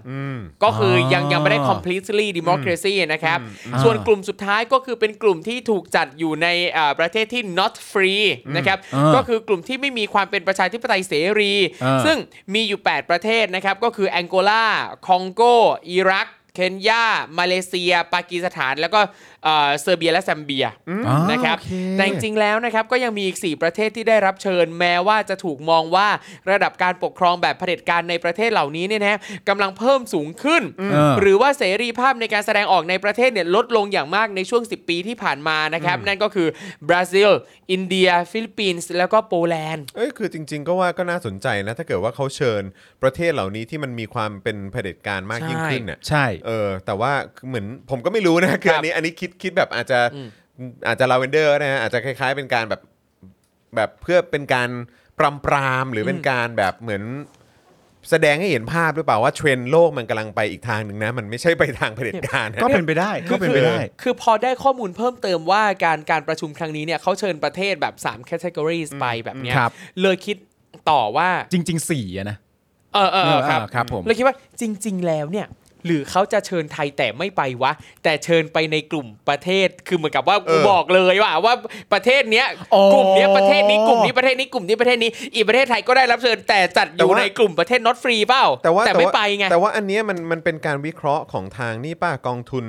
ก็คือยังยังไม่ได้
อ่า
completely democracy นะครับ
อ่า
ส่วนกลุ่มสุดท้ายก็คือเป็นกลุ่มที่ถูกจัดอยู่ในอ่าประเทศที่ not free นะครับ
อ่า
ก็คือกลุ่มที่ไม่มีความเป็นประชาธิปไตยเสรี
อ่า
ซึ่งมีอยู่ 8 ประเทศนะครับ ก็คือแองโกลา คองโก อิรัก เคนยา มาเลเซีย ปากีสถาน แล้วก็เอ่อเซอร์เบียและแซมเบีย
อ่า
นะครับ
โอเ
แต่จริงๆแล้วนะครับก็ยังมีอีก 4 ประเทศที่ได้รับเชิญ แม้ว่าจะถูกมองว่าระดับการปกครองแบบเผด็จการในประเทศเหล่านี้เนี่ยนะกำลังเพิ่มสูงขึ้น
เออ
หรือว่าเสรีภาพในการแสดงออกในประเทศเนี่ยลดลงอย่างมากในช่วง 10 ปีที่ผ่านมานะครับ นั่นก็คือบราซิล อินเดีย ฟิลิปปินส์แล้วก็โปแลนด์
เอ้ยคือจริง ๆ ก็ว่าก็น่าสนใจนะถ้าเกิดว่าเขาเชิญประเทศเหล่านี้ที่มันมีความเป็นเผด็จการมากยิ่งขึ้นเนี่ย
ใช่
เออแต่ว่าคือเหมือนผมก็ไม่รู้นะคืออันนี้อันนี้คิดคิดแบบอาจจะอาจจะลาเวนเดอร์นะฮะอาจจะคล้าย ๆ เป็นการแบบแบบเพื่อเป็นการปรำปรามหรือเป็นการแบบเหมือนแสดงให้เห็นภาพหรือเปล่าว่าเทรนด์โลกมันกำลังไปอีกทางหนึ่งนะ มันไม่ใช่ไปทางเผด็จการนะ
ก็เป็นไปได้ ก็เป็นไปได้
คือพอได้ข้อมูลเพิ่มเติมว่าการการประชุมครั้งนี้เนี่ยเขาเชิญประเทศแบบ3 categories ไปแบบเนี้ย
ครับ
เลยคิดต่อว่า
จริงๆสี่อะนะ
เออเออเออครับ
เออครับผม
เลยคิดว่าจริง ๆ แล้วเนี่ย หรือเขาจะเชิญไทยแต่ไม่ไปวะ แต่เชิญไปในกลุ่มประเทศคือเหมือนกับว่า
เอ
กู
อ
บอกเลยว่าว่าประเทศเนี้ยกลุ่มเนี้ยประเทศนี้กลุ่มนี้ประเทศนี้กลุ่มนี้ประเทศนี้อีกประเทศไทยก็ได้รับเชิญแต่จัดอยู่ในกลุ่มประเทศ not free เปล่า
แต่ว่า
ไม่
ว่า
ไปไง
แต่ว่าอันเนี้ยมันมันเป็นการวิเคราะห์ของทางนี่ป้ากองทุน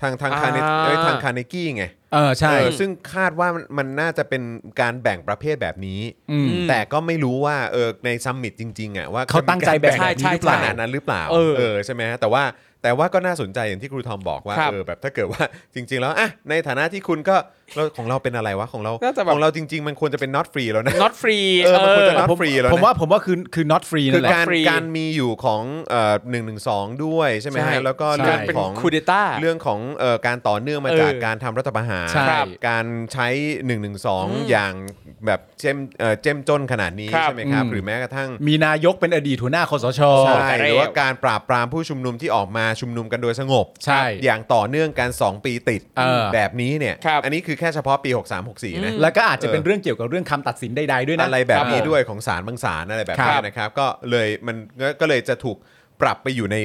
ทางทาง
อ่า
คาร์เนเอ้ยทางคาร์เนกี้ไง
เออใช่
เออซึ่งคาดว่ามันมันน่าจะเป็นการแบ่งประเภทแบบนี้
อืม
แต่ก็ไม่รู้ว่าเออในซัมมิตจริงๆอ่ะว่า
เขาตั้งใจแบ่ง
มี
แบ
กา
บนี้หรือเป
ข
ล่า
นาดนั้นหรือเปล่า
เออ
ใช่ไหมฮะแต่ว่าแต่ว่าก็น่าสนใจอย่างที่ครูทอมบอกว่า
ครับ
เออแบบถ้าเกิดว่า [laughs] จริง ๆ แล้วอ่ะในฐานะที่คุณก็เราของเราเป็นอะไรวะของเรา
น่าจะแบบ
ของเราจริง ๆ มันควรจะเป็น not free แล้วนะ
[laughs] not free
เออมันควรจะ not
ผม
free แล้ว
ผม
นะ
ว่าผมว่าคือคือ not free
คื
นั่
อน
แหละ
การ
free
การมีอยู่ของเอ่อหนึ่งหนึ่งสองด้วยใช่ไหม
ใช่
ฮะแล้วก็
ใช่
เรื่อง
เป็น
ของ
คูเดต้า
เรื่องของเอ่อการต่อเนื่องมา
เออ
จากการทำรัฐประหาร
ใช่
ครับ
การใช้1นึอย่างแบบเจ้มเอ่อเจ้มจนขนาดนี้
ครับ
ใช่ไหมครับหรือแม้กระทั่ง
มีนายกเป็นอดีตหัวหน้าคสช
ใช่
แต่
ห
เร็ว
รือว่าการปราบปรามผู้ชุมนุมที่ออกมาชุมนุมกันโดยสงบ
ใช่
อย่างต่อเนื่องกัน 2 ปีติด
เออ
แบบนี้เนี่ย
ครับ
อันนี้คือแค่เฉพาะปี 6364 นะ
แล้วก็อาจจะเป็น
เออ
เรื่องเกี่ยวกับเรื่องคำตัดสินใดๆด้วยนะ
อะไรแบบนี้
ครับผม
ด้วยของสารบางสารอะไรแบบนี้
ครับ
นะครับ ก็เลยมันก็เลยจะถูกปรับไปอยู่ใน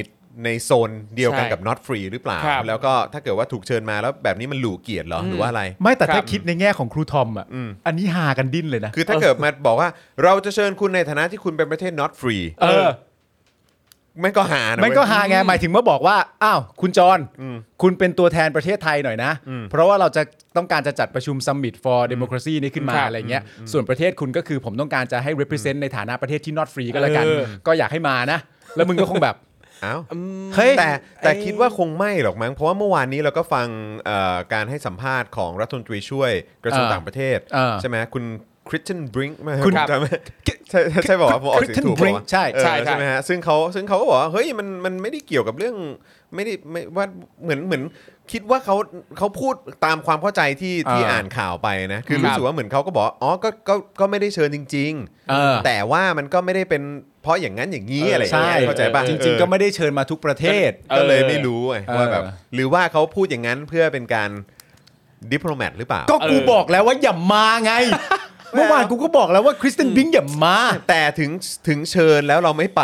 ในโซนเดียวกัน
ใช่
กับ not free หรือเปล่า
ครับ
แล้วก็ถ้าเกิดว่าถูกเชิญมาแล้วแบบนี้มันหลูเกียรติเหรอหรือว่าอะไร
ไม่แต่
ค
ถ้า
รับ
คิดในแง่ของครูทอมอ่ะ อันนี้หากันดิ้นเลยนะ
คือถ้าเกิดมาบอกว่าเราจะเชิญคุณในฐานะที่คุณเป็นประเทศ not free
เออ
แม่งก็หานะ
มันก็
เว้ย
หาไงหมายถึงเมื่อบอกว่า อ้าว คุณจร คุณเป็นตัวแทนประเทศไทยหน่อยนะ เพราะว่าเราจะต้องการจะจัดประชุม Summit for Democracy นี้ขึ้นมา
ครับ
อะไรเงี้ย ส่วนประเทศคุณก็คือผมต้องการจะให้ represent ในฐานะประเทศที่ not free ก็แล้วกัน
เออ
ก็อยากให้มานะ แล้วมึงก็คงแบบ
อ้าว
เฮ้ย
แต่แต่
เอ้ย
คิดว่าคงไม่หรอกมั้ง เพราะว่าเมื่อวานนี้เราก็ฟังเอ่อการให้สัมภาษณ์ของรัฐมนตรีช่วยกระทรวง
เออ
ต่างประเทศ
เออ
ใช่ไหมคุณคริสเตนบริงค์ไหม
คุณ
ผมจำไม่ใช่ใช่ใช่บอกว่าผมออกเสียง
Christian
ถูกปะ
Brink
วะ
ใช่
เออ
ใช่ใช่
ใช่ไหมฮะซึ่งเขาซึ่งเขาก็บอกว่าเฮ้ยมันมันไม่ได้เกี่ยวกับเรื่องไม่ได้ไม่ว่าเหมือนเหมือนคิดว่าเขาเขาพูดตามความเข้าใจที่ที่
เอออ่
อ่านข่าวไปนะ คือ
ครับ
รู้สึกว่าเหมือนเขาก็บอกว่าอ๋อก็ก็ก็ไม่ได้เชิญจริง
เออ
ๆ แต่ว่ามันก็ไม่ได้เป็นเพราะอย่างนั้นอย่างนี้อะไรอย่างเงี้ยเข้าใจป่ะ
จ
เอ
ริง
อ
ๆ ก็ไม่ได้เชิญมาทุกประเทศ
เออ
ก็เลยไม่รู้ไง
เออ
ว่าแบบหรือว่าเขาพูดอย่างนั้นเพื่อเป็นการดิปโลแมตหรือเปล่า
ก็กูบอกแล้วว่าอย่ามา
[laughs]
ไง เมื่อวานกูก็บอกแล้วว่าคริสตินบิงอย่ามา
แต่ถึงถึงเชิญแล้วเราไม่ไป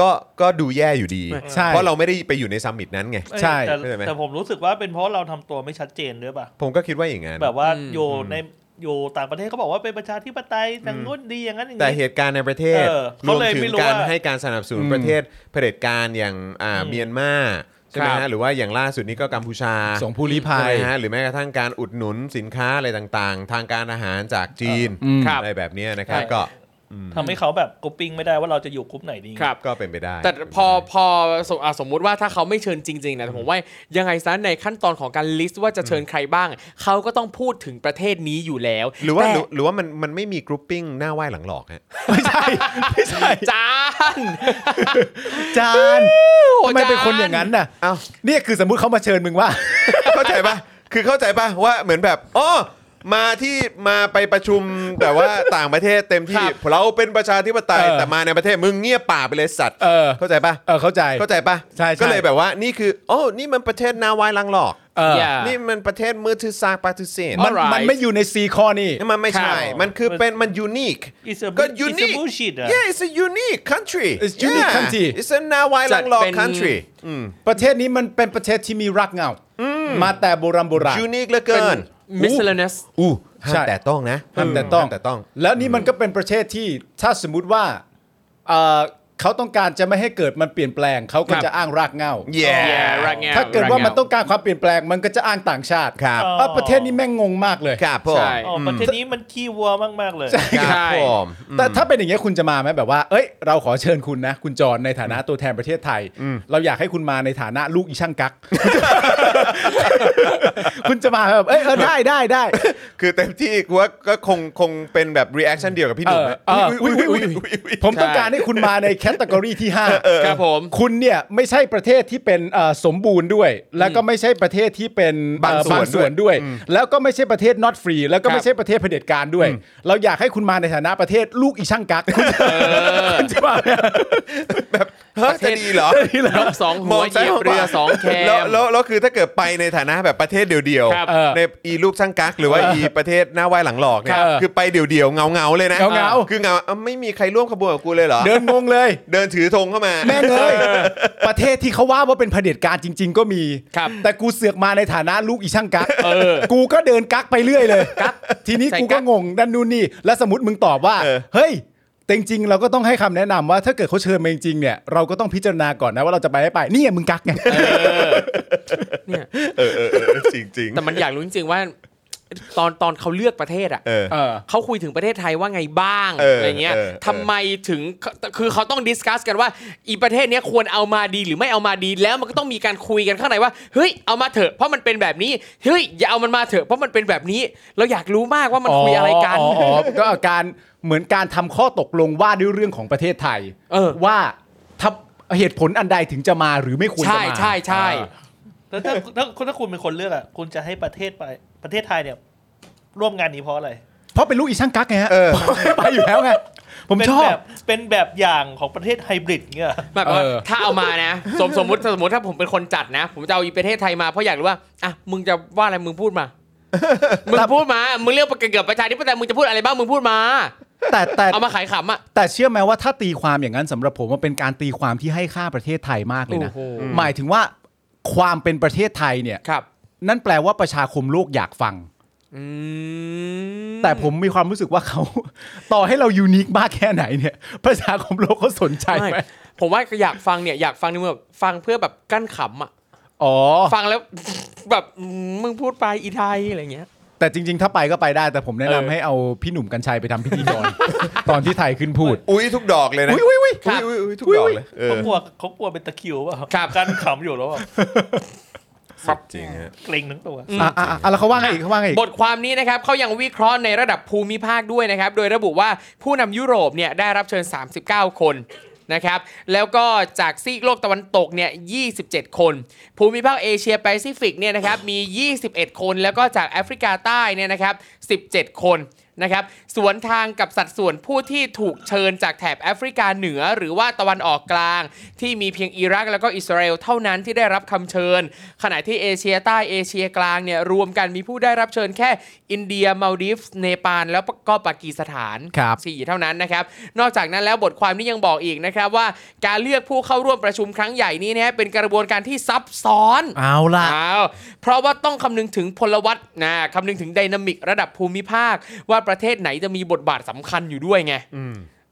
ก็ก็ดูแย่อยู่ดี
ใช่
เพราะเราไม่ได้ไปอยู่ในซัมมิตนั้นไง
ใช่
แต่
ใช่ไหม
แต่ผมรู้สึกว่าเป็นเพราะเราทำตัวไม่ชัดเจนด้วยป่ะ
ผมก็คิดว่าอย่างนั้น
แบบว่า
อืม
โยในโยต่างประเทศเขาบอกว่าเป็นประชาธิปไตยอย่างงดดีอย่างนั้นอย่าง
แต่
นี้
เหตุการณ์ในประเทศ
เออ
ร
เขา
วม
เลย
ถึง
ไม่รู้
การ
ว่า
ให้การสนับสนุน
อืม
ประเทศเผด็จการอย่างอ่า
อืม
เมียนมาใช่ไหม
ครั
ฮะ
บ
หรือว่าอย่างล่าสุดนี้ก็กัมพูชา
ส่งผู้ลี้ภั
ใช่
ย
ไหมฮะหรือแม้กระทั่งการอุดหนุนสินค้าอะไรต่างๆ ทางการอาหารจากจีน
อืม
อะไรแบบเนี้ยนะครับ
ใช่
ก็
ทำให้เขาแบบกรุ๊ปปิ้งไม่ได้ว่าเราจะอยู่กรุ๊ปไหนดี
ครับ
ก็เป็นไปได้
แต่พอพอสมอ่ะสมมุติว่าถ้าเขาไม่เชิญจริงๆเนะผมว่ายังไงซะในขั้นตอนของการลิสต์ว่าจะเชิญใครบ้าง เขาก็ต้องพูดถึงประเทศนี้อยู่แล้ว
หรือว่า
แต่
หรือหรือว่ามันมันไม่มีกรุ๊ปปิ้งหน้าไหว้หลังหลอกฮะ [laughs]
ไม่ใช่ ไม่ใช่
จาน
จาน
โอ้
ทำไมเป็น
จ
คนอย่างนั้นน่ะ
อ้าว
เนี่ยคือสมมุติเขามาเชิญมึงว่า
เข้าใจปะคือเข้าใจปะว่าเหมือนแบบอ๋อมาที่มาไปประชุมแต่ว่าต่างประเทศเต็มที่เราเป็นประชาธิปไตย
เออ
แต่มาในประเทศมึงเงียบป่าไปเลยสัตว์
เออ
ใจปะ
เออเข้าใจ
เข้าใจปะ
ใช่ใช่
ก็เลยแบบว่านี่คืออ๋อนี่มันประเทศหนาไวายลังหลอก
เออ
อย่า
นี่มันประเทศมือถือซากปาตุเซน
มัน
alright
มันไม่อยู่ในซีคอนี่
นี่มันไม่ใช่
ครับ
มันคือเป็นมันยูนิค
It's a-
ก็
it's a
ยูนิค
bullshit อะ
yeah it's a unique country
It's unique
Yeah,
country
it's a หนาไวายลังหลอก
จัดเป็น
country
ประเทศนี้มันเป็นประเทศที่มีรักเหงา มาแต่โบราณโบราณ
ยูนิคเหลือเกิน
มิสเลนส
อู้ห้าม
ใช่
แต่ต้องนะ
ห้ามแต่ต้อง
ห้ามแต่ต้อง
แล้วนี่มันก็เป็นประเทศที่ถ้าสมมุติว่าเอ่อ เขาต้องการจะไม่ให้เกิดมันเปลี่ยนแปลงเขาก็
ครับ
จะอ้างรากเหง้า
แย่
Yeah รากเหง้า
ถ้าเกิดว่ามันต้องการความเปลี่ยนแปลงมันก็จะอ้างต่างชาติ
ครับ
อ่ะประเทศนี้แม่งงงมากเลย
ครับผม
ใช่
อ๋อประเทศนี้มันขี้วัวมากๆเลย
[laughs] ครับผม
แต่ถ้าเป็นอย่างเงี้ยคุณจะมาไหมแบบว่า เอ้ย เราขอเชิญคุณนะ คุณจรในฐานะตัวแทนประเทศไทย เราอยากให้คุณมาในฐานะลูกอีช่างกัก คุณจะมาแบบเอ้ยเออได้ได้ได้
คือเต็มที่กูว่าก็คงคงเป็นแบบรีแอคชั่นเดียวกับพี่ห
เอ
นุ่ม
อ
นะ
เออ
อุ๊ยอุ๊ยอุ๊ย
อุ๊ยอุ๊ย
อุ๊ยอุ๊ย
ผมต้องการให้คุณมาในแคตตากรีที่ห้า
ครับผม
คุณเนี่ยไม่ใช่ประเทศที่เป็นเอ่อสมบูรณ์ด้วย แล้วก็ไม่ใช่ประเทศที่เป็น
บาง
เอ่อ
ส่วน
ด้วย แล้วก็ไม่ใช่ประเทศ not free แล้วก็
ครับ
ไม่ใช่ประเทศเผด็จการด้วย เราอยากให้คุณมาในฐานะประเทศลูกอีช่างกักคุณคุณจะมาแบบ
เฮ้ยจะดีเห
[laughs]
รอ
นี้เหรอ
นกสองหัวเหยียบเรือสองแค
แล้ว
ม
แล้วแล้วคือถ้าเกิดไปในฐานะแบบประเทศเดียว
ครับ
เออ
ในอีลูกช่างกักหรือว่าอีประเทศหน้าไหวหลังหลอกเนี่ย
ครับ
คือไปเดียวๆเงาเงาๆเลยนะ
เงาๆ
คือเงาอ่ะไม่มีใครร่วมขบวนกับกูเลยเหรอ
เดินงงเลย
เดินถือธงเข้ามา
แม่งเอ้ยประเทศที่เขาว่าว่าเป็นเผด็จการจริง ๆ ก็มี
ครับ
แต่กูเสือกมาในฐานะลูกอีช่างกัก
เออ
กูก็เดินกักไปเรื่อยเลย
กั๊ก
ทีนี้
ใส่
กู
กั๊
ก็
ก
งงนั่นนู่นนี่ แล้วสมมติมึงตอบว่า
เออ
เฮ้ยแต่จริงๆเราก็ต้องให้คำแนะนำว่าถ้าเกิดเขาเชิญมาจริงๆเนี่ยเราก็ต้องพิจารณาก่อนนะว่าเราจะไปไม่ไปนี่ไงมึงกักไง
เนี่ย
เออเออเออจริงจริงๆ
แต่มันอยากรู้จริงๆว่า ตอนตอนเขาเลือกประเทศอ่ะ
เออ
เออ
เขาคุยถึงประเทศไทยว่าไงบ้าง
เอออ
ไรเงี้ย
เออเออ
ทำไมถึงคือเขาต้องดิสคัสกันว่า อีประเทศเนี้ยควรเอามาดีหรือไม่เอามาดีแล้วมันก็ต้องมีการคุยกันข้างในว่าเฮ้ยเอามาเถอะเพราะมันเป็นแบบนี้เฮ้ยอย่าเอามันมาเถอะเพราะมันเป็นแบบนี้ เราอยากรู้มากว่ามันคุยอะไรกัน
อ๋ออ๋ออ๋อก็การเหมือนการทำข้อตกลงว่าด้วยเรื่องของประเทศไทย
เออ
ว่าทับเหตุผลอันใดถึงจะมาหรือไม่ควรจะ
ใช่
มา
ใช่ใช่
อ่า
แล้วถ้าถ้าถ้าคุณเป็นคนเลือกอ่ะคุณจะให้ประเทศไปประเทศไทยเนี่ย ร่วมงานนี้เพราะอะไร
เพราะเป็นลูกอีช่างกักไงฮะ
เออ
ผมไม่ไปอยู่แล้วไง ผม
เป็น
ชอบ
แบบเป็นแบบอย่างของประเทศไฮบริดเงี้ย
แบบว่า
เออ
ถ้าเอามานะสมสมมติสมมติถ้าผมเป็นคนจัดนะ ผมจะเอาอีประเทศไทยมาเพราะอยากรู้ว่าอ่ะมึงจะว่าอะไรมึงพูดมา มึงพูดมา มึงเรียกประเกือบประชาธิปไตยมึงจะพูดอะไรบ้างมึงพูดมา
แต่แต่
เอามาขายขำอ่ะ
แต่เชื่อไหมว่าถ้าตีความอย่างนั้นสำหรับผมมันเป็นการตีความที่ให้ค่าประเทศไทยมากเลยนะ
โอ้โห
หมายถึงว่าความเป็นประเทศไทยเนี่ย
ครับ
นั่นแปลว่าประชาคมโลกอยากฟัง
อืม
แต่ผมมีความรู้สึกว่าเขา [laughs] ต่อให้เรายูนิคมากแค่ไหนเนี่ย [laughs] ประชาคมโลกเขาสนใจ
ไม่
ไหม
ผมว่าอยากฟังเนี่ยอยากฟังในเมื่อฟังเพื่อแบบกั้นขำอ่ะ
อ๋อ
ฟังแล้ว แบบอืมมึงพูดไปอีไทยอะไรเงี้ย
แต่จริง ๆ ถ้าไปก็ไปได้ แต่ผมแนะนำ
เออ
ให้เอาพี่หนุ่มกัญชัยไปทำพิธีกร [laughs] ตอนที่ไทยขึ้นพูด
อุ้ยทุกดอกเลยนะ
อุ๊ยอุ๊ยอุ๊ย
อุ๊ยอุ๊ยอุ๊ยทุกดอกเลยเออ
เขากลัวเขากลัวเป็นตะคริวเปล่า
ครับ
กันขำอยู่แล้วเปล่า
จริงฮะ
เกรงทั้งตัว
อ่ะอ่ะอ่ะแล้วเขาว่าไงอีกเขาว่าไงอีก
บทความนี้นะครับเขายังวิเคราะห์ในระดับภูมิภาคด้วยนะครับ โดยระบุว่าผู้นำยุโรปเนี่ยได้รับเชิญ 39 คนนะครับ แล้วก็จากซีกโลกตะวันตกเนี่ย 27 คน ภูมิภาคเอเชียแปซิฟิกเนี่ยนะครับ มี 21 คน แล้วก็จากแอฟริกาใต้เนี่ยนะครับ 17 คนนะครับ สวนทางกับสัดส่วนผู้ที่ถูกเชิญจากแถบแอฟริกาเหนือ หรือว่าตะวันออกกลาง ที่มีเพียงอิรักแล้วก็อิสราเอลเท่านั้นที่ได้รับคำเชิญ ขณะที่เอเชียใต้เอเชียกลางเนี่ยรวมกันมีผู้ได้รับเชิญแค่อินเดียมาลดีฟส์เนปาลแล้วก็ปากีสถาน
ครับ
สี่เท่านั้นนะครับ นอกจากนั้นแล้วบทความนี้ยังบอกอีกนะครับว่าการเลือกผู้เข้าร่วมประชุมครั้งใหญ่นี้นะฮะเป็นกระบวนการที่ซับซ้อน
เอาล่ะ
อ้าวเพราะว่าต้องคำนึงถึงพลวัตนะคำนึงถึงไดนามิกระดับภูมิภาค ว่าประเทศไหนจะมีบทบาทสำคัญอยู่ด้วยไง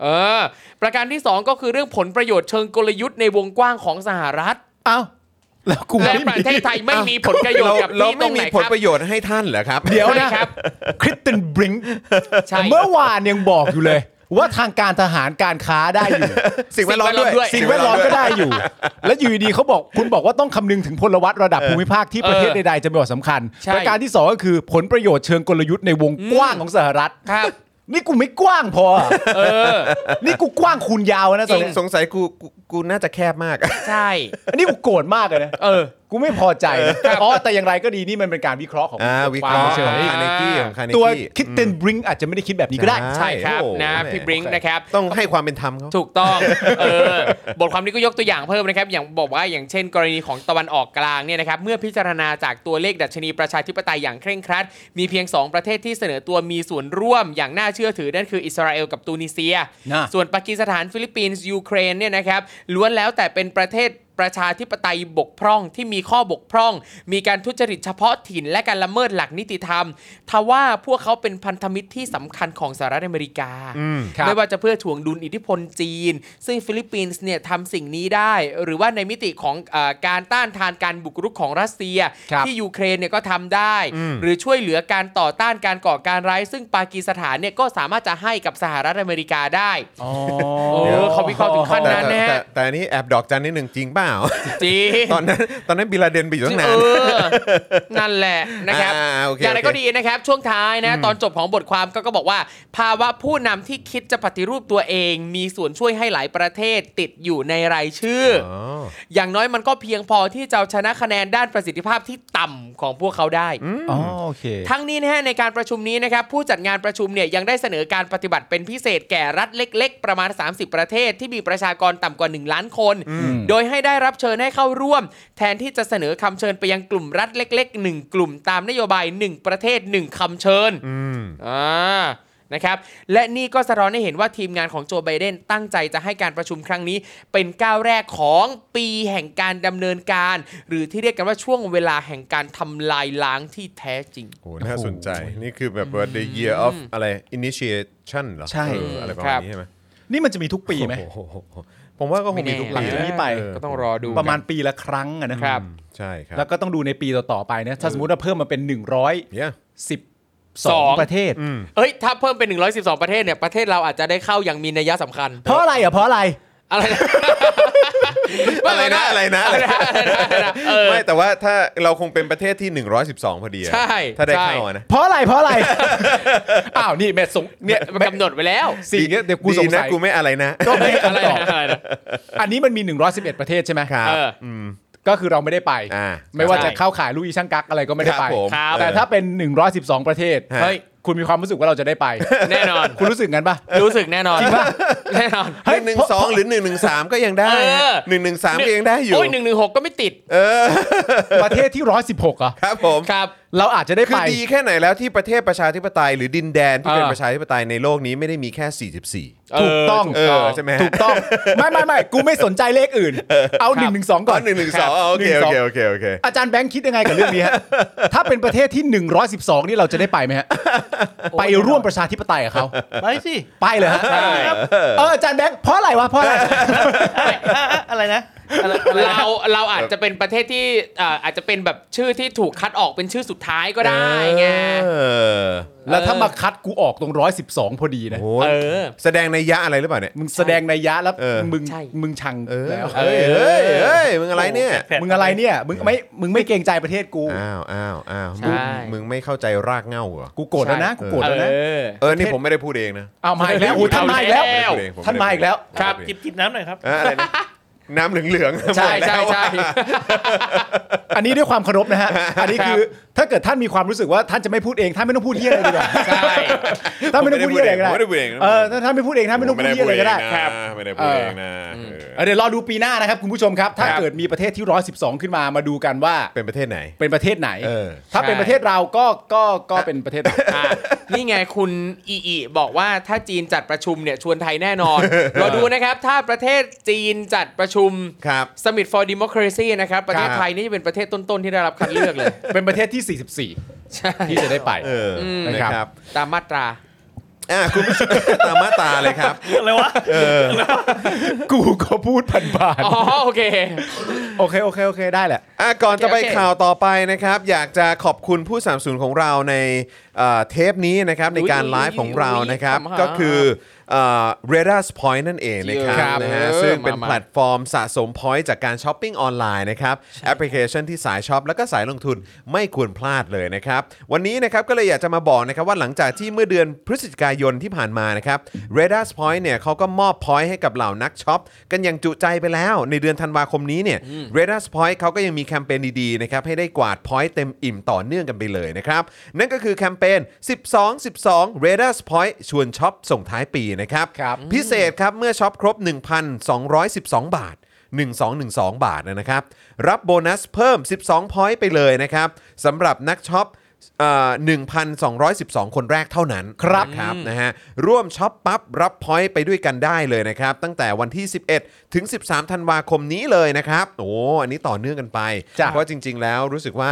เออ ประการที่ 2 ก็คือเรื่องผลประโยชน์เชิงกลยุทธ์ในวงกว้างของสหรัฐ
เอาแล้วกู
และป
ไม่
ระเทศไทยไม่มีผลประโยช
เรา
น์กับ
เรา
ที่ตร
ไม่
ง
มี
ไหน
ผ
ค
ล
รับ
ประโยชน์ให้ท่านเหรอครับ
เดี๋ยว
ใช่
นะครับ คริสตินบริง
ใช่
เมื่อวานยังบอกอยู่เลย ว่าทางการทหารการค้าได้อยู่
สิ่งแวดล้อมด้วย
สิ่งแวดล้อมก็ได้อยู่ และอยู่ดีๆเขาบอกคุณบอกว่าต้องคำนึงถึงพลวัตระดับ
เออ
ภูมิภาคที่ประเทศ
เออ
ใดๆจะมีความสำคัญ
ใช่
ประการที่สองก็คือผลประโยชน์เชิงกลยุทธ์ในวงกว้างของสหรัฐ
ครับ
นี่กูไม่กว้างพอ
เออ
นี่กูกว้างคูณยาวนะ
ส
ตอน
ง
เนี้ย
สงสัยกูกูกูน่าจะแคบมาก
ใช่
อันนี้กูโกรธมากเลยนะ
เออ
กูไม่พอใจนะอ๋อแต่อย่างไรก็ดีนี่มันเป็นการวิเคราะห์ของ
อ่าวิเคราะห์
มเชิง
ของ
นี้
คาร์เนกี้ของคาร์เนกี้
ตัวคิดเตนบริงอาจจะไม่ได้คิดแบบนี้ก็ได้
ใช่ครับ
โอ้โห
นะพี่ Brink
โอเ
นะครับ
ต้องให้ความเป็นธรรมเขา
ถูกต้อง เออ บทความนี้ก็ยกตัวอย่างเพิ่มนะครับ อย่างบอกว่าอย่างเช่น กรณีของตะวันออกกลางเนี่ยนะครับ เมื่อพิจารณาจากตัวเลขดัชนีประชาธิปไตยอย่างเคร่งครัด มีเพียง 2 ประเทศที่เสนอตัวมีส่วนร่วมอย่างน่าเชื่อถือ นั่นคืออิสราเอลกับตูนิเซีย
น่ะ
ส่วนปากีสถานฟิลิปปินส์ยูเครนเนี่ยนะครับ ล้วนแล้วแต่เป็นประเทศ ประชาธิปไตยบกพร่องที่มีข้อบกพร่อง มีการทุจริตเฉพาะถิ่น และการละเมิดหลักนิติธรรมทว่าพวกเขาเป็นพันธมิตรที่สำคัญของสหรัฐอเมริกา
ครับ
ไม่ว่าจะเพื่อถ่วงดุลอิทธิพลจีน ซึ่งฟิลิปปินส์เนี่ยทำสิ่งนี้ได้ หรือว่าในมิติของเออการต้านทานการบุกรุกของรัสเซีย
ครับ
ที่ยูเครนเนี่ยก็ทำได้ หรือช่วยเหลือการต่อต้านการก่อการร้าย ซึ่งปากีสถานเนี่ยก็สามารถจะให้กับสหรัฐอเมริกาได้ โอ้เขาวิเคราะห์ถึงขั้น
แต่
นั้น
แต่
นะ
แต่
ฮะ
แต่อันนี้แอบดอกจันนิดหนึ่งจริงเปล่า
จริง
ตอนนั้นตอนนั้นบิลาเดนไปอยู่ตั้งนา
เอน อ นั่นแหละนะครับ
อ่าโอเค
อย่างไร
โอเค
ก็ดีนะครับ ช่วงท้ายนะ ตอนจบของบทความก็ก็บอกว่า ภาวะผู้นำที่คิดจะปฏิรูปตัวเอง มีส่วนช่วยให้หลายประเทศติดอยู่ในรายชื่ออ
อ๋อ
อย่างน้อยมันก็เพียงพอที่จะเอาชนะคะแนนด้านประสิทธิภาพที่ต่ำของพวกเขาได้
อ๋อโอเค
ทั้งนี้นะฮะในการประชุมนี้นะครับผู้จัดงานประชุมเนี่ยยังได้เสนอการปฏิบัติเป็นพิเศษแก่รัฐเล็ก ๆ ประมาณ 30 ประเทศที่มีประชากรต่ำกว่า 1 ล้านคน
ม
โดยให้ได้รับเชิญให้เข้าร่วม แทนที่จะเสนอคำเชิญไปยังกลุ่มรัฐเล็ก ๆ 1 กลุ่มตามนโยบาย 1 ประเทศ 1คำเชิญ
อืม
อ่า นะครับ และนี่ก็สะท้อนให้เห็นว่าทีมงานของโจไบเดนตั้งใจจะให้การประชุมครั้งนี้ เป็นก้าวแรกของปีแห่งการดำเนินการ หรือที่เรียกกันว่าช่วงเวลาแห่งการทำลายล้างที่แท้จริง
โหน่าสนใจ นี่คือแบบว่า the year of อะไร initiation เหรอ
ใช่
เอออะไรประมาณนี้ใช่ไหม
นี่มันจะมีทุกปีไหม
โอ้โหผมว่าก็คงมีทุก
ไม่
ปี
แ
ห
แห
ลั
ละ
งนี้ไป
เออ
ก็ต้องรอดู
ประมาณปีละครั้งอะนะ
นะครับ
ใช่ครับ
แล้วก็ต้องดูในปีต่อๆไปนะถ้าสมมติว่าเพิ่มมาเป็น
เนี่ย
สอง
112 ประเทศ
เอ้ย ถ้าเพิ่มเป็น 112 ประเทศเนี่ย ประเทศเราอาจจะได้เข้าอย่างมีนัยสำคัญ
เพราะอะไรอ่ะเพราะอะไร
อะไรนะ
อะไรนะอะไรนะ
อะไรนะอะไรนะเออ
ไม่แต่ว่าถ้าเราคงเป็นประเทศที่ 112 พอดีอะ
ใช่
ถ้าได้
ใช่
เข้าอะนะ
เพราะอะไรเพราะอะไร อ้าวนี่แม่สง
เนี่
เนี่ย ย
มันกำหนดไว้แล้ว
สิ่งเนี้ยเดี๋ยวกูสง
ดีนะ
สัย
กูไม่อะไรนะ
ก็ไม่
อะไร
คำตอบ
นะอะไรนะ
อันนี้มันมี 111 ประเทศใช่ไหม
ครับ
เอออื
อืม
ก็คือเราไม่ได้ไป
อ่า
ไม่ว่า
ใช่
จะเข้าขายลูกอีช่างกักอะไรก็ไม่ได้
ค
ไป
รับผม
ครับ
แต่ถ้าเป็น 112 ประเทศ
ฮะ
เฮ้ยคุณมีความรู้สึกว่าเราจะได้ไป
แน่นอน
คุณรู้สึกงั้นปะ
รู้สึกแน่นอน
จริงปะ
แน่นอน
หนึ่งหนึ่งสองหรือหนึ่งหนึ่งสามก็ยังได้
เออ
หนึ่งหนึ่งสามก็ยังได้อยู่
โอ้ยหนึ่งหนึ่งหกก็ไม่ติด
ประเทศที่ 116อ่ะ
ครับผม
ครับ
เราอาจจะได้
คื
ไป
อดีแค่ไหนแล้วที่ประเทศประชาธิปไตย หรือดินแดนที่เป็น
เออ
ประชาธิปไตยในโลกนี้ไม่ได้มีแค่ 44
ถูกต้อง
เออใช่ไหมฮะ
ถูกต้อง ไม่ไม่ไม่กูไม่สนใจเลขอื่น เอา 112 ก่อน
หนึ่งหนึ่งสองโอเค
112
โอเคโอเคโอเค
อาจารย์แบงค์คิดยังไงกับเรื่องนี้ฮะ ถ้าเป็นประเทศที่ 112 นี่เราจะได้ไปไหมฮะ ไปร่วมประชาธิปไตยกับเขา
ไปสิ
ไปเลยฮะ
ใช่
เอออาจารย์แบงค์เพราะอะไรวะเพราะอะไร
อ่ะ [laughs] อ่ะอะไรนะอะไรอะไรนะ
เราเราอาจจะเป็นประเทศที่อ่าอาจจะเป็นแบบชื่อที่ถูกคัดออกเป็นชื่อสุดท้ายก็ได้ไง
เออ
แล้วถ้ามาคัดกูออกตรง 112 พอดีนะ
โอ้ย
เออ
แสดงในยยะอะไรหรือเปล่าเนี่ย
มึงแสดงในยยะแล้ว
เออ
มึง
ใช่
มึงชัง
เออ
แล้ว
เอ้ยเอ้ยเอ้ยมึงอะไรเนี่ย
แผน
มึงอะไรเนี่ยมึงไม่มึงไม่เกรงใจประเทศกู
อ้าวอ้าวอ้าวมึง
ใช่
มึงไม่เข้าใจรากเหง้าเหรอ
กูโกรธแล้วนะ
ใช่
กูโกรธ
เอ
แล้วนะ
อ
เออ นี่ผมไม่ได้พูดเองนะ
เอามาอีกแล้ว
เอา
อู้ท่านมาอีกแล้ว
แล้
ผมไม่ได้พูดเองผมไม่ได้พูด
ท่านมาอีกแล้ว
ครับ
จิบจิบน้ำหน่อยครับ
เอออะไรนะน้ำเหลืองๆ
ใช่
หมดแล้
ใช่
ว
ใช่
อันนี้ด้วยความเคารพนะ
[laughs]
ฮะ อันนี้คือถ้าเกิดท่านมีความรู้สึกว่าท่านจะไม่พูดเองท่านไม่ต้องพูดเยี่ยอะไร
[laughs]
ดีกว่า
ใช่
ท่านไม่ต้องพูดเยี่ยอะไรก็
ผม
ได้
ไม่ได้พูดเองนะ
เออถ้าท่านไม่พูดเองท่านไม่ต้องพูดเยี่ยอะไรก็ได้
ผมไม่ได้พูดเองนะไม่ได้พูดเองนะเออ
เดี๋ยวรอดูปีหน้านะครับคุณผู้ชมครับ ถ้าเกิดมีประเทศที่ 112 ขึ้นมามาดูกันว่า
เป็นประเทศไหน
เป็นประเทศไหน
เออ
ถ้าเป็น
ใช่
ประเทศเราก็ก็ก็เป็นประเท
[laughs]
ศเรา
อ่ะนี่ไงคุณอีอีบอกว่าถ้าจีนจัดประชุมเนี่ยชวนไทยแน่นอน
[laughs]
เราดูนะครับ ถ้าประเทศจีนจัดประชุม
ครับ
Summit for Democracy นะครับ ประเทศ
ครับ
ไทยนี่จะเป็นประเทศต้น ๆ ที่ได้รับคัดเลือกเลย
เป็นประเทศที่
ใช่
44 ที่จะได้ไป
เอออ
ม
นะครับ
ตามมาตรา
อ่ะคุณผู้ชม ตามมาตราเลยครับ
อะไรวะ
เออ
กูก็พูดผ่าน
อ๋อ โอเค
ๆโอเคโอเคโอเคได้แหละ
อ่ะก่อนจะไป
โอเค
ข่าวต่อไปนะครับ อยากจะขอบคุณผู้สามสูนของเราในเอ่อเทปนี้นะครับในการ
อุ๊ย
ไลฟ์ของเรานะครับ
ขำหา
ก็คือเรดัสพอยต์นั่นเองนะครับ
ครับ
นะฮะ
เออ
ซึ่งเป็น
มาๆ
แพลตฟอร์มสะสมพอยต์จากการช้อปปิ้งออนไลน์นะครับ แอปพลิเคชันที่สายช้อปแล้วก็สายลงทุนไม่ควรพลาดเลยนะครับ วันนี้นะครับก็เลยอยากจะมาบอกนะครับว่าหลังจากที่เมื่อเดือนพฤศจิกายนที่ผ่านมานะครับเรดัสพอยต์เนี่ยเขาก็มอบพอยต์ให้กับเหล่านักช็อปกันอย่างจุใจไปแล้ว ในเดือนธันวาคมนี้เนี่ย เรดัสพอยต์เขาก็ยังมีแคมเปญดีๆนะครับให้ได้กวาดพอยต์เต็มอิ่มต่อเนื่องกันไปเลยนะครับ นั่นก็คือแคมเปญ 12 12 r a d a r s Point ชวนช็อปส่งท้ายปีนะครับ
ครับ
พิเศษครับเมื่อช็อปครบ 1,212 บาท 1212 บาทนะครับ รับโบนัสเพิ่ม 12 พอยต์ไปเลยนะครับสำหรับนักช็อป เอ่อ1,212 คนแรกเท่านั้น
ครับ
นะนะฮะร่วมช็อปปั๊บรับพอยต์ไปด้วยกันได้เลยนะครับ ตั้งแต่วันที่ 11 ถึง 13 ธันวาคมนี้เลยนะครับโอ้อันนี้ต่อเนื่องกันไป
จ้ะ
เพราะจริง ๆ แล้วรู้สึกว่า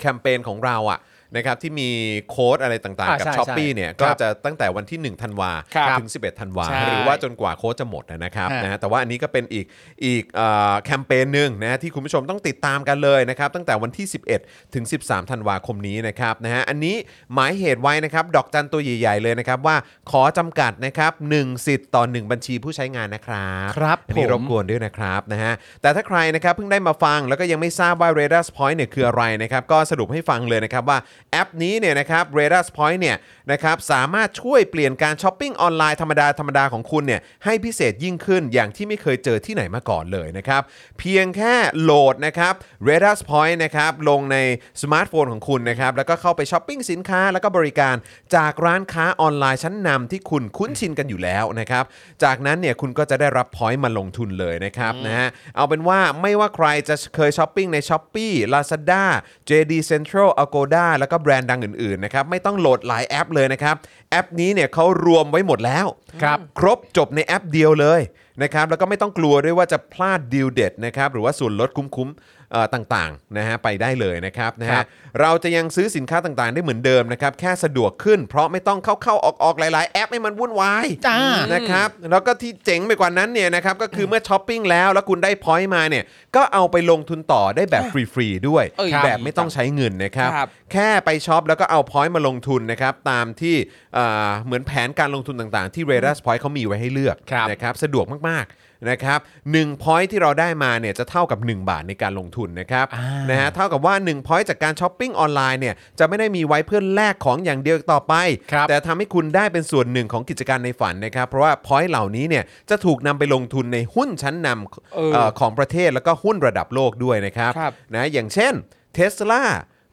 แคมเปญของเราอะนะครับที่มีโค้ดอะไรต่างๆ
อ่า
กับ
ใช่
ช้อปปี
ใช่
เนี่ย
ครั
ก็
บ
จะตั้งแต่วันที่ 1 ธันวา
ครับ
ถึง 11 ธันวา
ใช่
หรือว่าจนกว่าโค้ดจะหมดนะครับ
ฮะ
นะฮะแต่ว่าอันนี้ก็เป็นอีกอีกเอ่อแคมเปญหนึ่งนะฮะที่คุณผู้ชมต้องติดตามกันเลยนะครับ ตั้งแต่วันที่ 11 ถึง 13 ธันวาคมนี้นะครับนะฮะอันนี้หมายเหตุไว้นะครับ ดอกจันตัวใหญ่ ๆ เลยนะครับ ว่าขอจำกัดนะครับ1สิทธิ์ต่อ 1 บัญชีผู้ใช้งานนะครับ
ครับ
อันนี้
ผม
รบกวนด้วยนะครับนะฮะแต่ถ้าใครนะครับเพิ่งได้มาฟังแล้วก็ยังไม่ทราบว่า r a d a r Point เนี่ยคืออะไรนะครับก็สรุปให้ฟังเลยนะครับว่าแอปนี้เนี่ยนะครับ r a d a r Point เนี่ยนะครับสามารถช่วยเปลี่ยนการช้อปปิ้งออนไลน์ธรรมดาธรรมดาของคุณเนี่ยให้พิเศษยิ่งขึ้นอย่างที่ไม่เคยเจอที่ไหนมาก่อนเลยนะครับ เพียงแค่โหลดนะครับ r a d a r Point นะครับลงในสมาร์ทโฟนของคุณนะครับแล้วก็เข้าไปช้อปปิ้งสินค้าแล้วก็บริการจากร้านค้าออนไลน์ชั้นนำที่คุณคุ้นชินกันอยู่แล้วนะครับจากนั้นเนี่ยคุณก็จะได้รับ พอยต์มาลงทุนเลยนะครับนะฮะเอาเป็นว่าไม่ว่าใครจะเคยช้อปปิ้งใน s h อ p e e Lazada JD Central Agoda แล้วก็แบรนด์ดังอื่นๆนะครับไม่ต้องโหลดหลายแอปเลยนะครับ แอปนี้เนี่ยเขารวมไว้หมดแล้ว
ครับ
ครบจบในแอปเดียวเลยนะครับแล้วก็ไม่ต้องกลัวด้วยว่าจะพลาดดีลเด็ดนะครับหรือว่าส่วนลดคุ้มๆเอ่อต่างๆนะฮะไปได้เลยนะครับนะ
ครั
ฮะ
บ
เราจะยังซื้อสินค้าต่างๆ ได้เหมือนเดิมนะครับแค่สะดวกขึ้น เพราะไม่ต้องเข้าๆออกๆหลาย ๆ แอปให้มันวุ่นวาย
จ้า
นะครับแล้วก็ที่เจ๋งไปกว่านั้นเนี่ยนะครับก็คือเมื่อช้อปปิ้งแล้วแล้วคุณได้พอยต์มาเนี่ยก็เอาไปลงทุนต่อได้แบบฟรีๆด้วย
เอ้ย
แบบไม่ต้องใช้เงินนะครับ
ครับ
แค่ไปช็อปแล้วก็เอาพอยต์มาลงทุนนะครับตามที่เอ่อเหมือนแผนการลงทุนต่างๆ ที่ r a d a r Point เขามีไว้ให้เลือก
ครับ
นะครับสะดวกมากๆนะครับหนึ่งพอยต์ที่เราได้มาเนี่ยจะเท่ากับ 1 บาทในการลงทุนนะครับนะฮะเท่ากับว่า1พอยต์จากการช้อปปิ้งออนไลน์เนี่ยจะไม่ได้มีไว้เพื่อแลกของอย่างเดียวอีกต่อไป
ครับ
แต่ทำให้คุณได้เป็นส่วนหนึ่งของกิจการในฝันนะครับ เพราะว่าพอยต์เหล่านี้เนี่ยจะถูกนำไปลงทุนในหุ้นชั้นนำ
เออ
เอ่อของประเทศแล้วก็หุ้นระดับโลกด้วยนะครับ
ครับ
นะอย่างเช่น Tesla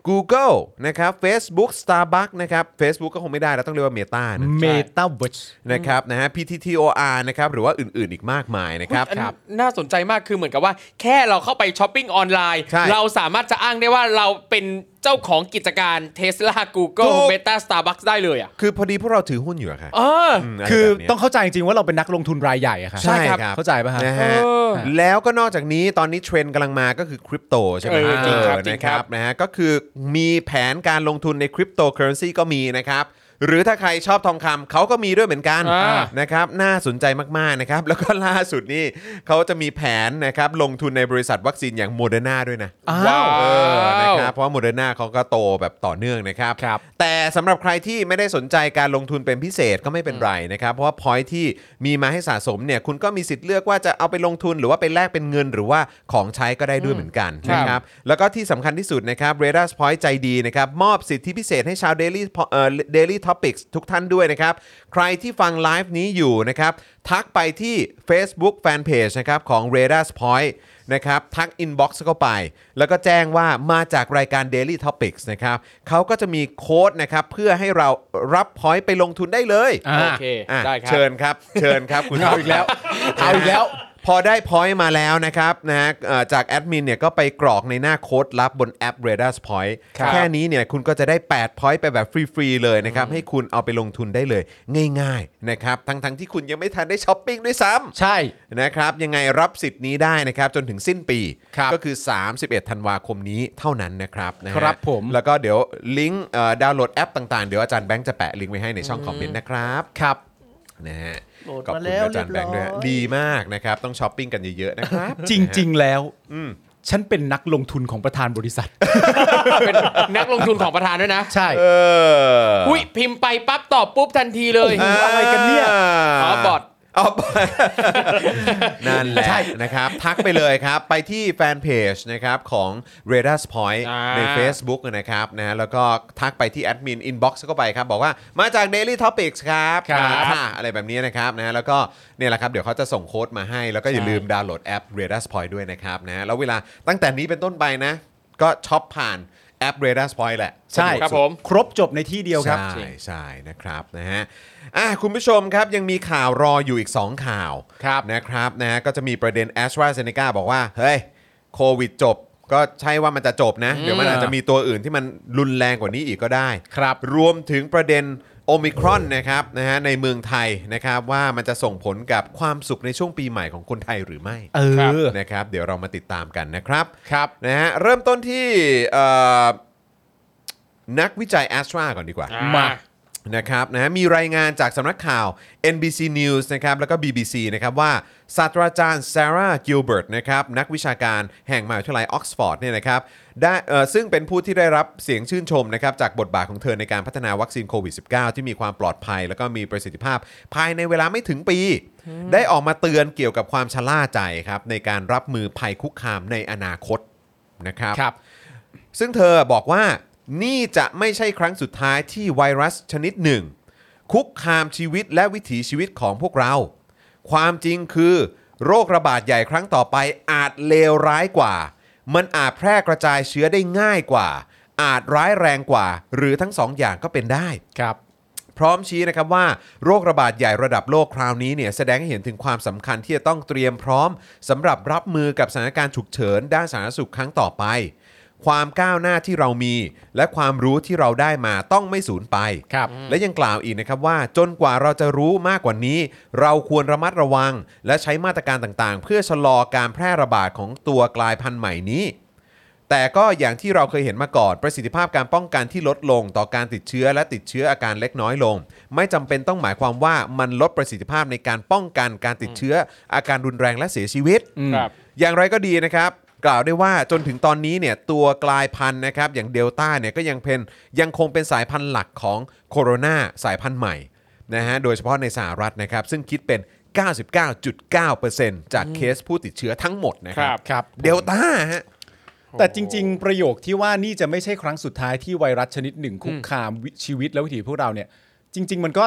Google นะครับ Facebook Starbucks นะครับ Facebook ก็คงไม่ได้แล้วต้องเรียกว่า Meta นะ
เมตาเวิร์
นะครับนะฮะ PTTOR นะครับหรือว่าอื่นๆอีกมากมายนะครับ
อันน่าสนใจมากคือเหมือนกับว่า แค่เราเข้าไปช้อปปิ้งออนไลน์
ใช่
เราสามารถจะอ้างได้ว่าเราเป็นเจ้าของกิจการ Tesla
ถู
Google
ก
Meta Starbucks ได้เลยอ่ะ
คือพอดีพวกเราถือหุ้นอยู่อะค่ะ
เออ
มะไร
คือ
แบบเนี้ย
ต้องเข้าใจจริงๆว่าเราเป็นนักลงทุนรายใหญ่อะครับ
ใช่ครับ
เข้าใจป่ะฮะ
นะฮะ
เออ
แล้วก็นอกจากนี้ตอนนี้เทรนด์กำลังมาก็คือคริปโตใช่ไหม
เออจริงครับ
เออ
จริ
นะ
ง
ค
ครั
รับบ นะฮะก็คือมีแผนการลงทุนในคริปโตเคอเรนซีก็มีนะครับ หรือถ้าใครชอบทองคำเขาก็มีด้วยเหมือนกัน
อ่า
นะครับน่าสนใจมาก ๆ นะครับ [laughs] แล้วก็ล่าสุดนี่เขาจะมีแผนนะครับลงทุนในบริษัทวัคซีนอย่างโมเดอร์นาด้วยนะ
อ้าว
ว้าว
เออนะครับเพราะโมเดอร์นาเขาก็โตแบบต่อเนื่องนะครับ
ครับ
แต่สำหรับใครที่ไม่ได้สนใจการลงทุนเป็นพิเศษก็ไม่เป็นไรนะครับ เพราะว่าพอยที่มีมาให้สะสมเนี่ยคุณก็มีสิทธิ์เลือกว่าจะเอาไปลงทุนหรือว่าไปแลกเป็นเงิน หรือว่าของใช้ก็ได้ด้วยเหมือนกัน
ครับ
นะครับ แล้วก็ที่สำคัญที่สุดนะครับ r a d a r Point ใจดีนะครับ มอบสิทธิพิเศษให้ชาว Daily เอ่อ Daily Topics ทุกท่านด้วยนะครับ ใครที่ฟังไลฟ์นี้อยู่นะครับ ทักไปที่ Facebook Fanpage นะครับของ r a d a r Point นะครับ ทัก Inbox เข้าไป แล้วก็แจ้งว่ามาจากรายการ Daily Topics นะครับเขาก็จะมีโค้ดนะครับเพื่อให้เรารับพอยต์ไปลงทุนได้เลย
อ่า
โอเค
อ่ะ
ได้ครับ
เชิญครับ เชิญครับคุณ
[laughs] เอาอีกแล้ว เอาอีกแล้ว
พอได้พอยต์มาแล้วนะครับนะฮะเอ่อจากแอดมินเนี่ยก็ไปกรอกในหน้าโค้ดลับบนแอป r a d a r Point
ครับ
แค่นี้เนี่ยคุณก็จะได้ 8 พอยต์ไปแบบฟรี ๆ เลยนะครับ ให้คุณเอาไปลงทุนได้เลย ง่าย ๆ นะครับ ทั้ง ๆ ที่คุณยังไม่ทันได้ช้อปปิ้งด้วยซ้ำ
ใช่
นะครับยังไงรับสิทธิ์นี้ได้นะครับจนถึงสิ้นปี
ครับ
ก็คือ 31 ธันวาคมนี้เท่านั้นนะครับนะฮะ
ครับผม
แล้วก็เดี๋ยวลิงก์เอ่อดาวน์โหลดแอปต่างๆ เดี๋ยวอาจารย์แบงค์จะแปะลิงก์ไว้ให้ในช่องคอมเมนต์นะครับ
ครับ
นะฮะ
โหลด
ขอบ
มา
คุณ
แล้ว
อาจารย์แบงค์ด้วยฮะ
เรียบร้อย
ดีมากนะครับต้องช้อปปิ้งกันเยอะๆนะครับ
จริง ๆ แล้ว
ๆอืม
ฉันเป็นนักลงทุนของประธานบริษัท
เป็นนักลงทุนของประธานด้วยนะ
ใช่
เออ
อุ้ยพิมพ์ไปปั๊บตอบปุ๊บทันทีเลย
า
อะไรกันเนี่ย
อ๋อบอท
อ๋อบอท [laughs] นั่นแหละนะครับ ทักไปเลยครับ ไปที่แฟนเพจนะครับของ r a d a r Point
อ่า
ใน Facebook นะครับนะแล้วก็ทักไปที่แอดมิน inbox เข้าไปครับ บอกว่ามาจาก Daily Topics ครับ
ครับ
ค่ะอะไรแบบนี้นะครับนะแล้วก็เนี่ยแหละครับ เดี๋ยวเขาจะส่งโค้ดมาให้ แล้วก็อย่าลืมดาวน์โหลดแอป r a d a r Point ด้วยนะครับนะแล้วเวลาตั้งแต่นี้เป็นต้นไปนะ ก็ช็อปผ่านแอป r a d a r Point แหละ
ใช่
ครับผม
ครบจบในที่เดียวครับ
ใช่ใช่นะครับนะฮะอ่ะคุณผู้ชมครับยังมีข่าวรออยู่อีก 2 ข่าว
ครับ
นะครับนะฮะก็จะมีประเด็นแอสตราเซเนกาบอกว่า เฮ้ย โควิดจบ ก็ใช่ว่ามันจะจบนะ
อืม
เดี๋ยวมันอาจจะมีตัวอื่นที่มันรุนแรงกว่านี้อีกก็ได้
ครับ
รวมถึงประเด็นโอมิครอนนะครับนะฮะในเมืองไทยนะครับว่ามันจะส่งผลกับความสุขในช่วงปีใหม่ของคนไทยหรือไม่
เอ
ครับ
อ
นะครับเดี๋ยวเรามาติดตามกันนะครับ
ครับ
นะฮะเริ่มต้นที่เอ่อนักวิจัยแอสตราก่อนดีกว่า
อ่
มา
นะครับนะฮะมีรายงานจากสำนักข่าว NBC News นะครับแล้วก็ BBC นะครับว่าศาสตราจารย์ซาร่ากิลเบิร์ตนะครับนักวิชาการแห่งมหาวิทยาลัยออกซฟอร์ดเนี่ยนะครับได้เอ่อซึ่งเป็นผู้ที่ได้รับเสียงชื่นชมนะครับจากบทบาทของเธอในการพัฒนาวัคซีนโควิด -19 ที่มีความปลอดภัย แล้วก็มีประสิทธิภาพ ภายในเวลาไม่ถึงปี ได้ออกมาเตือนเกี่ยวกับความชะล่าใจครับในการรับมือภัยคุกคามในอนาคตนะครับ
ครับ
ซึ่งเธอบอกว่านี่จะไม่ใช่ครั้งสุดท้ายที่ไวรัสชนิดหนึ่ง คุกคามชีวิตและวิถีชีวิตของพวกเรา ความจริงคือ โรคระบาดใหญ่ครั้งต่อไปอาจเลวร้ายกว่า มันอาจแพร่กระจายเชื้อได้ง่ายกว่า อาจร้ายแรงกว่า หรือทั้งสองอย่างก็เป็นได้
ครับ
พร้อมชี้นะครับว่าโรคระบาดใหญ่ระดับโลกคราวนี้เนี่ยแสดงให้เห็นถึงความสำคัญที่จะต้องเตรียมพร้อมสำหรับรับมือกับสถานการณ์ฉุกเฉินด้านสาธารณสุขครั้งต่อไป ความก้าวหน้าที่เรามี และความรู้ที่เราได้มาต้องไม่สูญไป
ครับ
และยังกล่าวอีกนะครับว่าจนกว่าเราจะรู้มากกว่านี้ เราควรระมัดระวัง และใช้มาตรการต่างๆ เพื่อชะลอการแพร่ระบาดของตัวกลายพันธุ์ใหม่นี้ แต่ก็อย่างที่เราเคยเห็นมาก่อน ประสิทธิภาพการป้องกันที่ลดลงต่อการติดเชื้อและติดเชื้ออาการเล็กน้อยลง ไม่จำเป็นต้องหมายความว่ามันลดประสิทธิภาพในการป้องกันการติดเชื้อ อาการรุนแรงและเสียชีวิต
ครับ
อย่างไรก็ดีนะครับ กล่าวได้ว่าจนถึงตอนนี้เนี่ยตัวกลายพันธุ์นะครับอย่างเดลต้าเนี่ยก็ยังเป็นยังคงเป็นสายพันธุ์หลักของโคโรนาสายพันธุ์ใหม่นะฮะโดยเฉพาะในสหรัฐนะครับ ซึ่งคิดเป็น 99.9%จากเคสผู้ติดเชื้อทั้งหมดนะค
ครั
รับ บ
ครับ
เดลต้าฮะ
แต่จริง ๆ ประโยคที่ว่านี่จะไม่ใช่ครั้งสุดท้ายที่ไวรัสชนิดหนึ่งคุกคามวิชีวิตและวิถีพวกเราเนี่ย จริง ๆ มันก็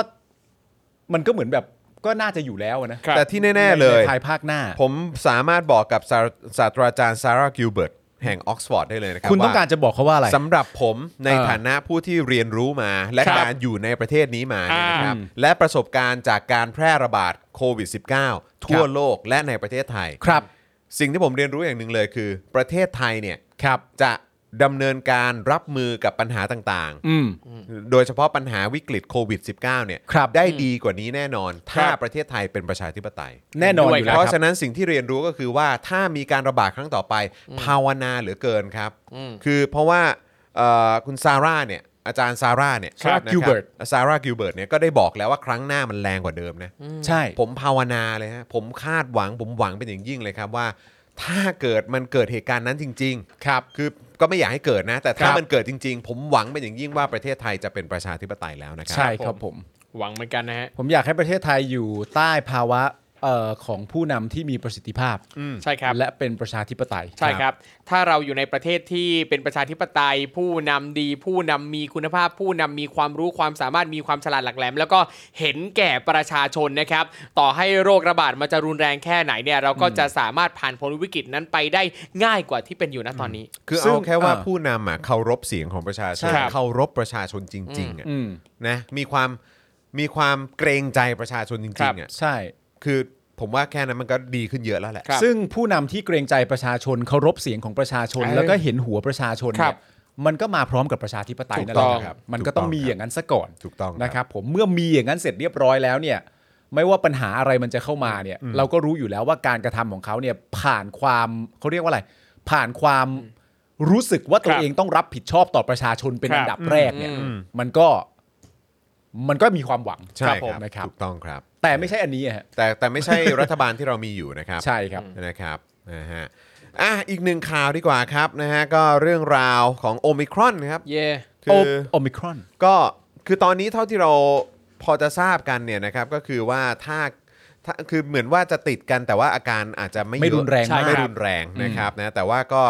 มันก็เหมือนแบบก็น่าจะอยู่แล้วอะนะครับ
แต่ที่แน่ ๆ เลย
ในภายภาคหน้า
ผมสามารถบอกกับศาศาสตราจารย์ซาร่ากิลเบิร์ตแห่งออกซฟอร์ดได้เลยนะครับ
คุณต้องการจะบอกเขาว่าอะไร
ว่าสำหรับผมใน
เออ
ฐานะผู้ที่เรียนรู้มา และ
ครับ
การอยู่ในประเทศนี้มาเนี่ยนะครับ
อ่
และประสบการณ์จากการแพร่ระบาดโควิด -19 ทั่วโลกและในประเทศไทย
ครับ
สิ่งที่ผมเรียนรู้อย่างหนึ่งเลยคือ ประเทศไทยเนี่ย
ครับ
จะดำเนินการรับมือกับปัญหาต่าง
อืม
ๆ โดยเฉพาะปัญหาวิกฤตโควิด -19 เนี่ย
ครับ
ได้ดีกว่านี้แน่นอน ถ้า
ครับ
ประเทศไทยเป็นประชาธิปไตย
แน่นอน
ด้วย
อยู่แล้ว
เพราะ
ครับ
ฉะนั้นสิ่งที่เรียนรู้ก็คือว่าถ้ามีการระบาดครั้งต่อไป ภาวนาเหลือเกินครับ
อืม
คือเพราะว่าเอ่อคุณซาร่าเนี่ยอาจารย์ซาร่าเนี่ย
ซาร่า
นะค
กิลเบิร์ต
ซาร่ากิลเบิร์ตเนี่ยก็ได้บอกแล้วว่าครั้งหน้ามันแรงกว่าเดิมนะ
ใช่
ผมภาวนาเลยฮะผมคาดหวังผมหวังเป็นอย่างยิ่งเลยครับว่า ถ้าเกิดมันเกิดเหตุการณ์นั้นจริง ๆ ครับ คือก็ไม่อยากให้เกิดนะ แต่ถ้า
ครับ
มันเกิดจริง ๆ ผมหวังเป็นอย่างยิ่งว่าประเทศไทยจะเป็นประชาธิปไตยแล้วนะครั
ใช่ครับผม
หวังเหมือนกันนะฮะ
ผมอยากให้ประเทศไทยอยู่ใต้ภาวะเอ่อของผู้นำที่มีประสิทธิภาพ
ใช่ครับ
และเป็นประชาธิปไตย
ใช่ครับ ถ้าเราอยู่ในประเทศที่เป็นประชาธิปไตย ผู้นำดี ผู้นำมีคุณภาพ ผู้นำมีความรู้ความสามารถมีความฉลาดหลักแหลม แล้วก็เห็นแก่ประชาชนนะครับ ต่อให้โรคระบาดมันจะรุนแรงแค่ไหนเนี่ยเราก็จะสามารถผ่านพ้นวิกฤตนั้นไปได้ง่ายกว่าที่เป็นอยู่ณตอนนี้
คือ
ซึ่
เอา
ง
แค่ว่า
เอ่อ
ผู้นำอะเคารพเสียงของประชาชน
ใช่ครับ
เคารพประชาชนจริงๆอะ
อืม
นะมีความมีความเกรงใจประชาชนจ
ครั
ริ
บ
งๆอ่ะ
ใช่
คือผมว่าแค่นั้นมันก็ดีขึ้นเยอะแล้วแหละ
ครับ
ซึ่งผู้นำที่เกรงใจประชาชนเคารพเสียงของประชาชน
เอ้ย
แล้วก็เห็นหัวประชาชน
ครั
เนี่
บ
ยมันก็มาพร้อมกับประชาธิปไตย
ถูก
นั่นแห
ต้อ
ละ
ง
ครับ
ครับ
มันก็ต้อง
ถูกต้อง
มี
ครับ
อย่างนั้นซะก่อน
ถูกต้องครับ
นะครับ ผมเมื่อมีอย่างนั้นเสร็จเรียบร้อยแล้วเนี่ยไม่ว่าปัญหาอะไรมันจะเข้ามาเนี่ย เราก็รู้อยู่แล้วว่าการกระทำของเขาเนี่ยผ่านความเขาเรียกว่าอะไร ผ่านความรู้สึกว่าตั
คว รับ
เองต้องรับผิดชอบต่อประชาชนเป็น
ครับ
อันดับแรกเนี่ย
อืม
มันก็มันก็มีความหวัง
ใช่
ผ
ค
ม
รับ
นะครับ
ถูกต้องครับ
แต่ไม่ใช่อันนี้อะฮะ
แต่แต่ไม่ใช่ รัฐบาลที่เรามีอยู่นะครับ
ใช่ครับ
นะครับนะฮะอ่ะอีกหนึ่งข่าวดีกว่าครับนะฮะก็เรื่องราวของโอมิครอนครับ
เย่
คื
โอ
อ
โอมิครอน
ก็คือตอนนี้เท่าที่เราพอจะทราบกันเนี่ยนะครับก็คือว่าถ้าถ้าคือเหมือนว่าจะติดกันแต่ว่าอาการอาจจะไม่
ไม่
เยอะ
รุนแรง
ใช่
มาก
ไม่รุนแรงนะครับนะแต่ว่าก็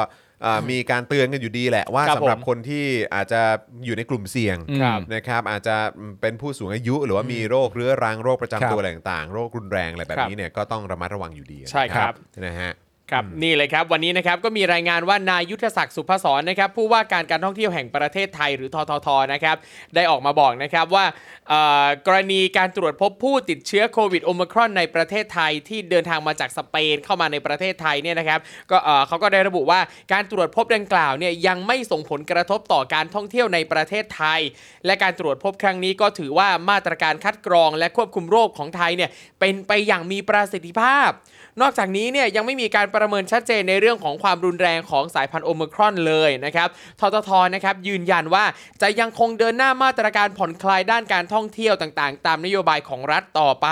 เอ่อมีการเตือนกันอยู่ดีแหละว่า
ครับ
สำหรับ
ผม
คนที่อาจจะอยู่ในกลุ่มเสี่ยง
ครับ
นะครับอาจจะเป็นผู้สูงอายุหรือว่ามีโรคเรื้อรังโรคประจำ
ครับ
ตัวอะไรต่างๆโรครุนแรงอะไรแบบ
ครับ
นี้เนี่ยก็ต้องระมัดระวังอยู่ดี
ใช่ครับ
นะฮะ
ครับนี่เลยครับวันนี้นะครับก็มีรายงานว่านายุทธศักดิ์สุพศรนะครับผู้ว่าการการท่องเที่ยวแห่งประเทศไทยหรือทททนะครับได้ออกมาบอกนะครับว่าเอ่อกรณีการตรวจพบผู้ติดเชื้อโควิดโอมครอนในประเทศไทยที่เดินทางมาจากสเปนเข้ามาในประเทศไทยเนี่ยนะครับก็เอ่อเขาก็ได้ระบุว่าการตรวจพบดังกล่าวเนี่ยยังไม่ส่งผลกระทบต่อการท่องเที่ยวในประเทศไทย และการตรวจพบครั้งนี้ก็ถือว่ามาตรการคัดกรองและควบคุมโรคของไทยเนี่ยเป็นไปอย่างมีประสิทธิภาพ นอกจากนี้เนี่ยยังไม่มีการประเมินชัดเจนในเรื่องของความรุนแรงของสายพันธุ์โอมครอนเลยนะครับทททนะครับยืนยันว่าจะยังคงเดินหน้ามาตรการผ่อนคลายด้านการท่องเที่ยวต่างๆ ตามนโยบายของรัฐต่อไป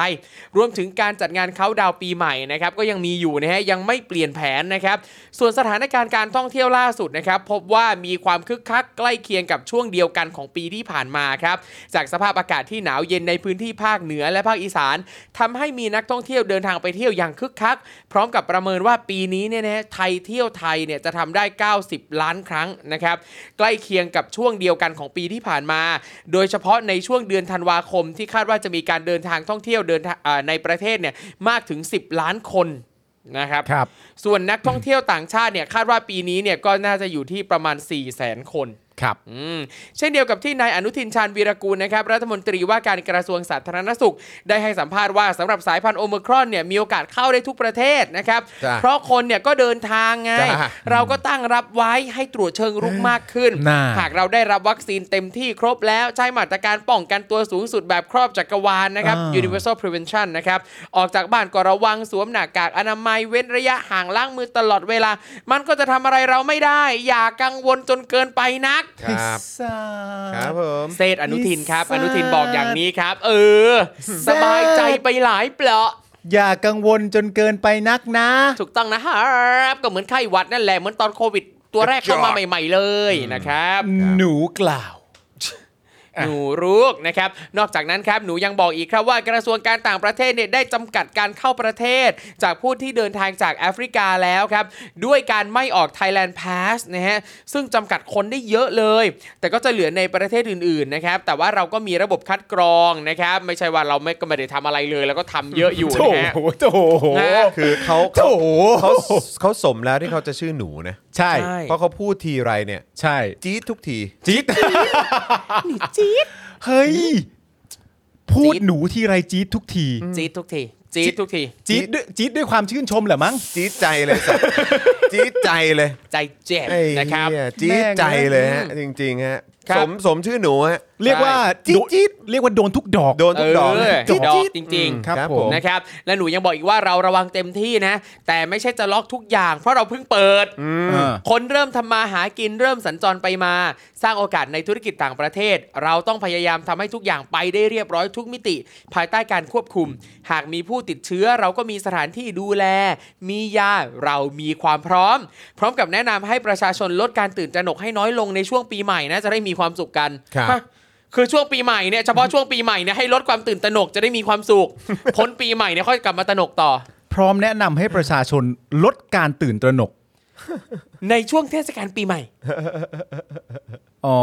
รวมถึงการจัดงานเขาน์ดาวน์ปีใหม่นะครับก็ยังมีอยู่นะฮะยังไม่เปลี่ยนแผนนะครับ ส่วนสถานการณ์การท่องเที่ยวล่าสุดนะครับพบว่ามีความคึกคักใกล้เคียงกับช่วงเดียวกันของปีที่ผ่านมาครับจากสภาพอากาศที่หนาวเย็นในพื้นที่ภาคเหนือและภาคอีสานทำให้มีนักท่องเที่ยวเดินทางไปเที่ยวอย่างคึกคัก พร้อมกับประเมินว่าปีนี้เนี่ยนะไทยเที่ยวไทยเนี่ยจะทำได้ 90 ล้านครั้งนะครับใกล้เคียงกับช่วงเดียวกันของปีที่ผ่านมา โดยเฉพาะในช่วงเดือนธันวาคมที่คาดว่าจะมีการเดินทางท่องเที่ยวเดินทางอ่าในประเทศเนี่ยมากถึง 10 ล้านคนนะครับ
ครับ
ส่วนนักท่องเที่ยวต่างชาติเนี่ยคาดว่าปีนี้เนี่ยก็น่าจะอยู่ที่ประมาณ 4 0 0 0 0 0 คน
ครับ
อืมเช่นเดียวกับที่นายอนุทินชาญวีรกูลนะครับรัฐมนตรีว่าการกระทรวงสาธารณสุข ได้ให้สัมภาษณ์ว่าสำหรับสายพันธุ์โอมครอนเนี่ยมีโอกาสเข้าได้ทุกประเทศนะครับ
จ้ะ
เพราะคนเนี่ยก็เดินทางไง
จ้ะ
เราก็ตั้งรับไว้ให้ตรวจเชิงรุกมากขึ้น
น่า
หากเราได้รับวัคซีนเต็มที่ครบแล้วใช้มาตรการป้องกันตัวสูงสุดแบบครอบจักรวาลนะครับ
อ่า
universal prevention นะครับ ออกจากบ้านก็ระวังสวมหน้ากากอนามัยเว้นระยะห่างล้างมือตลอดเวลา มันก็จะทำอะไรเราไม่ได้ อย่ากังวลจนเกินไปนัก
ครับ
สา
ครับผม
เซตอนุทินครับ
อีสาน
อนุทินบอกอย่างนี้ครับ เออ สบายใจไปหลายเปลาะ
อย่ากังวลจนเกินไปนักนะ
ถูกต้องนะครับก็เหมือนไข้หวัดนั่นแหละเหมือนตอนโควิด ตัวแรกเข้ามาใหม่ ๆเลยนะครับ
หนูกล่าว
หนูรู้นะครับ นอกจากนั้นครับหนูยังบอกอีกครับว่ากระทรวงการต่างประเทศเนี่ยได้จำกัดการเข้าประเทศ จากผู้ที่เดินทางจากแอฟริกาแล้วครับ ด้วยการไม่ออก Thailand Pass นะฮะซึ่งจำกัดคนได้เยอะเลย แต่ก็จะเหลือในประเทศอื่นๆนะครับ แต่ว่าเราก็มีระบบคัดกรองนะครับ ไม่ใช่ว่าเราไม่ก็ไม่ได้ทำอะไรเลย แล้วก็ทำเยอะ
[laughs]
อยู่
โถ
นะฮะ
โถ
นะ
คือเขา
โถ
เขาเขาเขาสมแล้วที่เขาจะชื่อหนูนะ
ใช่
ใช่
เพราะเขาพูดทีไรเนี่ย
ใช่
จี๊ดทุกที
จี๊ดเฮ้ย พูดหนูทีไรจี๊ดทุกที
จี๊ดทุกทีจี๊ดทุกที
จี๊ดด้วยจี๊ดด้วยความชื่นชมเหรอมั้ง
จี๊ดใจเลย [laughs] สัตว์จี๊ดใจเลย
ใจเจ็บ
ไอ้
นะครับ
เหี้ยจี๊ดใจเลยฮะ จริงๆฮะ
ครั
ส
บ
มสมชื่อหนูฮะ
เรียกว่า
จี๊ด
โน
จี๊ด
เรียกว่าโดนทุกดอก
โดนทุกดอก
เอ
เล
อย
จี๊ด
ดอก
จี๊ด
จริงๆ
ครับผม
นะครับและหนูยังบอกอีกว่าเราระวังเต็มที่นะ แต่ไม่ใช่จะล็อกทุกอย่าง เพราะเราเพิ่งเปิด
อ่า
คนเริ่มทำมาหากินเริ่มสัญจรไปมา สร้างโอกาสในธุรกิจต่างประเทศ เราต้องพยายามทำให้ทุกอย่างไปได้เรียบร้อยทุกมิติ ภายใต้การควบคุม หากมีผู้ติดเชื้อเราก็มีสถานที่ดูแล มียาเรามีความพร้อม พร้อมกับแนะนำให้ประชาชนลดการตื่นตระหนกให้น้อยลงในช่วงปีใหม่นะจะได้มีความสุขกัน
ครับ
ฮะ คือช่วงปีใหม่เนี่ยเฉพาะช่วงปีใหม่เนี่ยให้ลดความตื่นตระหนกจะได้มีความ
[laughs]
สุข พ้นปีใหม่เนี่ยค่อยกลับมาตระหนกต่อ
พร้อมแนะนำให้ประชาชนลดการตื่นตระหนก
ในช่วงเทศกาลปีใหม่
อ๋อ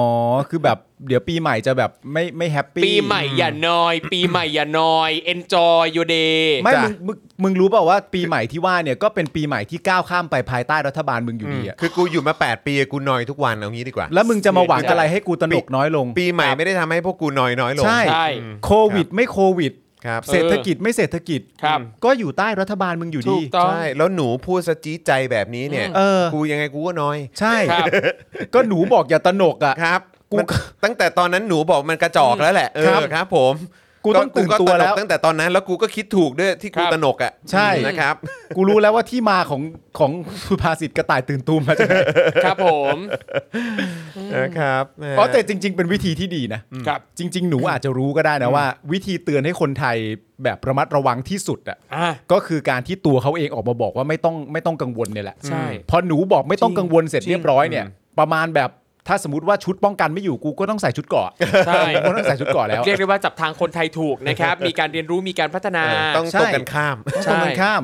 คือแบบเดี๋ยวปีใหม่จะแบบไม่ไม่แฮปปี้
ปีใหม่อย่านอย ปีใหม่อย่านอย enjoy your day
ไม่
จ้ะ
มึงมึงมึงรู้เปล่าว่าปีใหม่ที่ว่าเนี่ยก็เป็นปีใหม่ที่ก้าวข้ามไปภายใต้รัฐบาลมึงอยู่ดีอะ
คือกูอยู่มา 8 ปีกูนอยทุกวันเอางี้ดีกว่า
แล้วมึงจะมาหวัง
ใช่
อะไรให้กูตระหนกน้อยลง
ปีใหม่ไม่ได้ทำให้พวกกูนอยน้อยลง
ใช่
ใช่
โควิดไม่โควิด
ครับ
เศรษฐกิจไม่เศรษฐกิจ
ครับ
ก็อยู่ใต้รัฐบาลมึงอยู่
ถู
ดี
กต้อง
ใช่แล้วหนูพูดสะจี๊ดใจแบบนี้เนี่ย
เออ
กูยังไงกูก็นอย
ใช่
ครับ
ก็หนูบอกอย่าตระหนกอ่ะ
ครับ
กู
มันตั้งแต่ตอนนั้นหนูบอกมันกระจอกแล้วแหละเอ
ครั
อบ ครับ ผม
กูต้องตื่นตัว
ก็ห
แล้ว
ตั้งแต่ตอนนั้นแล้วกูก็คิดถูกด้วยที่กู
ครับ
ตระหนกอ่ะ
ใช่
นะครับ
กูรู้แล้วว่าที่มาของของสุภาษิตกระต่ายตื่นตูมมาจากไหน
ครับผม
นะครับแหม
อ๋อแต่จริง ๆ เป็นวิธีที่ดีนะ
ครับ
จริง ๆ หนูอาจจะรู้ก็ได้นะว่า วิธีเตือนให้คนไทยแบบระมัดระวังที่สุดอ่ะ
อ่ะ
ก็คือการที่ตัวเขาเองออกมาบอกว่าไม่ต้องไม่ต้องกังวลเนี่ยแหละ
ใช่
พอหนูบอกไม่ต้องกังวลเสร็จ
จริง
เรียบร้อยเนี่ย ประมาณแบบถ้าสมมติว่าชุดป้องกันไม่อยู่กูก็ต้องใส่ชุดเกราะ
ใช่
กูก็ต้องใส่ชุดเกราะแล้ว
เรียกได้ว่าจับทางคนไทยถูกนะครับ
[laughs]
มีการเรียนรู้มีการพัฒนา
เออต้องตรงกันข้าม
ต้อง
ใช่
ตรงกันข้าม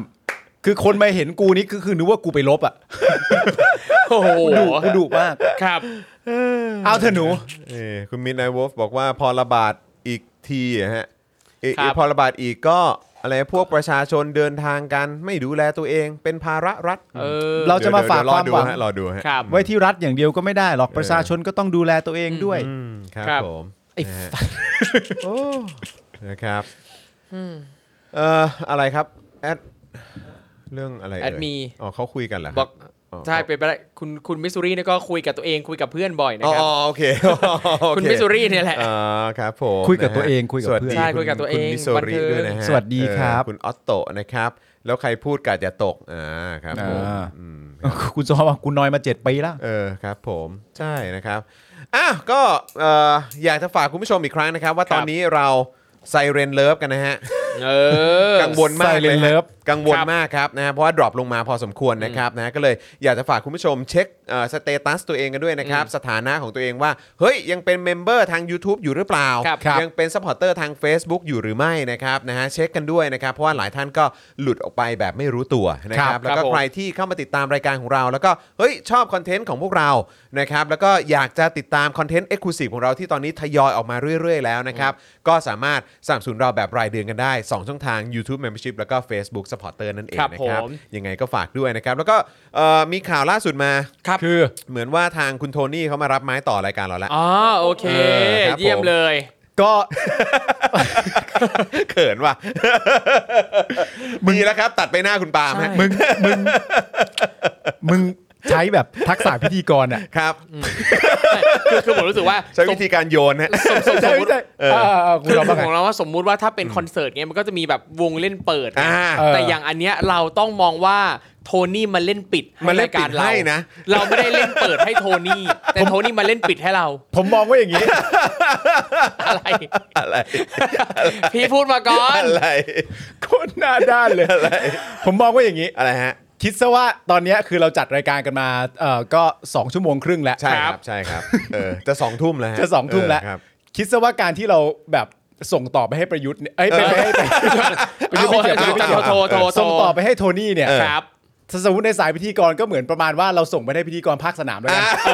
คือคนมาเห็นกูนี่คือคือนึกว่ากูไปลบอ่ะ
โอ้โห
ดุกูดุมาก
ครับ
เอาเถอะหนู
เออคุณมิดไนท์วอลฟบอกว่าพอระบาดอีกทีอะฮะเอ
ครับ
พอระบาดอีกก็ อะไรพวกประชาชนเดินทางกัน ไม่ดูแลตัวเองเป็นภาระรัฐ
เออ
เราจะมาฝากความหวัง
เดี๋ยเดี๋ยรอดูฮะรอดูฮะ
ครับ
ไว้ที่รัฐอย่างเดียวก็ไม่ได้หรอกประชาชนก็ต้องดูแลตัวเองด้วย
อืมครับ
ครับ
ผม
ไอ้
นะฮะ
ฝั
โอ้
นะครับเอ่ออะไรครับแอดเรื่องอะไรเย
แอดมี
อ๋อเขาคุยกันเหรอครับ
อก
อ๋อ
ใช่เป็นไปได้คุณคุณมิสซูรีเนี่ยก็คุยกับตัวเองคุยกับเพื่อนบ่อยนะ
อ๋อ
ครับ
โอเค [laughs] อ๋อโอเ
คุณมิสซูรีเนี่ยแหละ
อ๋อครับผม
คุยกับตัวเองคุยกับเพื่อน
สสดี
ใช่
ณ
คุยกับตัวเอง
คุณมิสซูรี
บันเทิง
ด้วยนะฮะ
สวัสดีครับ
เออคุณออตโตนะครับ แล้วใครพูดกาดอย่าตกอ่าครับผมอืม
คุณจอว่ากูนอยมาเจ็ดปีแล้ว
เออครับผมใช่นะครับอ้าวก็เอ่ออยากจะฝากคุณผู้ชมอีกครั้งนะครับ ว่าตอนนี้เราไซเรนเลิฟกันนะฮะ
เออ
กังวลมากเลย
Silent
ฮะ
Love
กังวล
ครับ
มากครับนะฮะเพราะว่าดรอปลงมาพอสมควรนะครับนะฮะก็เลยอยากจะฝากคุณผู้ชมเช็คเอ่อสเตตัสตัวเองกันด้วยนะครับ สถานะของตัวเองว่า เฮ้ย ยังเป็นเมมเบอร์ทาง YouTube อยู่หรือเปล่า
ครับครับ
ยังเป็นซัพพอร์เตอร์ทาง Facebook อยู่หรือไม่นะครับนะฮะเช็คกันด้วยนะครับ เพราะว่าหลายท่านก็หลุดออกไปแบบไม่รู้ตัวนะค
ครั
รับบแล้วก็
ครับผม
ใครที่เข้ามาติดตามรายการของเรา แล้วก็เฮ้ยชอบคอนเทนต์ของพวกเรานะครับแล้วก็อยากจะติดตามคอนเทนต์เอ็กซ์คลูซีฟของเราที่ตอนนี้ทยอยออกมาเรื่อย ๆ แล้วนะครับ ก็สามารถสนับสนุนเราแบบรายเดือนกันได้ 2 ช่องทาง YouTube Membership แล้วก็ Facebook Supporter นั่นเอง
ครับ
นะครับ
ผม
ยังไงก็ฝากด้วยนะครับ แล้วก็เอ่อมีข่าวล่าสุดมา
ครับ
คือ
เหมือนว่าทางคุณโทนี่เขามารับไม้ต่อรายการเราแล้ว
อ๋อโอเค
เออครับผม
เยี่ยมเลย
ก็
เขินว่ะมีแล้วครับ ตัดไปหน้าคุณปาล์มฮะ
มึง มึง มึงใช้แบบทักษะพิธีกรอ่ะ
ครับ
คือคือผมรู้สึกว่า
ใช้วิธีการโยนฮะ
สมสมสมมติ
เออ
เออเออคุณ
คือ
จอว่าไง
ของเราว่าสมมุติว่าถ้าเป็นคอนเสิร์ตเนี้ยมันก็จะมีแบบวงเล่นเปิด
อ่า
เออ
แต่อย่างอันเนี้ยเราต้องมองว่าโทนี่มาเล่นปิด
มาเล่
ราน ย
ปิ
กา
ด
รเรา
ให้นะ
เราไม่ได้เล่นเปิดให้โท
[laughs]
นี่แต่โทนี่มาเล่นปิดให้เรา
ผมมองว่าอย่างนี้
อะไร
อะไร
พี่พูดมาก่อน
อะไร
โคนหน้าด้านเลย ผมมองว่าอย่างนี้
อะไรฮะ
คิดซะว่าตอนเนี้ยคือเราจัดรายการกันมาเอ่อก็ 2 ชั่วโมงครึ่งแล้ว
ใช่ครับใช่ครับเออจะสองทุ่มแล้วฮ
จะสองทุ่มแล้ว
เออครับ
คิดซะว่าการที่เราแบบส่งต่อไปให้ประยุทธ์เนี่ยเอ้ยไปไปให้ไป
ประยุทธ์ไม่เกี่ยวประยุทธ์ไม่เกี่ยวโทรโทรโทร
ส่งต่อไปให้โทนี่เนี่ย
ครับ
ถ้าสมมติในสายพิธีกรก็เหมือนประมาณว่าเราส่งไปให้พิธีกรภาคสนามแล้วกัน
เอ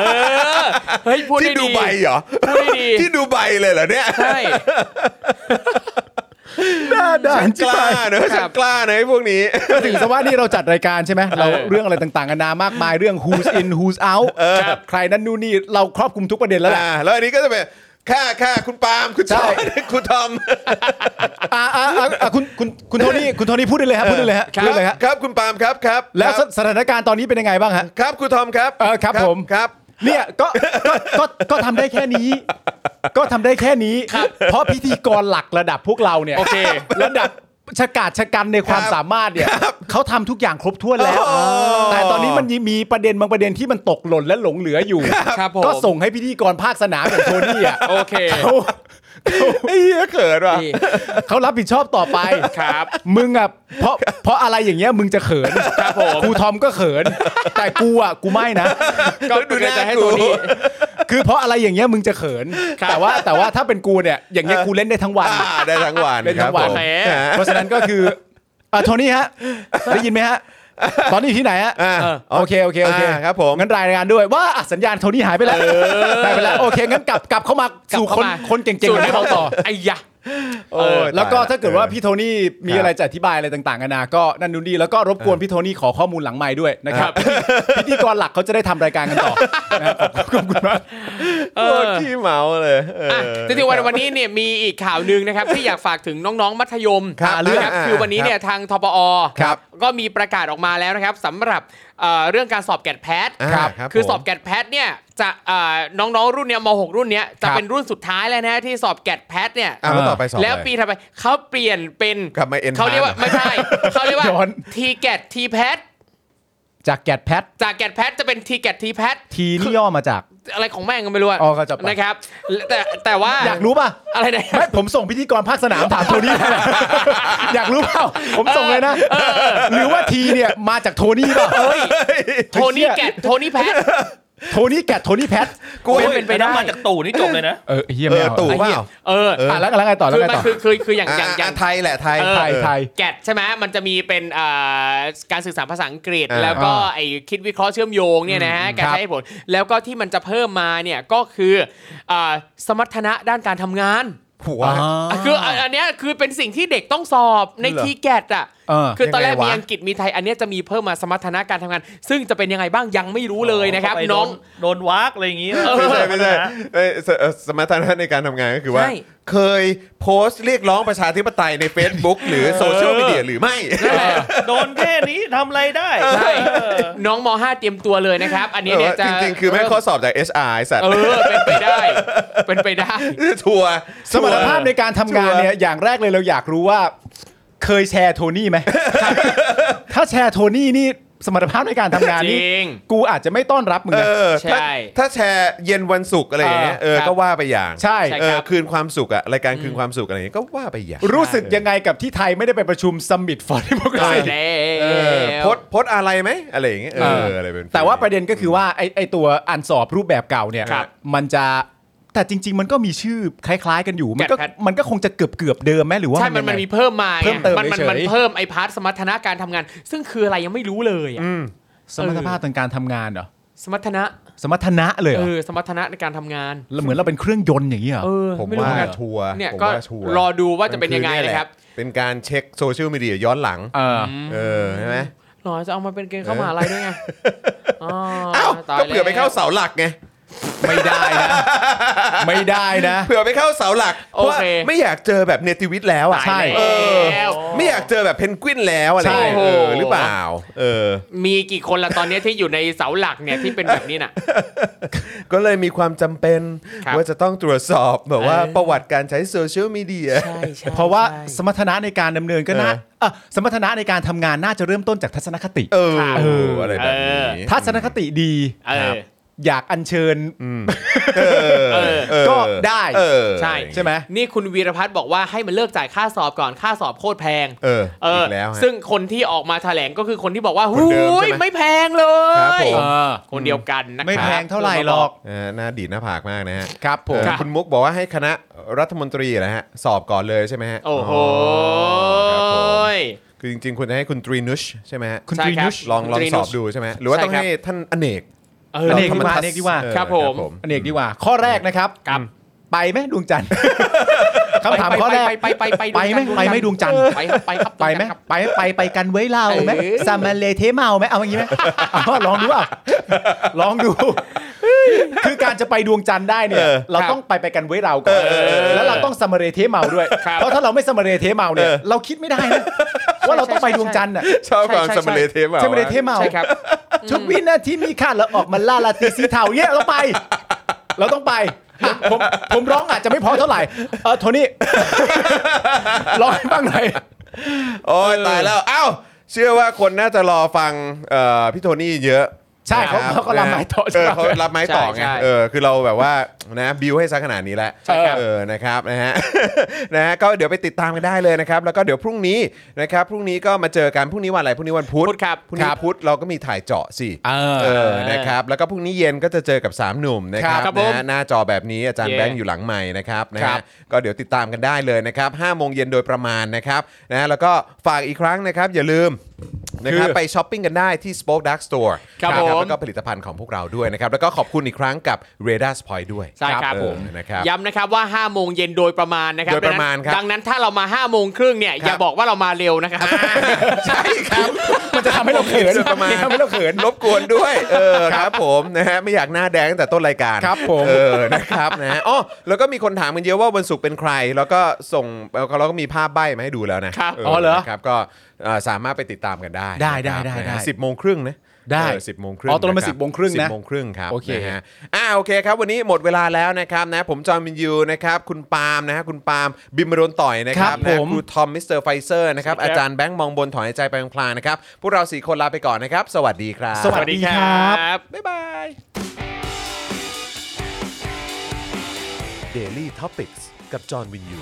อ เฮ้ย พูด
ที่
ได้
ดู
ดี
ใบเหรอ
พูดได้ดี
ที่ดูใบเลยเหรอเนี่ย
ใช่
น่าด่าน
ก
จั
ล้าเนอะ
ค
ฉั
รั
น
บ
กล้านะไอ้พวกนี้
งถึงสว่านี่เราจัดรายการใช่ไหมเรา
เออ
เรื่องอะไรต่างๆกันานามากมายเรื่อง who's in who's out
ครับ
ใครนั่นนู่นนี่เราครอบคลุมทุกประเด็นแล้วแหละ
อ่าแล้วอันนี้ก็จะเป็นค่าค่าคุณปาล์ม [laughs] คุณ
ใช่
ชอยคุณทอม
อ่าอ่าอ่าคุณคุณคุณโทนี่คุณโทนี่พูดได้เลยฮะพูดได้เลยฮะ
ครับ
พูดได้เลยฮะ
ครับคุณปาล์มครับครับ
แล้ว
ครับ
สถานการณ์ตอนนี้เป็นยังไงบ้างฮะ
ครับคุณทอมครับ
เออครับผม
ครับ
เนี่ยก็ก็ก็ก็ทำได้แค่นี้ ก็ทำได้แค่นี้ เพราะพิธีกรหลักระดับพวกเราเนี่ย
โอเค
ระดับชะกาดชะกันในความ
ครับ
สามารถเนี่ยเขาทำทุกอย่างครบถ้วนแล้ว
อ๋อ
แต่ตอนนี้มันยังมีประเด็นบางประเด็นที่มันตกหล่นและหลงเหลืออยู่
ครับผม
ก็ส่งให้พิธีกรภาคสนามอย่างโทนี่อ่ะ
โอเค
เขา
ไอ้เหี้ยเขินว่ะ
นี่
เขารับผิดชอบต่อไป
ครับ
มึงอ่ะเพราะเพราะอะไรอย่างเงี้ยมึงจะเขิน
ครับผม
กูทอมก็เขิน แต่กูอ่ะกูไม่นะ
ก็ดูจะให้ตัวนี้
คือเพราะอะไรอย่างเงี้ยมึงจะเขิน
ครับ
แต่ว่าแต่ว่าถ้าเป็นกูเนี่ยอย่างเงี้ยกูเล่นได้ทั้งวัน
อ่าได้ทั้งวัน
เล่น
ค
ทั้
รับ
งวัน
ผม
โอเค
ฮะ
เพราะฉะนั้นก็คืออ่ะโทนี่ฮะได้ยินไหมฮะ ตอนนี้อยู่ที่ไหนฮะ
อ่า
เออ
โอเคโอเคโอเค
อ่าครับผม
งั้นรายงานด้วยว่าอ่ะสัญญาณโทนี่หายไปแล้วหายไปแล้วโอเคงั้นกลับกลับเข้ามาก
ลับ
สู่
เข้า
คน
มา
คนเก่ง
สู่
ๆ
ใน
ใน
ห้
ห้
อ
องง
ต่
ต่
อ
อ
ไอ้ยะ
โอ้ย
เออ
แล้วก็ถ้าเกิดว่า
ออ
พี่โทนี่มี
ครับ
อะไรจะอธิบายอะไรต่างๆนานาก็นั่นนู่นนี่แล้วก็รบกวนพี่โทนี่ขอข้อมูลหลังไม้ด้วยนะครับ พิธีกรหลักเขาจะได้ทำรายการกันต่อ นะครับขอบคุณมาก
เอ
โค
อ
ตรขี้เมาเลยเอออ
อ่ะจริงๆวันวันนี้เนี่ยมีอีกข่าวหนึ่งนะครับ ที่อยากฝากถึงน้องๆมัธยม
ครับ
นะครับ
อ่า
คือวันนี้เนี่ยทางทปอ
ครับ
ก็มีประกาศออกมาแล้วนะครับสำหรับเอ่อเรื่องการสอบแกดแพท
อ่าครับ
คือ
ผม
สอบแกดแพทเนี่ยจะเอ่อน้องๆรุ่นเนี้ยม .6 รุ่นเนี้ยจะ
ครับ
เป็นรุ่นสุดท้ายแล้วนะที่สอบแกดแพทเนี่ย
อ่าแล้วต่อไปสอบ
แล้ว
อะไร
ปีถัดไปเขาเปลี่ยนเป็น
กลับมา N-Pan
เขาเรียกว่าไม่ใช่ เขาเรียกว่า
ย้อน
ทีแกตทีแพท
จากแกดแพท
จากแกตแพทจะเป็นทีแกตทีแพท
ทีนี่ย่อมาจาก
อะไรของแม่งก็ไม่รู้อะ
อ๋อเข้าใจปะ
นะครับแต่แต่ว่า
อยากรู้ป่ะ
อะไรเนี่ย
ไม่ผมส่งพิธีกรภาคสนามถามโทนี่ อยากรู้เปล่าผมส่งเลยนะหรือว่าทีเนี่ยมาจากโทนี่ป่ะ
เฮ้ยโทนี่แกตโทนี่แพท
โทนี่แกดโทนี่แพท
กูว่าเป็นไปได้
มาจากตู่นี่จบเลยนะ
เออเฮีย
เอ
ไม่
อ
เอา
ตู่เปล่า
เออ
เออ
อ่ะแล้วแล้วไงต่อแล้
คื
ว
อ
ไง
มัน
ต่อ
คือคือคืออย่าง
อ่า
อย่างอย่าง
ไทยแหละไทย
เออ
ไทยไทย
แกดใช่ไหมมันจะมีเป็นอ่าการสื่อสารภาษาอังกฤษ
อ่า
แล้วก็
อ่า
ไอ้คิดวิเคราะห์เชื่อมโยงเนี่ยนะฮะการ
ครับ
ใช้เหตุผลแล้วก็ที่มันจะเพิ่มมาเนี่ยก็คืออ่าสมรรถนะด้านการทำงาน
หัว
อ่ะคืออันอันเนี้ยคือเป็นสิ่งที่เด็กต้องสอบใน
เหรอ
ทีแกตอ่ะ
เออ
คือตอนแรก
ยังไงวะ
มีอังกฤษมีไทยอันเนี้ยจะมีเพิ่มมาสมรรถนะการทำงาน ซึ่งจะเป็นยังไงบ้างยังไม่รู้เลยนะครับ
เข้าไป
น้อง
โดโดนวักอะไรอย่างงี้
ไม่ใช่ไม่ใช่
นะ
เอ้ยสเอ่อสมรรถนะในการทำงานก็คือว่า
ใช่
เคยโพสต์เรียกร้องประชาธิปไตยใน Facebook หรือโซเชียลมีเดียหรือไม่
นั่นแหละ
โดนแค่นี้ทำอะไรได้เออ
น้องม .5 เตรียมตัวเลยนะครับ อันนี้เนี่ยจะ
จริงๆ คือแม่งข้อสอบจาก HR ไอ้สัตว์
เออเป็นไปได้ เป็นไปได้
ทัวร์
สมรรถภาพในการทำงานเนี่ยอย่างแรกเลยเราอยากรู้ว่า เคยแชร์โทนี่
[laughs]
ไหม ถ้าแชร์โทนี่นี่สมรรถภาพในการทำงาน
จ
นี่
ริง
กูอาจจะไม่ต้อนรับมึง
เอ
นะ
อถ้า
ใช่
ถ้าแชร์เย็นวันศุกร์อะไรอย่างเงี้ย
อ่า
เออ
ครับ
ก็ว่าไปอย่าง
ใช่
ใช่
เอ
ค
อ
รับ
คืนความสุขอะรายการคืนความสุขอะไรอย่างเงี้ยก็ว่าไปอย่าง
รู้สึกยังไงกับที่ไทยไม่ได้ไปประชุมซัมมิตฟอร์ดิโมกรา
ได้
ซี
แล้
เออ
ว
โพสต์โพสต์อะไรไหมอะไรอย่างเงี้ยเอออะไรเป็น
แต่ว่าประเด็นก็คือว่าไอไอตัวอันสอบรูปแบบเก่าเนี่ย
ครับ
มันจะแต่จริง ๆ มันก็มีชื่อคล้าย ๆ กันอยู่ มันก็
แกดแพท
มันก็คงจะเกือบเกือบๆเดิมไหมหรือว่า
ใช่มัน
ยัง
มั
ไง
นมีเพิ่มมาไง
เพิ่มเติม
มันมัน
เฉยๆ
มันเพิ่มไอพาร์ทสมรรถนะการทำงาน ซึ่งคืออะไรยังไม่รู้เลยอะ
สมรรถภาพทางการทำงานเหรอ
สมรรถนะ
สมรรถนะเลยเหร
เออ
อ
สมรรถนะในการทำงาน
แล้วเหมือนเราเป็นเครื่องยนต์อย่างนี้ยเหรอ
เออ
ผม
ไม่รู้
ว่า
เหมือนกัน
ทัวร์
เนี่ย
ผม
ก็
ว่าทัวร์
รอดูว่าจะเป็นยังไง
มัอ
นะครับ
แหลเป็นการเช็คโซเชียลมีเดียย้อนหลัง
เออ
เออใช่ไหม
หรอจะเอามาเป็นเกณฑ์เข้ามหาลัยด้วยไงอ๋
เอ้า
ตย
ก็เผื่อไปเข้า
แล้ว
เสาหลักไง
ไม่ได้นะไม่ได้นะ
เผื่อไปเข้าเสาหลักเพ
โอ
ราะว่า
เค
ไม่อยากเจอแบบเนติวิทย์แล้วอ่ะ
ใช่
เอ
เออ
แล้ว
ไม่อยากเจอแบบเพนกวินแล้วอะไรอย่างเงี้ย
ใช่
เออหรือเปล่า เออ
มีกี่คนละตอนเนี้ยที่อยู่ในเสาหลักเนี่ยที่เป็นแบบนี้น่ะ
ก็เลยมีความจำเป็น
ครับ
ว่าจะต้องตรวจสอบแบบว่า
เออ
ประวัติการใช้โซเชียลมีเดีย
ใช่ใช่
เพราะว่า
ใช่
สมรรถนะในการดำเนินก็น่า
เออ
เอ่อสมรรถนะในการทำงานน่าจะเริ่มต้นจากทัศนคติ
เออ
ครับ
เอออะไรแบบนี้
ทัศนคติดี
เออ
ครับอยากอัญเชิญ
เออ
เออ
เออ
ก็ได้
เออ
ใช่
ใช่ไหม
นี่คุณวีรพัฒน์บอกว่าให้มันเลิกจ่ายค่าสอบก่อนค่าสอบโคตรแพง
เออ
เออ
อีกแล้วฮะ
ซึ่งคนที่ออกมาแถลงก็คือคนที่บอกว่า
ค
หู
นเดิมใช่ไหม
ยไม่แพงเล
ครับ
ย
ผม
คนเดียวกันนะครับ
ไม่แพงเท่าไหร่หรอก
เออหน้าดีดหน้าผากมากนะฮะ
ครับผม
เออ
ครับ
คุณมุกบอกว่าให้คณะรัฐมนตรีนะฮะ สอบก่อนเลยใช่ไหมฮะ
โอ้โห
ครับผมคือจริงๆ คุณจะให้คุณตรีนุชใช่ไหมฮะ
คุณ
ใช่ครับ
Trinush
ลองลองสอบดูใช่ไหมหรือว่า
ใช่
ต้อง
ครับ
ให้ท่านอเนก
เออ
นก
ธรรมทัศ
อเนกดีกว่า
เออ
ครับผม
อันเอกดีกว่า ข้อแรกนะครับ
ครับ
ไปไหมดวงจัน
[laughs]
ทร์ คำถามข้อแรก
ไปไปไปไป
ไปไหมไปไหมดวงจันทร์
ไปครับไปครับ
ไปไหม
ครับ
ไปไปไปกันไว้เราไหม
เออ
ซามาเลเทเมาไหมเอาอย่างนี้ไหม [laughs] เอา [laughs] ลองดูอ่ะลองดู คือการจะไปดวงจันทร์ได้เนี่ย เราต้องไปไปกันไว้เราก่อนแล้วเราต้องซามาเลเทเมาด้วย เพราะถ้าเราไม่ซามาเลเทเมาเนี่ยเราคิดไม่ได้นะว่าเราต้องไปดวงจันทร์อ่ะ
ชอบความ
ใช่ใช่
สมเลเทมอ่ะ
ใช่ไหมเดเทเมา
ใช่ครับ
ทุกวินาทีมีค่าเราออกมาล่าลาตีสีเทาเนี่ยเราไป เราต้องไป ผมผมร้องอาจจะไม่เพอเท่าไหร่ เออโทนี่ [laughs] ร้องให้บ้างหน่อย
โอ้ยตายแล้วเอ้าเชื่อว่าคนน่าจะรอฟังเอ่อพี่โทนี่เยอะ
ใช่เขา
นะครับ
เขาก็รับไม้ต่อใช่
เอ
ไห
อ
ม
เขารับไม้ต่อไง
ใช่ใช่
เออคือเราแบบว่านะบิวให้ซะขนาดนี้แล้ว
ใช่ครับ
เออนะครับนะฮ [laughs] ะ นะฮะก็เดี๋ยวไปติดตามกันได้เลยนะครับ แล้วก็เดี๋ยวพรุ่งนี้นะครับพรุ่งนี้ก็มาเจอกันพรุ่งนี้วันอะไรพรุ่งนี้วันพุธ
พูดครับ
พรุ่งนี้พุธเราก็มีถ่ายเจาะสิ
เออ
เออนะครับ แล้วก็พรุ่งนี้เย็นก็จะเจอกับ 3 หนุ่มนะครับ
ครับ
นะ
ผ
ฮะ
ม
หน้าจอแบบนี้อาจารย์
เย้
แบงค์อยู่หลังใหม่นะครับนะ
ครั
ฮะ
บ
ก็เดี๋ยวติดตามกันได้เลยนะครับ5โมงเย็นโดยประมาณนะครับนะฮะแล้วก็ฝากอีกครั้งนะครับ อย่าลืมนะครับไปช้อปปิ้งกันได้ที่ Spoke Dark Store
ครับ
นะ
ผม
แล้วก็ผลิตภัณฑ์ของพวกเราด้วยนะครับ แล้วก็ขอบคุณอีกครั้งกับ r a d a r Point ด้วย
ใช่ครับ
เออ
ผม
นะครับ
ย้ำนะครับว่า 5 โมงเย็นโดยประมาณนะครับ
โดยประมาณครับ
ดังนั้นถ้าเรามา 5 โมงครึ่งเนี่ย
ครับ
อย่าบอกว่าเรามาเร็วนะครับ
ใช่ครับ
มันจะทำให้เราเขิน
โดยประมาณ
ทำให้เราเขิน
รบกวนด้วย เออครับผมนะฮะไม่อยากหน้าแดงตั้งแต่ต้นรายการ
ครับผม
เออนะครับนะฮะอ๋อแล้วก็มีคนถามกันเยอะว่าวันศุกร์เป็นใคร แล้วก็ส่งแล้วก็เราก็มีภาพใบ้มาให้ดูแล้วนะครับ อ
อ๋อเหรอ
นะครับก็เอ่อสามารถไปติดตามกันได้
ได้ได้ได้
นะครับนะฮะ
ได้
สิบโมงครึ่งนะ
ได้
สิบโมงครึ่ง
อ๋อตกลงเป็น
คบ
10โมงครึ่งนะ
สิบโมงครึ่งครับ
โอเค
นะฮะอ่าโอเคครับ วันนี้หมดเวลาแล้วนะครับนะผมจอห์นวินยูนะครับคุณปาล์มนะฮะคุณปาล์มบิมมาโดนต่อยนะครับ
ครับ
นะ
ผม
ครูทอมมิสเตอร์ไฟเซอร์นะครับอาจารย์แบงค์มองบนถอนหายใจไปพลางๆนะครับพวกเราสี่คนลาไปก่อนนะครับสวัสดีครับ
สวัสดีครับ
บ๊ายบาย Daily Topics กับจอห์นวินยู